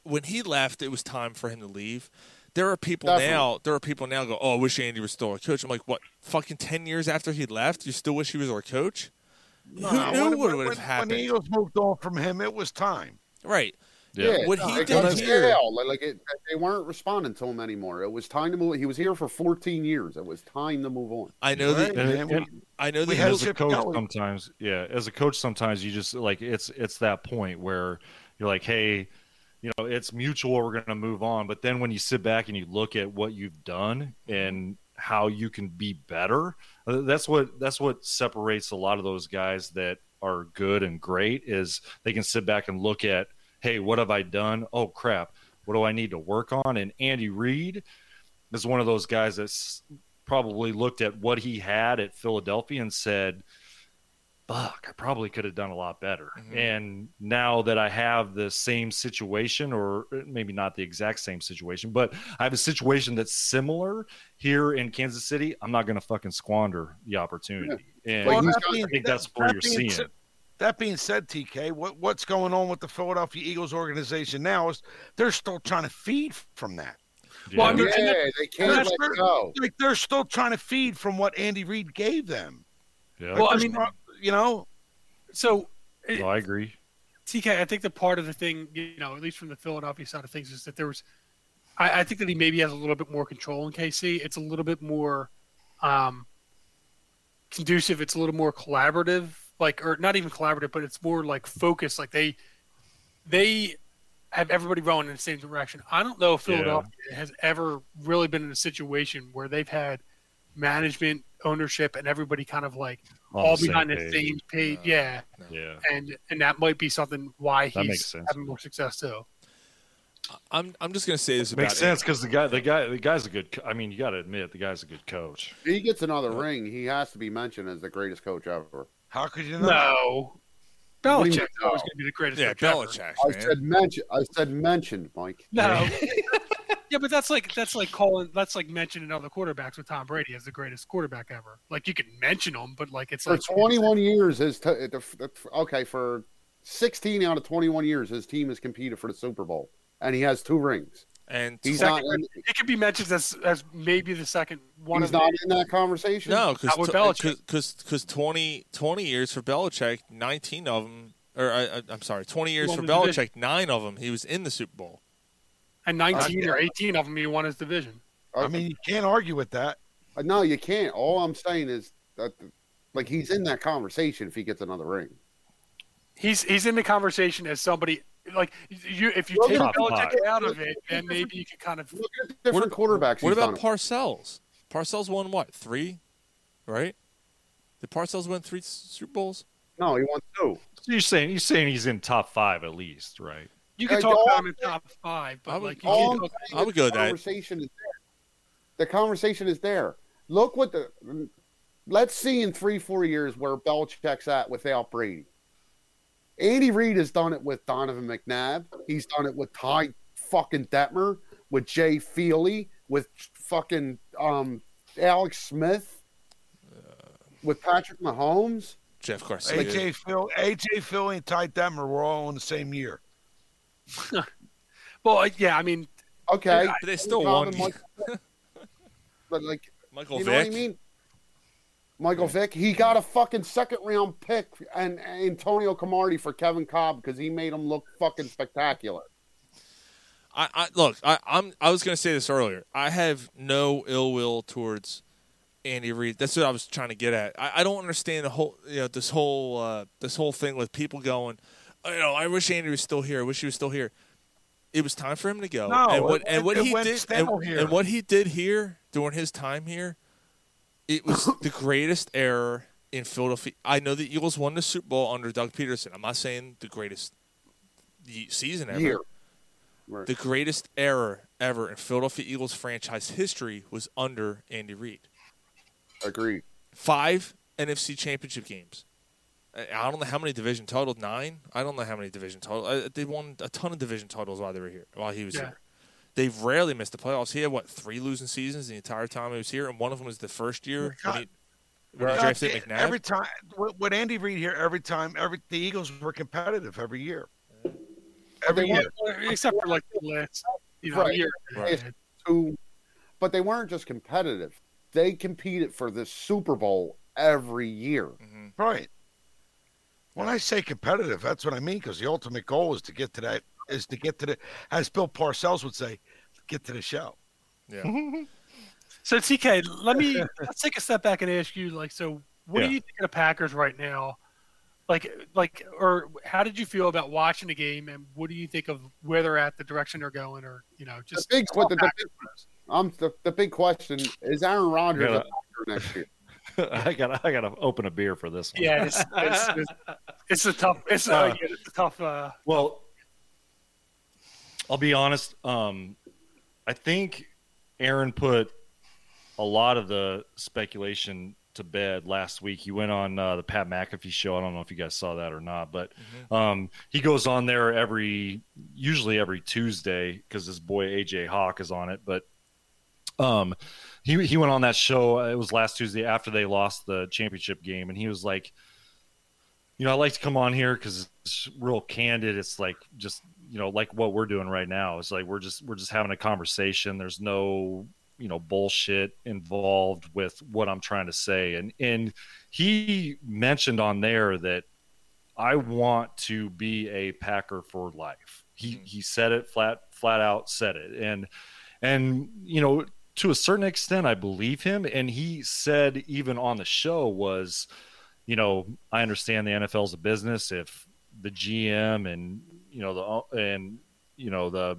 Speaker 3: When he left, it was time for him to leave. There are people
Speaker 13: Definitely.
Speaker 3: now. There are people now go. Oh, I wish Andy was still our coach. I'm like, what? Fucking ten years after he left, you still wish he was our coach? Who
Speaker 9: Nah,
Speaker 3: knew
Speaker 9: when-
Speaker 3: what
Speaker 9: when-
Speaker 3: would have
Speaker 9: when- When the
Speaker 3: happened?
Speaker 9: Eagles moved on from him, it was time.
Speaker 3: Right. What he
Speaker 8: it
Speaker 3: did
Speaker 8: was
Speaker 3: here-
Speaker 8: stale. Like, like it, they weren't responding to him anymore. It was time to move. He was here for 14 years. It was time to move on.
Speaker 3: I know
Speaker 13: Right,
Speaker 3: that.
Speaker 13: and- and-
Speaker 3: I know
Speaker 13: And
Speaker 3: that.
Speaker 13: as a coach sometimes yeah as a coach sometimes you just like it's it's that point where you're like hey you know it's mutual we're going to move on but then when you sit back and you look at what you've done and how you can be better uh, that's what that's what separates a lot of those guys that are good and great is they can sit back and look at hey what have i done oh crap what do i need to work on and andy reid is one of those guys that's probably looked at what he had at Philadelphia and said, "Fuck, I probably could have done a lot better."
Speaker 3: Mm-hmm.
Speaker 13: And now that I have the same situation, or maybe not the exact same situation, but I have a situation that's similar here in [LAUGHS] Kansas City, I'm not going to fucking squander the opportunity. And
Speaker 9: Well, that
Speaker 13: I
Speaker 9: being-
Speaker 13: think
Speaker 9: that-
Speaker 13: that's where
Speaker 9: that
Speaker 13: you're
Speaker 9: being
Speaker 13: seeing.
Speaker 9: said-
Speaker 13: it.
Speaker 9: That being said, TK, what, what's going on with the Philadelphia Eagles organization now is they're still trying to feed from that.
Speaker 13: Well, I mean,
Speaker 8: Yeah,
Speaker 9: and that-
Speaker 8: they
Speaker 9: and
Speaker 8: can't
Speaker 9: that's
Speaker 8: let
Speaker 9: where-
Speaker 8: go.
Speaker 9: Like they're still trying to feed from what Andy Reid gave them.
Speaker 13: Yeah.
Speaker 9: Like,
Speaker 7: Well, I
Speaker 9: there's
Speaker 7: mean-
Speaker 9: not- you know,
Speaker 7: so
Speaker 13: No, I agree.
Speaker 7: TK, I think the part of the thing, you know, at least from the Philadelphia side of things, is that there was. I, I think that he maybe has a little bit more control in KC. It's a little bit more um, conducive. It's a little more collaborative, like or not even collaborative, but it's more like focused. Like they they have everybody rowing in the same direction. I don't know if
Speaker 13: Yeah.
Speaker 7: Philadelphia has ever really been in a situation where they've had management, ownership, and everybody kind of like
Speaker 13: On the
Speaker 7: all
Speaker 13: same
Speaker 7: behind the
Speaker 13: page.
Speaker 7: same page. yeah
Speaker 13: Yeah.
Speaker 7: and and that might be something why
Speaker 13: That makes
Speaker 7: he's
Speaker 13: sense.
Speaker 7: having more success too.
Speaker 3: I'm, I'm just going to say this about
Speaker 13: Makes sense because the guy, the guy, the guy's a good. co- I mean, you got to admit the guy's a good coach.
Speaker 8: If he gets another ring, he has to be mentioned as the greatest coach ever.
Speaker 9: How could you
Speaker 7: No,
Speaker 8: What do
Speaker 7: Belichick's
Speaker 8: you
Speaker 7: always
Speaker 8: know?
Speaker 7: going to be the greatest.
Speaker 3: Yeah,
Speaker 7: coach ever.
Speaker 3: Belichick,
Speaker 8: I said mentioned. I said mentioned, Mike.
Speaker 7: No. [LAUGHS] yeah, but that's like that's like calling that's like mentioning other quarterbacks with Tom Brady as the greatest quarterback ever. Like you can mention him, but like it's
Speaker 8: For
Speaker 7: like
Speaker 8: 21 years, his t- the, the, okay for 16 out of 21 years, his team has competed for the Super Bowl, and he has two rings.
Speaker 3: And
Speaker 8: He's
Speaker 7: Second-
Speaker 8: not. In,
Speaker 7: it could be mentioned as as maybe the second one.
Speaker 8: he's
Speaker 7: of
Speaker 8: not
Speaker 7: the,
Speaker 8: in that conversation.
Speaker 3: No, uh,
Speaker 7: Not with
Speaker 3: because because 20, 20 years for Belichick, nineteen of them, or I, I- I'm sorry, twenty years
Speaker 7: Won
Speaker 3: for
Speaker 7: the division.
Speaker 3: Belichick, nine of them he was in the Super Bowl.
Speaker 7: and nineteen or eighteen of them he won his division.
Speaker 9: I mean, you can't argue with that.
Speaker 8: Uh, No, you can't. All I'm saying is that, like, he's in that conversation if he gets another ring.
Speaker 7: He's he's in the conversation as somebody like you. If you
Speaker 8: Look
Speaker 7: take
Speaker 8: at
Speaker 7: Belichick
Speaker 8: Belichick.
Speaker 7: out of it, then maybe you could kind of
Speaker 8: Different quarterbacks.
Speaker 3: What
Speaker 8: he's
Speaker 3: about
Speaker 8: done it.
Speaker 3: Parcells? Parcells won what three, right? Did Parcells win three S- Super Bowls?
Speaker 8: No, he won two.
Speaker 13: So you're saying you're saying he's in top five at least, right?
Speaker 7: You can
Speaker 8: Like,
Speaker 7: talk
Speaker 8: all-
Speaker 7: about him in top five, but like you
Speaker 8: all
Speaker 7: can
Speaker 8: I'm
Speaker 7: talk-
Speaker 8: saying is the Conversation is there. The conversation is there. Look what the. Let's see in three, four years where Belichick's at without Brady. Andy Reid has done it with Donovan McNabb. He's done it with Ty fucking Detmer, with Jay Feely, with fucking um, Alex Smith, with Patrick Mahomes.
Speaker 3: Jeff Garcia.
Speaker 9: AJ Phil, AJ Phil, and Ty Demmer were all in the same year.
Speaker 7: well, yeah, I mean,
Speaker 8: okay,
Speaker 3: But they still
Speaker 8: Donovan
Speaker 3: won. [LAUGHS]
Speaker 8: Michael- but like
Speaker 3: Michael
Speaker 8: you
Speaker 3: Vick.
Speaker 8: know what I mean? Michael Vick, he got a fucking second round pick and and Antonio Camardi for Kevin Cobb because he made him look fucking spectacular.
Speaker 3: I, I look. I, I'm. I was going to say this earlier. I have no ill will towards Andy Reid. That's what I was trying to get at. I, I don't understand the whole. You know, this whole uh, this whole thing with people going. "Oh, You know, I wish Andy was still here. I wish he was still here. It was time for him to go.
Speaker 9: No,
Speaker 3: and what
Speaker 9: it-
Speaker 3: and what
Speaker 9: it
Speaker 3: he
Speaker 9: went
Speaker 3: did and,
Speaker 9: stale here.
Speaker 3: and what he did here during his time here, it
Speaker 9: [COUGHS]
Speaker 3: was the greatest error in Philadelphia. I know the Eagles won the Super Bowl under Doug Peterson. I'm not saying the greatest ye- season ever.
Speaker 8: Year. Right.
Speaker 3: The greatest error ever in Philadelphia Eagles franchise history was under Andy Reid.
Speaker 8: Agreed.
Speaker 3: Five NFC Championship games. I I don't know how many division titles. Nine. I don't know how many division titles. I- They won a ton of division titles while they were here. While he was
Speaker 7: Yeah.
Speaker 3: here, they rarely missed the playoffs. He had what three losing seasons the entire time he was here, and one of them was the first year when he, when he
Speaker 9: God,
Speaker 3: drafted
Speaker 9: it-
Speaker 3: McNabb.
Speaker 9: Every time with- with Andy Reid here, every time, every the Eagles were competitive every year. Every
Speaker 8: They
Speaker 9: year.
Speaker 7: except for like the last you know,
Speaker 8: Right.
Speaker 7: year.
Speaker 8: It's two- but they weren't just competitive. They competed for this Super Bowl every year.
Speaker 3: Mm-hmm.
Speaker 9: Right. When I say competitive, that's what I mean because the ultimate goal is to get to that is to get to the as Bill Parcells would say, get to the show.
Speaker 3: Yeah.
Speaker 7: So TK, let me let's take a step back and ask you, like, so what
Speaker 3: Yeah.
Speaker 7: do you think of the Packers right now? Like, like, or how did you feel about watching the game, and what do you think of where they're at, the direction they're going, or you know,
Speaker 8: The
Speaker 7: just
Speaker 8: big, what the, the, um, the, the big question is Aaron Rodgers
Speaker 13: Yeah.
Speaker 8: a Packer next year?
Speaker 13: I got I got to open a beer for this one.
Speaker 7: yeah, it's, it's, it's, it's a tough, it's a,
Speaker 13: Uh,
Speaker 7: it's a tough. Uh,
Speaker 13: Well, I'll be honest. Um, I think Aaron put a lot of the speculation to bed last week. He went on uh, the Pat McAfee show. I don't know if you guys saw that or not, but um, he goes on there every, usually every Tuesday, because his boy AJ Hawk is on it. But um he he went on that show uh, it was last Tuesday after they lost the championship game and he was like you know I like to come on here cuz it's real candid it's like just you know like what we're doing right now it's like we're just we're just having a conversation there's no you know bullshit involved with what I'm trying to say and and he mentioned on there that I want to be a Packer for life. He he said it flat flat out said it and and you know to a certain extent I believe him and he said even on the show was you know I understand the NFL's a business if the GM and you know the and you know the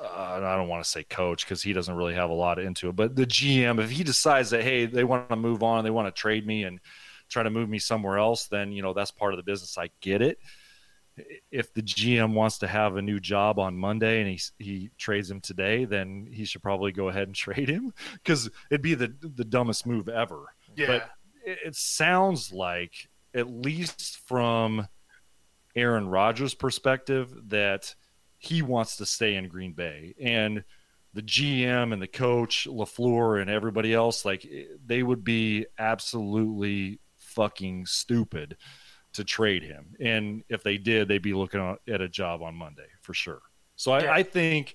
Speaker 13: uh, I don't want to say coach because he doesn't really have a lot into it. But the GM, if he decides that hey, they want to move on, they want to trade me and try to move me somewhere else, then you know that's part of the business. I get it. If the GM wants to have a new job on Monday and he he trades him today, then he should probably go ahead and [LAUGHS] trade him because it'd be the the dumbest move ever.
Speaker 7: Yeah.
Speaker 13: But it, it sounds like at least from Aaron Rodgers' perspective that he wants to stay in Green Bay. And the GM and the coach, LaFleur, and everybody else, like, eh, they would be absolutely fucking stupid to trade him. And if they did, they'd be looking at a job on Monday for sure. So I, I think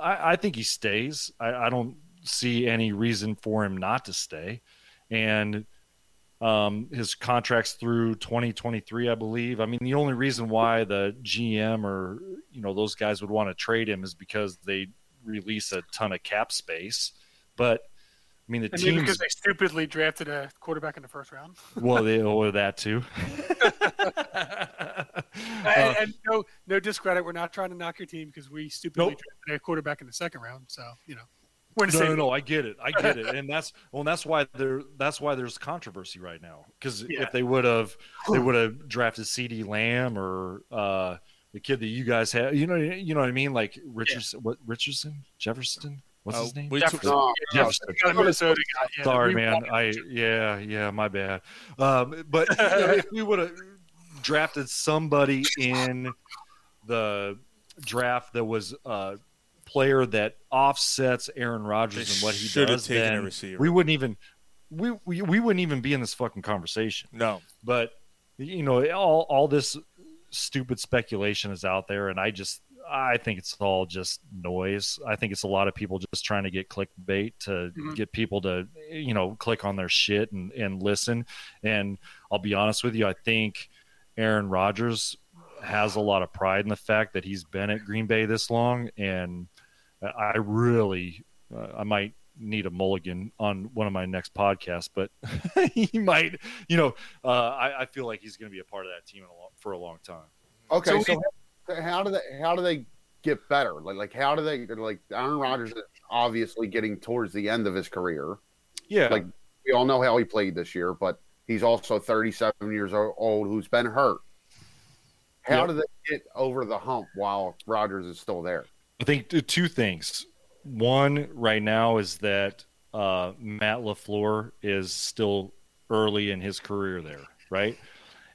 Speaker 13: I, I think he stays. I, I don't see any reason for him not to stay. And um, his contracts through 2023, I believe. I mean, the only reason why the GM or you know those guys would want to trade him is because they release a ton of cap space. But I mean, the
Speaker 7: and maybe
Speaker 13: teams
Speaker 7: because they stupidly drafted a quarterback in the first round,
Speaker 13: well, they owe that too. [LAUGHS]
Speaker 7: [LAUGHS]
Speaker 13: Uh,
Speaker 7: and, and no, no discredit. We're not trying to knock your team because we stupidly drafted a quarterback in the second round. So you know, we're in the
Speaker 13: no,
Speaker 7: same-
Speaker 13: no, no, I get it. I get
Speaker 7: [LAUGHS]
Speaker 13: it. And that's well, that's why there that's why there's controversy right now. Because
Speaker 7: Yeah.
Speaker 13: if they would have they would have drafted C D Lamb or uh the kid that you guys had you know you know what I mean? Like Richardson what Richardson? Jefferson? What's
Speaker 3: Uh,
Speaker 13: his name?
Speaker 3: we took-
Speaker 13: Jefferson.
Speaker 3: No,
Speaker 7: no,
Speaker 13: Jefferson.
Speaker 7: we Oh, got a Minnesota guy, yeah,
Speaker 13: Sorry,
Speaker 7: we
Speaker 13: man.
Speaker 7: wanted
Speaker 13: I yeah, yeah, my bad. Um, but you know, if we would have drafted somebody in the draft that was a player that offsets Aaron Rodgers
Speaker 3: They
Speaker 13: and what he
Speaker 3: should have
Speaker 13: does,
Speaker 3: taken a
Speaker 13: then
Speaker 3: receiver.
Speaker 13: we wouldn't even we, we we wouldn't even be in this fucking conversation.
Speaker 3: No,
Speaker 13: but you know all all this stupid speculation is out there, and I just I think it's all just noise. I think it's a lot of people just trying to get clickbait to
Speaker 22: Mhm.
Speaker 13: get people to you know click on their shit and and listen. And I'll be honest with you, I think Aaron Rodgers has a lot of pride in the fact that he's been at Green Bay this long, and I- I really uh, I might need a mulligan on one of my next podcasts, but [LAUGHS] he might you know uh, I, I feel like he's going to be a part of that team in a lo- for a long [LAUGHS] time.
Speaker 8: Okay, so, how- how do they how do they get better? Like like how do they like Aaron Rodgers is obviously getting towards the end of his career.
Speaker 13: Yeah.
Speaker 8: Like we all know how he played this year, but he's also 37 years o- old who's been hurt. How
Speaker 13: Yeah.
Speaker 8: do they get over the hump while Rodgers is still there?
Speaker 13: I think t- two things. One right now is that uh, Matt Lafleur is still early in his career there, right?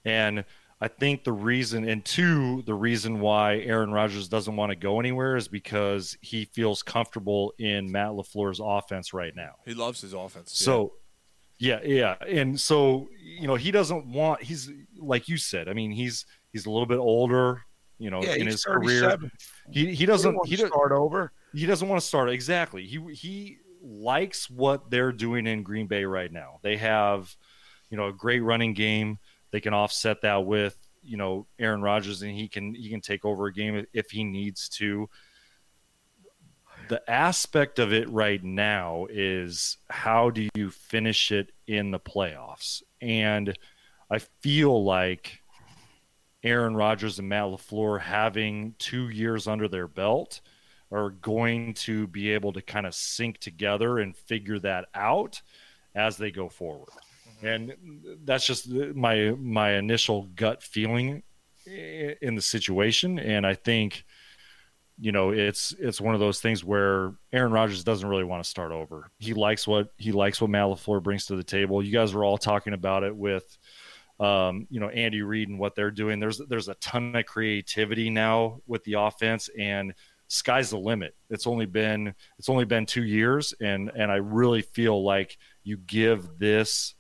Speaker 13: And I think the reason, and two, the reason why Aaron Rodgers doesn't want to go anywhere is because he feels comfortable in Matt Lafleur's offense right now.
Speaker 3: he loves his offense. yeah.
Speaker 13: So, yeah, yeah, and so you know he doesn't want. He's like you said. I mean, he's he's a little bit older. You know,
Speaker 9: Yeah,
Speaker 13: Oh, in
Speaker 9: he's
Speaker 13: his career,
Speaker 9: 37.
Speaker 13: he he
Speaker 9: He
Speaker 13: doesn't
Speaker 9: don't want
Speaker 13: he
Speaker 9: to
Speaker 13: doesn't
Speaker 9: start over.
Speaker 13: He doesn't want to start exactly. He he likes what they're doing in Green Bay right now. They have, you know, a great running game. They can offset that with you know Aaron Rodgers, and he can he can take over a game if he needs to the aspect of it right now is how do you finish it in the playoffs? And I feel like Aaron Rodgers and Matt LaFleur having two years under their belt are going to be able to kind of sync together and figure that out as they go forward. And that's just my my initial gut feeling i- in the situation and I think you know, it's it's one of those things where Aaron Rodgers doesn't really want to start over. He likes what he likes what Matt LaFleur brings to the table. You guys were all talking about it with um, you know, Andy Reid and what they're doing. There's there's a ton of creativity now with the offense and sky's the limit. It's only been it's only been 2 years and and I really feel like you give this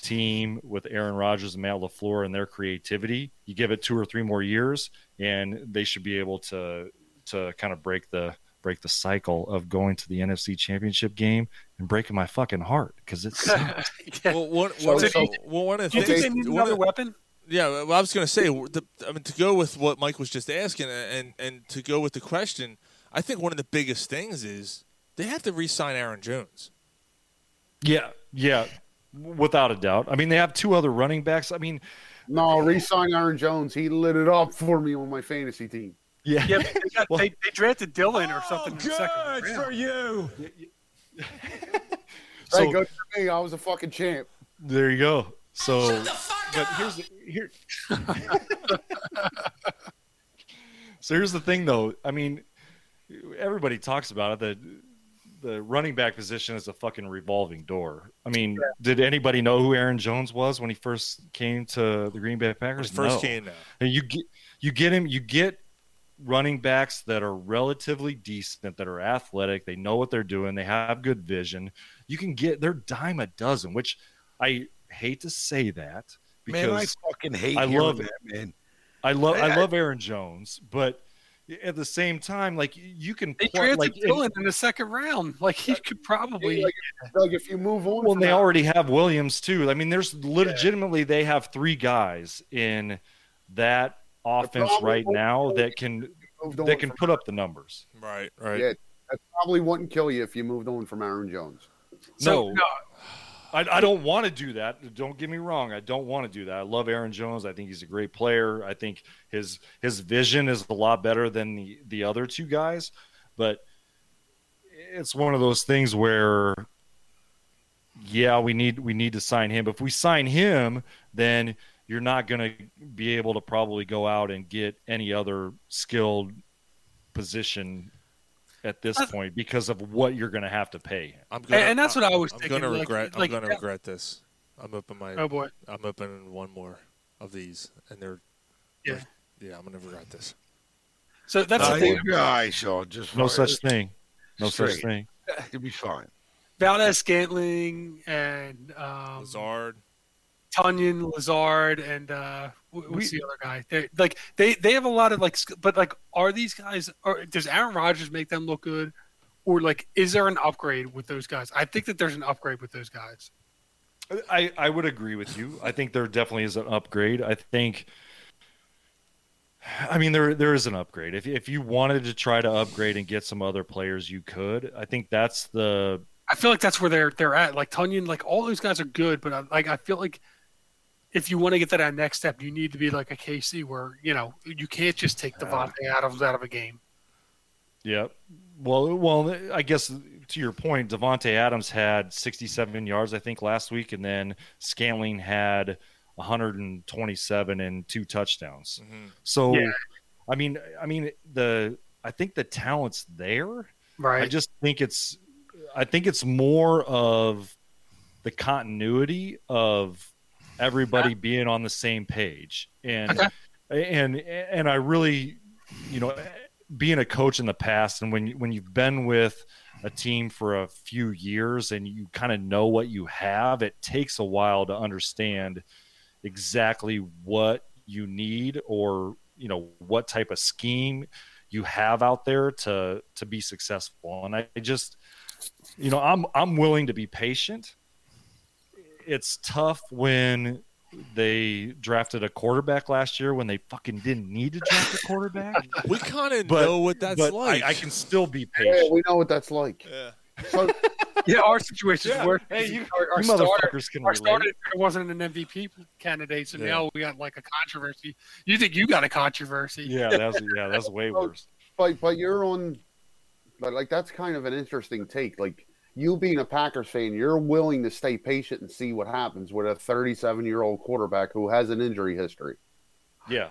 Speaker 13: team with Aaron Rodgers and Matt LaFleur and their creativity. You give it two or three more years and they should be able to to kind of break the break the cycle of going to the NFC championship game and breaking my fucking heart because it's
Speaker 3: Well, one,
Speaker 13: So-
Speaker 3: one, of the-
Speaker 13: so-
Speaker 3: well, one of
Speaker 13: Do
Speaker 3: the
Speaker 13: you think
Speaker 3: things,
Speaker 13: they need
Speaker 3: one
Speaker 13: another
Speaker 3: of-
Speaker 13: weapon?
Speaker 3: Yeah, well, I was going to say, the, I mean, to go with what Mike was just asking, and and to go with the question, I think one of the biggest things is they have to re-sign Aaron Jones.
Speaker 13: yeah yeah without a doubt i mean they have two other running backs i mean
Speaker 8: No, re-sign Aaron Jones. He lit it up for me on my fantasy team.
Speaker 13: yeah, [LAUGHS]
Speaker 7: yeah but they, got, they, they drafted Dylan or something. in the second round.
Speaker 8: for you.
Speaker 13: So-
Speaker 8: hey, good for me. I was a fucking champ.
Speaker 13: there you go so but here's the, here so here's the thing though i mean everybody talks about it that the running back position is a fucking revolving door. I mean, did anybody know who Aaron Jones was when he first came to the Green Bay Packers?
Speaker 3: When he first
Speaker 13: No.
Speaker 3: came, no.
Speaker 13: And you get you get him. You get running backs that are relatively decent, that are athletic. They know what they're doing. They have good vision. You can get they're dime a dozen, which I hate to say that because
Speaker 9: Man, I fucking hate
Speaker 13: I
Speaker 9: hearing
Speaker 13: love
Speaker 9: that, man.
Speaker 13: I love I,
Speaker 9: I-
Speaker 13: love Aaron Jones, but at the same time, like you can
Speaker 7: They
Speaker 13: play
Speaker 7: drafted
Speaker 13: like
Speaker 7: Dylan in the second round. Like he could probably.
Speaker 8: Doug, if you move on,
Speaker 13: Well, and they already have Williams too. I mean, there's legitimately they have three guys in that offense
Speaker 8: problem
Speaker 13: right
Speaker 8: was-
Speaker 13: now that can
Speaker 8: Moved on
Speaker 13: that can
Speaker 8: from-
Speaker 13: put up the numbers.
Speaker 3: Right, right.
Speaker 8: Yeah, that probably wouldn't kill you if you moved on from Aaron Jones.
Speaker 13: no, I, I don't want to do that. Don't get me wrong. I don't want to do that. I love Aaron Jones. I think he's a great player. I think his his vision is a lot better than the the other two guys, but it's one of those things where yeah, we need we need to sign him. If we sign him, then you're not going to be able to probably go out and get any other skilled position at this point because of what you're going to have to pay him.
Speaker 3: I'm
Speaker 7: And- and that's what I was
Speaker 3: I'm
Speaker 7: thinking,
Speaker 3: gonna
Speaker 7: like- Oh.
Speaker 3: regret.
Speaker 7: like-
Speaker 3: I'm gonna regret this. I'm up in my.
Speaker 7: Oh, boy.
Speaker 3: I'm up in one more. of these, and they're
Speaker 7: Yeah.
Speaker 3: yeah. I'm gonna regret this.
Speaker 7: So that's the thing.
Speaker 13: uh,
Speaker 9: guy, Sean. Just
Speaker 13: No such thing. No such
Speaker 9: Straight.
Speaker 13: thing.
Speaker 9: You'll be fine.
Speaker 7: Valdez Scantling and um,
Speaker 3: Lazard,
Speaker 7: Tanyan Lazard, and uh, wh- what's
Speaker 9: We-
Speaker 7: the other guy? They like they they have a lot of like, sk- but like, are these guys? Or does Aaron Rodgers make them look good? Or like, is there an upgrade with those guys? I think that there's an upgrade with those guys.
Speaker 13: I, I would agree with you. I think there definitely is an upgrade. I think, I mean, there there is an upgrade. If if you wanted to try to upgrade and get some other players, you could. I think that's the
Speaker 7: I feel like that's where they're they're at. Like Tunyon, like all those guys are good, but I, like I feel like if you want to get to that next step, you need to be like a KC where you know you can't just take Devontae Adams out of a game.
Speaker 13: yeah. Well, well, I guess to your point, Devonte Adams had 67 yards, I think, last week, and then Scantling had 127 and two touchdowns.
Speaker 3: mm-hmm.
Speaker 13: [LAUGHS] So,
Speaker 7: Yeah.
Speaker 13: I mean, I mean the I think the talent's there.
Speaker 7: Right.
Speaker 13: I just think it's I think it's more of the continuity of everybody being on the same page and and and I really you know being a coach in the past and when you- when you've been with a team for a few years and you kind of know what you have it takes a while to understand exactly what you need or you know what type of scheme you have out there to to be successful and I just you know I'm I'm willing to be patient it's tough when they drafted a quarterback last year when they fucking didn't need to draft a quarterback.
Speaker 3: we kind of
Speaker 13: But-
Speaker 3: know what that's
Speaker 13: but I-
Speaker 3: like.
Speaker 13: I, can still be patient.
Speaker 8: Yeah, we know what that's like.
Speaker 3: Yeah.
Speaker 8: So,
Speaker 7: [LAUGHS] Yeah, our situation's
Speaker 13: Yeah.
Speaker 7: worse.
Speaker 13: Hey,
Speaker 7: because
Speaker 13: you-
Speaker 7: our, our
Speaker 13: you
Speaker 7: starter,
Speaker 13: motherfuckers can
Speaker 7: our starter
Speaker 13: relate.
Speaker 7: wasn't an MVP candidate, so
Speaker 13: Yeah.
Speaker 7: now we got like a controversy. You think you got a controversy?
Speaker 13: Yeah, that's yeah, that's way worse.
Speaker 8: but but you're on, but like that's kind of an interesting take. Like you being a Packers fan, you're willing to stay patient and see what happens with a 37 year old quarterback who has an injury history.
Speaker 13: Yeah.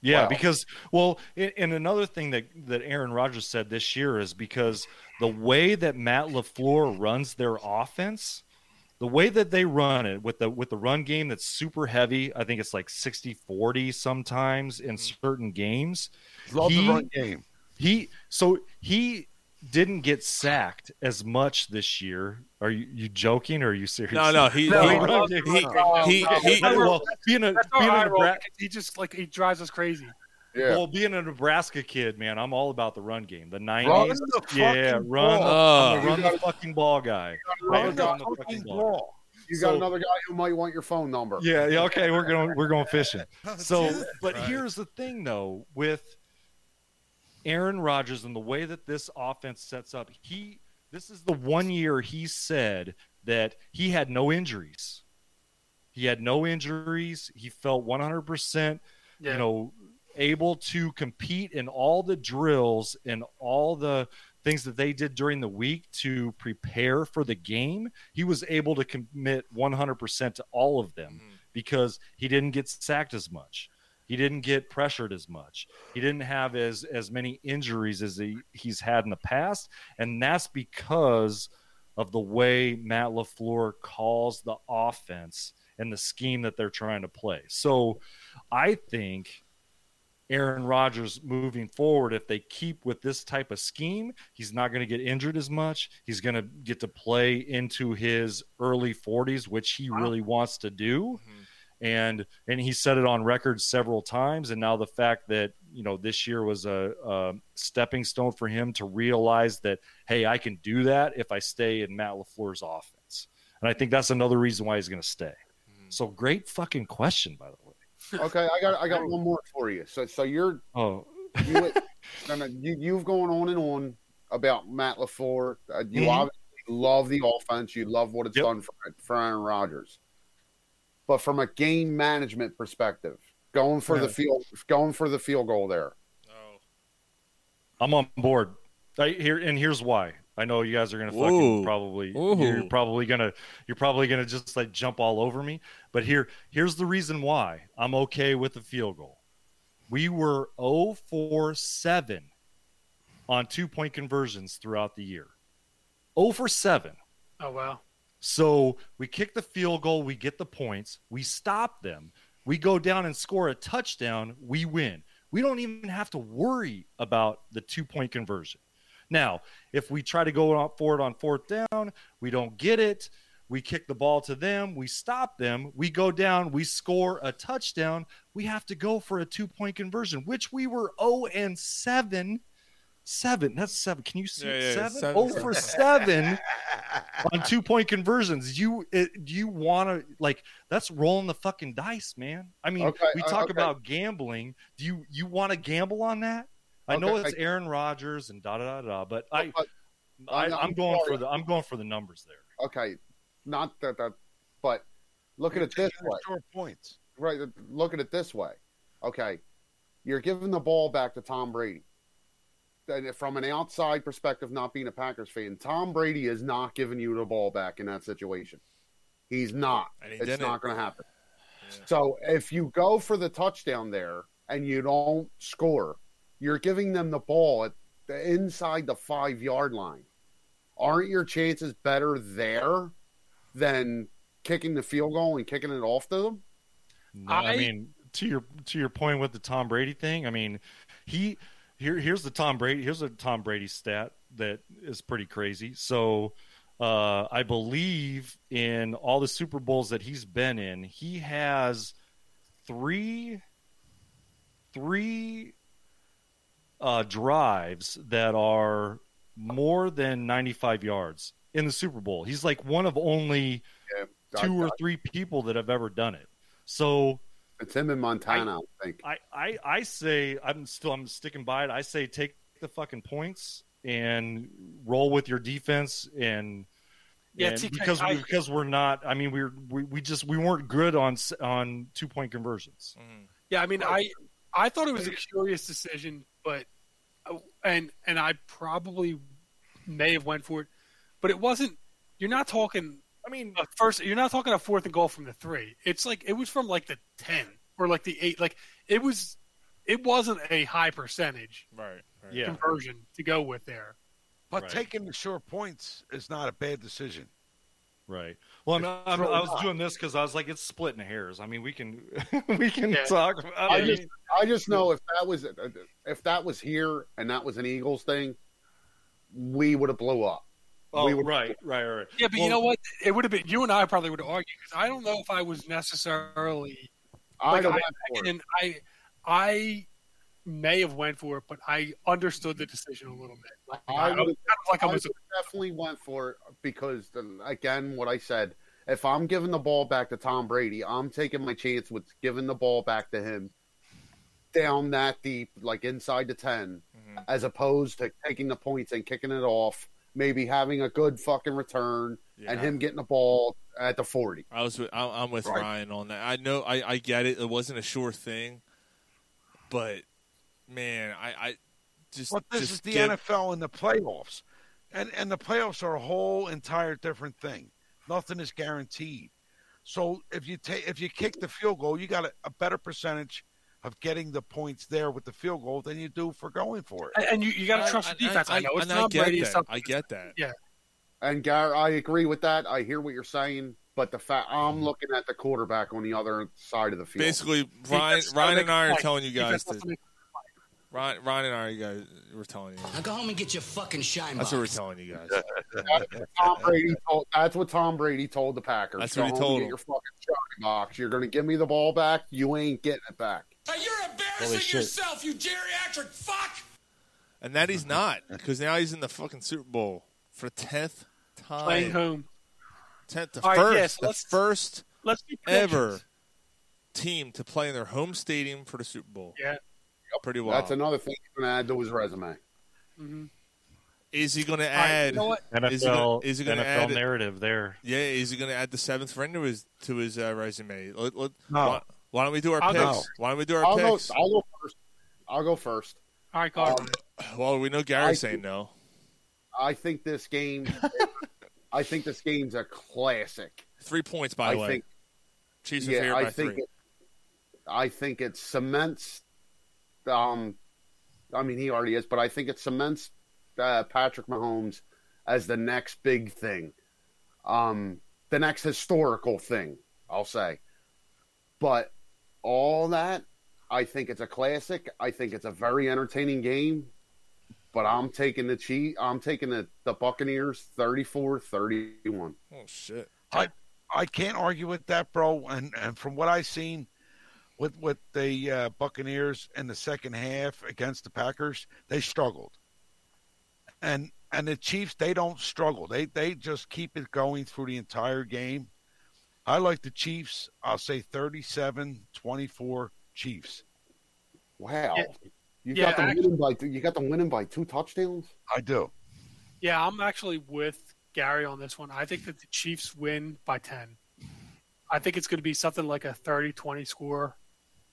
Speaker 13: Yeah,
Speaker 8: Wow.
Speaker 13: because well, a- and another thing that that Aaron Rodgers said this year is because the way that Matt LaFleur runs their offense, the way that they run it with the with the run game that's super heavy, I think it's like 60-40 sometimes in certain games.
Speaker 9: Love the run game.
Speaker 13: He so he didn't get sacked as much this year. Are you, you joking or are you serious?
Speaker 3: No, no, he- he-
Speaker 13: run
Speaker 3: he-
Speaker 13: game-
Speaker 3: he- he-
Speaker 13: [LAUGHS]
Speaker 3: he-
Speaker 13: well, being a
Speaker 7: That's our
Speaker 13: being a
Speaker 7: eye roll,
Speaker 13: Nebra-
Speaker 7: because he just like he drives us crazy.
Speaker 13: well, being a Nebraska kid, man, I'm all about the run game. The nineties,
Speaker 9: Run the fucking
Speaker 13: yeah, run,
Speaker 9: ball.
Speaker 13: I'm a run the fucking ball guy. I am
Speaker 8: Run the
Speaker 13: run the fucking ball.
Speaker 8: You got
Speaker 13: So-
Speaker 8: another guy who might want your phone number.
Speaker 13: Yeah, yeah, okay, we're going we're going fishing. So, but here's the thing though, with Aaron Rodgers and the way that this offense sets up, he this is the one year he said that he had no injuries. He had no injuries. He felt 100%,
Speaker 7: Yeah.
Speaker 13: you know, able to compete in all the drills and all the things that they did during the week to prepare for the game. He was able to commit 100% to all of them because he didn't get sacked as much. He didn't get pressured as much. He didn't have as as many injuries as he, he's had in the past, and that's because of the way Matt LaFleur calls the offense and the scheme that they're trying to play. So I think Aaron Rodgers moving forward, if they keep with this type of scheme, he's not going to get injured as much. He's going to get to play into his early 40s, which he really wants to do. And and he said it on record several times. And now the fact that you know this year was a, a stepping stone for him to realize that hey, I can do that if I stay in Matt Lafleur's offense. And I think that's another reason why he's going to stay. So great fucking question, by the way.
Speaker 8: Okay, I got I got one more for you. So so you're
Speaker 13: Oh, [LAUGHS]
Speaker 8: you, no, no, you you've gone on and on about Matt Lafleur. Uh, you
Speaker 13: Mhm.
Speaker 8: obviously love the offense. You love what it's done for, for Aaron Rodgers. But from a game management perspective, going for the
Speaker 13: Yeah.
Speaker 8: field, going for the field goal there.
Speaker 13: I'm on board. I, here and here's why. I know you guys are gonna
Speaker 3: Ooh.
Speaker 13: fucking probably you're
Speaker 3: Ooh.
Speaker 13: probably gonna you're probably gonna just like jump all over me. But here here's the reason why I'm okay with the field goal. We were 0 for 7 on two point conversions throughout the year. 0 for 7.
Speaker 7: Oh wow.
Speaker 13: So we kick the field goal, we get the points, we stop them. We go down and score a touchdown, we win. We don't even have to worry about the two point conversion. Now, if we try to go out for it on fourth down, we don't get it. We kick the ball to them. We stop them. We go down. We score a touchdown. We have to go for a two point conversion, which we were 0 and 7. Seven. That's seven. Can you see
Speaker 3: Yeah,
Speaker 13: it?
Speaker 3: yeah,
Speaker 13: seven?
Speaker 3: seven,
Speaker 13: Oh,
Speaker 3: seven.
Speaker 13: for seven on two point conversions. You it, you want to like that's rolling the fucking dice, man. I mean,
Speaker 8: Okay,
Speaker 13: we
Speaker 8: uh,
Speaker 13: talk
Speaker 8: okay.
Speaker 13: about gambling. Do you you want to gamble on that? I know
Speaker 8: Okay,
Speaker 13: it's
Speaker 8: I-
Speaker 13: Aaron Rodgers and da da da da, but I, I,
Speaker 8: I'm not-
Speaker 13: I'm going for
Speaker 8: sorry.
Speaker 13: the I'm going for the numbers there.
Speaker 8: Okay, not that, that but look at it this way.
Speaker 9: points.
Speaker 8: Right. Look at it this way. Okay, you're giving the ball back to Tom Brady. And From an outside perspective, not being a Packers fan, Tom Brady is not giving you the ball back in that situation. He's not.
Speaker 3: And he
Speaker 8: it's
Speaker 3: didn't.
Speaker 8: not going to happen. So if you go for the touchdown there and you don't score, you're giving them the ball at the inside the five yard line. Aren't your chances better there than kicking the field goal and kicking it off to them?
Speaker 13: No, I,
Speaker 8: I-
Speaker 13: mean to your to your point with the Tom Brady thing. I mean, he here here's the Tom Brady here's a Tom Brady stat that is pretty crazy. So uh, I believe in all the Super Bowls that he's been in, he has three three uh, drives that are more than 95 yards in the Super Bowl. He's like one of only two or three people that have ever done it. So
Speaker 8: it's him in Montana, I, think.
Speaker 13: I, I, I say I'm still I'm sticking by it. I say take the fucking points and roll with your defense and
Speaker 7: Yeah,
Speaker 13: and
Speaker 7: TK,
Speaker 13: because we,
Speaker 7: I-
Speaker 13: because we're not. I mean, we're we, we just we weren't good on s- on two point conversions.
Speaker 3: Mm-hmm.
Speaker 7: Yeah, I mean, I I thought it was a curious decision, but uh, and and I probably may have went for it, but it wasn't. You're not talking.
Speaker 13: I mean,
Speaker 7: a first, you're not talking a fourth and goal from the three. It's like it was from like the ten or like the eight. Like it was, it wasn't a high percentage
Speaker 3: right,
Speaker 9: Yeah.
Speaker 7: conversion to go with there.
Speaker 9: But
Speaker 7: Right.
Speaker 9: taking the short points is not a bad decision.
Speaker 13: Right. Well, I'm,
Speaker 9: It's
Speaker 13: I'm,
Speaker 9: really
Speaker 13: I was
Speaker 9: not.
Speaker 13: doing this because I was like, it's splitting hairs. I mean, we can we can talk. About,
Speaker 8: I just, I just know if that was if that was here and that was an Eagles thing, we would have blew up.
Speaker 13: Oh,
Speaker 8: we would,
Speaker 13: right, right, right.
Speaker 7: Yeah, but you know what? It would have been you and I probably would have argued because I don't know if I was necessarily.
Speaker 8: I
Speaker 7: like,
Speaker 8: don't
Speaker 7: I,
Speaker 8: have for it.
Speaker 7: and I, I may have went for it, but I understood the decision a little bit. Like,
Speaker 8: I
Speaker 7: I, was kind
Speaker 8: would
Speaker 7: of like I was.
Speaker 8: definitely went for it because the, again, what I said. If I'm giving the ball back to Tom Brady, I'm taking my chance with giving the ball back to him down that deep, like inside the 10,
Speaker 3: Mm-hmm.
Speaker 8: as opposed to taking the points and kicking it off, maybe having a good fucking return and
Speaker 3: Yeah.
Speaker 8: him getting the ball at the 40.
Speaker 3: I was with, I'm I'm with
Speaker 8: Right.
Speaker 3: Ryan on that. I know I, I get it. It wasn't a sure thing, but man, I, I just
Speaker 9: But this
Speaker 3: just
Speaker 9: is the
Speaker 3: give-
Speaker 9: NFL and the playoffs, and and the playoffs are a whole entire different thing. Nothing is guaranteed. So if you take if you kick the field goal, you got a, a better percentage of getting the points there with the field goal than you do for going for it.
Speaker 7: And- and you- you gotta trust your defense. I know it's
Speaker 3: and I
Speaker 7: Tom
Speaker 3: get
Speaker 7: Brady,
Speaker 3: that.
Speaker 7: it's Tom-
Speaker 3: I get that.
Speaker 7: Yeah,
Speaker 8: And Gar, I agree with that. I hear what you're saying, but the fact I'm looking at the quarterback on the other side of the field.
Speaker 3: Mm-hmm. Basically, Ryan, Ryan and I are telling you guys to. Ryan, Ryan and I, you guys, we're telling you.
Speaker 16: Now go home and get your fucking shine
Speaker 3: That's what we're
Speaker 16: box.
Speaker 3: telling you guys.
Speaker 8: Tom Brady told, that's what Tom Brady told the Packers.
Speaker 3: That's
Speaker 8: Go
Speaker 3: what he
Speaker 8: home
Speaker 3: told
Speaker 8: and
Speaker 3: him.
Speaker 8: Get your fucking shine box. You're going to give me the ball back. You ain't getting it back.
Speaker 10: You're
Speaker 3: Holy shit.
Speaker 10: embarrassing yourself, you geriatric fuck!
Speaker 3: And
Speaker 8: [LAUGHS]
Speaker 3: that he's not, because now he's in the fucking Super Bowl for tenth time.
Speaker 7: Playing whom?
Speaker 3: Tenth, the
Speaker 7: All right,
Speaker 3: first,
Speaker 7: yeah, so
Speaker 3: the
Speaker 7: let's-
Speaker 3: first
Speaker 7: let's do
Speaker 3: ever team to play in their home stadium for the Super Bowl.
Speaker 7: Yeah.
Speaker 3: Pretty wild.
Speaker 8: That's another thing he's going to add to his resume.
Speaker 3: Is he going to
Speaker 13: right,
Speaker 3: add
Speaker 13: you know what?
Speaker 3: Is he gonna,
Speaker 13: NFL
Speaker 3: is he gonna
Speaker 13: NFL
Speaker 3: add,
Speaker 13: narrative there?
Speaker 3: Yeah, is he going to add the seventh friend to his to his uh, resume? Let- let-
Speaker 8: No.
Speaker 3: Why, why don't we do our
Speaker 8: I'll
Speaker 3: picks?
Speaker 8: go-
Speaker 3: Why don't we do our
Speaker 8: I'll go,
Speaker 3: picks?
Speaker 8: I'll go first. I'll go first.
Speaker 7: All right, Carl.
Speaker 10: Um,
Speaker 3: well, we know Gary's saying no.
Speaker 8: I think this
Speaker 3: [LAUGHS]
Speaker 8: game. I think this game's a classic.
Speaker 3: Three points, by the
Speaker 8: I
Speaker 3: way.
Speaker 8: think-
Speaker 3: Chiefs are favored by
Speaker 8: think
Speaker 3: three.
Speaker 8: It, I think it cements. Um, I mean, he already is, but I think it cements uh, Patrick Mahomes as the next big thing, um, the next historical thing. I'll say, but
Speaker 23: all that, I think it's a classic. I think it's a very entertaining game. But I'm taking the cheat. I'm taking the, the Buccaneers 34-31.
Speaker 3: Oh shit!
Speaker 9: I I can't argue with that, bro. And and from what I've seen with with the uh, Buccaneers in the second half against the Packers, they struggled. And and the Chiefs, they don't struggle. They they just keep it going through the entire game. I like the Chiefs. I'll say 37-24 Chiefs.
Speaker 23: Wow.
Speaker 7: Yeah.
Speaker 23: You
Speaker 7: Yeah,
Speaker 23: got them
Speaker 7: actually-
Speaker 23: winning by you got them winning by two touchdowns?
Speaker 9: I do.
Speaker 7: Yeah, I'm actually with Gary on this one. I think that the Chiefs win by 10. I think it's going to be something like a 30 20 score,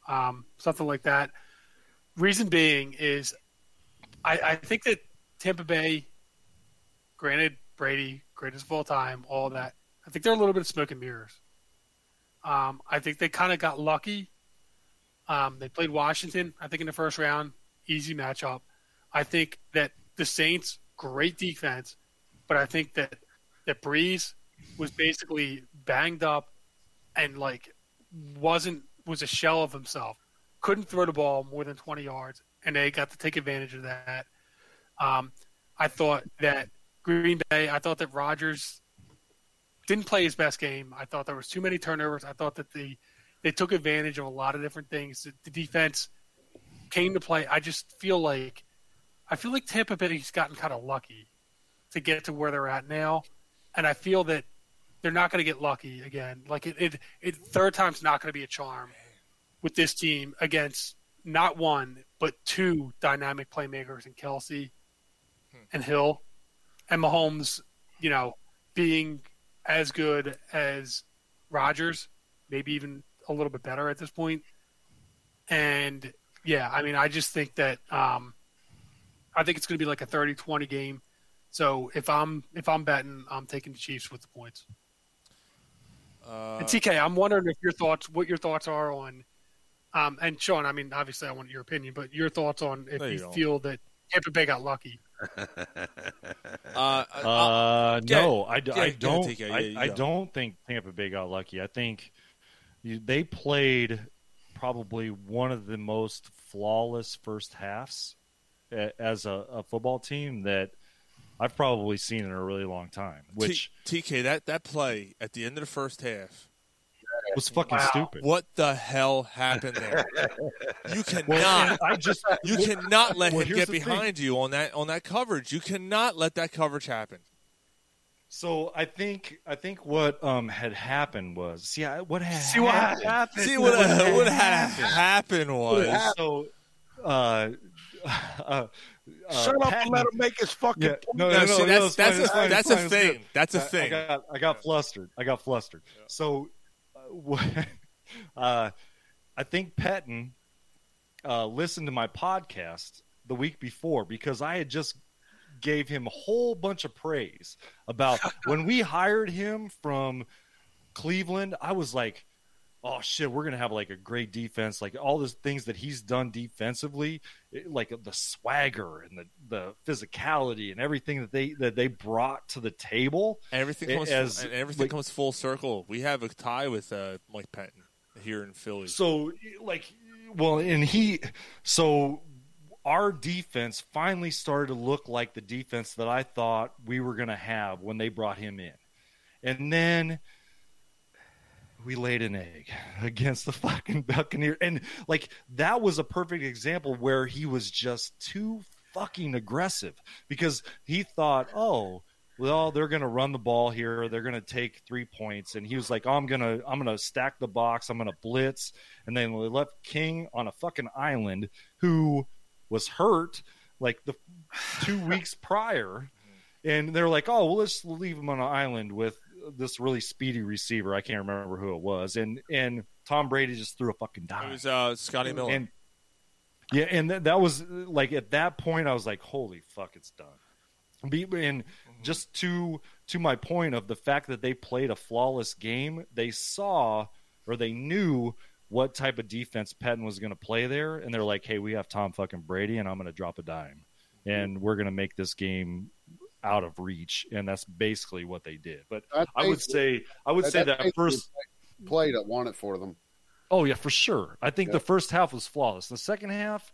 Speaker 7: um, something like that. Reason being is I, I think that Tampa Bay, granted, Brady, greatest of all time, all that, I think they're a little bit of smoke and mirrors. Um, I think they kind of got lucky. Um, they played Washington, I think, in the first round. Easy matchup. I think that the Saints, great defense, but I think that that Breeze was basically banged up and like wasn't was a shell of himself. Couldn't throw the ball more than twenty yards, and they got to take advantage of that. Um, I thought that Green Bay. I thought that Rodgers didn't play his best game. I thought there was too many turnovers. I thought that the they took advantage of a lot of different things. The- The defense came to play. I just feel like I feel like Tampa Bay's gotten kind of lucky to get to where they're at now, and I feel that they're not going to get lucky again. Like it, it, it third time's not going to be a charm with this team against not one but two dynamic playmakers in Kelsey and Hill and Mahomes. You know, being as good as Rodgers, maybe even a little bit better at this point. And yeah, I mean, I just think that um, I think it's going to be like a 30-20 game. So if I'm if I'm betting, I'm taking the Chiefs with the points.
Speaker 3: Uh,
Speaker 7: and TK, I'm wondering if your thoughts, what your thoughts are on, um, and Sean, I mean, obviously, I want your opinion, but your thoughts on if
Speaker 3: No,
Speaker 7: you,
Speaker 3: you don't.
Speaker 7: feel that Tampa Bay got lucky.
Speaker 3: Uh,
Speaker 8: Uh,
Speaker 3: yeah,
Speaker 8: no, I, d-
Speaker 3: yeah,
Speaker 8: I
Speaker 3: yeah,
Speaker 8: don't.
Speaker 3: TK, yeah,
Speaker 8: I,
Speaker 3: you
Speaker 8: I
Speaker 3: go.
Speaker 8: don't think Tampa Bay got lucky. I think you, they played probably one of the most flawless first halves a- as a, a football team that I've probably seen in a really long time, which
Speaker 3: T- TK that that play at the end of the first half
Speaker 8: was fucking stupid.
Speaker 3: What the hell happened
Speaker 8: [LAUGHS]
Speaker 3: there? you cannot.
Speaker 8: Well,
Speaker 3: [LAUGHS]
Speaker 8: I just
Speaker 3: you cannot let
Speaker 8: Well,
Speaker 3: him
Speaker 8: here's
Speaker 3: get
Speaker 8: the thing.
Speaker 3: behind you on that on that coverage. You cannot let that coverage happen.
Speaker 8: So I think I think what um had happened was see I, what had
Speaker 3: See what
Speaker 8: happened.
Speaker 3: happened. See what had- what had happened was-
Speaker 8: so uh, uh, uh,
Speaker 9: Shut up
Speaker 8: Patton-
Speaker 9: and let him make his fucking
Speaker 8: yeah,
Speaker 9: point.
Speaker 8: no, no,
Speaker 3: No,
Speaker 8: no,
Speaker 3: see,
Speaker 8: no,
Speaker 3: that's-
Speaker 8: it's fine,
Speaker 3: that's a-
Speaker 8: it's fine,
Speaker 3: that's
Speaker 8: it's
Speaker 3: a
Speaker 8: fine, it's good.
Speaker 3: thing. That's a
Speaker 8: I-
Speaker 3: thing.
Speaker 8: I got, I got flustered. I got flustered. So, uh, wh- uh, I think Patton uh, listened to my podcast the week before because I had just gave him a whole bunch of praise about when we hired him from Cleveland. I was like, oh shit, we're gonna have like a great defense. Like all the things that he's done defensively, it- like the swagger and the, the physicality and everything that they that they brought to the table.
Speaker 3: Everything
Speaker 8: a-
Speaker 3: comes
Speaker 8: as-
Speaker 3: and everything comes full circle. We have a tie with uh, Mike Patton here in Philly.
Speaker 8: So like well, and he so our defense finally started to look like the defense that I thought we were going to have when they brought him in. And then we laid an egg against the fucking Buccaneer. And like that was a perfect example where he was just too fucking aggressive because he thought, oh, well, they're gonna run the ball here. They're gonna take three points, and he was like, "I'm gonna, I'm gonna stack the box. I'm gonna blitz." And then we left King on a fucking island who was hurt like the two weeks prior, and they're like, "Oh, well, let's leave him on an island with this really speedy receiver. I can't remember who it was." And and Tom Brady just threw a fucking dime.
Speaker 3: It was uh, Scotty Miller.
Speaker 8: And yeah, and that, that was like at that point, I was like, "Holy fuck, it's done." Be- And just to to my point of the fact that they played a flawless game, they saw or they knew what type of defense Patton was going to play there, and they're like, "Hey, we have Tom fucking Brady, and I'm going to drop a dime, and we're going to make this game." out of reach and that's basically what they did but
Speaker 23: That's
Speaker 8: i would
Speaker 23: basically-
Speaker 8: say i would say
Speaker 23: that's
Speaker 8: that first
Speaker 23: basically the play that won it for them.
Speaker 13: Oh yeah, for sure. I think
Speaker 20: Yeah.
Speaker 13: the first half was flawless. The second half,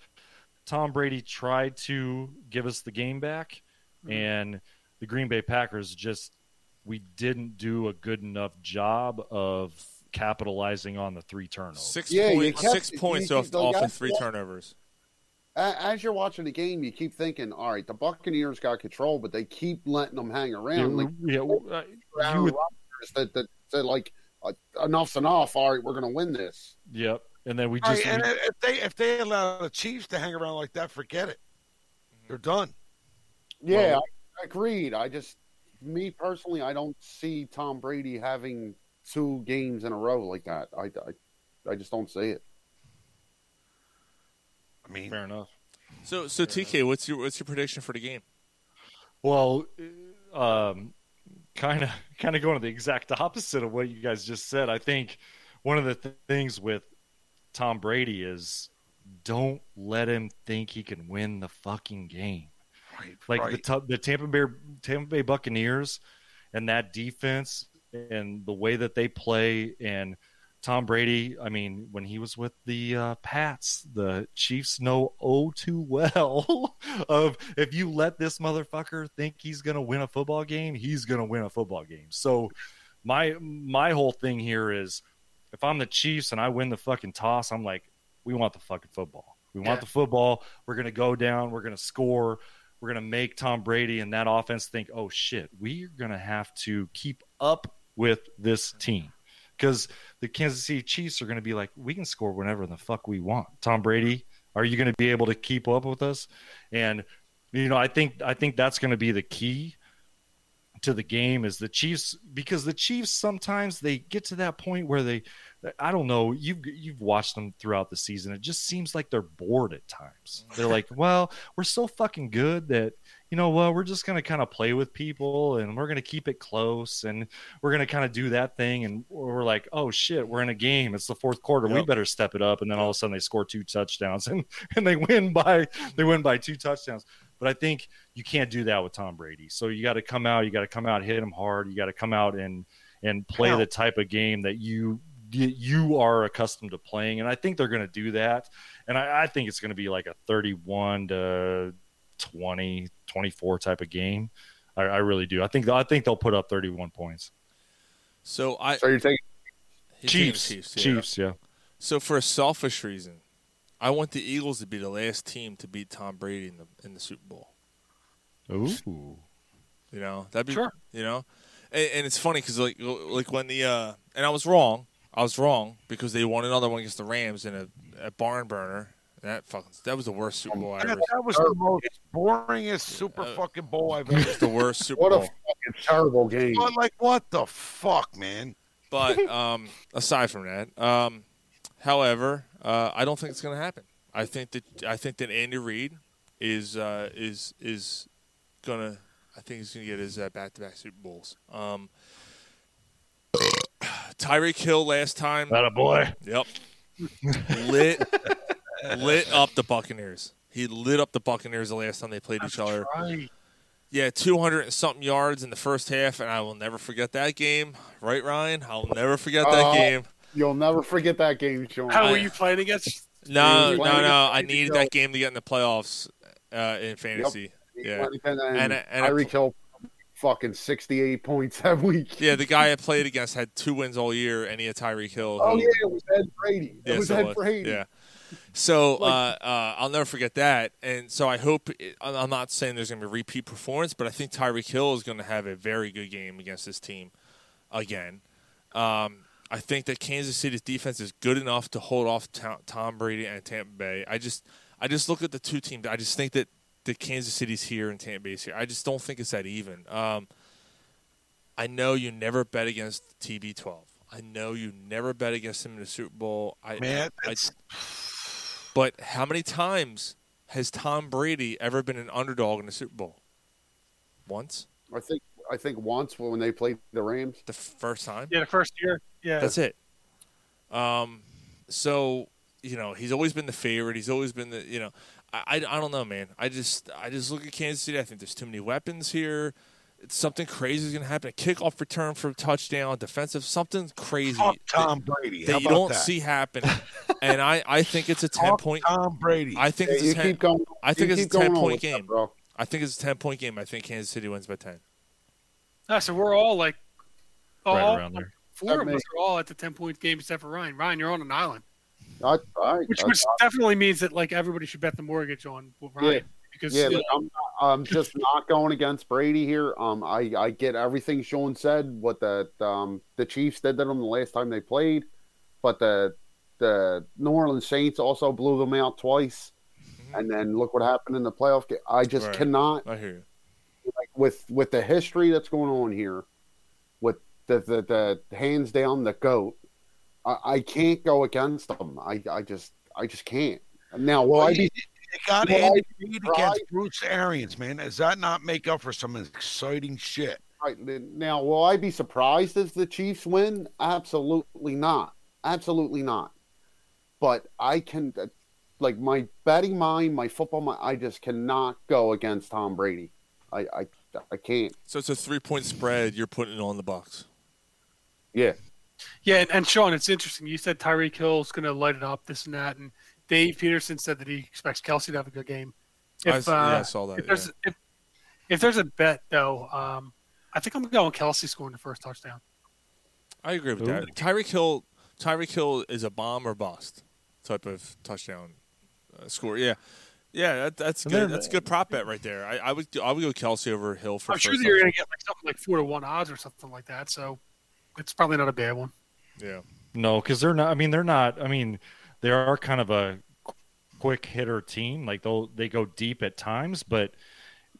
Speaker 13: Tom Brady tried to give us the game back,
Speaker 8: Mm-hmm.
Speaker 13: and the Green Bay Packers just we didn't do a good enough job of capitalizing on the three turnovers.
Speaker 3: Six
Speaker 8: Yeah, you
Speaker 3: point-
Speaker 8: kept-
Speaker 3: six points
Speaker 8: you-
Speaker 3: off,
Speaker 8: the
Speaker 3: off of
Speaker 8: last-
Speaker 3: three
Speaker 8: yeah.
Speaker 3: turnovers.
Speaker 8: A- As you're watching the game, you keep thinking, "All right, the Buccaneers got control, but they keep letting them hang around."
Speaker 13: Yeah,
Speaker 8: Like,
Speaker 13: yeah, w- uh,
Speaker 8: Aaron
Speaker 13: you would-
Speaker 8: Rodgers that, that said, "Like uh, enough's enough. All right, we're going to win this."
Speaker 13: Yep. And then we
Speaker 9: All
Speaker 13: just
Speaker 9: right, and
Speaker 13: we-
Speaker 9: if they if they allow the Chiefs to hang around like that, forget it. They're done.
Speaker 8: Yeah,
Speaker 9: Well-
Speaker 8: I, I agreed. I just, me personally, I don't see Tom Brady having two games in a row like that. I, I, I just don't see it.
Speaker 9: I mean,
Speaker 13: fair enough.
Speaker 3: So, so TK, what's your what's your prediction for the game?
Speaker 13: Well, um, kind of, kind of going the exact opposite of what you guys just said. I think one of the th- things with Tom Brady is don't let him think he can win the fucking game. like the
Speaker 9: right.
Speaker 13: the the Tampa Bay Tampa Bay Buccaneers and that defense and the way that they play and Tom Brady. I mean, when he was with the uh, Pats, the Chiefs know oh too well of if you let this motherfucker think he's gonna win a football game, he's gonna win a football game. So my my whole thing here is if I'm the Chiefs and I win the fucking toss, I'm like, we want the fucking football. We want
Speaker 9: Yeah.
Speaker 13: the football. We're going to go down. We're going to score. We're going to make Tom Brady and that offense think, oh shit, we're going to have to keep up with this team. Because the Kansas City Chiefs are going to be like, we can score whenever the fuck we want. Tom Brady, are you going to be able to keep up with us? And you know, I think I think that's going to be the key to the game is the Chiefs because the Chiefs sometimes they get to that point where they I don't know you've you've watched them throughout the season it just seems like they're bored at times they're like well we're so fucking good that you know well we're just gonna kind of play with people and we're gonna keep it close and we're gonna kind of do that thing and we're like oh shit we're in a game it's the fourth quarter we
Speaker 9: Yep.
Speaker 13: better step it up and then all of a sudden they score two touchdowns and and they win by they win by two touchdowns but I think you can't do that with Tom Brady. So you got to come out, you got to come out, hit him hard. You got to come out and and play the type of game that you you are accustomed to playing. And I think they're going to do that. And I, I think it's going to be like a 31 to 20, 24 type of game. I, I really do. I think I think they'll put up 31 points.
Speaker 3: So I.
Speaker 8: So you're taking
Speaker 3: He's taking
Speaker 13: Chiefs.
Speaker 3: yeah.
Speaker 13: Chiefs, yeah.
Speaker 3: So for a selfish reason, I want the Eagles to be the last team to beat Tom Brady in the in the Super Bowl.
Speaker 13: Ooh.
Speaker 3: You know that'd be
Speaker 13: Sure.
Speaker 3: You know, and, and it's funny because like like when the uh, and I was wrong. I was wrong because they won another one against the Rams in a, a barn burner. That fucking that was the worst
Speaker 13: Um,
Speaker 3: Super Bowl I
Speaker 9: That,
Speaker 3: ever.
Speaker 9: that was the most boringest Super fucking Bowl I've ever.
Speaker 3: It's the worst
Speaker 13: [LAUGHS]
Speaker 3: Super
Speaker 9: What a
Speaker 3: Bowl.
Speaker 8: fucking terrible game.
Speaker 7: Um,
Speaker 9: But like, what the fuck, man?
Speaker 3: But um, aside from that, um, however, uh, I don't think it's going to happen. I think that I think that Andy Reid is uh, is is going to. I think he's going to get his uh, back-to-back Super Bowls. Um, [SIGHS] Tyreek Hill last time.
Speaker 13: Atta boy.
Speaker 3: Yep. lit lit up the Buccaneers. He lit up the Buccaneers the last time they played each other.
Speaker 7: Right.
Speaker 3: Yeah, 200 and something yards in the first half, and I will never forget that game. Right, Ryan? I'll never forget that
Speaker 8: Oh,
Speaker 3: game.
Speaker 8: You'll never forget that game, Sean.
Speaker 7: How were you playing against?
Speaker 3: No,
Speaker 8: You
Speaker 3: no,
Speaker 8: wanted
Speaker 3: no.
Speaker 8: to
Speaker 3: I
Speaker 8: get
Speaker 3: needed
Speaker 8: the
Speaker 3: that game to get in the playoffs uh, in fantasy. Yeah.
Speaker 8: And,
Speaker 3: And, I- and I-
Speaker 8: Tyreek Hill, fucking sixty-eight points [LAUGHS] that week.
Speaker 3: yeah, the guy I played against had two wins all year, and he had Tyreek Hill.
Speaker 8: Oh
Speaker 3: who-
Speaker 8: yeah, it was Ed Brady. It
Speaker 3: Yeah,
Speaker 8: was
Speaker 3: so
Speaker 8: Ed
Speaker 3: what-
Speaker 8: Brady.
Speaker 3: Yeah. So uh, uh, I'll never forget that, and so I hope I'm I'm not saying there's going to be repeat performance, but I think Tyreek Hill is going to have a very good game against this team again. Um, I think that Kansas City's defense is good enough to hold off Ta- Tom Brady and Tampa Bay. I just I just look at the two teams. I just think that the Kansas City's here and Tampa Bay's here. I just don't think it's that even. Um, I know you never bet against TB12. I know you never bet against him in the Super Bowl. I,
Speaker 9: Man,
Speaker 3: I- but how many times has Tom Brady ever been an underdog in the Super Bowl? Once,
Speaker 8: I think I think once when they played the Rams.
Speaker 3: the first time.
Speaker 7: Yeah, the first year. Yeah.
Speaker 3: That's it. Um, so you know he's always been the favorite. He's always been the you know I, I, I don't know man. I just I just look at Kansas City. I think there's too many weapons here. something crazy is going to happen. A kickoff return for a touchdown, defensive, something crazy.
Speaker 9: Fuck Tom Brady.
Speaker 3: That
Speaker 9: How
Speaker 3: you
Speaker 9: about
Speaker 3: don't
Speaker 9: that?
Speaker 3: see
Speaker 9: [LAUGHS]
Speaker 3: happening. and I, I think it's a 10
Speaker 9: Fuck
Speaker 3: point.
Speaker 9: Tom Brady.
Speaker 3: I think
Speaker 9: Yeah,
Speaker 3: it's a
Speaker 9: you
Speaker 3: 10,
Speaker 9: keep going-
Speaker 3: I think
Speaker 9: you
Speaker 3: it's a
Speaker 9: keep going
Speaker 3: 10
Speaker 9: on
Speaker 3: point
Speaker 9: with
Speaker 3: game.
Speaker 9: that, bro.
Speaker 3: I think it's a 10 point game. I think Kansas City wins by 10.
Speaker 7: Ah, so we're all like, all,
Speaker 3: Right around
Speaker 7: like,
Speaker 3: there.
Speaker 7: four of
Speaker 3: That
Speaker 7: us
Speaker 3: makes-
Speaker 7: are all at the ten point game except for Ryan. Ryan, you're on an island,
Speaker 8: I, I,
Speaker 7: which,
Speaker 8: I-
Speaker 7: which
Speaker 8: I-
Speaker 7: definitely means that like everybody should bet the mortgage on Ryan
Speaker 8: Yeah.
Speaker 7: because
Speaker 8: yeah, look, I'm, I'm just not going against Brady here. Um, I, I get everything Sean said, what the um the Chiefs did to them the last time they played, but the the New Orleans Saints also blew them out twice, and then look what happened in the playoff game. I just
Speaker 3: Right.
Speaker 8: cannot
Speaker 3: I hear you.
Speaker 8: like with with the history that's going on here, with the the, the hands down the goat, I, I can't go against them. I, I just I just can't. Now will I be?
Speaker 9: It got
Speaker 8: will I
Speaker 9: Andy
Speaker 8: be
Speaker 9: Reid
Speaker 8: surprised?
Speaker 9: against Bruce Arians, man. Does that not make up for some exciting shit?
Speaker 8: Right, then- now, will I be surprised if the Chiefs win? Absolutely not. Absolutely not. But I can, uh, like, my betting mind, my football mind, I just cannot go against Tom Brady. I, I, I can't.
Speaker 3: So it's a three point spread. You're putting it on the box.
Speaker 8: Yeah.
Speaker 7: Yeah, and, and Sean, it's interesting. You said Tyreek Hill's going to light it up, this and that, and Dave Peterson said that he expects Kelsey to have a good game. uh,
Speaker 3: I s-
Speaker 9: uh,
Speaker 3: yeah, I saw that,
Speaker 7: If there's,
Speaker 3: yeah.
Speaker 7: if, if there's a bet though, um, I think I'm going to go with Kelsey scoring the first touchdown.
Speaker 3: I agree with
Speaker 7: Ooh.
Speaker 3: that. Tyreek Hill, Tyreek Hill is a bomb or bust type of touchdown uh, score. Yeah, yeah, that, that's
Speaker 7: And
Speaker 3: good.
Speaker 7: they're-
Speaker 3: That's a good prop bet right there. I, I would I would go Kelsey over Hill for
Speaker 7: I'm
Speaker 3: first.
Speaker 7: sure that you're going to get like something like four to one odds or something like that. So it's probably not a bad one.
Speaker 3: Yeah.
Speaker 13: No, because they're not. I mean, they're not. I mean, they are kind of a qu- quick hitter team. Like they'll they go deep at times, but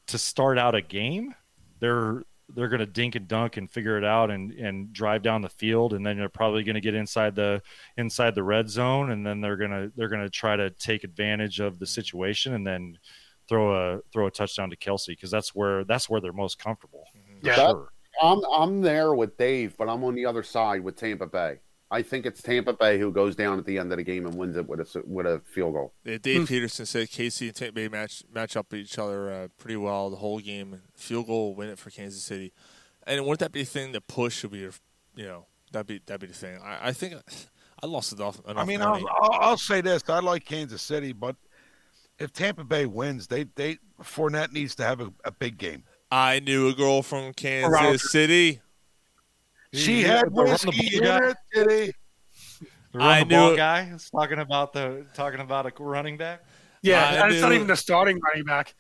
Speaker 13: to start out a game, they're they're going to dink and dunk and figure it out and and drive down the field, and then they're probably going to get inside the inside the red zone, and then they're gonna they're gonna try to take advantage of the situation, and then throw a throw a touchdown to Kelsey because that's where that's where they're most comfortable.
Speaker 3: Mm.
Speaker 8: Yeah. I'm, I'm there with Dave, but I'm on the other side with Tampa Bay. I think it's Tampa Bay who goes down at the end of the game and wins it with a, s- with a field goal.
Speaker 3: Yeah,
Speaker 7: Hmm.
Speaker 3: Dave Peterson said Casey and Tampa Bay match match up with each other uh, pretty well the whole game. Field goal will win it for Kansas City, and wouldn't that be the thing? The push would be, your, you know, that would be that would be the thing. I, I think I lost enough. enough
Speaker 9: I mean,
Speaker 3: money.
Speaker 9: I'll, I'll, I'll say this: I like Kansas City, but if Tampa Bay wins, they they Fournette needs to have a, a big game.
Speaker 3: I knew a girl from Kansas
Speaker 9: Rodgers.
Speaker 3: City.
Speaker 9: She had whiskey in her titty.
Speaker 13: The
Speaker 3: I
Speaker 13: I
Speaker 3: knew
Speaker 13: ball
Speaker 3: it.
Speaker 13: guy is talking about the talking about a running back.
Speaker 7: Yeah,
Speaker 3: I
Speaker 7: it's not
Speaker 3: knew-
Speaker 7: even the starting running back.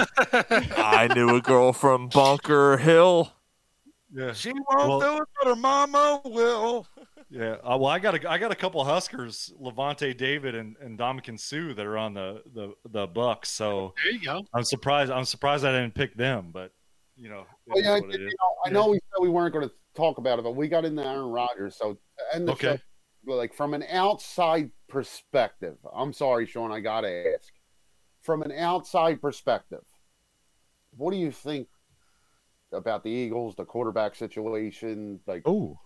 Speaker 3: I knew a girl from Bunker Hill.
Speaker 13: Yeah.
Speaker 9: She won't
Speaker 13: Well-
Speaker 9: do it, but her mama will.
Speaker 13: Yeah. Uh, well, I got a I got a couple Huskers, Levante David and and Dominican Sue that are on the the the Bucks.
Speaker 3: Oh.
Speaker 13: So
Speaker 7: there you go.
Speaker 13: I'm surprised. I'm surprised I didn't pick them, but you know. it
Speaker 8: Well,
Speaker 13: is
Speaker 8: Oh, yeah, I,
Speaker 13: what it
Speaker 8: did, you
Speaker 13: is.
Speaker 8: know, I know we said we weren't going to talk about it, but we got into Aaron Rodgers. So, to end the
Speaker 13: Okay.
Speaker 8: show, like from an outside perspective, I'm sorry, Sean, I got to ask. From an outside perspective, what do you think about the Eagles, the quarterback situation? Like,
Speaker 13: oh,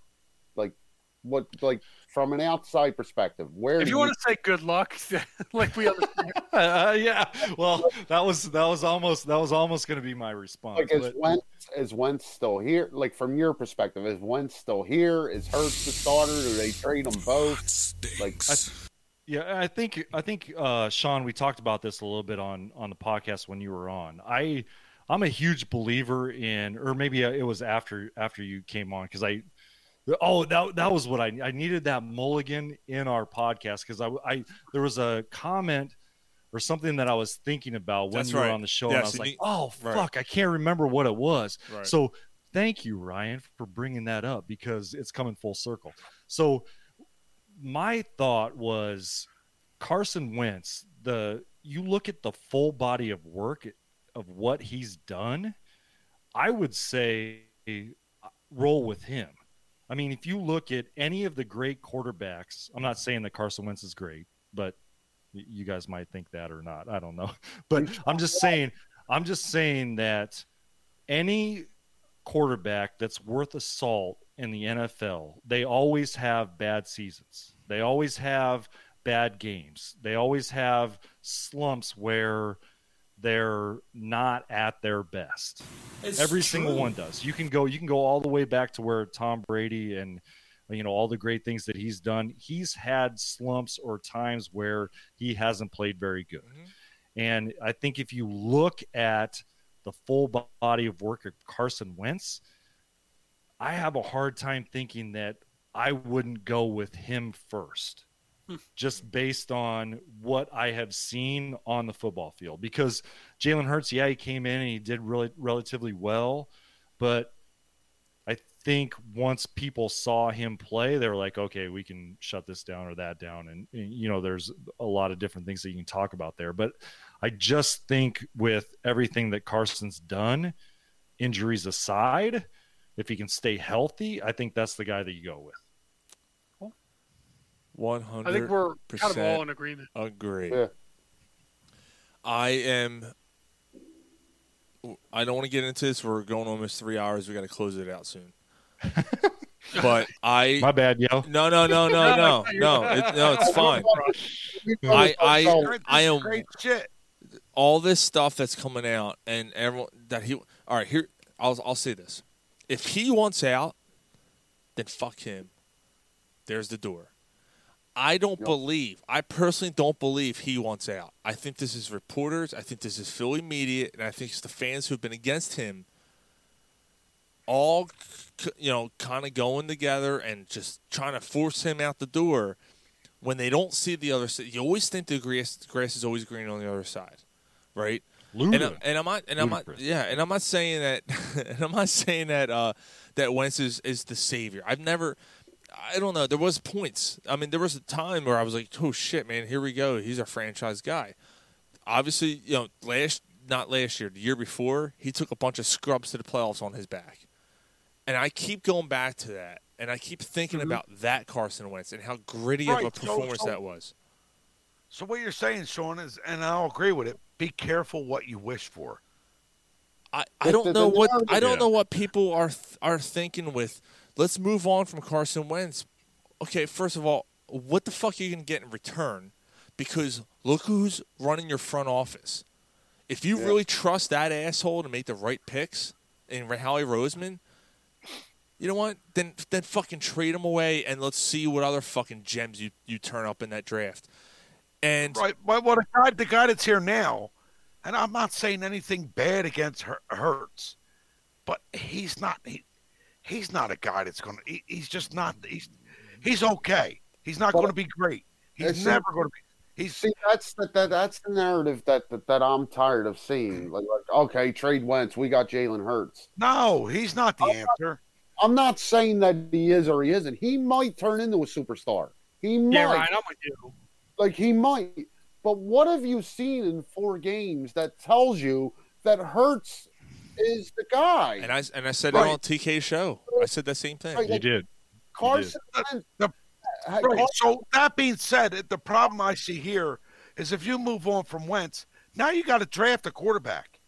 Speaker 8: like what? Like from an outside perspective, where
Speaker 7: If
Speaker 8: do
Speaker 7: you want to say good luck, [LAUGHS] like we understand.
Speaker 13: Uh, yeah. Well, that was that was almost that was almost going to be my response.
Speaker 8: like is
Speaker 13: but-
Speaker 8: Wentz is Wentz still here? Like from your perspective, is Wentz still here? Is Hurts the starter? Do they trade them both? Like
Speaker 13: Yeah, I think I think uh, Sean, we talked about this a little bit on on the podcast when you were on. I I'm a huge believer in, or maybe it was after after you came on because I oh that that was what I I needed that mulligan in our podcast because I I there was a comment or something that I was thinking about Uh, when
Speaker 3: That's
Speaker 13: you were
Speaker 3: right.
Speaker 13: on the show and I
Speaker 3: Yes,
Speaker 13: was
Speaker 3: you
Speaker 13: like,
Speaker 3: need-
Speaker 13: oh
Speaker 3: right.
Speaker 13: fuck, I can't remember what it was.
Speaker 3: Right.
Speaker 13: So thank you Ryan for bringing that up because it's coming full circle. So my thought was Carson Wentz, the you look at the full body of work of what he's done, I would say uh, roll with him. I mean, if you look at any of the great quarterbacks, I'm not saying that Carson Wentz is great, but y- you guys might think that or not. I don't know. [LAUGHS] But I'm just saying, I'm just saying that any quarterback that's worth a salt in the NFL, they always have bad seasons. They always have bad games. They always have slumps where they're not at their best.
Speaker 22: It's
Speaker 13: Every single
Speaker 22: true.
Speaker 13: one does. You can go you can go all the way back to where Tom Brady and you know all the great things that he's done. He's had slumps or times where he hasn't played very good. And I think if you look at the full bo- body of work of Carson Wentz, I have a hard time thinking that I wouldn't go with him first,
Speaker 7: Hmm.
Speaker 13: just based on what I have seen on the football field. Because Jalen Hurts, yeah, he came in and he did really relatively well, but I think once people saw him play, they were like, okay, we can shut this down or that down. And, and, you know, there's a lot of different things that you can talk about there. But I just think with everything that Carson's done, injuries aside, if he can stay healthy, I think that's the guy that you go with.
Speaker 3: One hundred.
Speaker 7: I think we're kind of all in agreement.
Speaker 3: Agree.
Speaker 7: Yeah.
Speaker 3: I am. I don't want to get into this. We're going almost three hours. We got to close it out
Speaker 13: [LAUGHS]
Speaker 3: soon. but I.
Speaker 13: My bad, yo.
Speaker 3: No, no, no, no,
Speaker 7: [LAUGHS]
Speaker 3: no, no. It, no, it's fine. I, I, I am
Speaker 9: Great shit.
Speaker 3: all this stuff that's coming out and everyone that he all right here I'll I'll say this. If he wants out, then fuck him. There's the door. I don't believe. I personally don't believe he wants out. I think this is reporters. I think this is Philly media, and I think it's the fans who've been against him. All, c- you know, kind of going together and just trying to force him out the door. When they don't see the other side, you always think the grass, grass is always green on the other side, right? And, I-
Speaker 13: Ludicrous.
Speaker 3: and I'm not, and I'm not,
Speaker 13: Ludicrous.
Speaker 3: yeah, and I'm not saying that, [LAUGHS] and I'm not saying that uh, that Wentz is, is the savior. I've never, I don't know. There was points. I mean, there was a time where I was like, "Oh shit, man, here we go. He's a franchise guy." Obviously, you know, last not last year, the year before, he took a bunch of scrubs to the playoffs on his back, and I keep going back to that, and I keep thinking about that Carson Wentz and how gritty of a
Speaker 9: Mm-hmm. Right, so-
Speaker 3: performance
Speaker 9: so-
Speaker 3: that was.
Speaker 9: So what you're saying, Sean, is, and I'll agree with it. Be careful what you wish for.
Speaker 3: I, I don't know what I don't know what people are th- are thinking with. Let's move on from Carson Wentz. Okay, first of all, what the fuck are you gonna get in return? Because look who's running your front office. If you really trust that asshole to make the right picks in Howie Roseman, you know what? Then then fucking trade him away and let's see what other fucking gems you, you turn up in that draft. And
Speaker 9: Right. Well, well, the guy, the guy that's here now, and I'm not saying anything bad against Hur- Hurts, but he's not. He, he's not a guy that's gonna. He, he's just not. He's he's okay. He's not going to be great. He's
Speaker 8: It's-
Speaker 9: never going to be. He's
Speaker 8: See, that's the, that that's the narrative that, that that I'm tired of seeing. Like, like okay, trade Wentz. We got Jalen Hurts.
Speaker 9: no. He's not the answer.
Speaker 8: I'm not saying that he is or he isn't. He might turn into a superstar. He might.
Speaker 7: Yeah, Ryan, I'm with you.
Speaker 8: Like he might. But what have you seen in four games that tells you that Hurts is the guy?
Speaker 3: and I and I said
Speaker 8: Right.
Speaker 3: it on TK show. I said that same thing.
Speaker 8: Right, You like-
Speaker 13: did.
Speaker 8: Carson Wentz. had-
Speaker 9: Right.
Speaker 8: Carson-
Speaker 9: So that being said, the problem I see here is if you move on from Wentz, now you got to draft a quarterback.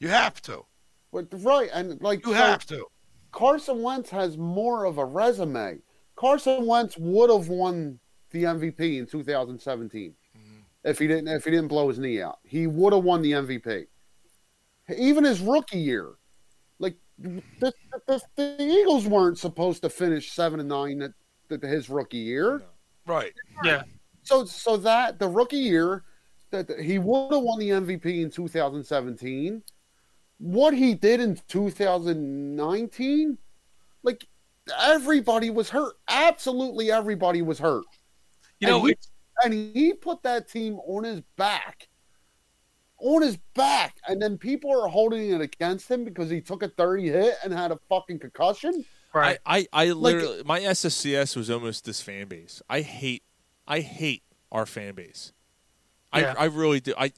Speaker 9: You have to.
Speaker 8: but- right, and like
Speaker 9: You
Speaker 8: so
Speaker 9: have to.
Speaker 8: Carson Wentz has more of a resume. Carson Wentz would have won the MVP in 2017 if he didn't if he didn't blow his knee out. He would have won the MVP. Even his rookie year, like the, the, the Eagles weren't supposed to finish seven and nine at, at his rookie year.
Speaker 9: Right.
Speaker 7: Yeah.
Speaker 8: So so that the rookie year that that he would have won the MVP in 2017. What he did in 2019, like everybody was hurt. Absolutely everybody was hurt.
Speaker 7: You know,
Speaker 8: and he,
Speaker 7: it's-
Speaker 8: and he put that team on his back. On his back, and then people are holding it against him because he took a 30 hit and had a fucking concussion.
Speaker 7: Right.
Speaker 3: I, I literally
Speaker 13: uh,
Speaker 3: my SSCS was almost this fan base. I hate I hate our fan base.
Speaker 9: Yeah.
Speaker 3: I I really do. I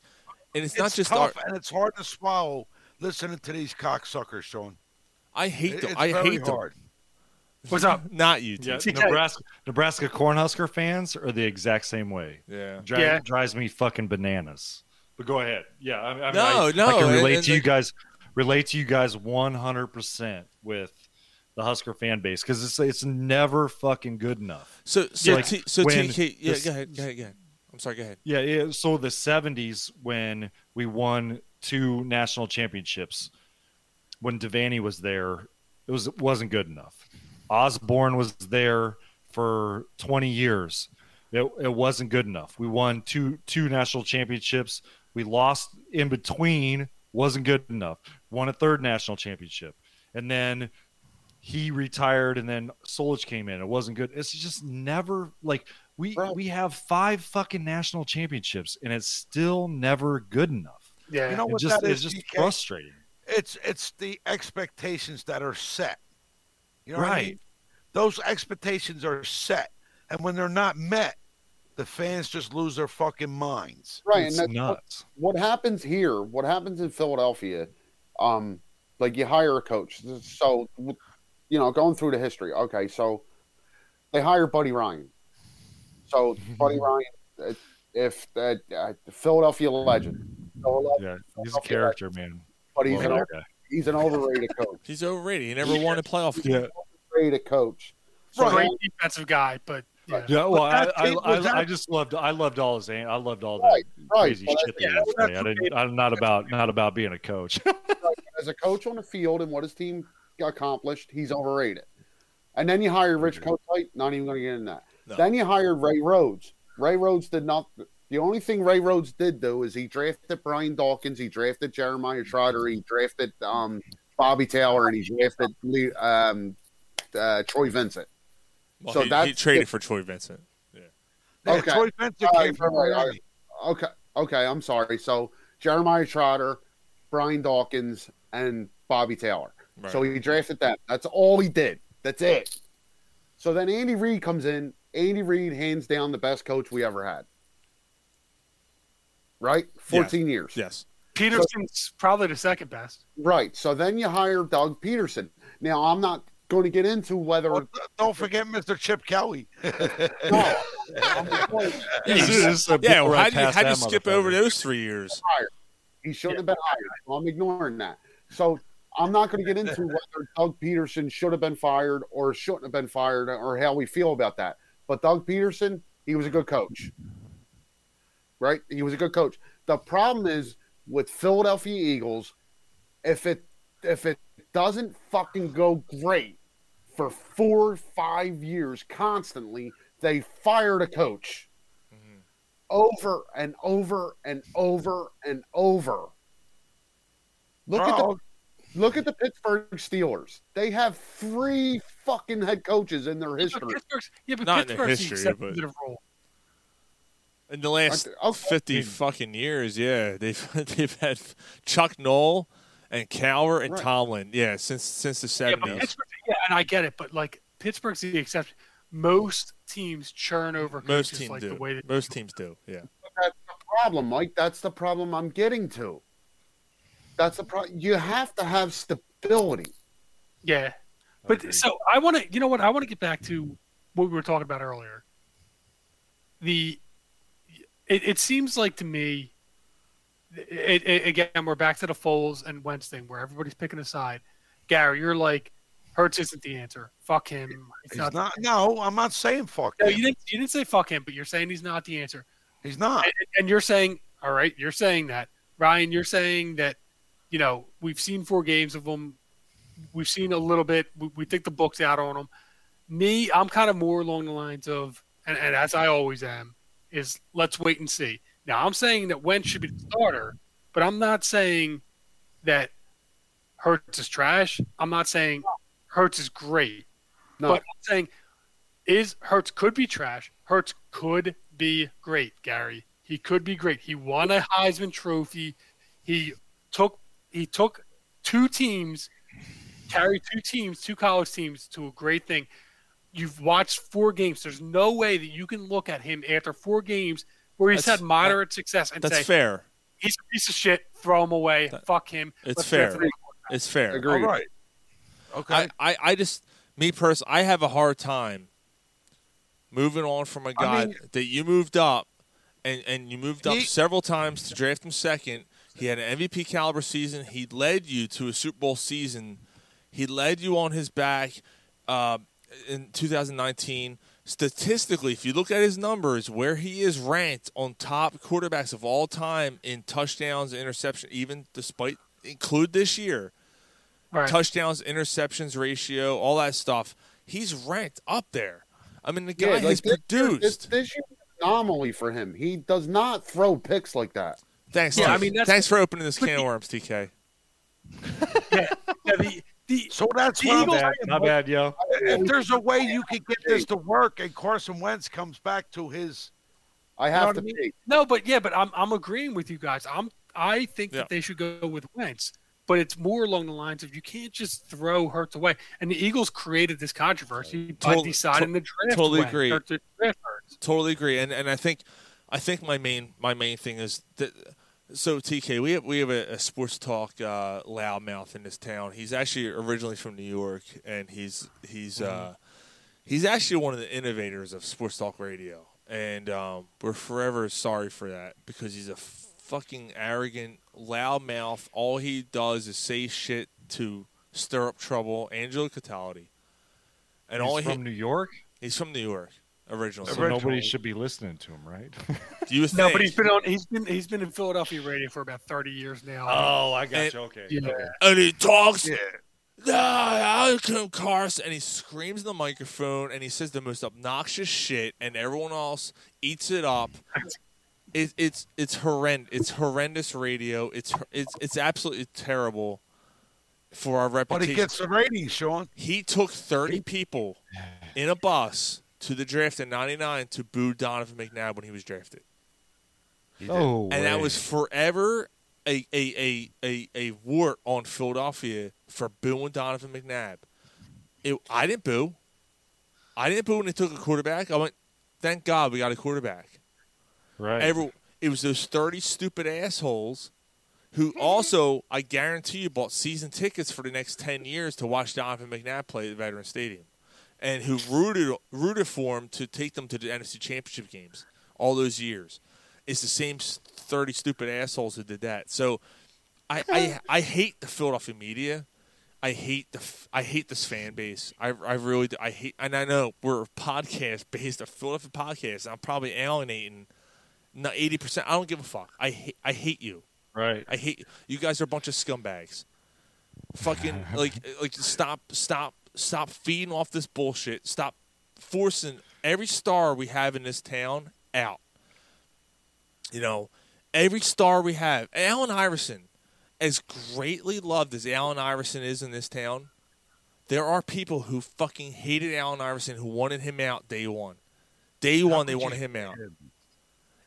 Speaker 3: and it's, not just our
Speaker 9: tough and it's hard to swallow listening to these cocksuckers, Sean.
Speaker 3: I hate
Speaker 9: It-
Speaker 3: them.
Speaker 9: It's
Speaker 3: I
Speaker 9: very
Speaker 3: hate
Speaker 9: hard.
Speaker 7: What's up?
Speaker 3: them. Not you. [LAUGHS]
Speaker 13: Yeah,
Speaker 3: Dude.
Speaker 13: Nebraska Nebraska Cornhusker fans are the exact same way.
Speaker 3: Yeah.
Speaker 13: Dri-
Speaker 7: Yeah.
Speaker 13: drives me fucking bananas. But go ahead. Yeah, I, I, mean,
Speaker 3: No,
Speaker 13: I,
Speaker 3: no,
Speaker 13: I can
Speaker 3: and-
Speaker 13: relate
Speaker 3: and
Speaker 13: to you
Speaker 3: like-
Speaker 13: guys. Relate to you guys one hundred percent with the Husker fan base because it's it's never fucking good enough.
Speaker 3: So so
Speaker 13: Like,
Speaker 3: T, so
Speaker 13: when
Speaker 3: TK. Yeah,
Speaker 13: this-
Speaker 3: go ahead. Go ahead. Go ahead. I'm sorry. Go ahead.
Speaker 13: yeah, yeah. So the '70s when we won two national championships when Devaney was there. It was it wasn't good enough. Osborne was there for 20 years. It, it wasn't good enough. We won two two national championships. We lost in between. Wasn't good enough. Won a third national championship, and then he retired, and then Solich came in. It wasn't good. It's just never like we we have five fucking national championships, and it's still never good enough.
Speaker 9: You know
Speaker 13: It
Speaker 9: what
Speaker 13: just,
Speaker 9: that
Speaker 13: it's
Speaker 9: is,
Speaker 13: just
Speaker 9: DK?
Speaker 13: frustrating.
Speaker 9: It's it's the expectations that are set. You know what I
Speaker 13: Right.
Speaker 9: mean? Those expectations are set, and when they're not met, the fans just lose their fucking minds.
Speaker 8: Right, and that's what- What, happens here? What happens in Philadelphia? Um, like you hire a coach. So, you know, going through the history. Okay, so they hire Buddy Ryan. So
Speaker 13: [LAUGHS]
Speaker 8: Buddy Ryan, uh, if uh, uh, Philadelphia legend, Philadelphia,
Speaker 13: Yeah, he's a character, man.
Speaker 8: but he's
Speaker 13: Love
Speaker 8: an,
Speaker 13: that guy.
Speaker 8: he's an overrated
Speaker 13: [LAUGHS]
Speaker 8: coach.
Speaker 3: He's overrated. He never won a playoff game.
Speaker 8: Overrated coach. So
Speaker 7: Right.
Speaker 8: now-
Speaker 7: Great defensive guy, but yeah.
Speaker 13: Yeah, well, I,
Speaker 7: But that
Speaker 13: I,
Speaker 7: kid was
Speaker 13: I, I
Speaker 7: that-
Speaker 13: just loved I loved all his an- I loved all the
Speaker 8: Right, right,
Speaker 13: crazy
Speaker 8: but
Speaker 13: shit
Speaker 8: that's-
Speaker 13: that he
Speaker 8: yeah,
Speaker 13: was I didn't, I'm not about not about being a coach.
Speaker 8: as a coach on the field and what his team accomplished, he's overrated. And then you hire Rich Kotite, not even going to get into that.
Speaker 20: No.
Speaker 8: Then you hire Ray Rhodes. Ray Rhodes did not. The only thing Ray Rhodes did do is he drafted Brian Dawkins, he drafted Jeremiah Trotter, he drafted um, Bobby Taylor, and he drafted Le- um, uh, Troy Vincent.
Speaker 3: Well,
Speaker 8: so
Speaker 3: he,
Speaker 8: that's
Speaker 3: he traded for Troy Vincent.
Speaker 8: Okay.
Speaker 9: Troy Vincent
Speaker 8: All
Speaker 9: came from
Speaker 8: all all
Speaker 9: Miami.
Speaker 8: right. Okay. Okay. I'm sorry. So Jeremiah Trotter, Brian Dawkins, and Bobby Taylor.
Speaker 20: Right.
Speaker 8: So he drafted them. That's all he did. That's it. So then Andy Reid comes in. Andy Reid hands down the best coach we ever had. Right? 14 years.
Speaker 3: Yes.
Speaker 7: Peterson's probably the second best.
Speaker 8: Right. So then you hire Doug Peterson. Now, I'm not going to get into whether.
Speaker 9: Oh, Don't forget Mr. Chip Kelly.
Speaker 3: Yeah,
Speaker 8: He's
Speaker 3: you-
Speaker 8: just a
Speaker 3: yeah
Speaker 8: big
Speaker 3: well,
Speaker 8: right
Speaker 3: how do you,
Speaker 8: past
Speaker 3: how do you
Speaker 8: that
Speaker 3: skip
Speaker 8: motherfucker.
Speaker 3: over those three years?
Speaker 8: hired. He shouldn't have been hired. So I'm ignoring that. So I'm not going to get into whether Doug Peterson should have been fired or shouldn't have been fired or how we feel about that. But Doug Peterson, he was a good coach. Right? He was a good coach. The problem is with Philadelphia Eagles, if it if it doesn't fucking go great for four five years constantly, they fired a coach over and over and over and over. Look at the look at the Pittsburgh Steelers. They have three fucking head coaches in their history.
Speaker 7: Yeah, but
Speaker 3: Not in their
Speaker 7: Pittsburgh's the
Speaker 3: history,
Speaker 7: exception
Speaker 3: but
Speaker 7: to the rule.
Speaker 3: in the last fifty fucking years, yeah, they've [LAUGHS] they've had Chuck Knoll and Cowher and
Speaker 7: Right.
Speaker 3: Tomlin, yeah, since since the
Speaker 7: Yeah, but
Speaker 3: seventies.
Speaker 7: Pittsburgh, yeah, and I get it, but like Pittsburgh's the exception. Most teams churn over
Speaker 3: Most
Speaker 7: coaches
Speaker 3: teams
Speaker 7: like
Speaker 3: do.
Speaker 7: the way that
Speaker 3: Most teams do. Yeah.
Speaker 8: That's the problem, Mike. That's the problem I'm getting to. That's the problem. You have to have stability.
Speaker 7: Yeah. But so I want to, you know what? I want to get back to what we were talking about earlier. The, it, it seems like to me, it, it, again, we're back to the Foles and Wentz thing where everybody's picking a side. Gary, you're like, Hurts isn't the answer. Fuck him. It's
Speaker 9: He's not. No, I'm not saying fuck.
Speaker 7: No,
Speaker 9: him.
Speaker 7: you didn't. You didn't say fuck him, but you're saying he's not the answer.
Speaker 9: He's not.
Speaker 7: And, and you're saying, all right, you're saying that, Ryan. You're saying that, you know, we've seen four games of him. We've seen a little bit. We, we think the book's out on him. Me, I'm kind of more along the lines of, and, and as I always am, is let's wait and see. Now, I'm saying that Wentz should be the starter, but I'm not saying that Hurts is trash. I'm not saying Hurts is great.
Speaker 8: No.
Speaker 7: But I'm saying is Hertz could be trash. Hertz could be great, Gary. He could be great. He won a Heisman Trophy. He took he took two teams, carried two teams, two college teams to a great thing. You've watched four games. There's no way that you can look at him after four games where he's
Speaker 3: That's-
Speaker 7: had moderate success and
Speaker 3: That's
Speaker 7: say
Speaker 3: fair.
Speaker 7: he's a piece of shit. Throw him away. Fuck him.
Speaker 3: It's
Speaker 7: Let's draft
Speaker 3: fair.
Speaker 7: another
Speaker 3: It's fair.
Speaker 9: Agreed. All right. Okay.
Speaker 3: I, I, I just me person I have a hard time moving on from a guy
Speaker 9: mean-
Speaker 3: that you moved up and, and you moved up
Speaker 9: He-
Speaker 3: several times to draft him second. He had an MVP caliber season. He led you to a Super Bowl season. He led you on his back uh, in 2019. statistically, if you look at his numbers, where he is ranked on top quarterbacks of all time in touchdowns, interception, even despite include this year,
Speaker 7: Right.
Speaker 3: touchdowns, interceptions ratio, all that stuff, he's ranked up there. I mean, the guy
Speaker 8: like,
Speaker 3: has
Speaker 8: this year-
Speaker 3: produced.
Speaker 8: This, this year's an anomaly for him. He does not throw picks like that.
Speaker 3: Thanks.
Speaker 8: Yeah,
Speaker 3: Steve.
Speaker 8: I mean, that's-
Speaker 3: thanks for opening this can of worms, TK.
Speaker 9: So that's
Speaker 7: [LAUGHS]
Speaker 3: The
Speaker 9: what I'm
Speaker 3: Eagles-
Speaker 9: saying,
Speaker 3: My
Speaker 9: Mike.
Speaker 3: bad, yo.
Speaker 9: If there's a way you could get this to work, and Carson Wentz comes back to his,
Speaker 8: I
Speaker 9: You know what
Speaker 8: have
Speaker 9: I
Speaker 8: to
Speaker 9: mean?
Speaker 8: be.
Speaker 7: No, but yeah, but I'm I'm agreeing with you guys. I'm I think that they should go with Wentz, but it's more along the lines of you can't just throw Hurts away. And the Eagles created this controversy by
Speaker 3: Totally-
Speaker 7: deciding the
Speaker 3: to-
Speaker 7: draft.
Speaker 3: totally
Speaker 7: Wentz,
Speaker 3: agree.
Speaker 7: or to draft Hurts.
Speaker 3: Totally agree. And and I think I think my main my main thing is that so TK we have we have a, a sports talk uh, loudmouth in this town. He's actually originally from New York, and he's he's
Speaker 13: Mm-hmm.
Speaker 3: uh, he's actually one of the innovators of sports talk radio. And um, we're forever sorry for that because he's a fucking arrogant loudmouth. All he does is say shit to stir up trouble. Angelo Cataldi. And
Speaker 13: He's
Speaker 3: all he,
Speaker 13: from New York.
Speaker 3: He's from New York originally.
Speaker 13: So nobody should be listening to him, right?
Speaker 3: Do you
Speaker 7: No,
Speaker 3: think?
Speaker 9: [LAUGHS]
Speaker 7: but he's been on. He's been he's been in Philadelphia radio for about thirty years now.
Speaker 13: Oh, I got you. Okay.
Speaker 7: Yeah.
Speaker 13: okay.
Speaker 3: and he talks.
Speaker 13: Yeah.
Speaker 3: "Ah, I come Carson, and he screams in the microphone, and he says the most obnoxious shit, and everyone else eats it up. It, it's it's horrend. It's horrendous radio. It's hor- it's it's absolutely terrible for our
Speaker 9: but
Speaker 3: reputation.
Speaker 9: he gets the ratings, Sean.
Speaker 3: He took 30 people in a bus to the draft in 99 to boo Donovan McNabb when he was drafted.
Speaker 13: No
Speaker 3: and that
Speaker 13: way.
Speaker 3: was forever a, a, a, a, a wart on Philadelphia for booing Donovan McNabb. It, I didn't boo. I didn't boo when they took a quarterback. I went, thank God we got a quarterback.
Speaker 13: Right.
Speaker 3: Every, it was those 30 stupid assholes who also, I guarantee you, bought season tickets for the next 10 years to watch Donovan McNabb play at Veteran Stadium and who rooted, rooted for him to take them to the NFC Championship games all those years. It's the same s- 30 stupid assholes who did that. So I, I, I hate the Philadelphia media. I hate the f- I hate this fan base. I, I really do. I hate and I know we're a podcast based a Philadelphia podcast. And I'm probably alienating not eighty percent. I don't give a fuck. I hate I hate you.
Speaker 13: Right.
Speaker 3: I hate you guys are a bunch of scumbags. Fucking like like stop stop stop feeding off this bullshit. Stop forcing every star we have in this town out. You know, every star we have, Allen Iverson, as greatly loved as Allen Iverson is in this town, there are people who fucking hated Allen Iverson who wanted him out day one. Day one, they wanted him out.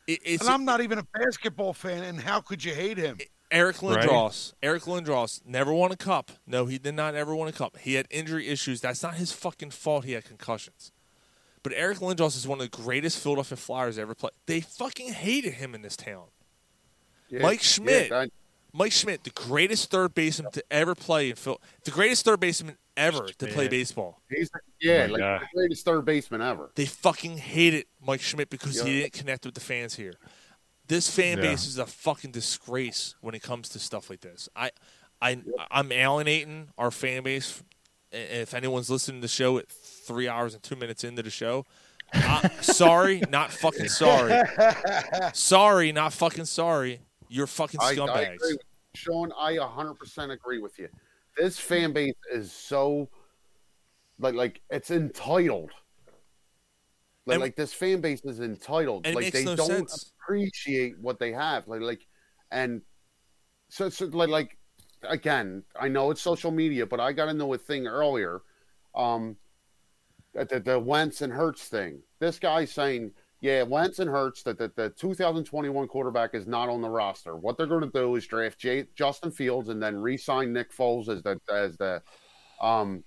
Speaker 3: It- it's
Speaker 9: and I'm not even a basketball fan, and how could you hate him?
Speaker 3: Eric
Speaker 9: Right.
Speaker 3: Lindros. Eric Lindros never won a cup. No, he did not ever win a cup. He had injury issues. That's not his fucking fault. He had concussions. But Eric Lindros is one of the greatest Philadelphia Flyers ever played. They fucking hated him in this town. Mike Schmidt. Mike Schmidt, the greatest third baseman to ever play in Phil, the greatest third baseman ever to play
Speaker 8: Schmidt.
Speaker 3: baseball.
Speaker 8: He's yeah,
Speaker 3: Oh my
Speaker 8: like
Speaker 3: God.
Speaker 8: the greatest third baseman ever.
Speaker 3: They fucking hated Mike Schmidt because he
Speaker 8: Yeah.
Speaker 3: didn't connect with the fans here. This fan
Speaker 8: Yeah.
Speaker 3: base is a fucking disgrace when it comes to stuff like this. I, I, I'm alienating our fan base. I- If anyone's listening to the show at three hours and two minutes into the show, I, sorry,
Speaker 8: [LAUGHS]
Speaker 3: not fucking sorry. Sorry, not fucking sorry. You're fucking
Speaker 8: I, I
Speaker 3: scumbags.
Speaker 8: agree with Sean, I 100% agree with you. This fan base is so like like it's entitled. Like, like this fan base is entitled.
Speaker 3: and it
Speaker 8: like
Speaker 3: makes
Speaker 8: they
Speaker 3: no
Speaker 8: don't
Speaker 3: sense.
Speaker 8: appreciate what they have. Like like and so, so like like again, I know it's social media, but I got into a thing earlier. Um the, the, the Wentz and Hurts thing. This guy's saying, yeah, Wentz and Hurts, that the, the 2021 quarterback is not on the roster. What they're going to do is draft J- Justin Fields and then re-sign Nick Foles as the as the um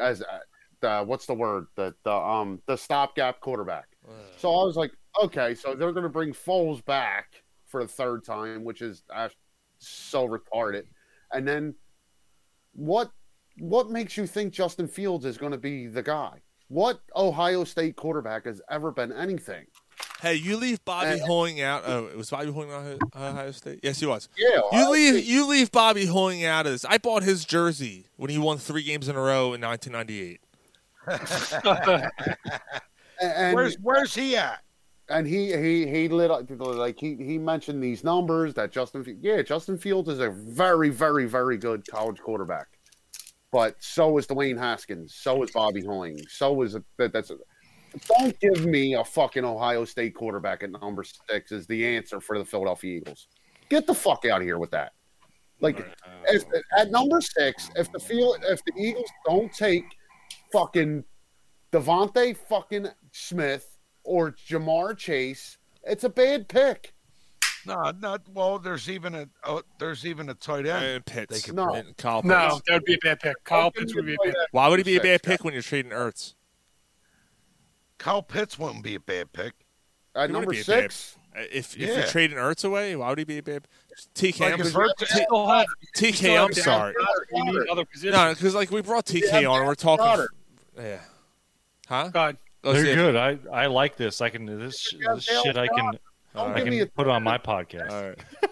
Speaker 8: as uh, the what's the word the the um the stopgap quarterback. So I was like, okay, so they're going to bring Foles back for the third time, which is uh, so retarded. And then what what makes you think Justin Fields is going to be the guy? What Ohio State quarterback has ever been anything?
Speaker 3: Hey, you leave Bobby Hoing out. Oh, it was Bobby Hoing out of Ohio State. Yes, he was.
Speaker 8: Yeah,
Speaker 3: you
Speaker 8: Ohio
Speaker 3: leave
Speaker 8: State.
Speaker 3: you leave Bobby Hoing out of this. I bought his jersey when he won three games in a row in 1998.
Speaker 8: And-
Speaker 9: where's where's he at?
Speaker 8: and he he he lit up like he he mentioned these numbers that Justin Fe- yeah Justin Fields is a very very very good college quarterback, but so is Dwayne Haskins, so is Bobby Hoying, so is that that's. don't give me a fucking Ohio State quarterback at number six is the answer for the Philadelphia Eagles. Get the fuck out of here with that. Like, if, at number six, if the field, if the Eagles don't take fucking Devontae fucking Smith or Jamar Chase, it's a bad pick.
Speaker 9: No, not well. There's even a oh, there's even a tight end.
Speaker 3: And Pitts.
Speaker 9: they could
Speaker 3: No.
Speaker 9: play.
Speaker 3: And Kyle
Speaker 7: No,
Speaker 3: Pitts.
Speaker 7: that would be a bad pick. Kyle Pitts would be a bad pick.
Speaker 3: Why would he be a bad pick when you're trading Ertz?
Speaker 9: Kyle Pitts wouldn't be a bad pick.
Speaker 8: At
Speaker 3: He
Speaker 8: number
Speaker 3: wouldn't be a bad-
Speaker 8: six,
Speaker 3: Uh, If, if
Speaker 9: Yeah.
Speaker 3: you're trading Ertz away, why would he be a bad? TK,
Speaker 9: Like
Speaker 3: I'm-
Speaker 9: if Ertz-
Speaker 3: T-
Speaker 7: You still
Speaker 3: TK,
Speaker 7: have
Speaker 3: I'm
Speaker 7: to add
Speaker 3: sorry.
Speaker 7: Goddard. You need other positions.
Speaker 3: No, because like we brought
Speaker 7: You
Speaker 3: TK
Speaker 7: have
Speaker 3: on,
Speaker 7: to
Speaker 3: we're
Speaker 7: add
Speaker 3: talking.
Speaker 7: Goddard.
Speaker 3: Yeah. Huh?
Speaker 7: God.
Speaker 3: Oh,
Speaker 13: They're
Speaker 3: see,
Speaker 13: good. I, I like this. I can this, this shit. I can
Speaker 3: Don't
Speaker 13: I
Speaker 3: give me
Speaker 13: can
Speaker 3: a-
Speaker 13: put on my podcast.
Speaker 3: [LAUGHS]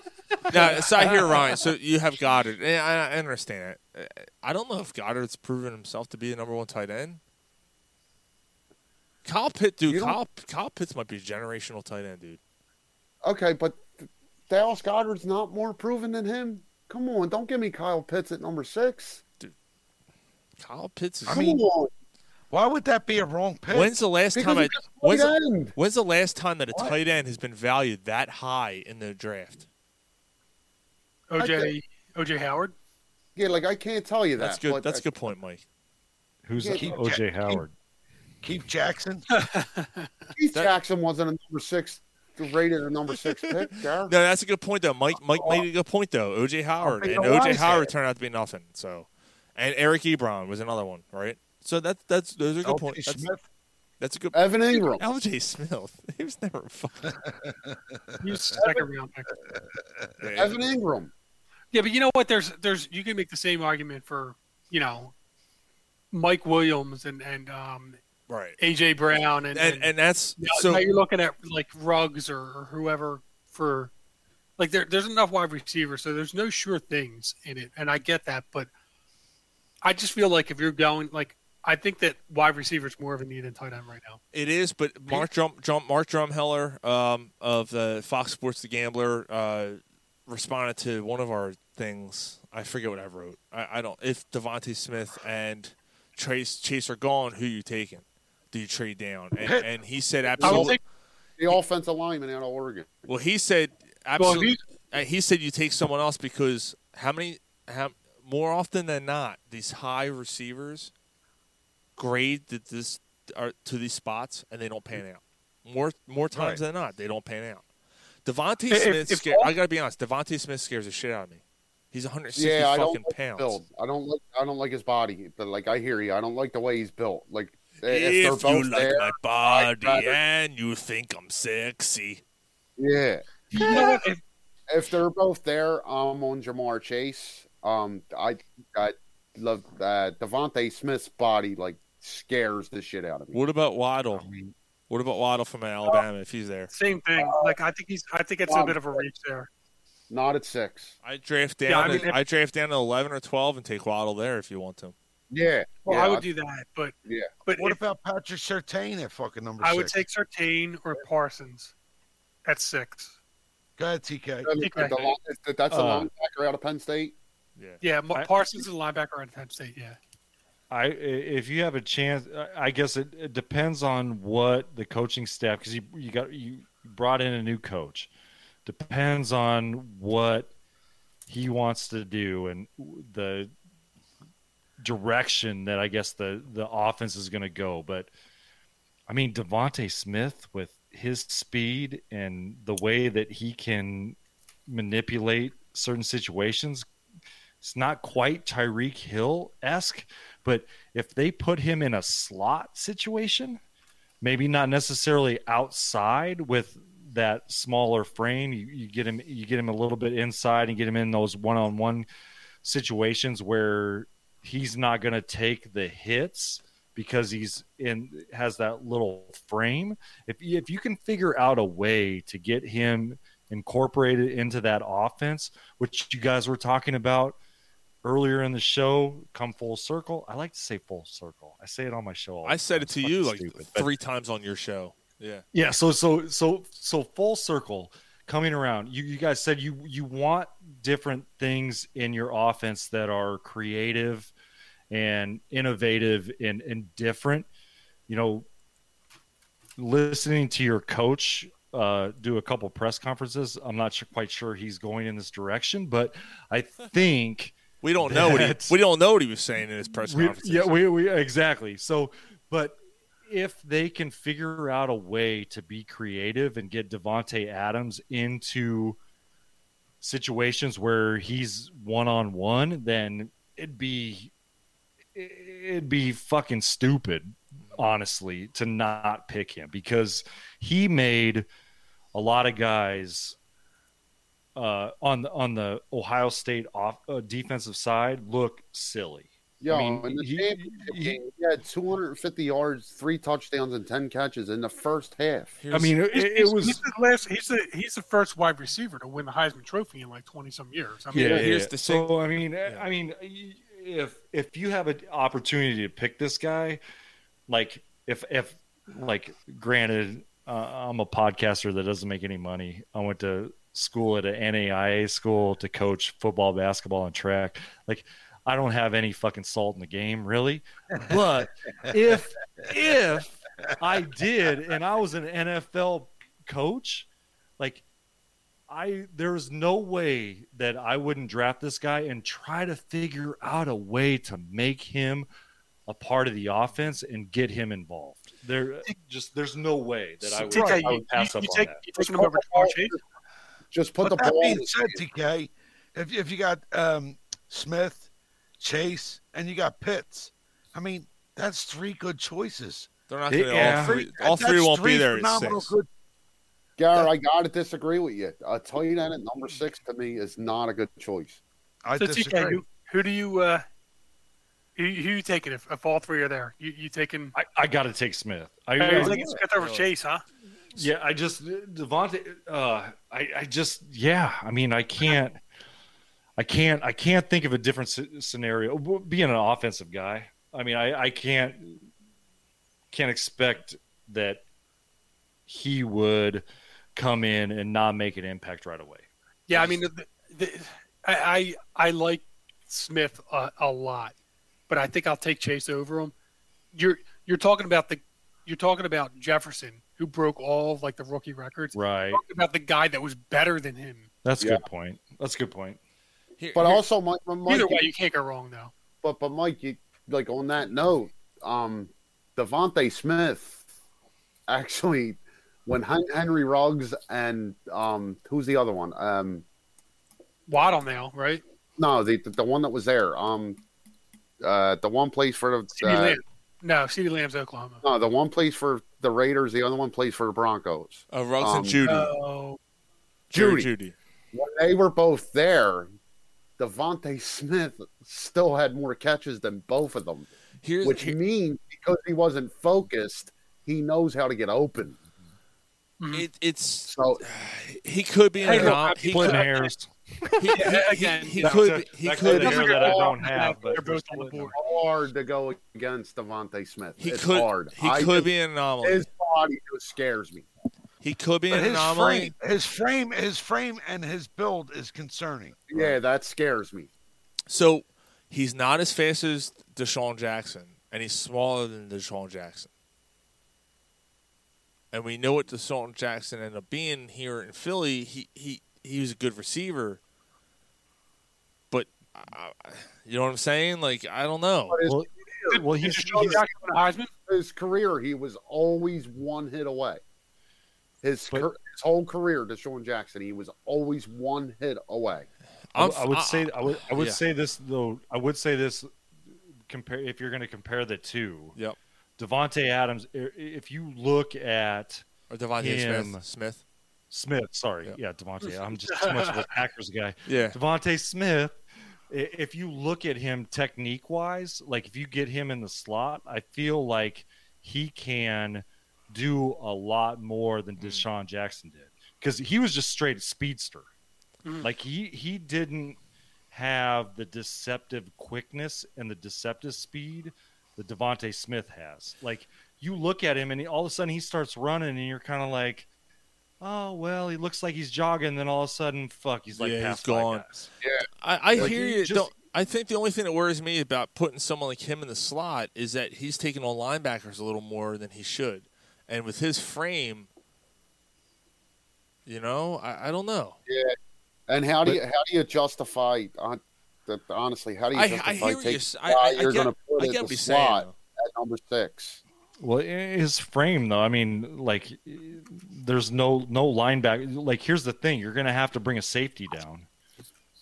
Speaker 3: No, so I hear Ryan. So you have Goddard. And I, I understand it. Uh, I don't know if Goddard's proven himself to be the number one tight end. Kyle Pitt, dude. Kyle, Kyle Pitts might be a generational tight end, dude.
Speaker 8: okay, but Dallas Goddard's not more proven than him. Come on, don't give me Kyle Pitts at number six.
Speaker 3: Kyle Pitts is.
Speaker 9: I mean, why would that be a wrong pick?
Speaker 3: When's the last
Speaker 9: Because
Speaker 3: time? I,
Speaker 9: he just
Speaker 3: when's,
Speaker 9: played
Speaker 3: the, when's the last time that a
Speaker 9: What?
Speaker 3: tight end has been valued that high in the draft?
Speaker 7: OJ OJ Howard.
Speaker 8: Yeah, like I can't tell you uh,
Speaker 3: That's good. That's a good point, Mike.
Speaker 13: Who's
Speaker 8: Yeah.
Speaker 13: OJ Howard?
Speaker 9: Keith Jackson.
Speaker 8: Keith Jackson wasn't a number six rated a number
Speaker 3: [LAUGHS]
Speaker 8: six pick. Darren.
Speaker 3: No, that's a good point though. Mike Mike made a good point though. OJ Howard
Speaker 8: Okay,
Speaker 3: and
Speaker 8: no, why
Speaker 3: OJ
Speaker 8: is
Speaker 3: Howard
Speaker 8: that?
Speaker 3: turned out to be nothing. So, and Eric Ebron was another one, right? So that's that's those are good
Speaker 9: LJ
Speaker 3: points. That's,
Speaker 9: Smith.
Speaker 3: that's a good.
Speaker 8: Evan Ingram.
Speaker 3: L.J. Smith. [LAUGHS] He was never fucking. [LAUGHS]
Speaker 7: He was a second round pick.
Speaker 8: Evan Ingram.
Speaker 7: Yeah, but you know what? There's there's you can make the same argument for you know Mike Williams and and um,
Speaker 3: right.
Speaker 7: AJ Brown and
Speaker 3: And and that's
Speaker 7: Yeah,
Speaker 3: so.
Speaker 7: now you're looking at like Ruggs or, or whoever for like there, there's enough wide receivers, so there's no sure things in it, and I get that, but I just feel like if you're going like I think that wide receiver is more of a need than tight end right now.
Speaker 3: It is, but Mark Drum, Drum Mark Drumheller um, of the Fox Sports The Gambler uh, responded to one of our things. I forget what I wrote. I, I don't. If Devontae Smith and Chase Chase are gone, who you taking? Do you trade down? And,
Speaker 8: Pitt.
Speaker 3: and he said
Speaker 8: The old-
Speaker 3: absolutely.
Speaker 8: the offensive lineman out of Oregon.
Speaker 3: Well, he said absolutely. uh, he said you take someone else because how many how more often than not these high receivers grade that this are to these spots and they don't pan out. More more times
Speaker 9: Right.
Speaker 3: than not, they don't pan out. Devontae
Speaker 9: If-
Speaker 3: Smith,
Speaker 9: if
Speaker 3: sca-
Speaker 9: all-
Speaker 3: I gotta be honest, Devontae Smith scares the shit out of me. He's 160
Speaker 8: Yeah, I
Speaker 3: fucking
Speaker 8: don't like his
Speaker 3: pounds.
Speaker 8: build. I don't like. I don't like his body. But like, I hear you. I don't like the way he's built. Like,
Speaker 3: If
Speaker 8: if, they're
Speaker 3: you
Speaker 8: both
Speaker 3: like
Speaker 8: there,
Speaker 3: my body
Speaker 8: rather-
Speaker 3: and you think I'm sexy,
Speaker 8: yeah. if, if they're both there, I'm on Jamar Chase. Um, I I love uh, Devontae Smith's body. Like, scares the shit out of me.
Speaker 3: what about Waddle? what about Waddle from Alabama if he's there?
Speaker 7: Same thing. Like I think he's I think it's a bit of a reach there.
Speaker 8: Not at six.
Speaker 3: I draft down.
Speaker 7: Yeah, I mean,
Speaker 3: to-
Speaker 7: if-
Speaker 3: I draft down to eleven or twelve and take Waddle there if you want to.
Speaker 8: Yeah.
Speaker 7: Well, I
Speaker 9: Yeah,
Speaker 7: would
Speaker 9: I-
Speaker 7: do that, but
Speaker 8: Yeah.
Speaker 7: but
Speaker 9: What
Speaker 7: if,
Speaker 9: about Patrick Sertain at fucking number
Speaker 7: I
Speaker 9: six?
Speaker 7: would take Sertain or Parsons at six.
Speaker 9: Go ahead, TK.
Speaker 8: I mean, the long- that's a
Speaker 13: Uh,
Speaker 8: linebacker out of Penn State.
Speaker 7: Yeah, Ma- Parsons is a linebacker at Penn State. Yeah.
Speaker 13: I i- if you have a chance, I- I guess it, it depends on what the coaching staff because you you got you brought in a new coach. Depends on what he wants to do and the direction that I guess the the offense is going to go. But I mean, Devonte Smith with his speed and the way that he can manipulate certain situations, it's not quite Tyreek Hill esque. But if they put him in a slot situation, maybe not necessarily outside with that smaller frame, you, you get him you get him a little bit inside and get him in those one on one situations where he's not going to take the hits because he's in has that little frame. If you- if you can figure out a way to get him incorporated into that offense, which you guys were talking about earlier in the show, come full circle. I like to say full circle. I say it on my show. all
Speaker 3: I
Speaker 13: the
Speaker 3: said it
Speaker 13: time. It's
Speaker 3: to you like
Speaker 13: fucking stupid, but-
Speaker 3: three times on your show. Yeah.
Speaker 13: yeah so so so so full circle coming around you you guys said you you want different things in your offense that are creative and innovative and and different you know listening to your coach uh, do a couple press conferences i'm not sure, quite sure he's going in this direction but i think
Speaker 3: We don't know what he,
Speaker 13: that-
Speaker 3: we don't know what he was saying in his press
Speaker 13: we-
Speaker 3: conference.
Speaker 13: Yeah, we, we exactly. So, but if they can figure out a way to be creative and get Devonte Adams into situations where he's one on one, then it'd be it'd be fucking stupid, honestly, to not pick him because he made a lot of guys uh, on the on the Ohio State off uh, defensive side look silly.
Speaker 8: Yo,
Speaker 13: I mean,
Speaker 8: in the championship game, he had 250 yards, three touchdowns, and 10 catches in the first half.
Speaker 7: Here's- he's, he's- he's the last. He's the he's the first wide receiver to win the Heisman Trophy in like twenty some years. I mean,
Speaker 13: yeah, here's the so I mean, I mean, if if you have an opportunity to pick this guy, like if if like granted, uh, I'm a podcaster that doesn't make any money. I went to school at an NAIA school to coach football, basketball, and track. Like, I don't have any fucking salt in the game, really. But if if I did, and I was an NFL coach, like I there's no way that I wouldn't draft this guy and try to figure out a way to make him a part of the offense and get him involved. There just there's no way that I would,
Speaker 9: Right.
Speaker 13: I would pass up on that.
Speaker 8: Just put
Speaker 9: but
Speaker 8: the
Speaker 9: that
Speaker 8: ball in
Speaker 9: being
Speaker 8: his
Speaker 9: said, TK, if, if you got um, Smith, Chase, and you got Pitts, I mean, that's three good choices.
Speaker 3: They're not gonna- all three- all three won't be there at six.
Speaker 8: Gar, I gotta disagree with you. A tight end at number six to me is not a good choice.
Speaker 9: I
Speaker 7: so TK, who, who do you uh, who, who you taking if, if all three are there? You you taking?
Speaker 13: I, I got to take Smith. I,
Speaker 7: you're
Speaker 13: I-
Speaker 7: taking Smith over Chase, huh?
Speaker 13: Yeah, I just Devonte. Uh, I I just yeah. I mean, I can't. I can't. I can't think of a different sce- scenario. W- Being an offensive guy, I mean, I I can't can't expect that he would come in and not make an impact right away.
Speaker 7: Yeah, I mean, the, the, I, I I like Smith a, a lot, but I think I'll take Chase over him. You're you're talking about the you're talking about Jefferson who broke all of, like the rookie records.
Speaker 13: Right.
Speaker 7: You're talking about the guy that was better than him.
Speaker 13: That's a
Speaker 8: Yeah.
Speaker 13: good point. That's a good point.
Speaker 8: But also, Mike, Mike
Speaker 7: Either way, you can't go wrong though.
Speaker 8: but but Mike, you, like on that note, um, Devonte Smith actually when Hen- Henry Ruggs and um, who's the other one? Um,
Speaker 7: Waddle now, right?
Speaker 8: no, the the one that was there. Um, uh, the one place for the
Speaker 7: CD
Speaker 8: uh,
Speaker 7: Lamb. No, CeeDee Lamb's Oklahoma.
Speaker 13: Oh,
Speaker 8: no, the one place for the Raiders. The other one plays for the Broncos.
Speaker 3: Uh, Ruggs
Speaker 8: Um,
Speaker 3: and Judy.
Speaker 7: Oh,
Speaker 8: Judy.
Speaker 3: Judy.
Speaker 8: when they were both there, Devonte Smith still had more catches than both of them.
Speaker 3: Here's,
Speaker 8: which means because he wasn't focused, he knows how to get open.
Speaker 3: It, it's
Speaker 8: so
Speaker 3: he could be in
Speaker 8: Hey,
Speaker 3: a
Speaker 8: look,
Speaker 3: non-
Speaker 8: I'm
Speaker 3: he
Speaker 8: splitting
Speaker 3: could,
Speaker 13: hairs.
Speaker 3: He, he, he, he
Speaker 8: That's
Speaker 3: could
Speaker 8: a-
Speaker 3: he
Speaker 8: that's
Speaker 3: could
Speaker 8: a hair that I don't have,
Speaker 13: but
Speaker 8: hard to go against Devonte Smith.
Speaker 3: He
Speaker 8: it's
Speaker 3: could-
Speaker 8: hard.
Speaker 3: he could be an anomaly.
Speaker 8: His body just scares me.
Speaker 3: he could be
Speaker 9: But
Speaker 3: an
Speaker 9: his
Speaker 3: anomaly.
Speaker 9: frame, his frame, his frame, and his build is concerning.
Speaker 8: Yeah, that scares me.
Speaker 3: So he's not as fast as Deshaun Jackson, and he's smaller than Deshaun Jackson. And we know what Deshaun Jackson ended up being here in Philly. He he he was a good receiver, but uh, you know what I'm saying? Like I don't know.
Speaker 8: But his career,
Speaker 13: well,
Speaker 8: he's, his career, he was always one hit away. His, car- his whole career, Deshaun Jackson, he was always one hit away.
Speaker 13: I w- I
Speaker 3: uh,
Speaker 13: would say I would I would
Speaker 8: yeah.
Speaker 13: say this though I would say this compare if you're going to compare the two.
Speaker 3: Yep.
Speaker 13: Devonte Adams i- if you look at
Speaker 3: or Devontae
Speaker 13: him,
Speaker 3: Smith. Smith.
Speaker 13: Smith, sorry. Yeah, Devonte. I'm just too much of a Packers guy.
Speaker 3: Yeah.
Speaker 13: Devonte Smith i- if you look at him technique wise, like if you get him in the slot, I feel like he can do a lot more than Deshaun Jackson did cuz he was just straight speedster. Like he he didn't have the deceptive quickness and the deceptive speed that Devonte Smith has. Like you look at him and he, all of a sudden he starts running and you're kind of like, oh well, he looks like he's jogging. Then all of a sudden, fuck, he's like
Speaker 3: yeah,
Speaker 13: half
Speaker 3: he's gone.
Speaker 13: Yeah,
Speaker 3: I, I
Speaker 13: Like,
Speaker 3: hear
Speaker 13: he
Speaker 3: you.
Speaker 13: just-
Speaker 3: Don't- I think the only thing that worries me about putting someone like him in the slot is that he's taking on linebackers a little more than he should, and with his frame, you know, I, I don't know.
Speaker 8: Yeah. And how do
Speaker 3: But-
Speaker 8: you how do you justify on that honestly, how do
Speaker 3: I-
Speaker 8: you
Speaker 3: I
Speaker 8: justify
Speaker 3: hear you.
Speaker 8: taking a
Speaker 3: I- I-
Speaker 8: guy
Speaker 3: I
Speaker 8: you're
Speaker 3: get-
Speaker 8: gonna put
Speaker 3: I
Speaker 8: at
Speaker 3: get
Speaker 8: the
Speaker 3: what he's saying,
Speaker 8: slot at number six?
Speaker 13: Well, i- his frame though. I mean, like, i- there's no no linebacker. Like, here's the thing: you're gonna have to bring a safety down.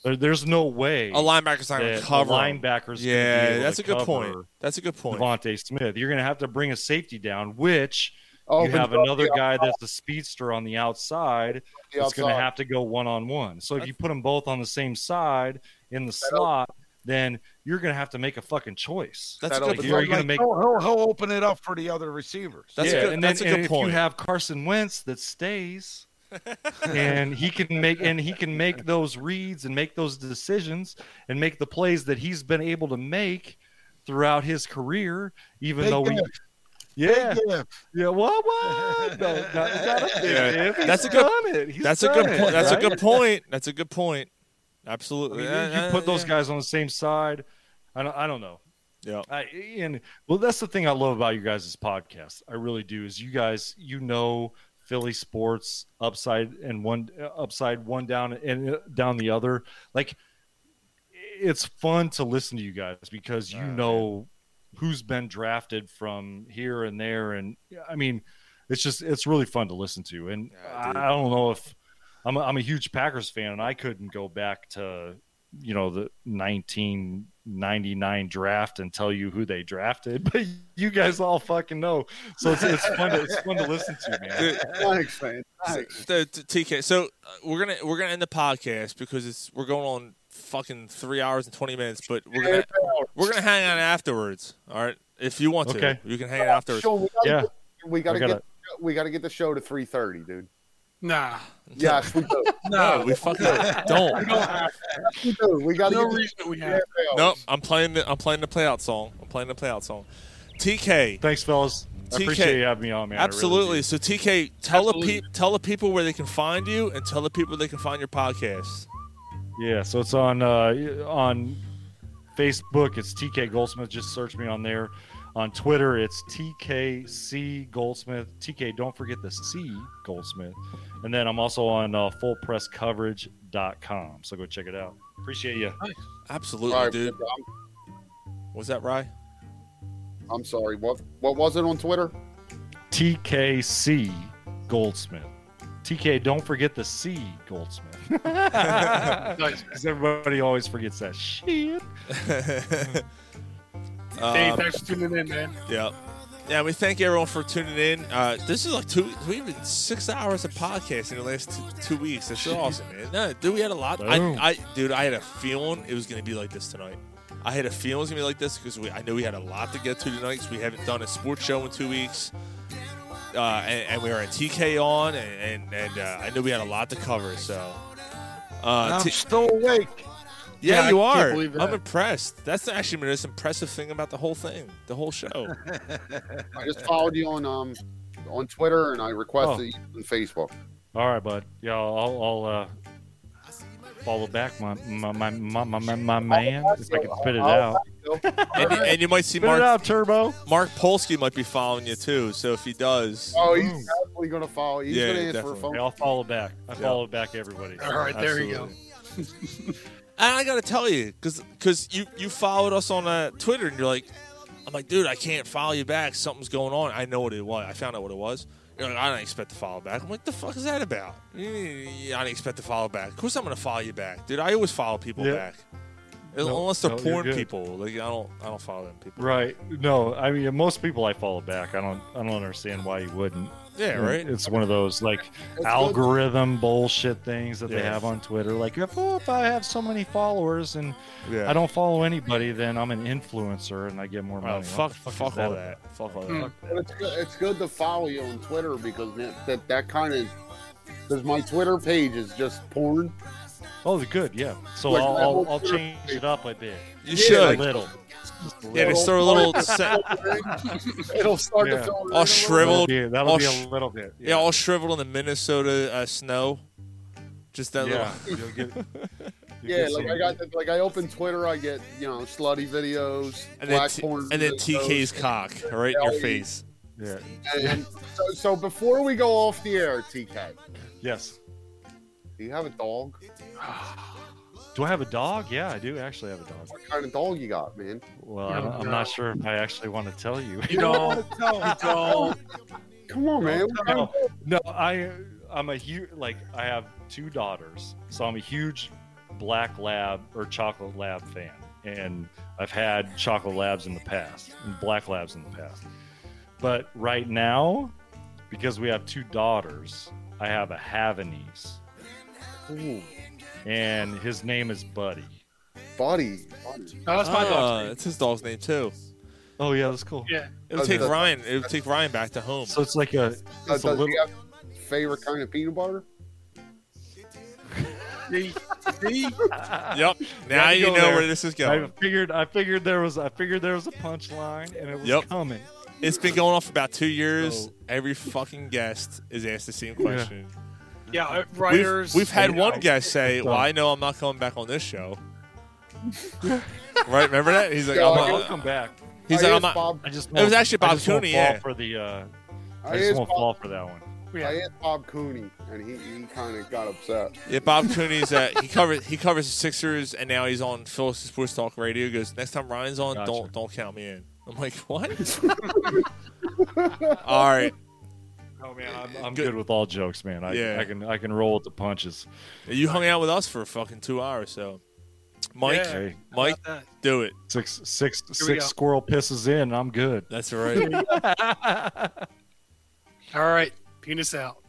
Speaker 13: There, there's no way
Speaker 3: A linebacker's not going
Speaker 13: that
Speaker 3: to
Speaker 13: a
Speaker 3: cover. him.
Speaker 13: Linebackers. gonna be
Speaker 3: Yeah,
Speaker 13: able
Speaker 3: that's
Speaker 13: to
Speaker 3: a good point.
Speaker 13: cover
Speaker 3: That's a good point.
Speaker 13: Devontae Smith. You're gonna have to bring a safety down, which you
Speaker 3: Opens
Speaker 13: have
Speaker 3: up
Speaker 13: another
Speaker 3: the
Speaker 13: guy that's a speedster on the outside.
Speaker 8: The
Speaker 13: that's gonna
Speaker 8: outside.
Speaker 13: have to go one on one. So if you put them both on the same side in the slot, then you're gonna have to make a fucking choice.
Speaker 9: That's
Speaker 13: like, you're gonna make
Speaker 9: He'll, he'll- he'll open it up for the other receivers.
Speaker 13: yeah, and then and if you have Carson Wentz that stays, and he can make and he can make those reads and make those decisions and make the plays that he's been able to make throughout his career, even
Speaker 9: Big
Speaker 13: though we.
Speaker 9: if.
Speaker 13: Yeah,
Speaker 9: Big
Speaker 13: yeah. What? What? No, not, not a big
Speaker 3: Yeah,
Speaker 13: if. He's
Speaker 3: that's a good.
Speaker 13: done it. He's
Speaker 3: that's a
Speaker 13: done
Speaker 3: good.
Speaker 13: it,
Speaker 3: point. That's a
Speaker 13: right?
Speaker 3: good point. That's a good point.
Speaker 13: I
Speaker 3: Absolutely.
Speaker 13: mean,
Speaker 3: Uh,
Speaker 13: you
Speaker 3: uh,
Speaker 13: put those
Speaker 3: yeah.
Speaker 13: guys on the same side. I don't, I don't know.
Speaker 3: Yeah.
Speaker 13: I, and well, that's the thing I love about you guys' podcast. I really do. Is you guys, you know, Philly sports upside and one uh, upside, one down and uh, down the other. Like, it's fun to listen to you guys because you know who's been drafted from here and there, and I mean, it's just it's really fun to listen to. And
Speaker 3: dude.
Speaker 13: I, I don't know if I'm a, I'm a huge Packers fan, and I couldn't go back to you know the 1999 draft and tell you who they drafted, [LAUGHS] but you guys all fucking know. So it's, it's fun to it's fun to listen to, man.
Speaker 8: Thanks, man.
Speaker 3: So, t- TK. So uh, we're gonna we're gonna end the podcast because it's we're going on fucking three hours and twenty minutes, but we're gonna we're gonna hang out afterwards. All right, if you want to,
Speaker 13: Okay.
Speaker 3: you can hang out afterwards.
Speaker 8: Sean, we gotta get- we gotta
Speaker 3: I gotta-
Speaker 8: get we gotta get the show to three thirty,
Speaker 3: [LAUGHS]
Speaker 8: dude.
Speaker 7: Nah.
Speaker 8: Yes, we do.
Speaker 13: Oh,
Speaker 3: No, we fucking [LAUGHS] don't.
Speaker 8: Yes, we do. We gotta
Speaker 7: No
Speaker 8: get
Speaker 7: reason that we have.
Speaker 3: No, I'm playing the I'm playing the playout song. I'm playing the playout song. TK,
Speaker 13: Thanks, fellas. I
Speaker 3: TK.
Speaker 13: appreciate you having me on, man. I really
Speaker 3: absolutely.
Speaker 13: do.
Speaker 3: so TK, tell the
Speaker 13: Absolutely.
Speaker 3: pe- tell the people where they can find you, and tell the people they can find your podcast.
Speaker 13: Yeah, so it's on uh, on Facebook. It's TK Goldsmith. Just search me on there. On Twitter, it's TKC Goldsmith. TK, don't forget the C Goldsmith. And then I'm also on uh, fullpresscoverage.com. So go check it out. Appreciate you.
Speaker 3: Absolutely,
Speaker 8: All right,
Speaker 3: dude.
Speaker 8: I'm,
Speaker 3: Was that [LAUGHS] Rye?
Speaker 8: I'm sorry. What what was it on Twitter?
Speaker 13: TKC Goldsmith. TK, don't forget the C Goldsmith. Because everybody always forgets that shit.
Speaker 7: Dave,
Speaker 3: Um,
Speaker 7: thanks for tuning in, man.
Speaker 3: Yeah. Yeah, we thank everyone for tuning in. Uh, this is like two, we've been six hours of podcast in the last two, two weeks. That's awesome, man. No, dude, we had a lot. I,
Speaker 13: Boom.
Speaker 3: I, dude, I had a feeling it was going to be like this tonight. I had a feeling it was going to be like this because I know we had a lot to get to tonight 'cause we haven't done a sports show in two weeks. Uh, and, and we were at TK on, and, and, and uh, I knew we had a lot to cover. So, uh,
Speaker 9: I'm
Speaker 13: Oh,
Speaker 3: t-
Speaker 9: still awake.
Speaker 3: yeah,
Speaker 7: Yeah,
Speaker 3: you
Speaker 7: I can't
Speaker 3: are.
Speaker 7: believe
Speaker 3: I'm
Speaker 7: that.
Speaker 3: impressed. That's actually the most impressive thing about the whole thing, the whole show.
Speaker 13: [LAUGHS]
Speaker 8: I just followed you on um on Twitter and I
Speaker 13: Oh.
Speaker 8: requested you on Facebook.
Speaker 13: All right, bud. Yeah, I'll, I'll uh, follow back my my my my, my, my, my man if I can spit it out.
Speaker 3: and, and you might see
Speaker 13: Spit it
Speaker 3: Mark
Speaker 13: out, Turbo.
Speaker 3: Mark Polsky might be following you too. So if he does,
Speaker 8: Oh, he's definitely gonna follow. He's
Speaker 3: Yeah,
Speaker 8: gonna answer
Speaker 3: definitely.
Speaker 8: a phone.
Speaker 13: Yeah, I'll follow back. I
Speaker 3: Yeah.
Speaker 13: follow back everybody.
Speaker 7: All right, there you go.
Speaker 3: and I gotta tell you, because you you followed us on uh, Twitter and you're like, I'm like, dude, I can't follow you back. Something's going on. I know what it was. I found out what it was. You're like, I didn't expect to follow back. I'm like, the fuck is that about? Yeah, I didn't expect to follow back. Of course, I'm gonna follow you back, dude. I always follow people
Speaker 13: Yeah.
Speaker 3: back,
Speaker 13: No,
Speaker 3: unless they're
Speaker 13: no, you're
Speaker 3: porn
Speaker 13: good.
Speaker 3: people. Like I don't I don't follow them people.
Speaker 13: Right. No, I mean most people I follow back. I don't I don't understand why you wouldn't.
Speaker 3: Yeah, right.
Speaker 13: It's one of those like
Speaker 8: good.
Speaker 13: algorithm bullshit things that they
Speaker 3: Yeah.
Speaker 13: have on Twitter. Like if, oh, if I have so many followers and
Speaker 3: Yeah.
Speaker 13: I don't follow anybody, then I'm an influencer and I get more money.
Speaker 3: Oh,
Speaker 13: What
Speaker 3: fuck,
Speaker 13: the is
Speaker 3: fuck all
Speaker 13: about?
Speaker 3: that. Fuck all that.
Speaker 8: And It's good, it's good to follow you on Twitter because that that, that kind of because my Twitter page is just porn,
Speaker 13: Oh, they're good. Yeah. So
Speaker 3: Like
Speaker 13: I'll,
Speaker 3: that
Speaker 13: I'll,
Speaker 3: whole
Speaker 13: I'll change it up a bit.
Speaker 3: You should.
Speaker 13: a little.
Speaker 3: Yeah, just throw a
Speaker 13: [LAUGHS]
Speaker 3: little. se-
Speaker 20: It'll start
Speaker 13: Yeah.
Speaker 20: to fill.
Speaker 3: all shriveled.
Speaker 13: Yeah, that'll
Speaker 3: all
Speaker 13: be a
Speaker 3: sh-
Speaker 13: little bit,
Speaker 3: Yeah. all shriveled in the Minnesota uh, snow. Just that
Speaker 13: Yeah,
Speaker 3: little.
Speaker 13: you'll get- you'll
Speaker 8: Yeah, like I got, like I open Twitter, I get you know slutty videos,
Speaker 3: and then,
Speaker 8: black
Speaker 3: t-
Speaker 8: porn,
Speaker 3: and then
Speaker 8: videos.
Speaker 3: TK's cock right in
Speaker 8: Yeah.
Speaker 3: your face.
Speaker 13: Yeah.
Speaker 8: And- and so, so before we go off the air, TK,
Speaker 13: Yes.
Speaker 8: do you have a dog?
Speaker 13: Do I have a dog? Yeah, I do actually have a dog.
Speaker 8: What kind of dog you got, man?
Speaker 13: Well, I don't, I'm not sure if I actually want to tell you.
Speaker 8: You don't.
Speaker 13: [LAUGHS] You don't.
Speaker 8: Come on, man.
Speaker 13: No, no, I I'm a huge like I have two daughters, so I'm a huge black lab or chocolate lab fan, and I've had chocolate labs in the past and black labs in the past, but right now, because we have two daughters, I have a Havanese, and his name is Buddy.
Speaker 8: Buddy.
Speaker 7: No, that's my dog's
Speaker 13: Uh,
Speaker 7: name.
Speaker 3: Uh, It's his dog's name too.
Speaker 13: Oh yeah, that's cool.
Speaker 7: Yeah.
Speaker 3: It'll take Ryan. It'll take Ryan back to home.
Speaker 13: So it's like a.
Speaker 8: Uh, does he have a favorite kind of peanut butter?
Speaker 3: [LAUGHS] Yep. Now
Speaker 13: Had to
Speaker 3: you
Speaker 13: go
Speaker 3: know
Speaker 13: there.
Speaker 3: where this is
Speaker 13: I
Speaker 3: going.
Speaker 13: figured. I figured there was. I figured there was a punchline, and it was
Speaker 3: Yep.
Speaker 13: coming.
Speaker 3: It's been going on for about two years. Every fucking guest is asked the same question.
Speaker 7: Yeah, uh,
Speaker 3: We've-
Speaker 7: writers.
Speaker 3: We've, had
Speaker 7: Yeah.
Speaker 3: one guest say, "Well, I know I'm not coming back on this show." right? Remember that? He's like,
Speaker 13: Yeah,
Speaker 3: "I'm
Speaker 13: I'll
Speaker 3: not."
Speaker 13: come back.
Speaker 3: He's
Speaker 13: I
Speaker 3: like, "I'm
Speaker 13: asked
Speaker 3: not."
Speaker 13: Bob- I just
Speaker 3: it was
Speaker 13: won't-
Speaker 3: actually
Speaker 13: I
Speaker 3: Bob
Speaker 13: just won't
Speaker 3: Cooney.
Speaker 13: fall
Speaker 3: Yeah.
Speaker 13: for the, uh,
Speaker 8: I
Speaker 13: I just
Speaker 8: asked
Speaker 13: won't
Speaker 8: Bob-
Speaker 13: fall for that one.
Speaker 8: I asked Bob Cooney, and he, he kind of got upset.
Speaker 3: Yeah, Bob Cooney's uh, he covers he covers the Sixers, and now he's on Phyllis Sports Talk Radio. He goes next time Ryan's on,
Speaker 13: Gotcha.
Speaker 3: don't don't count me in. I'm like, what?
Speaker 13: [LAUGHS]
Speaker 3: All right,
Speaker 13: Oh man, I'm, I'm good. with all jokes, man. I,
Speaker 3: Yeah.
Speaker 13: I can I can roll with the punches.
Speaker 3: you hung out with us for fucking two hours, so Mike,
Speaker 13: Yeah, Hey.
Speaker 3: Mike, do it.
Speaker 13: Six six
Speaker 7: we
Speaker 13: six
Speaker 7: go.
Speaker 13: squirrel pisses in, I'm good.
Speaker 3: That's right.
Speaker 7: All right, penis out.